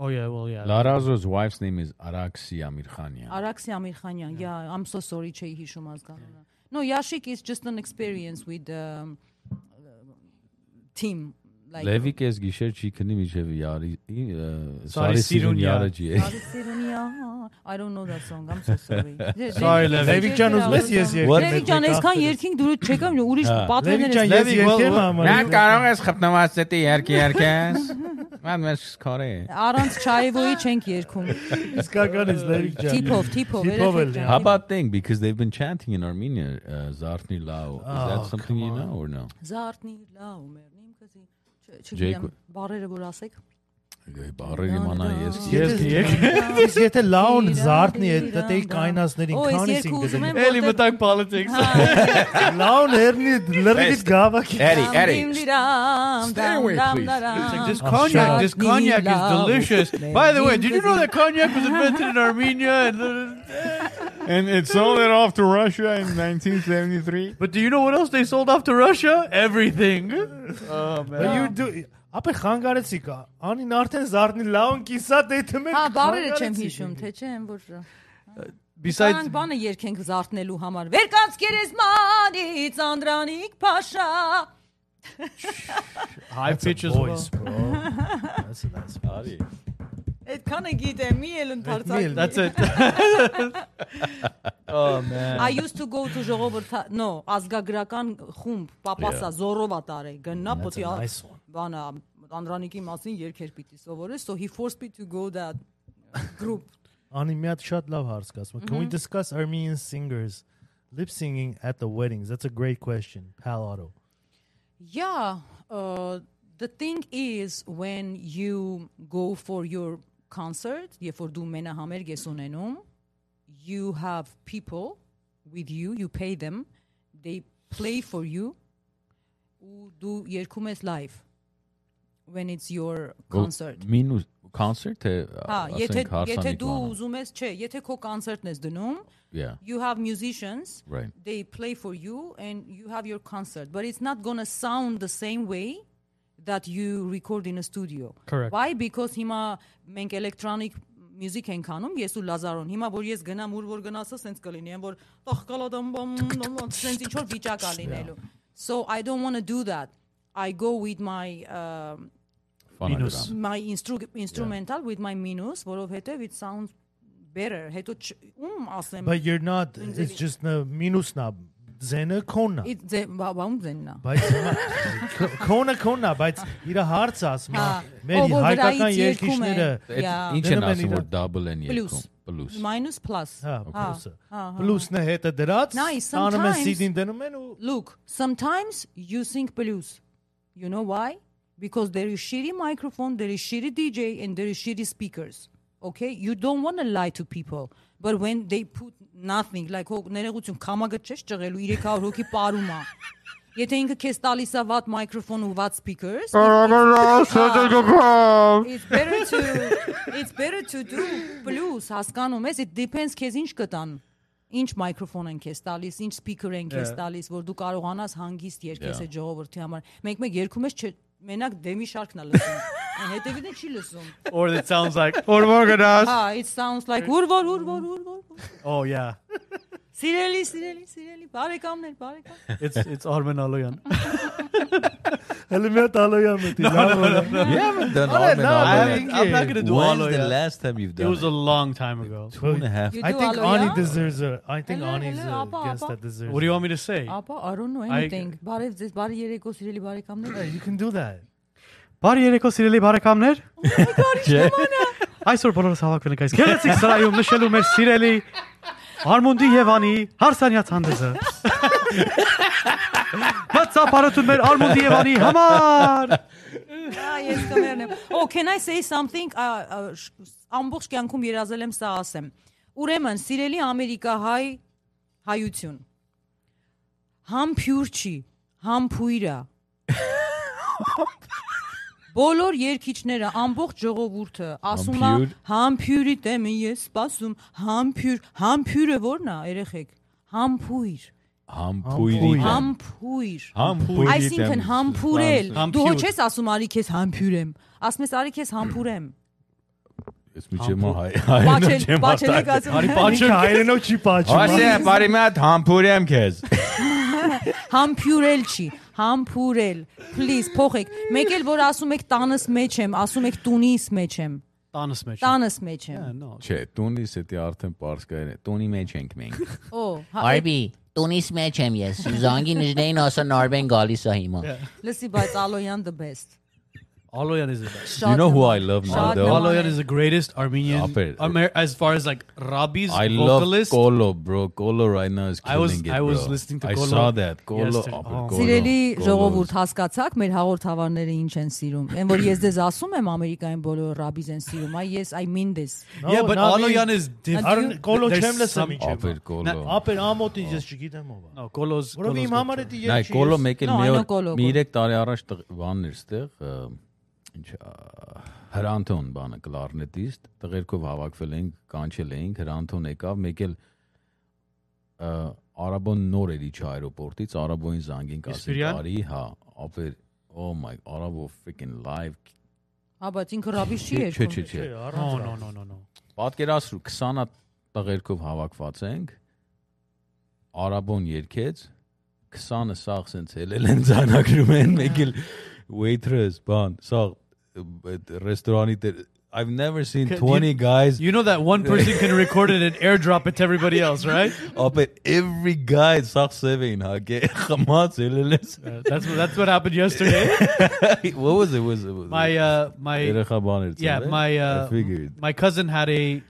[SPEAKER 2] Oh yeah, well yeah.
[SPEAKER 3] Larazo's wife's name is Araksi Amirkhanian.
[SPEAKER 4] Araksi Amirkhanyan, yeah, I'm so sorry չէի հիշում ազգանունը։ No, Yashik is just an experience with um, team like
[SPEAKER 3] Լևիկ ես գիշեր չի քնի միջև յարի ի- ը,
[SPEAKER 2] Սարի
[SPEAKER 3] Սարի
[SPEAKER 2] սիրուն
[SPEAKER 3] սիրուն
[SPEAKER 2] յա։
[SPEAKER 3] յարաջի է։
[SPEAKER 4] Արիսերունիա, I don't know that song. I'm so sorry.
[SPEAKER 2] Sorry, Lev.
[SPEAKER 5] Լևիկ ջան, ուզում ես ես
[SPEAKER 3] What?
[SPEAKER 5] երկեմ։
[SPEAKER 4] Լևիկ ջան, այսքան երկինք դուրս չեկամ, ուրիշ պատվերներ
[SPEAKER 5] Լևիկ ջան, ես
[SPEAKER 2] Լևիկ,
[SPEAKER 5] երկեմ
[SPEAKER 2] well,
[SPEAKER 5] համար։
[SPEAKER 3] ես խտնամասեթի երկի երկես։ Ման մեզ քարե։
[SPEAKER 4] Առանց չայվոյի չենք երգում։
[SPEAKER 5] Իսկական ես Լևիկ ջան։
[SPEAKER 4] Թիփով, թիփով,
[SPEAKER 5] Թիփով էլ,
[SPEAKER 4] երեք
[SPEAKER 3] How
[SPEAKER 4] ջան։
[SPEAKER 3] about thing because they've been chanting in Armenia uh, Zartni Lao. Is
[SPEAKER 5] Oh,
[SPEAKER 3] that something you know or no?
[SPEAKER 4] Զարտնի լավ մերն իմ քսի։ Չ- Չգիտեմ,
[SPEAKER 3] Ջեյք-
[SPEAKER 4] բարերը որ ասեք։
[SPEAKER 3] Բարերը իմանա ես։
[SPEAKER 2] Yes, yes.
[SPEAKER 5] Իսկ եթե լաուն զարտնի է, դա տեի կայնասներին
[SPEAKER 4] Ո, ես
[SPEAKER 5] քանի
[SPEAKER 4] երկու
[SPEAKER 5] սինգլ։
[SPEAKER 4] ուզում եմ,
[SPEAKER 2] Էլի մտանք politics.
[SPEAKER 5] Լաուն հերնի լրիվ գավակ։
[SPEAKER 4] Um,
[SPEAKER 3] Eddie,
[SPEAKER 4] Stairway,
[SPEAKER 2] This
[SPEAKER 4] please.
[SPEAKER 5] Oh,
[SPEAKER 2] cognac,
[SPEAKER 4] shocked.
[SPEAKER 2] this cognac is
[SPEAKER 4] Love.
[SPEAKER 2] delicious. By the way, did you know that cognac was invented in Armenia? And,
[SPEAKER 7] And it sold it off to Russia in 1973.
[SPEAKER 2] but do you know what else
[SPEAKER 5] դե-
[SPEAKER 2] they sold off to Russia? Everything. Oh man.
[SPEAKER 5] You do Ապա խանգարեցիք։ ա- Անին արդեն զարտնի լաուն կիսա դե թմեք։
[SPEAKER 4] Հա, բարերը չեմ հիշում, թե չէ, այն որ
[SPEAKER 2] Besides,
[SPEAKER 4] Սրանք բանը երկենք զարթնելու համար։ Վերկանց գերեզմանից Անդրանիկ Փաշա։
[SPEAKER 2] high pitch as well.
[SPEAKER 5] Voice, bro. That's a nice voice.
[SPEAKER 4] Այդքանը գիտեմ, մի էլ
[SPEAKER 5] Մեկ մի
[SPEAKER 4] ընդարձակ։
[SPEAKER 5] էլ,
[SPEAKER 2] That's it. oh man.
[SPEAKER 4] I used to go to ժողովրդա, no, ազգագրական խումբ, papasa Զորովա տարե, գնա
[SPEAKER 5] That's
[SPEAKER 4] պտի
[SPEAKER 5] a nice one.
[SPEAKER 4] բանը Անդրանիկի մասին երկեր պիտի սովորես, so he forced me to go that group.
[SPEAKER 5] Անի մի հատ շատ լավ հարց կասում։ Can we discuss Armenian singers lip singing at the weddings? That's a great question, Pal Otto.
[SPEAKER 4] Yeah, uh, the thing is when you go for your concert, երբ որ դու մենահամեր ես ունենում, you have people with you, you pay them, they play for you, ու դու երգում ես live when it's your concert.
[SPEAKER 3] Oh,
[SPEAKER 4] Ah,
[SPEAKER 3] Minus concert uh, թե
[SPEAKER 4] Հա, եթե
[SPEAKER 3] ասենք հարսանիք։
[SPEAKER 4] եթե դու
[SPEAKER 3] բանը։
[SPEAKER 4] ուզում ես, չէ, եթե քո կոնցերտն ես դնում,
[SPEAKER 3] Yeah.
[SPEAKER 4] you have musicians
[SPEAKER 3] Right.
[SPEAKER 4] they play for you and you have your concert but it's not gonna sound the same way that you record in a studio
[SPEAKER 2] Correct.
[SPEAKER 4] why because հիմա մենք electronic music ենք անում ես ու լազարոն հիմա որ ես գնամ ուր որ գնացա սենց կլինի այն որ տախկալադամ բամ բամ, սենց ինչ որ վիճակ ա լինելու so i don't want to do that i go with my um,
[SPEAKER 3] Phonogram.
[SPEAKER 4] my instru instrumental with my minus որովհետև it sounds better um, հետո չ- ում ասեմ
[SPEAKER 5] But you're not it's just no minus nab. Zena Kona.
[SPEAKER 4] It ձե բաում ձեննա։
[SPEAKER 5] Բայց Kona Kona, բայց իր հարցը ասում է
[SPEAKER 4] Հա,
[SPEAKER 5] մեր
[SPEAKER 4] ով որ
[SPEAKER 5] հայկական
[SPEAKER 4] վրայից երգում է,
[SPEAKER 5] երկիշները
[SPEAKER 4] yeah,
[SPEAKER 3] Ինչ
[SPEAKER 5] Դնում
[SPEAKER 3] են
[SPEAKER 5] են
[SPEAKER 3] ասում
[SPEAKER 5] իրար-
[SPEAKER 3] որ double են
[SPEAKER 4] Plus,
[SPEAKER 3] երկում։ Plus.
[SPEAKER 4] minus plus.
[SPEAKER 5] Հա,
[SPEAKER 4] Հա,
[SPEAKER 5] պլյուսը։
[SPEAKER 4] հա, հա,
[SPEAKER 5] Պլյուսն է հետը դրած,
[SPEAKER 4] Nice,
[SPEAKER 5] տանում են
[SPEAKER 4] sometimes-
[SPEAKER 5] CD-ին դնում են ու
[SPEAKER 4] Look, sometimes you sing blues. You know why? Because there is shitty microphone, there is shitty DJ, and there is shitty speakers. Okay, you don't want to lie to people. But when they put nothing, like հո ներեգություն կամագը չես ճղելու 300 հոգի պարում է։ Եթե ինքը քեզ տալիս է վատ microphone ու վատ speakers, Հա, it's better to it's better to do blues, հասկանում ես, it depends քեզ ինչ կտան։ Ինչ մայկրոֆոն են քեզ տալիս, ինչ սպիքեր են քեզ տալիս, որ դու կարողանաս հանգիստ երկես
[SPEAKER 3] Yeah.
[SPEAKER 4] այդ ժողովրդի համար։ Մենք մեկ երկում ես չէ, մենակ դեմի շարքն է լսում։ Հետևին չի լսում։
[SPEAKER 5] or it sounds like
[SPEAKER 6] Organized.
[SPEAKER 4] Հա, it sounds like ուրվոր, ուրվոր, ուրվոր։
[SPEAKER 5] oh yeah.
[SPEAKER 4] Սիրելի, սիրելի, սիրելի, բարեկամներ, բարեկամ։
[SPEAKER 5] It's it's Armen Aloyan. Հələ մի հատ Aloyan մտի։
[SPEAKER 3] You haven't done all
[SPEAKER 5] no, I
[SPEAKER 3] that.
[SPEAKER 5] haven't- I'm not gonna do
[SPEAKER 3] When's
[SPEAKER 5] all
[SPEAKER 3] the
[SPEAKER 5] that.
[SPEAKER 3] last time you've
[SPEAKER 2] It
[SPEAKER 3] done
[SPEAKER 2] was a
[SPEAKER 3] it?
[SPEAKER 2] long time ago.
[SPEAKER 3] Two and a half.
[SPEAKER 4] You
[SPEAKER 5] I
[SPEAKER 4] do
[SPEAKER 5] think
[SPEAKER 4] Aloya?
[SPEAKER 5] Ani deserves a I think
[SPEAKER 4] Hello,
[SPEAKER 5] Ani's
[SPEAKER 4] hello,
[SPEAKER 5] a
[SPEAKER 4] Appa,
[SPEAKER 5] guest
[SPEAKER 4] Appa.
[SPEAKER 5] that deserves.
[SPEAKER 2] What do you want me to say?
[SPEAKER 4] Ապա, I don't know
[SPEAKER 5] I-
[SPEAKER 4] anything։ Բարև ձեզ, բարի երեկո, սիրելի բարեկամներ։
[SPEAKER 5] You can do that.
[SPEAKER 2] Բարի երեկո սիրելի բարեկամներ։ Այսօր բոլորս հավաքվել ենք այս գեղեցիկ սրահում նշելու մեր սիրելի Արմունդի եւ Անի հարսանյաց հանդեսը։ Բացա բարություն մեր Արմունդի եւ Անի համար։
[SPEAKER 4] Ա, ես կներն եմ։ Oh, can I say something? Ա, ա, շ- Ամբողջ կյանքում երազել եմ սա ասեմ։ Ուրեմն, սիրելի ամերիկահայ հայություն։ Համ փյուր չի, համ փույրա։ Բոլոր երկիչները, ամբողջ ժողովուրդը ասում է,
[SPEAKER 3] փյուր։
[SPEAKER 4] համ փյուրի դեմը ես սպասում, համ փյուր, համ փյուրը ո՞րն է, երեխեք։ Համ փույր,
[SPEAKER 3] Համբույրի դեմ։
[SPEAKER 4] համ փույր։
[SPEAKER 3] Համբույրի դեմ։
[SPEAKER 4] Այսինքն համբուրել։
[SPEAKER 2] Համ
[SPEAKER 4] Դու ոչ
[SPEAKER 2] փյուր։
[SPEAKER 4] ես ասում արի քեզ համբուրեմ, ասում ես արի քեզ համբուրեմ։
[SPEAKER 3] Ես մի չեմ հայ։
[SPEAKER 4] Պաչել, պաչել եք ասում։ Արի
[SPEAKER 5] Ինչ հայերենով չի
[SPEAKER 3] Ասե
[SPEAKER 5] պատճառ։
[SPEAKER 3] բարի մատ համբուրեմ քեզ։
[SPEAKER 4] Համբուրել չի, համբուրել։ Please փոխեք։ Մեկ էլ որ ասում եք տանս մեջ եմ, ասում եք տունիս մեջ եմ։
[SPEAKER 2] Տանս մեջ։
[SPEAKER 4] Տանս մեջ եմ։
[SPEAKER 2] No.
[SPEAKER 3] Չէ, տունիս է դի արդեն պարսկայեն։ Տունի մեջ ենք մենք։
[SPEAKER 4] Օ, հա, այդ-
[SPEAKER 8] Արբի, տունիս մեջ եմ ես։ Զանգի նժնեին ասա նարբեն գալիս է հիմա։
[SPEAKER 4] լսի, բայց Ալոյան the best։
[SPEAKER 2] Aloyan is the best.
[SPEAKER 4] Շատ
[SPEAKER 3] know who
[SPEAKER 4] նման-
[SPEAKER 3] I love now,
[SPEAKER 4] շատ
[SPEAKER 3] though?
[SPEAKER 4] նման
[SPEAKER 2] Aloyan
[SPEAKER 4] է։
[SPEAKER 2] is the greatest Armenian
[SPEAKER 3] Ապեր-
[SPEAKER 2] Amer- as far as like Rabi's
[SPEAKER 3] I love
[SPEAKER 2] vocalist.
[SPEAKER 3] Kolo, bro. Kolo right now is
[SPEAKER 2] I
[SPEAKER 3] killing
[SPEAKER 2] was-
[SPEAKER 3] it,
[SPEAKER 2] I was
[SPEAKER 3] bro.
[SPEAKER 2] listening to
[SPEAKER 3] I
[SPEAKER 2] Kolo
[SPEAKER 3] saw that. Kolo,
[SPEAKER 2] yesterday.
[SPEAKER 3] ապեր,
[SPEAKER 2] Oh.
[SPEAKER 3] Kolo,
[SPEAKER 4] Սիրելի
[SPEAKER 3] Kolo is-
[SPEAKER 4] ժողովուրդ, հասկացաք մեր հաղորդավարները ինչ են սիրում։ Էն որ ես դեզ ասում եմ Ամերիկայում բոլորը ռաբիզ են սիրում, այ ես I mean this։
[SPEAKER 2] Yeah, but Aloyan is
[SPEAKER 5] I
[SPEAKER 2] different.
[SPEAKER 5] don't Kolo
[SPEAKER 2] There's
[SPEAKER 5] չեմ լսում
[SPEAKER 2] some-
[SPEAKER 5] ինչ է։
[SPEAKER 3] Ապեր, Kolo։
[SPEAKER 5] Ապեր ամոթի ես չգիտեմ ով է։
[SPEAKER 2] No, Kolo's
[SPEAKER 5] Որով իմ համար է դի
[SPEAKER 3] Նայ
[SPEAKER 5] երկի։
[SPEAKER 3] կոլո մեկ էլ
[SPEAKER 4] No,
[SPEAKER 3] մի
[SPEAKER 4] I know
[SPEAKER 3] օր
[SPEAKER 4] Kolo,
[SPEAKER 3] մի
[SPEAKER 4] Kolo.
[SPEAKER 3] 3 տարի առաջ տղ- բանն էր ստեղ ը, ինչ ա, հրանտոն բանը կլարնետիստ տղերքով հավաքվել էինք կանչել էինք հրանտոն եկավ մեկ էլ ը, արաբոն նոր էր իջ աերոպորտից արաբոին զանգենք ասենք
[SPEAKER 2] Իսպիրյան?
[SPEAKER 3] արի հա ապեր oh my arabo freaking live
[SPEAKER 4] Հա, բայց ինքը ռաբիզ չի
[SPEAKER 3] չէ
[SPEAKER 4] երկում։
[SPEAKER 3] չէ չէ
[SPEAKER 2] No, no, no, no, no.
[SPEAKER 3] պատկերացրու 20-ը տղերքով հավաքված ենք արաբոն երկեց 20-ը սաղ sense ելել են ցանակրում են մեկել waitress բան սաղ այդ ռեստորանի դեր I've never seen 20 guys
[SPEAKER 2] You know that one person can record it and airdrop it to everybody else, right?
[SPEAKER 3] up at every guy սաղ սևին հագե խմած ելել են
[SPEAKER 2] That's what that's what happened yesterday.
[SPEAKER 3] what was it was it was
[SPEAKER 2] My uh my
[SPEAKER 3] երեխա բան էր
[SPEAKER 2] yeah,
[SPEAKER 3] ծնվել,
[SPEAKER 2] my
[SPEAKER 3] I
[SPEAKER 2] uh
[SPEAKER 3] figured
[SPEAKER 2] my cousin had a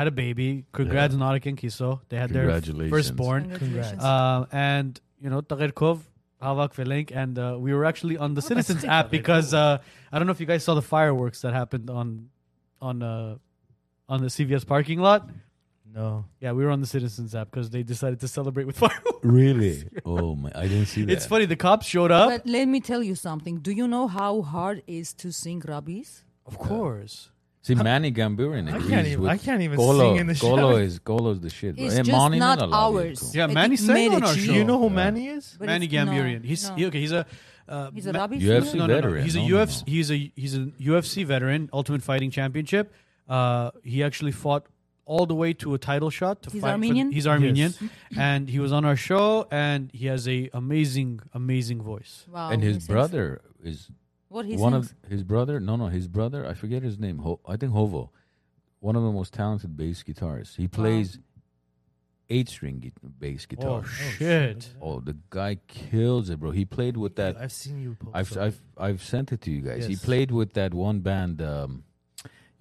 [SPEAKER 2] had a baby. Congrats Nautic and Kiso. They had their
[SPEAKER 3] Congratulations.
[SPEAKER 2] firstborn.
[SPEAKER 4] Congratulations.
[SPEAKER 2] Um and you know Tagerkov Havak Velenk and uh, we were actually on the Citizens app because uh, I don't know if you guys saw the fireworks that happened on on uh, on the CVS parking lot.
[SPEAKER 5] No.
[SPEAKER 2] Yeah, we were on the Citizens app because they decided to celebrate with fireworks.
[SPEAKER 3] really oh my I didn't see that
[SPEAKER 2] It's funny. The cops showed
[SPEAKER 3] Հա։
[SPEAKER 2] up.
[SPEAKER 4] But let me tell you something. Do you know how hard is to sing Rabis?
[SPEAKER 2] of course.
[SPEAKER 3] See, Manny Gambirin
[SPEAKER 5] I
[SPEAKER 3] agrees
[SPEAKER 5] can't even-
[SPEAKER 3] with
[SPEAKER 5] I can't even
[SPEAKER 3] Golo.
[SPEAKER 5] sing in the
[SPEAKER 3] Golo
[SPEAKER 5] shower.
[SPEAKER 3] is Golo's the shit. bro.
[SPEAKER 4] It's
[SPEAKER 3] Yeah,
[SPEAKER 4] just
[SPEAKER 3] Manny's
[SPEAKER 4] not
[SPEAKER 3] allowed here,
[SPEAKER 4] ours.
[SPEAKER 3] cool.
[SPEAKER 2] Yeah,
[SPEAKER 4] I
[SPEAKER 2] Manny
[SPEAKER 4] think
[SPEAKER 2] sang on our
[SPEAKER 4] Medici.
[SPEAKER 2] show.
[SPEAKER 5] You know who
[SPEAKER 3] Yeah.
[SPEAKER 5] Manny is?
[SPEAKER 4] But
[SPEAKER 2] Manny
[SPEAKER 4] it's- no,
[SPEAKER 2] Gambierian. He's
[SPEAKER 4] no.
[SPEAKER 2] he- okay. He's a uh,
[SPEAKER 4] He's a
[SPEAKER 2] Ma-
[SPEAKER 4] Rabis
[SPEAKER 3] UFC
[SPEAKER 4] singer?
[SPEAKER 2] no, no, no.
[SPEAKER 3] veteran.
[SPEAKER 2] He's
[SPEAKER 3] No,
[SPEAKER 2] a
[SPEAKER 3] no,
[SPEAKER 2] UFC. He's a he's an UFC veteran. Ultimate Fighting Championship. Uh, he actually fought all the way to a title shot. To
[SPEAKER 4] He's
[SPEAKER 2] fight for-
[SPEAKER 4] Armenian?
[SPEAKER 2] he's Armenian, and he was on our show, and he has a amazing, amazing voice.
[SPEAKER 4] Wow,
[SPEAKER 3] And
[SPEAKER 4] he
[SPEAKER 3] his
[SPEAKER 4] sings-
[SPEAKER 3] brother is
[SPEAKER 4] What he
[SPEAKER 3] one
[SPEAKER 4] sings?
[SPEAKER 3] of his brother. No, no, his brother. I forget his name. Ho- I think Hovo, one of the most talented bass guitarists. He plays eight string bass guitar.
[SPEAKER 2] Oh shit!
[SPEAKER 3] Oh, the guy kills it, bro. He played with that.
[SPEAKER 5] I've seen you post.
[SPEAKER 3] I've
[SPEAKER 5] up.
[SPEAKER 3] I've I've sent it to you guys. He
[SPEAKER 5] Yes.
[SPEAKER 3] played with that one band. Um,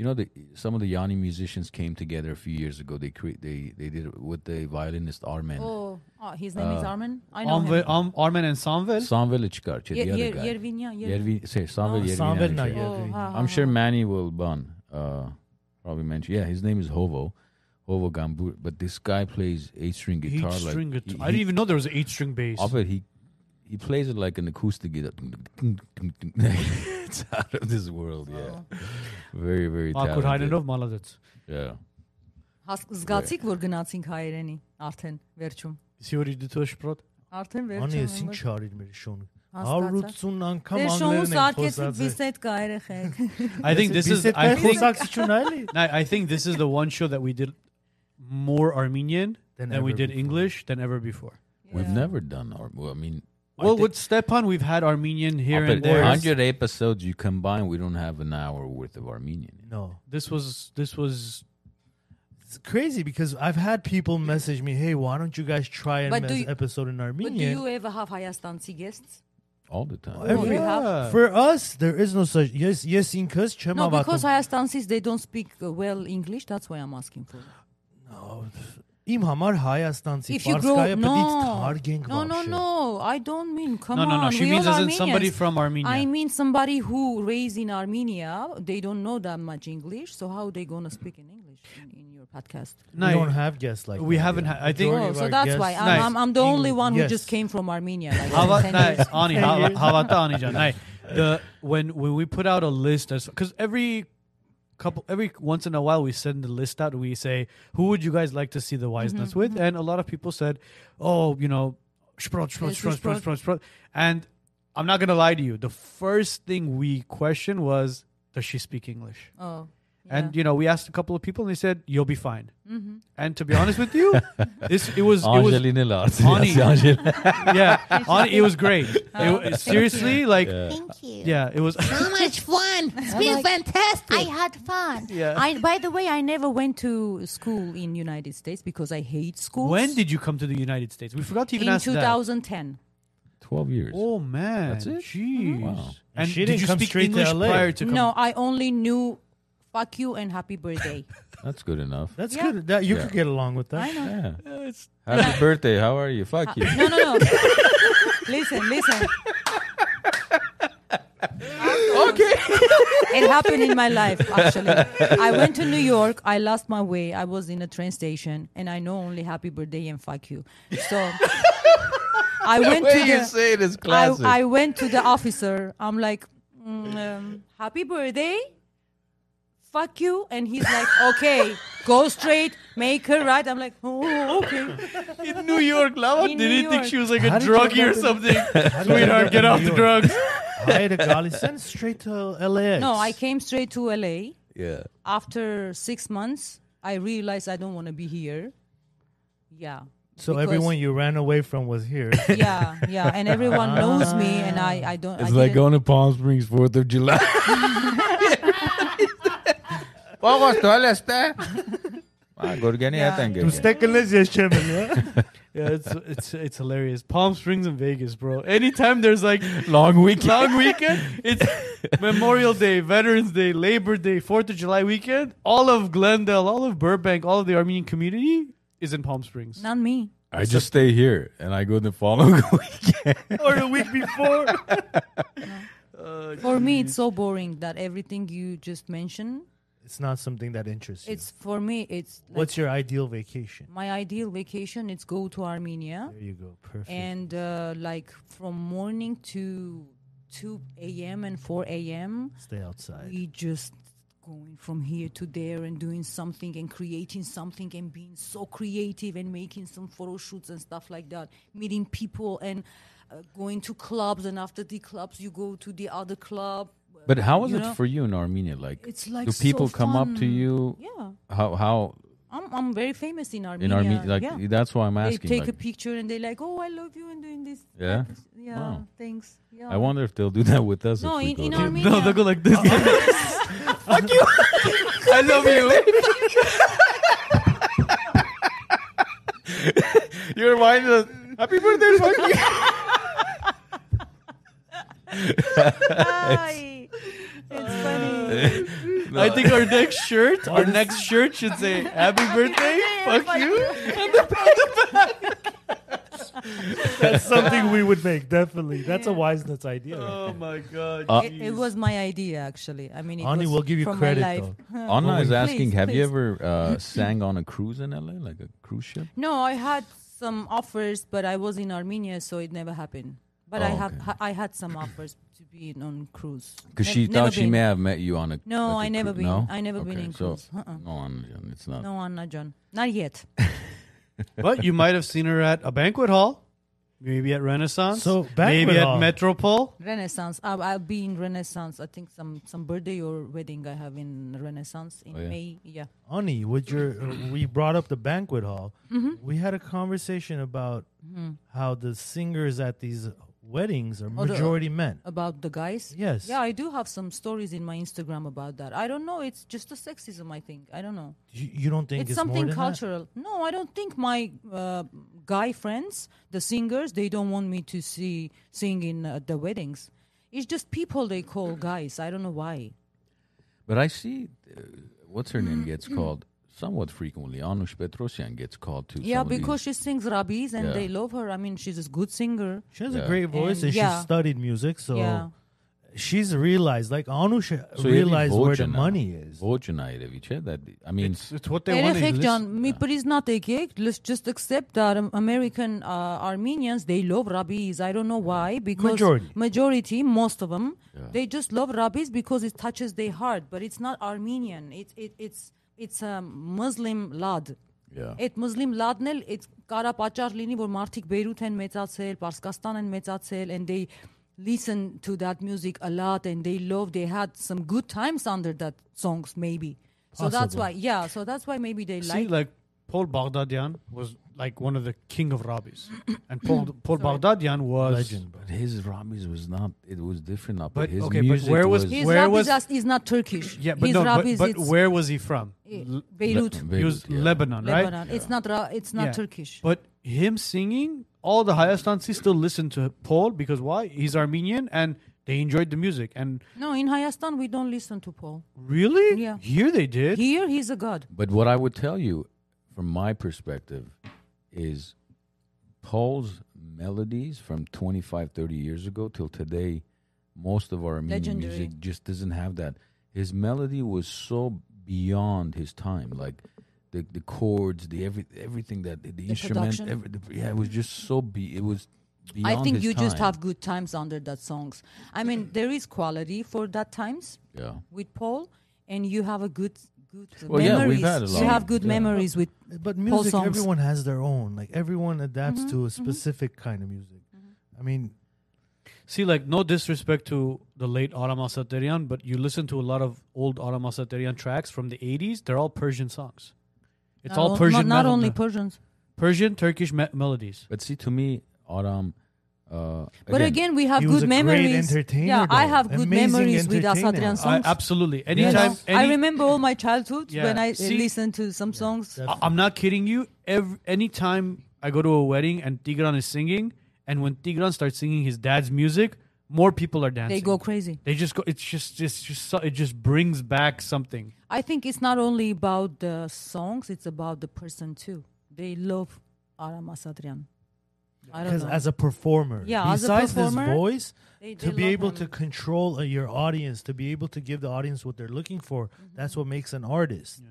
[SPEAKER 3] You know, the, some of the Yanni musicians came together a few years ago. They cre- they they did it with the violinist Armen.
[SPEAKER 4] Oh, ah, his name
[SPEAKER 3] Uh,
[SPEAKER 4] is Armen. I know
[SPEAKER 2] Anvel,
[SPEAKER 4] him.
[SPEAKER 2] Am, Armen and Samvel.
[SPEAKER 3] Samvel Ichkar, the
[SPEAKER 4] Yer,
[SPEAKER 3] other
[SPEAKER 4] Yer,
[SPEAKER 3] guy.
[SPEAKER 4] Yervinya, Yer-
[SPEAKER 3] Yervin, say
[SPEAKER 2] Ah,
[SPEAKER 3] Samvel Yervin
[SPEAKER 5] Samvel
[SPEAKER 3] Yanni.
[SPEAKER 5] Nayer.
[SPEAKER 4] Oh, ha, ha,
[SPEAKER 3] I'm sure
[SPEAKER 4] ha.
[SPEAKER 3] Manny will bun. Uh, probably mention. Yeah, his name is Hovo, Hovo Gambur. But this guy plays eight-string guitar.
[SPEAKER 2] Eight string
[SPEAKER 3] like,
[SPEAKER 2] guitar.
[SPEAKER 3] he-
[SPEAKER 2] I didn't
[SPEAKER 3] he-
[SPEAKER 2] even know there was an eight string bass.
[SPEAKER 3] I bet he he plays it like an acoustic guitar. it's out of this world.
[SPEAKER 4] Oh.
[SPEAKER 3] Yeah, very very.
[SPEAKER 2] Ակուր
[SPEAKER 3] talented.
[SPEAKER 2] հայերենով մալադեց։
[SPEAKER 3] Yeah.
[SPEAKER 4] Հաս- Զգացիք, որ գնացինք հայերենի արդեն վերջում։
[SPEAKER 2] Սիորի դու շփրոտ։
[SPEAKER 4] Արդեն
[SPEAKER 5] Անի ես
[SPEAKER 4] վերջում։
[SPEAKER 5] ինչ արիր մեր շոուն։
[SPEAKER 4] Հասկացա։
[SPEAKER 5] 180 անգամ
[SPEAKER 4] Դեր շոուս
[SPEAKER 5] անգլերեն են
[SPEAKER 4] արկեցիք
[SPEAKER 5] խոսած։
[SPEAKER 4] բիսետկա երեխեք։
[SPEAKER 2] I think this is I
[SPEAKER 5] Բիսեդներ
[SPEAKER 2] think
[SPEAKER 5] խոսակցություն այլի։
[SPEAKER 2] No, I think this is the one show that we did more Armenian
[SPEAKER 5] Than
[SPEAKER 2] than, we
[SPEAKER 5] ever
[SPEAKER 2] did
[SPEAKER 5] before.
[SPEAKER 2] English than ever before.
[SPEAKER 3] we've
[SPEAKER 4] Yeah.
[SPEAKER 3] never done. Our, well, I mean, I
[SPEAKER 2] Well,
[SPEAKER 3] think
[SPEAKER 2] with Stepan, we've had Armenian here
[SPEAKER 3] up at
[SPEAKER 2] and there.
[SPEAKER 3] 100 episodes you combine, we don't have an hour worth of Armenian.
[SPEAKER 5] No.
[SPEAKER 2] This was this was
[SPEAKER 5] It's crazy because I've had people message me, "Hey, why don't you guys try an
[SPEAKER 4] But do you-
[SPEAKER 5] episode in
[SPEAKER 4] But do you
[SPEAKER 5] Armenian?"
[SPEAKER 4] ever have Հայաստանցի guests?
[SPEAKER 3] All the time.
[SPEAKER 4] Do
[SPEAKER 5] Every-
[SPEAKER 4] you have?
[SPEAKER 5] For us, there is no such. Yes, yes, in cuz
[SPEAKER 4] No, because Հայաստանցից they don't speak uh, well English, that's why I'm asking for. it.
[SPEAKER 5] Իմ համար հայաստանցի
[SPEAKER 4] If you grow
[SPEAKER 5] ֆարսկայը
[SPEAKER 4] no.
[SPEAKER 5] պետք թարգենք
[SPEAKER 4] No, no,
[SPEAKER 5] բաշը։
[SPEAKER 4] no. I don't mean. Come
[SPEAKER 2] no,
[SPEAKER 4] on.
[SPEAKER 2] no, no. She
[SPEAKER 4] we
[SPEAKER 2] means
[SPEAKER 4] all
[SPEAKER 2] as in somebody
[SPEAKER 4] Armenians.
[SPEAKER 2] from Armenia.
[SPEAKER 4] I mean somebody who raised in Armenia. They don't know that much English, so how they gonna speak in English in, in your podcast?
[SPEAKER 2] no,
[SPEAKER 5] We don't have guests like
[SPEAKER 2] we
[SPEAKER 5] that
[SPEAKER 2] haven't.
[SPEAKER 5] here.
[SPEAKER 2] Ha- I think.
[SPEAKER 5] Majority
[SPEAKER 4] Oh,
[SPEAKER 5] of
[SPEAKER 4] so
[SPEAKER 5] our
[SPEAKER 4] that's
[SPEAKER 5] guests-
[SPEAKER 4] why I'm,
[SPEAKER 2] Nice.
[SPEAKER 4] I'm, I'm the only one who
[SPEAKER 5] Yes.
[SPEAKER 4] just came from Armenia. Like,
[SPEAKER 2] How about
[SPEAKER 4] ten
[SPEAKER 2] no,
[SPEAKER 4] years.
[SPEAKER 2] Ani? How how about that, Ani? John? Hey, the when when we put out a list as because every couple every once in a while we send the list out. We say who would you guys like to see the wise
[SPEAKER 4] Mm-hmm,
[SPEAKER 2] nuts with, and a lot of people said, oh, you know, Sprot, Sprot,
[SPEAKER 4] Yes,
[SPEAKER 2] Sprot, Sprot,
[SPEAKER 4] Sprot.
[SPEAKER 2] Sprot, Sprot, and I'm not gonna lie to you. The first thing we questioned was, does she speak English?
[SPEAKER 4] Oh,
[SPEAKER 2] And you know, we asked a couple of people, and they said, "You'll be fine."
[SPEAKER 4] Mm-hmm.
[SPEAKER 2] And to be honest with you, this it was it was
[SPEAKER 3] Angelina Lars.
[SPEAKER 2] Ani.
[SPEAKER 3] Yes, Angel-
[SPEAKER 2] yeah, on, it was great. It, wa- seriously, like yeah.
[SPEAKER 9] Thank you.
[SPEAKER 2] it was.
[SPEAKER 9] So much fun. It's been fantastic. I had fun.
[SPEAKER 2] Yeah.
[SPEAKER 4] I, by the way, I never went to school in United States because I hate schools.
[SPEAKER 2] when did you come to the United States? We forgot to even
[SPEAKER 4] in
[SPEAKER 2] ask that.
[SPEAKER 4] 2010?
[SPEAKER 3] 12 years.
[SPEAKER 2] Oh man,
[SPEAKER 3] That's it?
[SPEAKER 2] Jeez.
[SPEAKER 3] Wow.
[SPEAKER 2] And
[SPEAKER 5] She
[SPEAKER 2] did
[SPEAKER 5] didn't
[SPEAKER 2] you
[SPEAKER 5] come
[SPEAKER 2] speak
[SPEAKER 5] straight to
[SPEAKER 2] English
[SPEAKER 5] LA.
[SPEAKER 2] prior to coming?
[SPEAKER 4] No, I only knew "fuck you" and "happy birthday."
[SPEAKER 3] That's good enough.
[SPEAKER 5] That's
[SPEAKER 4] Yeah.
[SPEAKER 5] good. That you
[SPEAKER 3] Yeah.
[SPEAKER 5] could get along with that.
[SPEAKER 4] I know.
[SPEAKER 3] Yeah. Happy birthday. How are you? Fuck you.
[SPEAKER 4] Uh, No, no, no. listen, listen. Okay. it happened in my life, actually. I went to New York. I lost my way. I was in a train station, and I know only "Happy Birthday" and "Fuck you." So I went to the.
[SPEAKER 3] say it is
[SPEAKER 4] I, I went to the officer. I'm like, mm, um, happy birthday. Fuck you. And he's like, okay, go straight, make her right. I'm like, oh, okay.
[SPEAKER 2] in New York, Lava
[SPEAKER 4] In New York.
[SPEAKER 2] was like
[SPEAKER 5] How did you end up in- How did you end up in New York? I had a golly sent straight to LAX.
[SPEAKER 4] No, I came straight to LA.
[SPEAKER 3] yeah.
[SPEAKER 4] After six months, I realized I don't want to be here. Yeah.
[SPEAKER 5] So
[SPEAKER 4] because-
[SPEAKER 5] everyone you Ah. ran away from was here.
[SPEAKER 4] yeah, yeah, and everyone knows me, and I, I don't.
[SPEAKER 3] It's
[SPEAKER 4] I
[SPEAKER 3] like
[SPEAKER 4] didn't-
[SPEAKER 3] going to Palm Springs 4th of July. Ողոս դոլես տե։ Ah, Ագորգանի հետ են գնում։
[SPEAKER 5] Ստեկնես ես չեմ էլ։
[SPEAKER 2] Yeah, it's it's it's hilarious. Palm Springs in Vegas, bro. Anytime there's like
[SPEAKER 3] Long weekend.
[SPEAKER 2] long weekend, it's Memorial Day, Veterans Day, Labor Day, Fourth of July weekend. All of Glendale, all of Burbank, all of the Armenian community is in Palm Springs.
[SPEAKER 4] Not me.
[SPEAKER 3] I just stay here and I go the following weekend.
[SPEAKER 2] or a Oh, week before. Oh,
[SPEAKER 4] For me, it's so boring that everything you just mentioned.
[SPEAKER 5] It's not something that interests you.
[SPEAKER 4] It's for me. It's like
[SPEAKER 5] What's your ideal vacation?
[SPEAKER 4] my ideal vacation is go to armenia
[SPEAKER 5] There you go. Perfect.
[SPEAKER 4] and uh, like from morning to 2 a.m and 4 a.m
[SPEAKER 5] Stay outside.
[SPEAKER 4] we just going from here to there and doing something and creating something and being so creative and making some photo shoots and stuff like that meeting people and uh, going to clubs and after the clubs you go to the other club
[SPEAKER 3] But how was
[SPEAKER 4] You
[SPEAKER 3] it
[SPEAKER 4] know?
[SPEAKER 3] for you in Armenia? Like,
[SPEAKER 4] It's like
[SPEAKER 3] do
[SPEAKER 4] so
[SPEAKER 3] people come up to
[SPEAKER 4] fun.
[SPEAKER 3] you?
[SPEAKER 4] yeah
[SPEAKER 3] How how
[SPEAKER 4] i'm, I'm very famous in armenia
[SPEAKER 3] in Armenia? Like
[SPEAKER 4] yeah.
[SPEAKER 3] that's why I'm
[SPEAKER 4] they
[SPEAKER 3] asking.
[SPEAKER 4] take
[SPEAKER 3] like,
[SPEAKER 4] a picture and they're like oh i love you and doing this
[SPEAKER 3] yeah,
[SPEAKER 4] Yeah,
[SPEAKER 3] Wow.
[SPEAKER 4] thanks. Yeah.
[SPEAKER 3] I wonder if they'll do that with us.
[SPEAKER 4] No,
[SPEAKER 3] if we go
[SPEAKER 4] in, in
[SPEAKER 3] to-
[SPEAKER 4] Armenia.
[SPEAKER 2] no, they go like this.
[SPEAKER 3] I love you. You're mine. Happy birthday, fuck you.
[SPEAKER 4] Ay, it's funny.
[SPEAKER 1] no.
[SPEAKER 2] I think our next shirt, our next shirt should say "Happy Birthday, fuck you."
[SPEAKER 5] That's something we would make, definitely. That's a wise nuts idea.
[SPEAKER 2] Oh my god.
[SPEAKER 4] It, it was my idea, actually. I mean, it
[SPEAKER 5] Ani
[SPEAKER 4] was
[SPEAKER 5] Uh, will give you
[SPEAKER 4] from my
[SPEAKER 5] credit,
[SPEAKER 4] life.
[SPEAKER 3] Anna is asking,
[SPEAKER 4] Please,
[SPEAKER 3] have you
[SPEAKER 4] please.
[SPEAKER 3] ever uh, sang on a cruise in LA, like a cruise ship?
[SPEAKER 4] No, I had some offers, but I was in Armenia, so it never happened. But I
[SPEAKER 3] Oh,
[SPEAKER 4] have
[SPEAKER 3] okay.
[SPEAKER 4] ha- I had some offers to be in on cruise.
[SPEAKER 3] Because
[SPEAKER 4] Ne-
[SPEAKER 3] she
[SPEAKER 4] never
[SPEAKER 3] thought she
[SPEAKER 4] been.
[SPEAKER 3] may have met you on a.
[SPEAKER 4] No,
[SPEAKER 3] like a
[SPEAKER 4] I never
[SPEAKER 3] cru-
[SPEAKER 4] been.
[SPEAKER 3] No?
[SPEAKER 4] I never been
[SPEAKER 3] Okay,
[SPEAKER 4] in
[SPEAKER 3] so
[SPEAKER 4] cruise. Uh-uh.
[SPEAKER 3] No, Anna, it's not.
[SPEAKER 4] No, Anna John, not yet.
[SPEAKER 2] But you might have seen her at a banquet hall, maybe at Renaissance,
[SPEAKER 5] So,
[SPEAKER 2] maybe
[SPEAKER 5] banquet
[SPEAKER 2] at
[SPEAKER 5] hall.
[SPEAKER 2] Metropole.
[SPEAKER 4] Renaissance. I'll, I'll be in Renaissance. I think some some birthday or wedding I have in Renaissance in
[SPEAKER 3] Oh, yeah.
[SPEAKER 4] May. Yeah.
[SPEAKER 5] Ani, with your, uh, we brought up the banquet hall.
[SPEAKER 4] Mm-hmm.
[SPEAKER 5] We had a conversation about how the singers at these weddings are
[SPEAKER 4] Oh, the-
[SPEAKER 5] majority men.
[SPEAKER 4] About the guys.
[SPEAKER 5] Yes.
[SPEAKER 4] Yeah, I do have some stories in my Instagram about that. I don't know. It's just a sexism. I think. I don't know.
[SPEAKER 5] You, you don't think
[SPEAKER 4] it's,
[SPEAKER 5] it's, more
[SPEAKER 4] something
[SPEAKER 5] than that?
[SPEAKER 4] cultural. No, I don't think my uh, guy friends, the singers, they don't want me to see sing in uh, the weddings. It's just people they call guys. I don't know why.
[SPEAKER 3] But I see, uh, what's her
[SPEAKER 4] Mm-hmm.
[SPEAKER 3] name gets called somewhat frequently. Anush Petrosyan gets called to.
[SPEAKER 4] Yeah,
[SPEAKER 3] some of these-
[SPEAKER 4] because she sings rabis and
[SPEAKER 3] Yeah.
[SPEAKER 4] they love her. I mean, she's a good singer.
[SPEAKER 5] She has
[SPEAKER 3] Yeah.
[SPEAKER 5] a great voice and,
[SPEAKER 4] And- yeah.
[SPEAKER 5] she studied music, so
[SPEAKER 4] Yeah.
[SPEAKER 5] she's realized, like Anush
[SPEAKER 3] So ele
[SPEAKER 5] realized where the
[SPEAKER 3] vođena-
[SPEAKER 5] money is.
[SPEAKER 3] vođena je, viče, that I mean,
[SPEAKER 7] It's, it's what they
[SPEAKER 4] Eric
[SPEAKER 7] want to
[SPEAKER 4] Ekcan,
[SPEAKER 7] listen.
[SPEAKER 4] me- but it's not a gig. Let's just accept that um, American uh, Armenians they love rabbis. I don't know why because
[SPEAKER 5] Majority.
[SPEAKER 4] majority, most of them, they just love rabbis because it touches their heart. But it's not Armenian. It's it, it's it's a Muslim lad.
[SPEAKER 3] Yeah.
[SPEAKER 4] Այդ Muslim ladն էլ այդ կարա պատճառ լինի, որ մարդիկ Բեյրութ են մեծացել, Պարսկաստան են մեծացել and they listen to that music a lot and they love they had some good times under that songs maybe. So that's
[SPEAKER 5] Possible.
[SPEAKER 4] why, yeah. So that's why maybe they
[SPEAKER 2] See,
[SPEAKER 4] like.
[SPEAKER 2] like Paul Baghdadian was like one of the king of rabbis, and Paul Paul Baghdadian was
[SPEAKER 5] Legend.
[SPEAKER 3] but his Ramis was not. It was different. Up,
[SPEAKER 2] But,
[SPEAKER 3] his
[SPEAKER 2] okay, but
[SPEAKER 3] music
[SPEAKER 2] where was-
[SPEAKER 3] was
[SPEAKER 4] His
[SPEAKER 2] Where
[SPEAKER 4] rap
[SPEAKER 2] was-
[SPEAKER 4] is, just- is not Turkish.
[SPEAKER 2] Yeah, but
[SPEAKER 4] His
[SPEAKER 2] no,
[SPEAKER 4] rap
[SPEAKER 2] but,
[SPEAKER 4] is
[SPEAKER 2] but
[SPEAKER 4] it's
[SPEAKER 2] where was he from?
[SPEAKER 4] eh, Beirut,
[SPEAKER 2] He was
[SPEAKER 3] Beirut, yeah.
[SPEAKER 2] Lebanon, right?
[SPEAKER 4] Lebanon. It's not. Ra- it's not
[SPEAKER 2] Yeah.
[SPEAKER 4] Turkish.
[SPEAKER 2] But him singing, all the Hayastansi still listen to Paul because why? He's Armenian and they enjoyed the music. And
[SPEAKER 4] no, in Hayastan we don't listen to Paul.
[SPEAKER 2] really?
[SPEAKER 4] Yeah.
[SPEAKER 2] Here they did.
[SPEAKER 4] Here he's a god.
[SPEAKER 3] But what I would tell you, from my perspective, is Paul's melodies from 25, 30 years ago till today, most of our Armenian
[SPEAKER 4] Legendary.
[SPEAKER 3] music just doesn't have that. His melody was so beyond his time, like the the chords, the every everything that the, the, instrument,
[SPEAKER 4] production.
[SPEAKER 3] every, the, yeah, it was just so be it was
[SPEAKER 4] I
[SPEAKER 3] beyond.
[SPEAKER 4] think
[SPEAKER 3] his
[SPEAKER 4] you just
[SPEAKER 3] time.
[SPEAKER 4] have good times under that songs. I mean, there is quality for that times
[SPEAKER 3] yeah.
[SPEAKER 4] with Paul, and you have a good good
[SPEAKER 3] Well, yeah,
[SPEAKER 4] memories.
[SPEAKER 3] we've had a lot
[SPEAKER 4] you
[SPEAKER 3] of-
[SPEAKER 4] have good
[SPEAKER 3] yeah.
[SPEAKER 4] memories with
[SPEAKER 5] But
[SPEAKER 4] Paul
[SPEAKER 5] music,
[SPEAKER 4] songs. Mm-hmm.
[SPEAKER 5] everyone has their own. Like everyone adapts to a specific kind of music. I mean,
[SPEAKER 2] See, like, no disrespect to the late Aram Asaterian, but you listen to a lot of old Aram Asaterian tracks from the 80s. They're all Persian songs. It's all
[SPEAKER 4] o- Not,
[SPEAKER 2] Persian.
[SPEAKER 4] not
[SPEAKER 2] metal
[SPEAKER 4] only
[SPEAKER 2] now.
[SPEAKER 4] Persians,
[SPEAKER 2] Persian, Turkish me- melodies.
[SPEAKER 3] But see, to me, Aram. Uh,
[SPEAKER 4] but again, we have
[SPEAKER 5] He
[SPEAKER 4] good
[SPEAKER 5] was a great
[SPEAKER 4] memories.
[SPEAKER 5] entertainer,
[SPEAKER 4] yeah, I
[SPEAKER 5] though.
[SPEAKER 4] have good
[SPEAKER 5] Amazing
[SPEAKER 4] memories with
[SPEAKER 5] entertainer.
[SPEAKER 4] Asatrian
[SPEAKER 5] I-
[SPEAKER 2] I,
[SPEAKER 4] songs.
[SPEAKER 2] absolutely.
[SPEAKER 4] you know?
[SPEAKER 2] Anytime. Any,
[SPEAKER 4] I remember all my childhood
[SPEAKER 2] Yeah.
[SPEAKER 4] when I
[SPEAKER 2] See-
[SPEAKER 4] listened to some songs.
[SPEAKER 2] I- I'm not kidding you. Every anytime I go to a wedding and Tigran is singing, and when Tigran starts singing his dad's music, more people are dancing.
[SPEAKER 4] They go crazy.
[SPEAKER 2] They just go. It's just, just, just. so- It just brings back something.
[SPEAKER 4] I think it's not only about the songs; it's about the person too. They love Aram Asatrian. I don't
[SPEAKER 5] because
[SPEAKER 4] know.
[SPEAKER 5] as a performer,
[SPEAKER 4] Uh-huh. Yeah, as a
[SPEAKER 5] besides
[SPEAKER 4] performer,
[SPEAKER 5] his voice,
[SPEAKER 4] They-
[SPEAKER 5] to
[SPEAKER 4] they
[SPEAKER 5] be
[SPEAKER 4] love
[SPEAKER 5] able
[SPEAKER 4] him.
[SPEAKER 5] to control uh, your audience, to be able to give the audience what they're looking for,
[SPEAKER 4] Mm-hmm.
[SPEAKER 5] that's what makes an artist.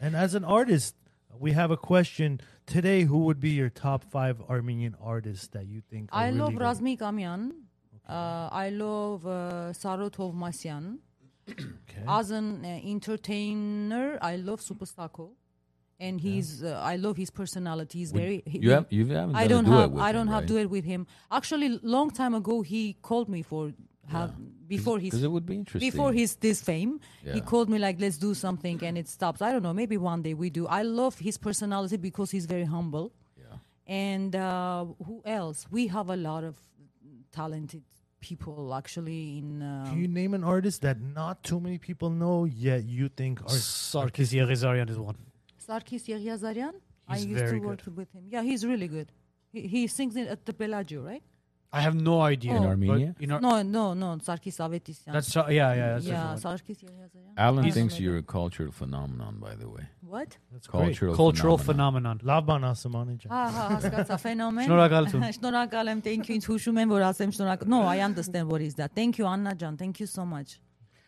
[SPEAKER 5] And as an artist, we have a question today: Who would be your top five Armenian artists that you think? Are
[SPEAKER 4] I love
[SPEAKER 5] really
[SPEAKER 4] Razmi
[SPEAKER 5] good?
[SPEAKER 4] Kamyan. Uh, I love uh, Sarot Hovmasyan. As an uh, entertainer, I love Superstako. And he's, uh, I love his personality. He's very. he-
[SPEAKER 3] you have you haven't.
[SPEAKER 4] I
[SPEAKER 3] done
[SPEAKER 4] don't
[SPEAKER 3] a duet
[SPEAKER 4] have,
[SPEAKER 3] with
[SPEAKER 4] I
[SPEAKER 3] him,
[SPEAKER 4] don't have
[SPEAKER 3] right?
[SPEAKER 4] duet with him. Actually, long time ago, he called me for have before his
[SPEAKER 3] Because it would be interesting.
[SPEAKER 4] before his this fame
[SPEAKER 3] Yeah.
[SPEAKER 4] he called me like let's do something and it stops i don't know maybe one day we do i love his personality because he's very humble and uh, who else we have a lot of talented people actually in
[SPEAKER 5] Can you
[SPEAKER 4] uh,
[SPEAKER 5] name an artist that not too many people know yet you think
[SPEAKER 4] Oh,
[SPEAKER 5] are
[SPEAKER 2] Sarkis Yerizarian is one.
[SPEAKER 4] sarkis yeryazarian i
[SPEAKER 2] He's
[SPEAKER 4] used to
[SPEAKER 2] very
[SPEAKER 4] work with him yeah he's really good he, he sings it at the Bellagio, right
[SPEAKER 2] I have no idea.
[SPEAKER 3] In
[SPEAKER 2] but
[SPEAKER 3] Armenia?
[SPEAKER 2] In Ar-
[SPEAKER 4] No, no, no. Sarkis Avetisyan.
[SPEAKER 2] That's yeah, yeah. That's
[SPEAKER 4] yeah,
[SPEAKER 2] yeah,
[SPEAKER 4] Sarkis Yahyazayan.
[SPEAKER 3] Alan
[SPEAKER 4] He's-
[SPEAKER 3] thinks you're a cultural phenomenon, by the way.
[SPEAKER 4] What?
[SPEAKER 5] That's great.
[SPEAKER 3] Cultural,
[SPEAKER 2] cultural
[SPEAKER 3] phenomenon.
[SPEAKER 2] phenomenon.
[SPEAKER 5] Լավան ասում անիջան։
[SPEAKER 4] Հա, հա, հասկացա ֆենոմեն։
[SPEAKER 2] Շնորհակալություն։
[SPEAKER 4] Շնորհակալ եմ, thank you, ինձ հուշում են, որ ասեմ շնորհակալ։ No, I understand what is that. Thank you Anna jan, thank you so much.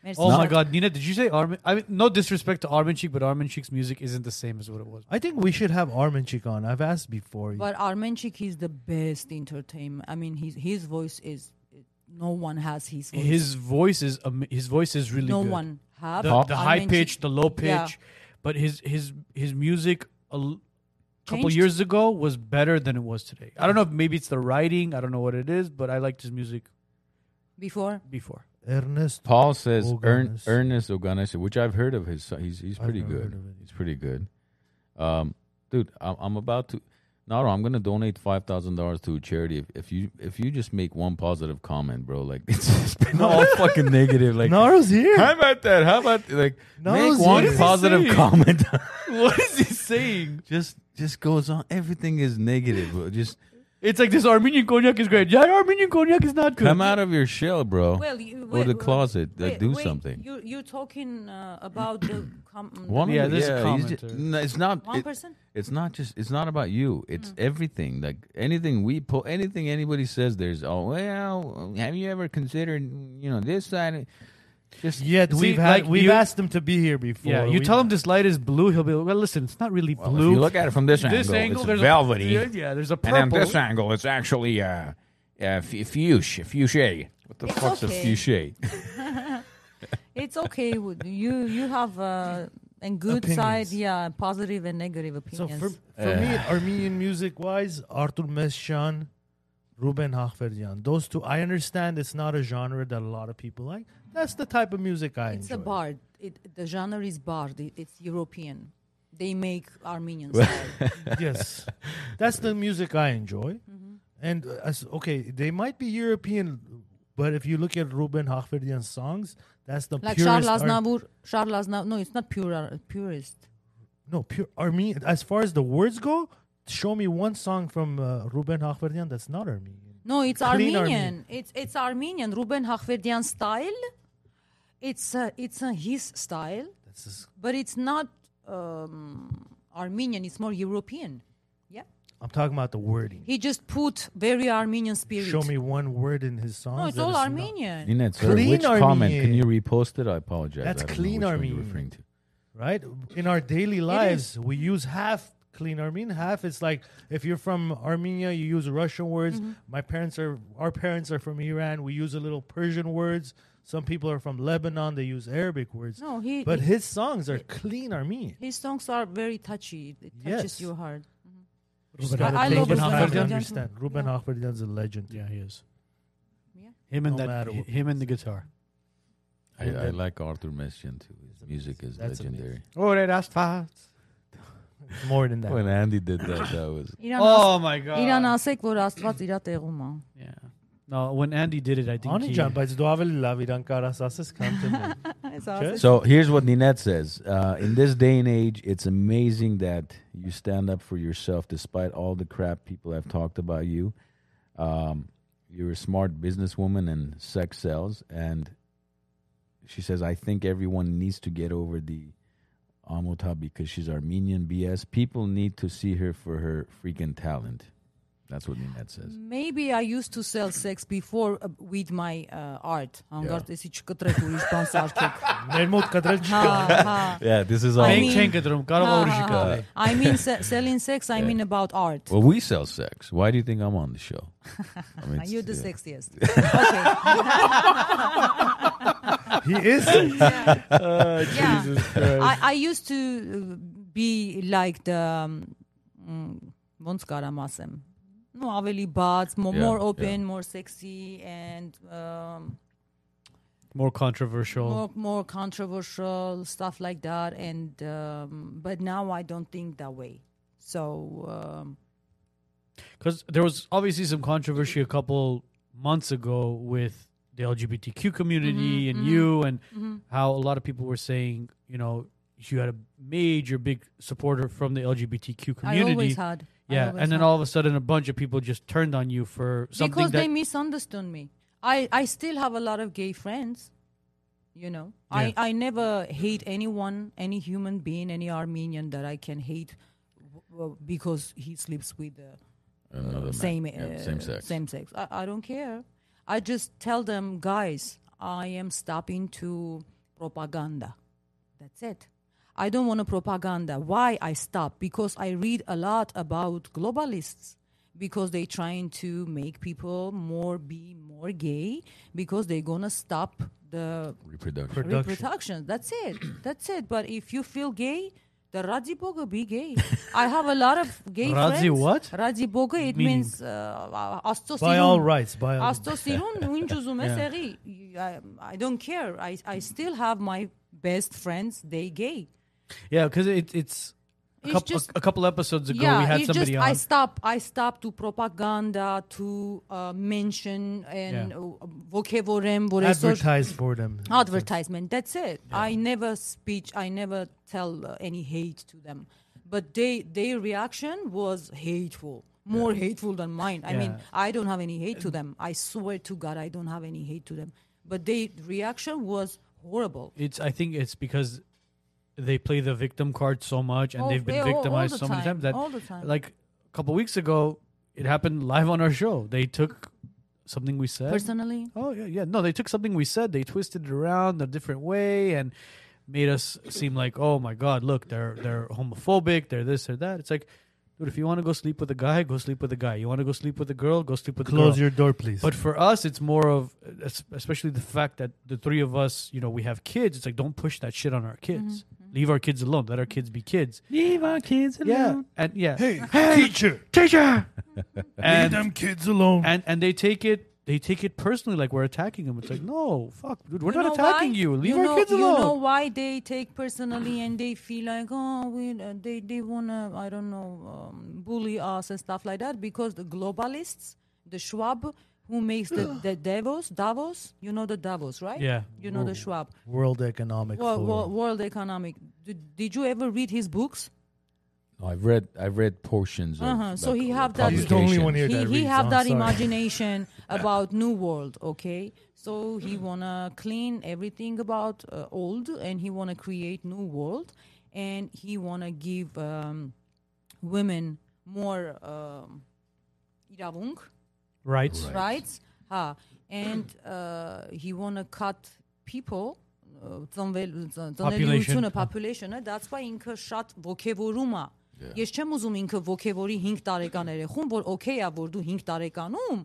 [SPEAKER 4] Merci.
[SPEAKER 2] Oh my God, Nina, did you say Armin? I mean, no disrespect to Armin Cheek, but Armin Cheek's music isn't the same as what it was.
[SPEAKER 5] I think we should have Armin Chik on. I've asked before.
[SPEAKER 4] But Armenchik is the best entertainment. I mean, his his voice is no one has his voice.
[SPEAKER 2] His voice is am- his voice is really
[SPEAKER 4] no
[SPEAKER 2] good.
[SPEAKER 4] one have
[SPEAKER 2] the, the high
[SPEAKER 4] Armenchik
[SPEAKER 2] pitch, the low pitch,
[SPEAKER 4] Yeah.
[SPEAKER 2] but his his his music a l- couple
[SPEAKER 4] Changed.
[SPEAKER 2] years ago was better than it was today. I don't know if maybe it's the writing, I don't know what it is, but I liked his music
[SPEAKER 4] before.
[SPEAKER 2] before.
[SPEAKER 5] Ernest
[SPEAKER 3] Paul says Ern,
[SPEAKER 5] Oganis.
[SPEAKER 3] Ernest Oganis, which I've heard of his. son. He's he's
[SPEAKER 5] I've
[SPEAKER 3] pretty
[SPEAKER 5] never
[SPEAKER 3] good.
[SPEAKER 5] heard of it.
[SPEAKER 3] He's pretty good. Um, dude, I'm, I'm about to. Naro, I'm gonna donate five thousand dollars to a charity if, if you if you just make one positive comment, bro. Like it's, it's been all fucking negative. Like
[SPEAKER 5] Naro's here.
[SPEAKER 3] how about that? How about like
[SPEAKER 5] Naro's
[SPEAKER 3] make
[SPEAKER 5] here.
[SPEAKER 3] one positive
[SPEAKER 2] saying?
[SPEAKER 3] comment?
[SPEAKER 2] what is he saying?
[SPEAKER 3] just just goes on. Everything is negative. Bro. Just
[SPEAKER 2] It's like this Armenian cognac is great. Yeah, Armenian cognac is not good.
[SPEAKER 3] come out of your shell, bro.
[SPEAKER 4] Well, you,
[SPEAKER 3] or the closet. Like,
[SPEAKER 4] wait,
[SPEAKER 3] do
[SPEAKER 4] wait,
[SPEAKER 3] something.
[SPEAKER 4] You you're talking uh, about the com-
[SPEAKER 3] One,
[SPEAKER 2] Yeah, there's a
[SPEAKER 3] he's
[SPEAKER 2] comment
[SPEAKER 3] ju-
[SPEAKER 2] or-
[SPEAKER 3] no, it's not.
[SPEAKER 4] one Mm.
[SPEAKER 3] it-
[SPEAKER 4] person.
[SPEAKER 3] It's not just. It's not about you. It's everything. Like anything we pull, anything anybody says. There's oh well. Have you ever considered you know this side? Just
[SPEAKER 5] Yet
[SPEAKER 2] See,
[SPEAKER 5] we've had
[SPEAKER 2] like you-
[SPEAKER 5] we've asked him to be here before.
[SPEAKER 2] yeah, you
[SPEAKER 5] We-
[SPEAKER 2] tell him this light is blue, he'll be like, well, listen, it's not really
[SPEAKER 3] well, if
[SPEAKER 2] blue.
[SPEAKER 3] you look at it from this,
[SPEAKER 2] this
[SPEAKER 3] angle,
[SPEAKER 2] angle,
[SPEAKER 3] it's
[SPEAKER 2] there's
[SPEAKER 3] velvety,
[SPEAKER 2] A, yeah, yeah, there's a
[SPEAKER 3] and
[SPEAKER 2] purple.
[SPEAKER 3] then this angle, it's actually uh, uh fu- fuchsia. Fuchsia. What the
[SPEAKER 4] It's
[SPEAKER 3] fuck's a
[SPEAKER 4] okay.
[SPEAKER 3] fuchsia?
[SPEAKER 4] It's okay. with- you you have uh, a good side,
[SPEAKER 5] Opinions.
[SPEAKER 4] yeah, positive and negative
[SPEAKER 5] So
[SPEAKER 4] opinions.
[SPEAKER 5] for, for me, Armenian music wise, Artur Meshan, Ruben Hakhverdian, those two. I understand it's not a genre that a lot of people like. That's the type of music I
[SPEAKER 4] it's
[SPEAKER 5] enjoy.
[SPEAKER 4] a bard. It, the genre is bard. It, it's European. They make Armenian style.
[SPEAKER 5] yes, that's the music I enjoy.
[SPEAKER 4] Mm-hmm.
[SPEAKER 5] And uh, as, okay, they might be European, but if you look at Ruben Hakhverdian's songs, that's the
[SPEAKER 4] like
[SPEAKER 5] purest.
[SPEAKER 4] Charles
[SPEAKER 5] Ar-
[SPEAKER 4] Aznavour. Charles Aznavour. No, it's not pure uh, purist.
[SPEAKER 5] no, pure Armenian. As far as the words go, show me one song from uh, Ruben Hakhverdian that's not Armenian.
[SPEAKER 4] No, it's
[SPEAKER 5] Clean
[SPEAKER 4] Armenian.
[SPEAKER 5] Armenian.
[SPEAKER 4] It's it's Armenian. Ruben Hakhverdian style. It's uh, it's uh, his style,
[SPEAKER 5] That's just,
[SPEAKER 4] but it's not um, Armenian. It's more European. Yeah,
[SPEAKER 5] I'm talking about the wording.
[SPEAKER 4] he just put very Armenian spirit.
[SPEAKER 5] Show me one word in his song.
[SPEAKER 4] No, it's all Armenian.
[SPEAKER 3] Ninette, sir,
[SPEAKER 5] Clean
[SPEAKER 3] which comment? Can
[SPEAKER 5] Armenian.
[SPEAKER 3] you repost it? I apologize.
[SPEAKER 5] That's
[SPEAKER 3] I don't know
[SPEAKER 5] clean
[SPEAKER 3] which one you're
[SPEAKER 5] Armenian.
[SPEAKER 3] referring to.
[SPEAKER 5] right? In our daily lives, we use half clean Armenian, half it's like if you're from Armenia, you use Russian words.
[SPEAKER 4] Mm-hmm.
[SPEAKER 5] My parents are, our parents are from Iran. We use a little Persian words. Some people are from Lebanon. They use Arabic words.
[SPEAKER 4] No, he-
[SPEAKER 5] But
[SPEAKER 4] he-
[SPEAKER 5] his songs are clean Armenian.
[SPEAKER 4] His songs are very touchy. It
[SPEAKER 5] Yes.
[SPEAKER 4] touches your heart.
[SPEAKER 5] Ruben
[SPEAKER 4] I- I love
[SPEAKER 5] Hakhverdian.
[SPEAKER 4] Ruben
[SPEAKER 5] I
[SPEAKER 4] Hakhverdian.
[SPEAKER 5] understand. Ruben Hakhverdian's a legend.
[SPEAKER 2] yeah, he is.
[SPEAKER 4] Yeah.
[SPEAKER 2] Him and
[SPEAKER 5] No
[SPEAKER 2] that
[SPEAKER 5] matter what.
[SPEAKER 2] him and the guitar.
[SPEAKER 3] I, I like Arthur Messiaen too. His music is
[SPEAKER 5] That's amazing.
[SPEAKER 6] Ore
[SPEAKER 3] legendary.
[SPEAKER 6] asfalt.
[SPEAKER 5] More than that.
[SPEAKER 3] When Andy did that, that was
[SPEAKER 4] Իրան
[SPEAKER 2] Oh my god.
[SPEAKER 4] աս- իրան ասեք, որ Աստված իր տեղում է։
[SPEAKER 2] Yeah. No, when Andy did it, I think he,
[SPEAKER 5] Անիջան, բայց դու ավելի լավ իրան կարաս ասես, քան թե մենք։
[SPEAKER 4] Այս ասես-
[SPEAKER 3] So here's what Ninette says. Uh, in this day and age, it's amazing that you stand up for yourself despite all the crap people have talked about you. Um, you're a smart businesswoman and sex sells. And she says, I think everyone needs to get over the Amota because she's Armenian BS. People need to see her for her freaking talent. That's what Ninette says.
[SPEAKER 4] Maybe I used to sell sex before uh, with my uh, art. Հանգարտ էսի չկտրեք ուրիշ բան սարքեք։
[SPEAKER 5] Մեր մոտ կտրել
[SPEAKER 4] Հա,
[SPEAKER 5] չկա։
[SPEAKER 4] հա։
[SPEAKER 3] Yeah, this is all.
[SPEAKER 4] I
[SPEAKER 2] Մենք
[SPEAKER 4] mean-
[SPEAKER 2] չենք դրում, կարող է
[SPEAKER 4] հա,
[SPEAKER 2] ուրիշը
[SPEAKER 4] հա,
[SPEAKER 2] կարի։
[SPEAKER 4] հա. I mean se- selling sex, I mean about art.
[SPEAKER 3] Well, we sell sex. Why do you think I'm on the show? I mean,
[SPEAKER 4] You're the
[SPEAKER 3] yeah.
[SPEAKER 4] sexiest. Okay.
[SPEAKER 5] He is
[SPEAKER 4] Yeah. I I used to uh, be like the um, ոնց կարամ ասեմ։ No, ավելի բաց, mo-
[SPEAKER 3] Yeah,
[SPEAKER 4] more
[SPEAKER 3] yeah.
[SPEAKER 4] open, more sexy and um
[SPEAKER 2] More controversial.
[SPEAKER 4] more more controversial stuff like that and um, but now i don't think that way so um,
[SPEAKER 2] because there was obviously some controversy a couple months ago with the LGBTQ
[SPEAKER 4] Mm-hmm,
[SPEAKER 2] community and you, and how a lot of people were saying, you know, you had a major big supporter from the LGBTQ
[SPEAKER 4] i always
[SPEAKER 2] community,
[SPEAKER 4] had
[SPEAKER 2] Yeah,
[SPEAKER 4] always
[SPEAKER 2] and then
[SPEAKER 4] have-
[SPEAKER 2] all of a sudden, a bunch of people just turned on you for something
[SPEAKER 4] because
[SPEAKER 2] that
[SPEAKER 4] they misunderstood me. I, I still have a lot of gay friends, you know.
[SPEAKER 2] Yeah.
[SPEAKER 4] I, I never hate anyone, any human being, any Armenian that I can hate w- w- because he sleeps with uh, the
[SPEAKER 3] Another man.
[SPEAKER 4] same,
[SPEAKER 3] Yeah,
[SPEAKER 4] uh,
[SPEAKER 3] same sex.
[SPEAKER 4] Same sex. I, I don't care. I just tell them, guys, I am stopping to propaganda. That's it. I don't want to propaganda. Why I stop? Because I read a lot about globalists because they're trying to make people more be more gay because they're gonna stop the
[SPEAKER 3] reproduction.
[SPEAKER 5] Production.
[SPEAKER 4] reproduction. That's it. That's it. But if you feel gay, the Radzi Boga be gay. I have a lot of gay
[SPEAKER 2] Radzi
[SPEAKER 4] friends.
[SPEAKER 2] what?
[SPEAKER 4] Radzi Boga, it
[SPEAKER 2] Meaning?
[SPEAKER 4] means uh, Աստծո
[SPEAKER 5] By
[SPEAKER 4] սիրուն-
[SPEAKER 5] all rights, by all
[SPEAKER 4] Աստծո սիրուն ու ինչ ուզում ես եղի։ E. I- I don't care. I I still have my best friends, they gay.
[SPEAKER 2] yeah, because it, it's a,
[SPEAKER 4] It's
[SPEAKER 2] coup-
[SPEAKER 4] just-
[SPEAKER 2] a, a couple episodes ago we had
[SPEAKER 4] it's
[SPEAKER 2] somebody
[SPEAKER 4] just
[SPEAKER 2] on.
[SPEAKER 4] I stop. I stop to propaganda to uh, mention and
[SPEAKER 2] Yeah.
[SPEAKER 4] uh, vocabulary, what is sort-
[SPEAKER 5] Advertise for them.
[SPEAKER 4] advertisement. That's it. I never speech. I never tell uh, any hate to them. But they their reaction was hateful, more hateful than mine. I mean, I don't have any hate to them. I swear to God, I don't have any hate to them. But their reaction was horrible.
[SPEAKER 2] it's I think it's because they play the victim card so much and
[SPEAKER 4] Oh,
[SPEAKER 2] they've
[SPEAKER 4] they-
[SPEAKER 2] been
[SPEAKER 4] all- all
[SPEAKER 2] victimized
[SPEAKER 4] the
[SPEAKER 2] so many
[SPEAKER 4] time,
[SPEAKER 2] times that
[SPEAKER 4] all the time.
[SPEAKER 2] like a couple weeks ago it happened live on our show. They took something we said.
[SPEAKER 4] Personally,
[SPEAKER 2] Oh yeah, yeah. No, they took something we said, they twisted it around a different way and made us seem like, oh my god, look, they're they're homophobic, they're this or that. It's like, dude, if you want to go sleep with a guy, go sleep with a guy. You want to go sleep with a girl, go sleep with a girl.
[SPEAKER 5] Close your door, please.
[SPEAKER 2] But for us, it's more of, es- especially the fact that the three of us, you know, we have kids. It's like, don't push that shit on our kids.
[SPEAKER 4] Mm-hmm,
[SPEAKER 2] Leave our kids alone. Let our kids be kids.
[SPEAKER 7] Leave our kids
[SPEAKER 2] Yeah. And yeah.
[SPEAKER 6] Hey, teacher, teacher. Leave
[SPEAKER 2] And,
[SPEAKER 6] them kids alone.
[SPEAKER 2] and, and they take it. They take it personally, like we're attacking them. It's like, no, fuck, dude, we're
[SPEAKER 4] You
[SPEAKER 2] not
[SPEAKER 4] know why?
[SPEAKER 2] attacking you. Leave our
[SPEAKER 4] know,
[SPEAKER 2] kids
[SPEAKER 4] You know
[SPEAKER 2] alone.
[SPEAKER 4] why they take personally and they feel like, oh, we, uh, they they wanna, I don't know, um, bully us and stuff like that because the globalists, the Schwab, who makes the, the Davos, Davos, you know the Davos, right?
[SPEAKER 2] Yeah.
[SPEAKER 4] You know the Schwab,
[SPEAKER 5] World Economic
[SPEAKER 4] Wo-
[SPEAKER 5] Forum.
[SPEAKER 4] wo- World Economic. Did, did you ever read his books?
[SPEAKER 3] No, I've read I've read portions of
[SPEAKER 4] Uh-huh, so
[SPEAKER 3] like,
[SPEAKER 4] he
[SPEAKER 3] uh,
[SPEAKER 4] have that-
[SPEAKER 5] He's the only one here
[SPEAKER 4] he,
[SPEAKER 5] that
[SPEAKER 4] he
[SPEAKER 5] reads.
[SPEAKER 4] have
[SPEAKER 5] I'm
[SPEAKER 4] that
[SPEAKER 5] sorry.
[SPEAKER 4] imagination about new world okay so he wanna clean everything about uh, old and he wanna create new world and he wanna give um, women more um, իրավունք,
[SPEAKER 2] Right.
[SPEAKER 4] rights ha and uh, he wanna cut people uh,
[SPEAKER 2] Population.
[SPEAKER 4] ծնվելիությունը population-ը that's why ինքը շատ ոգևորում է ես չեմ ուզում ինքը ոգևորի 5 տարեկան երեխուն որ օքեյ է որ դու 5 տարեկանում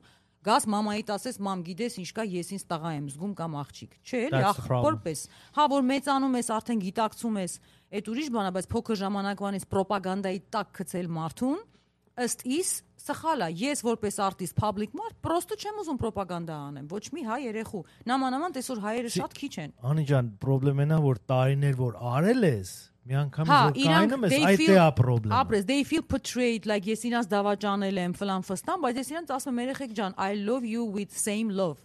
[SPEAKER 4] գաս մամայիդ ասես մամ գիտես ինչ կա ես ինձ տղա եմ զգում կամ աղջիկ չէ էլի
[SPEAKER 2] That's the problem.
[SPEAKER 4] ախորպես հա որ մեծանում ես արդեն գիտակցում ես այդ ուրիշ բան է բայց փոքր ժամանակվանից ռոպագանդայի տակ գցել մարդուն ըստ իս սխալ է ես որպես արտիստ public մարդ պրոստը չեմ ուզում ռոպագանդա անեմ ոչ մի հայ երեխու նամանավանդ այսօր հայերը շատ քիչ են
[SPEAKER 5] Անի ջան, պրոբլեմն է որ տարիներ որ արել ես, մի անգամ
[SPEAKER 4] Հա,
[SPEAKER 5] որ կայնում ես, այդ է ա պրոբլեմը։
[SPEAKER 4] Ապրես, they feel betrayed, like ես իրանց դավաճանել եմ, ֆլան ֆստան, բայց ես իրանց ասում եմ, երեխեք ջան, I love you with same love.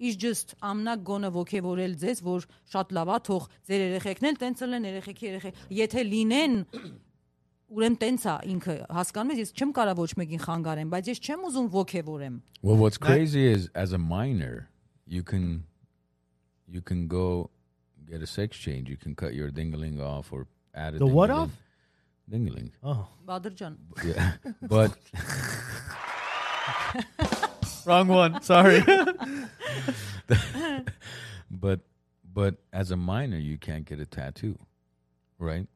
[SPEAKER 4] It's just I'm not gonna ոգևորել ձեզ, որ շատ լավա թող ձեր երեխեքն էլ տենց լինեն, երեխեքի երեխեք, եթե լինեն ուրեմն տենց է ինքը, հասկանում ես, ես չեմ կարա ոչ մեկին խանգարեմ, բայց ես չեմ ուզում ոգևորեմ։
[SPEAKER 3] Well, what's crazy is as a minor, you can you can go get a sex change. You can cut your dingling off or add a
[SPEAKER 5] The what
[SPEAKER 3] ding-a-ling.
[SPEAKER 5] off?
[SPEAKER 3] Dingling.
[SPEAKER 5] Ահա։
[SPEAKER 4] Բադր ջան,
[SPEAKER 3] Yeah, but
[SPEAKER 2] Wrong one. Sorry.
[SPEAKER 3] but but as a minor, you can't get a tattoo, right?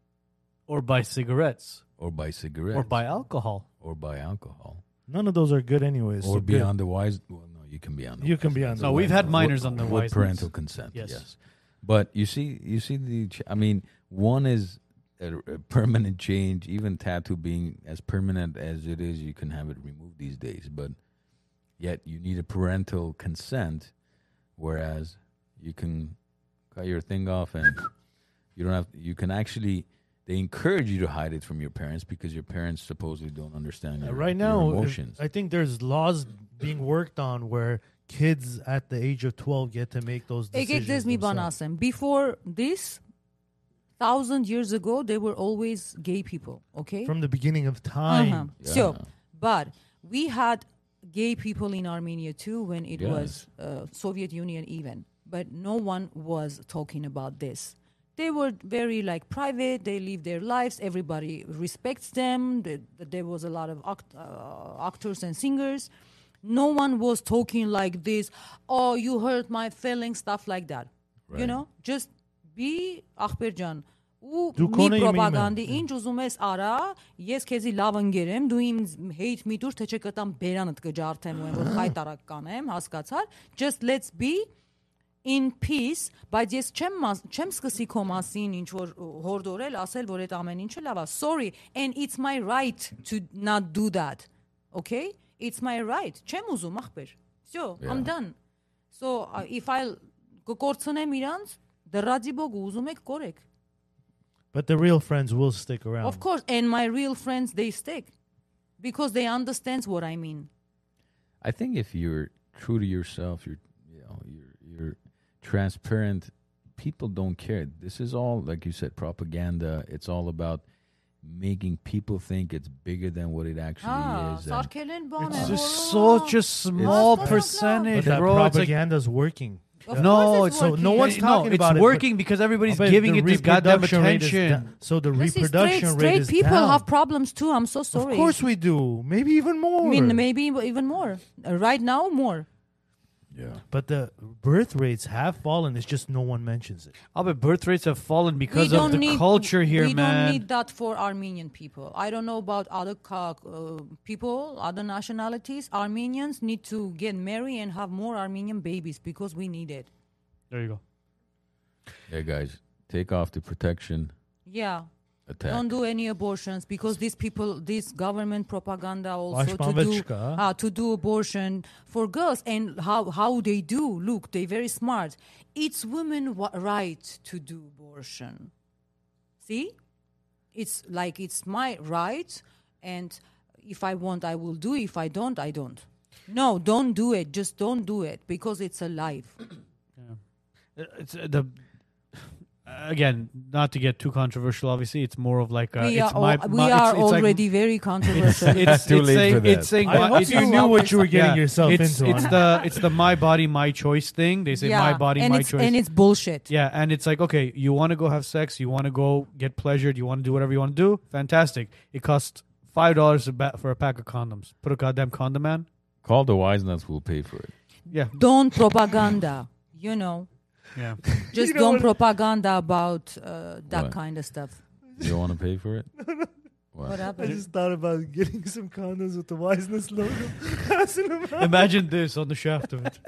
[SPEAKER 2] or buy cigarettes.
[SPEAKER 3] Or buy cigarettes,
[SPEAKER 2] Or buy alcohol.
[SPEAKER 3] or buy alcohol,
[SPEAKER 5] None of those are good anyways.
[SPEAKER 3] or
[SPEAKER 5] so
[SPEAKER 3] be
[SPEAKER 5] good.
[SPEAKER 3] on the wise. Well, no, you can be on. The
[SPEAKER 5] You can
[SPEAKER 3] wise
[SPEAKER 5] be
[SPEAKER 3] list.
[SPEAKER 5] on the
[SPEAKER 2] No, we've
[SPEAKER 5] wise
[SPEAKER 2] had
[SPEAKER 5] list.
[SPEAKER 2] minors on the
[SPEAKER 3] with
[SPEAKER 2] wise
[SPEAKER 3] parental
[SPEAKER 2] list.
[SPEAKER 3] consent.
[SPEAKER 2] Yes.
[SPEAKER 3] Yes. but you see, you see the. ch- I mean, one is a, a permanent change. Even tattoo being as permanent as it is, you can have it removed these days. But yet, you need a parental consent, whereas you can cut your thing off and you don't have. You can actually. They encourage you to hide it from your parents because your parents supposedly don't
[SPEAKER 2] Uh,
[SPEAKER 3] understand your,
[SPEAKER 5] Right
[SPEAKER 3] your
[SPEAKER 5] now, uh,
[SPEAKER 3] emotions.
[SPEAKER 5] I think there's laws being worked on where kids at the age of 12 get to make those
[SPEAKER 4] եկեք
[SPEAKER 5] decisions.
[SPEAKER 4] ձեզ մի բան
[SPEAKER 5] themselves.
[SPEAKER 4] ասեմ, before this thousand years ago they were always gay people okay
[SPEAKER 5] From the beginning of time.
[SPEAKER 4] uh-huh. so but we had gay people in armenia too when it was uh, soviet union even but no one was talking about this they were very like private they live their lives everybody respects them Th- th- there was a lot of act- uh, actors and singers no one was talking like this oh you hurt my feelings stuff like that you know just be ախպերջան ու
[SPEAKER 5] Դու
[SPEAKER 4] մի
[SPEAKER 5] քոնը իմ իմը,
[SPEAKER 4] ռոպագանդի
[SPEAKER 5] դե։
[SPEAKER 4] ինչ ուզում ես արա ես քեզի լավ ընկերեմ դու իմ hate me դուր թե չէ կտամ բերանդ կջարդեմ ու այն որ հայտարակ կանեմ հասկացար just let's be in peace բայց ես չեմ մաս- չեմ սկսի քո մասին ինչ որ հորդորել ասել որ այդ ամեն ինչը լավ է sorry and it's my right to not do that okay it's my right չեմ ուզում ախպեր всё i'm done so uh, if i կկործնեմ իրանց դրածի բոգ ուզում եք կորեք
[SPEAKER 5] But the real friends will stick around.
[SPEAKER 6] Oh.
[SPEAKER 4] Of course, and my real friends they stick because they understand what I mean.
[SPEAKER 3] I think if you're true to yourself, you're you know, you're you're transparent, people don't care. This is all like you said, propaganda. It's all about making people think it's bigger than what it actually
[SPEAKER 4] Հա,
[SPEAKER 3] is. and-
[SPEAKER 4] սարքելեն բան է։
[SPEAKER 6] eh. It's just
[SPEAKER 4] որոնք-
[SPEAKER 6] such a small
[SPEAKER 4] It's-
[SPEAKER 5] But
[SPEAKER 6] percentage,
[SPEAKER 5] that
[SPEAKER 6] bro. It's like,
[SPEAKER 5] propaganda's working.
[SPEAKER 4] Of
[SPEAKER 6] no,
[SPEAKER 4] course
[SPEAKER 6] it's so no
[SPEAKER 4] working.
[SPEAKER 6] one's
[SPEAKER 4] No,
[SPEAKER 6] talking
[SPEAKER 4] it's
[SPEAKER 6] about it. but working because everybody's
[SPEAKER 5] But
[SPEAKER 6] giving
[SPEAKER 5] the
[SPEAKER 6] it this goddamn
[SPEAKER 5] reproduction rate is
[SPEAKER 6] attention.
[SPEAKER 5] down- So the
[SPEAKER 4] This is
[SPEAKER 5] reproduction
[SPEAKER 4] straight,
[SPEAKER 5] rate
[SPEAKER 4] straight
[SPEAKER 5] is
[SPEAKER 4] people
[SPEAKER 5] down.
[SPEAKER 4] have problems too. I'm so sorry.
[SPEAKER 6] Of course we do. Maybe even more.
[SPEAKER 4] I mean, maybe even more. Uh, right now, more.
[SPEAKER 5] But the birth rates have fallen. It's just no one mentions it.
[SPEAKER 6] I bet birth rates have fallen because
[SPEAKER 4] we
[SPEAKER 6] of
[SPEAKER 4] don't
[SPEAKER 6] the
[SPEAKER 4] need,
[SPEAKER 6] culture here,
[SPEAKER 4] we
[SPEAKER 6] man.
[SPEAKER 4] don't need that for Armenian people. I don't know about other ca- uh, people, other nationalities. Armenians need to get married and have more Armenian babies because we need it.
[SPEAKER 6] there you go.
[SPEAKER 3] Yeah, guys, take off the protection
[SPEAKER 4] Yeah.
[SPEAKER 3] attack.
[SPEAKER 4] Don't do any abortions because these people, this government propaganda also to do
[SPEAKER 5] Ashpanvechka.
[SPEAKER 4] uh, to do abortion for girls and how how they do. Look, they very smart. It's women' wa- right to do abortion. See, it's like it's my right, and if I want, I will do. If I don't, I don't. No, don't do it. Just don't do it because it's a life.
[SPEAKER 2] It's uh, the again, not to get too controversial. Obviously, it's more of like uh
[SPEAKER 4] we
[SPEAKER 2] it's
[SPEAKER 4] are
[SPEAKER 2] my,
[SPEAKER 4] al- we
[SPEAKER 2] my- it's-
[SPEAKER 4] are
[SPEAKER 2] it's like-
[SPEAKER 4] already very controversial.
[SPEAKER 2] it's,
[SPEAKER 3] Too
[SPEAKER 2] it's
[SPEAKER 3] late
[SPEAKER 2] saying,
[SPEAKER 3] for that.
[SPEAKER 2] It's saying
[SPEAKER 5] I
[SPEAKER 2] my-
[SPEAKER 5] hope
[SPEAKER 2] it's-
[SPEAKER 5] you knew what you were getting
[SPEAKER 2] yeah,
[SPEAKER 5] yourself
[SPEAKER 2] it's,
[SPEAKER 5] into.
[SPEAKER 2] It's
[SPEAKER 5] Ana.
[SPEAKER 2] the it's the my body my choice thing. They say my body
[SPEAKER 4] and
[SPEAKER 2] my
[SPEAKER 4] it's,
[SPEAKER 2] choice.
[SPEAKER 4] and it's bullshit.
[SPEAKER 2] yeah, and it's like okay, you want to go have sex, you want to go get pleasured, you want to do whatever you want to do. Fantastic. It costs five dollars a ba- for a pack of condoms. Put a goddamn condom man.
[SPEAKER 3] Call the wise nuts. We'll pay for it.
[SPEAKER 2] Yeah,
[SPEAKER 4] don't propaganda you know
[SPEAKER 2] yeah.
[SPEAKER 4] just don't propaganda about uh, that
[SPEAKER 3] What?
[SPEAKER 4] kind of stuff
[SPEAKER 3] You don't want to pay for it? What?
[SPEAKER 4] what
[SPEAKER 6] I
[SPEAKER 4] happened
[SPEAKER 6] just thought about getting some condoms with the wiseness logo.
[SPEAKER 2] Imagine this on the shaft of it.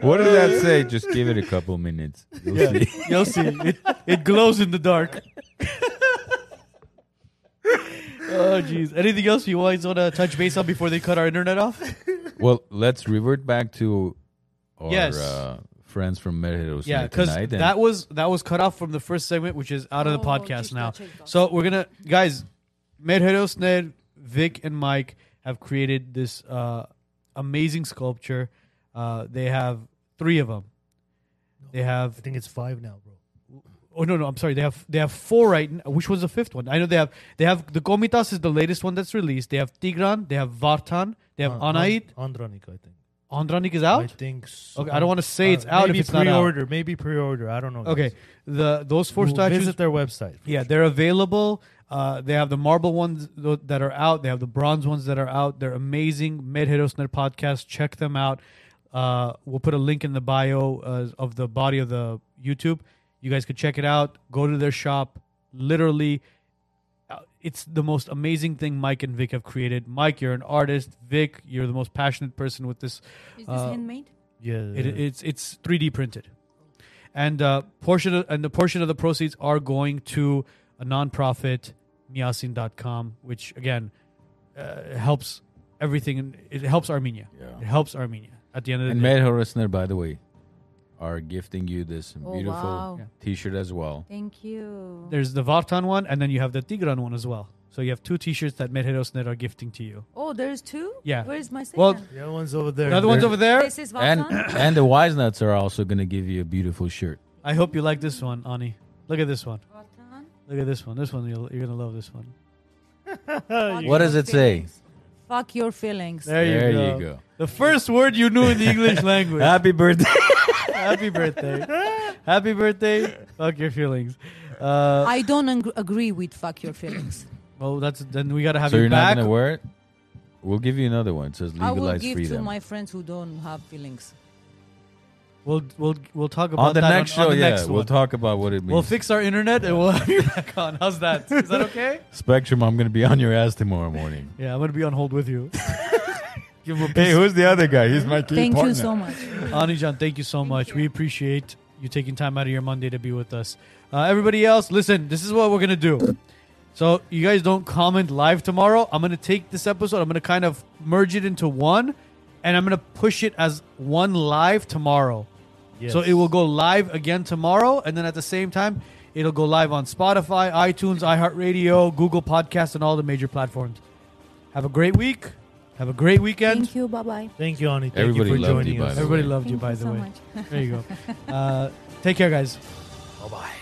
[SPEAKER 3] What does that say? Just give it a couple minutes. You'll see.
[SPEAKER 2] You'll see. It, it glows in the dark. oh jeez. Anything else you guys want to touch base on before they cut our internet off?
[SPEAKER 3] Well, let's revert back to our
[SPEAKER 2] Yes.
[SPEAKER 3] uh, friends from Merhedos
[SPEAKER 2] Yeah, because
[SPEAKER 3] tonight. and-
[SPEAKER 2] that was that was cut off from the first segment, which is out of the
[SPEAKER 4] Oh, just
[SPEAKER 2] podcast now.
[SPEAKER 4] touch it off.
[SPEAKER 2] So we're gonna guys, Merhedos Ned, Vic, and Mike have created this uh, amazing sculpture. Uh, they have three of them. They have
[SPEAKER 5] I think it's five now, bro.
[SPEAKER 2] Oh no, no, I'm sorry. They have they have four right. n- Which was the fifth one? I know they have they have the Komitas is the latest one that's released. They have Tigran, they have Vartan, they have
[SPEAKER 5] An-
[SPEAKER 2] Anait.
[SPEAKER 5] Andronik, Uh, I think.
[SPEAKER 2] Andranik is
[SPEAKER 5] I
[SPEAKER 2] out.
[SPEAKER 5] think so. Uh,
[SPEAKER 2] Okay, I don't wanna say it's out if
[SPEAKER 5] Maybe
[SPEAKER 2] it's not out.
[SPEAKER 5] pre-order. Maybe pre-order. I don't know.
[SPEAKER 2] Okay,
[SPEAKER 5] guys.
[SPEAKER 2] the those four
[SPEAKER 5] We'll
[SPEAKER 2] statues.
[SPEAKER 5] Visit their website.
[SPEAKER 2] Yeah, they're available. Uh, they have the marble ones tho- that are out. They have the bronze ones that are out. They're amazing. Medhedosner podcast. Check them out. Uh, we'll put a link in the bio uh, of the body of the YouTube. You guys could check it out. Go to their shop. Literally, uh, it's the most amazing thing Mike and Vic have created. Mike, you're an artist. Vic, you're the most passionate person with this.
[SPEAKER 4] is this
[SPEAKER 2] Uh,
[SPEAKER 4] handmade
[SPEAKER 5] Yeah.
[SPEAKER 2] It, it's it's 3D printed, and uh, portion of, and the portion of the proceeds are going to a nonprofit, Miasin.com, which again uh, helps everything. in- It helps Armenia.
[SPEAKER 3] Yeah.
[SPEAKER 2] It helps Armenia at the end of the
[SPEAKER 3] and
[SPEAKER 2] day.
[SPEAKER 3] Merhedos Ned, by the way, are gifting you this
[SPEAKER 4] Oh,
[SPEAKER 3] beautiful
[SPEAKER 4] wow. Yeah.
[SPEAKER 3] T-shirt as well.
[SPEAKER 4] thank you
[SPEAKER 2] There's the Vartan one, and then you have the Tigran one as well. So you have two T-shirts that Medherosnet are gifting to you.
[SPEAKER 4] oh there's two
[SPEAKER 2] Yeah.
[SPEAKER 4] where's my second
[SPEAKER 2] Well,
[SPEAKER 5] The other one's over there.
[SPEAKER 2] The other one's over there.
[SPEAKER 4] this is
[SPEAKER 3] And
[SPEAKER 4] Vatan?
[SPEAKER 3] and the wise nuts are also going to give you a beautiful shirt.
[SPEAKER 2] I hope you like this one, Ani. Look at this one.
[SPEAKER 4] Vatan.
[SPEAKER 2] Look at this one. This one you'll, you're gonna love this one.
[SPEAKER 4] Fuck
[SPEAKER 3] What does
[SPEAKER 4] your
[SPEAKER 3] it say?
[SPEAKER 4] feelings. Fuck your feelings.
[SPEAKER 2] There,
[SPEAKER 3] There
[SPEAKER 2] you, go.
[SPEAKER 3] you go.
[SPEAKER 2] The first word you knew in the English language.
[SPEAKER 3] Happy birthday.
[SPEAKER 2] Happy birthday. Happy birthday. Fuck your feelings. Uh,
[SPEAKER 4] I don't ang- agree with fuck your feelings.
[SPEAKER 2] well, that's then we gotta have
[SPEAKER 3] so you're
[SPEAKER 2] you back.
[SPEAKER 3] not gonna wear it? We'll give you another one. It says
[SPEAKER 4] I will
[SPEAKER 3] legalize
[SPEAKER 4] give to
[SPEAKER 3] freedom.
[SPEAKER 4] my friends who don't have feelings.
[SPEAKER 2] we'll we'll we'll talk about
[SPEAKER 3] on the
[SPEAKER 2] that
[SPEAKER 3] next
[SPEAKER 2] on,
[SPEAKER 3] show,
[SPEAKER 2] the
[SPEAKER 3] yeah,
[SPEAKER 2] next
[SPEAKER 3] we'll
[SPEAKER 2] one.
[SPEAKER 3] talk about what it means.
[SPEAKER 2] We'll fix our internet and we'll have you back on. How's that? Is that okay?
[SPEAKER 3] Spectrum, I'm gonna be on your ass tomorrow morning.
[SPEAKER 2] Yeah, I'm gonna be on hold with you. Give him a
[SPEAKER 7] Hey,
[SPEAKER 2] piece.
[SPEAKER 7] who's the other guy? He's my key
[SPEAKER 4] Thank
[SPEAKER 7] partner.
[SPEAKER 4] you so much.
[SPEAKER 2] Anijan, thank you so much. We appreciate you taking time out of your Monday to be with us. Uh, everybody else, listen, this is what we're going to do. So, you guys don't comment live tomorrow. I'm going to take this episode, I'm going to kind of merge it into one, and I'm going to push it as one live tomorrow. So, it will go live again tomorrow, and then at the same time, it'll go live on Spotify, iTunes, iHeartRadio, Google Podcasts, and all the major platforms. Have a great week. Have a great weekend.
[SPEAKER 9] Thank you. Bye bye.
[SPEAKER 5] Thank you, Ani. Thank
[SPEAKER 3] Everybody
[SPEAKER 5] you for
[SPEAKER 3] loved you,
[SPEAKER 5] joining
[SPEAKER 3] by
[SPEAKER 5] us.
[SPEAKER 3] the way.
[SPEAKER 2] Everybody loved
[SPEAKER 9] Thank
[SPEAKER 2] you, by
[SPEAKER 9] you
[SPEAKER 2] the
[SPEAKER 9] so
[SPEAKER 2] way.
[SPEAKER 9] much.
[SPEAKER 2] There you go. Uh, take care, guys.
[SPEAKER 1] Bye bye.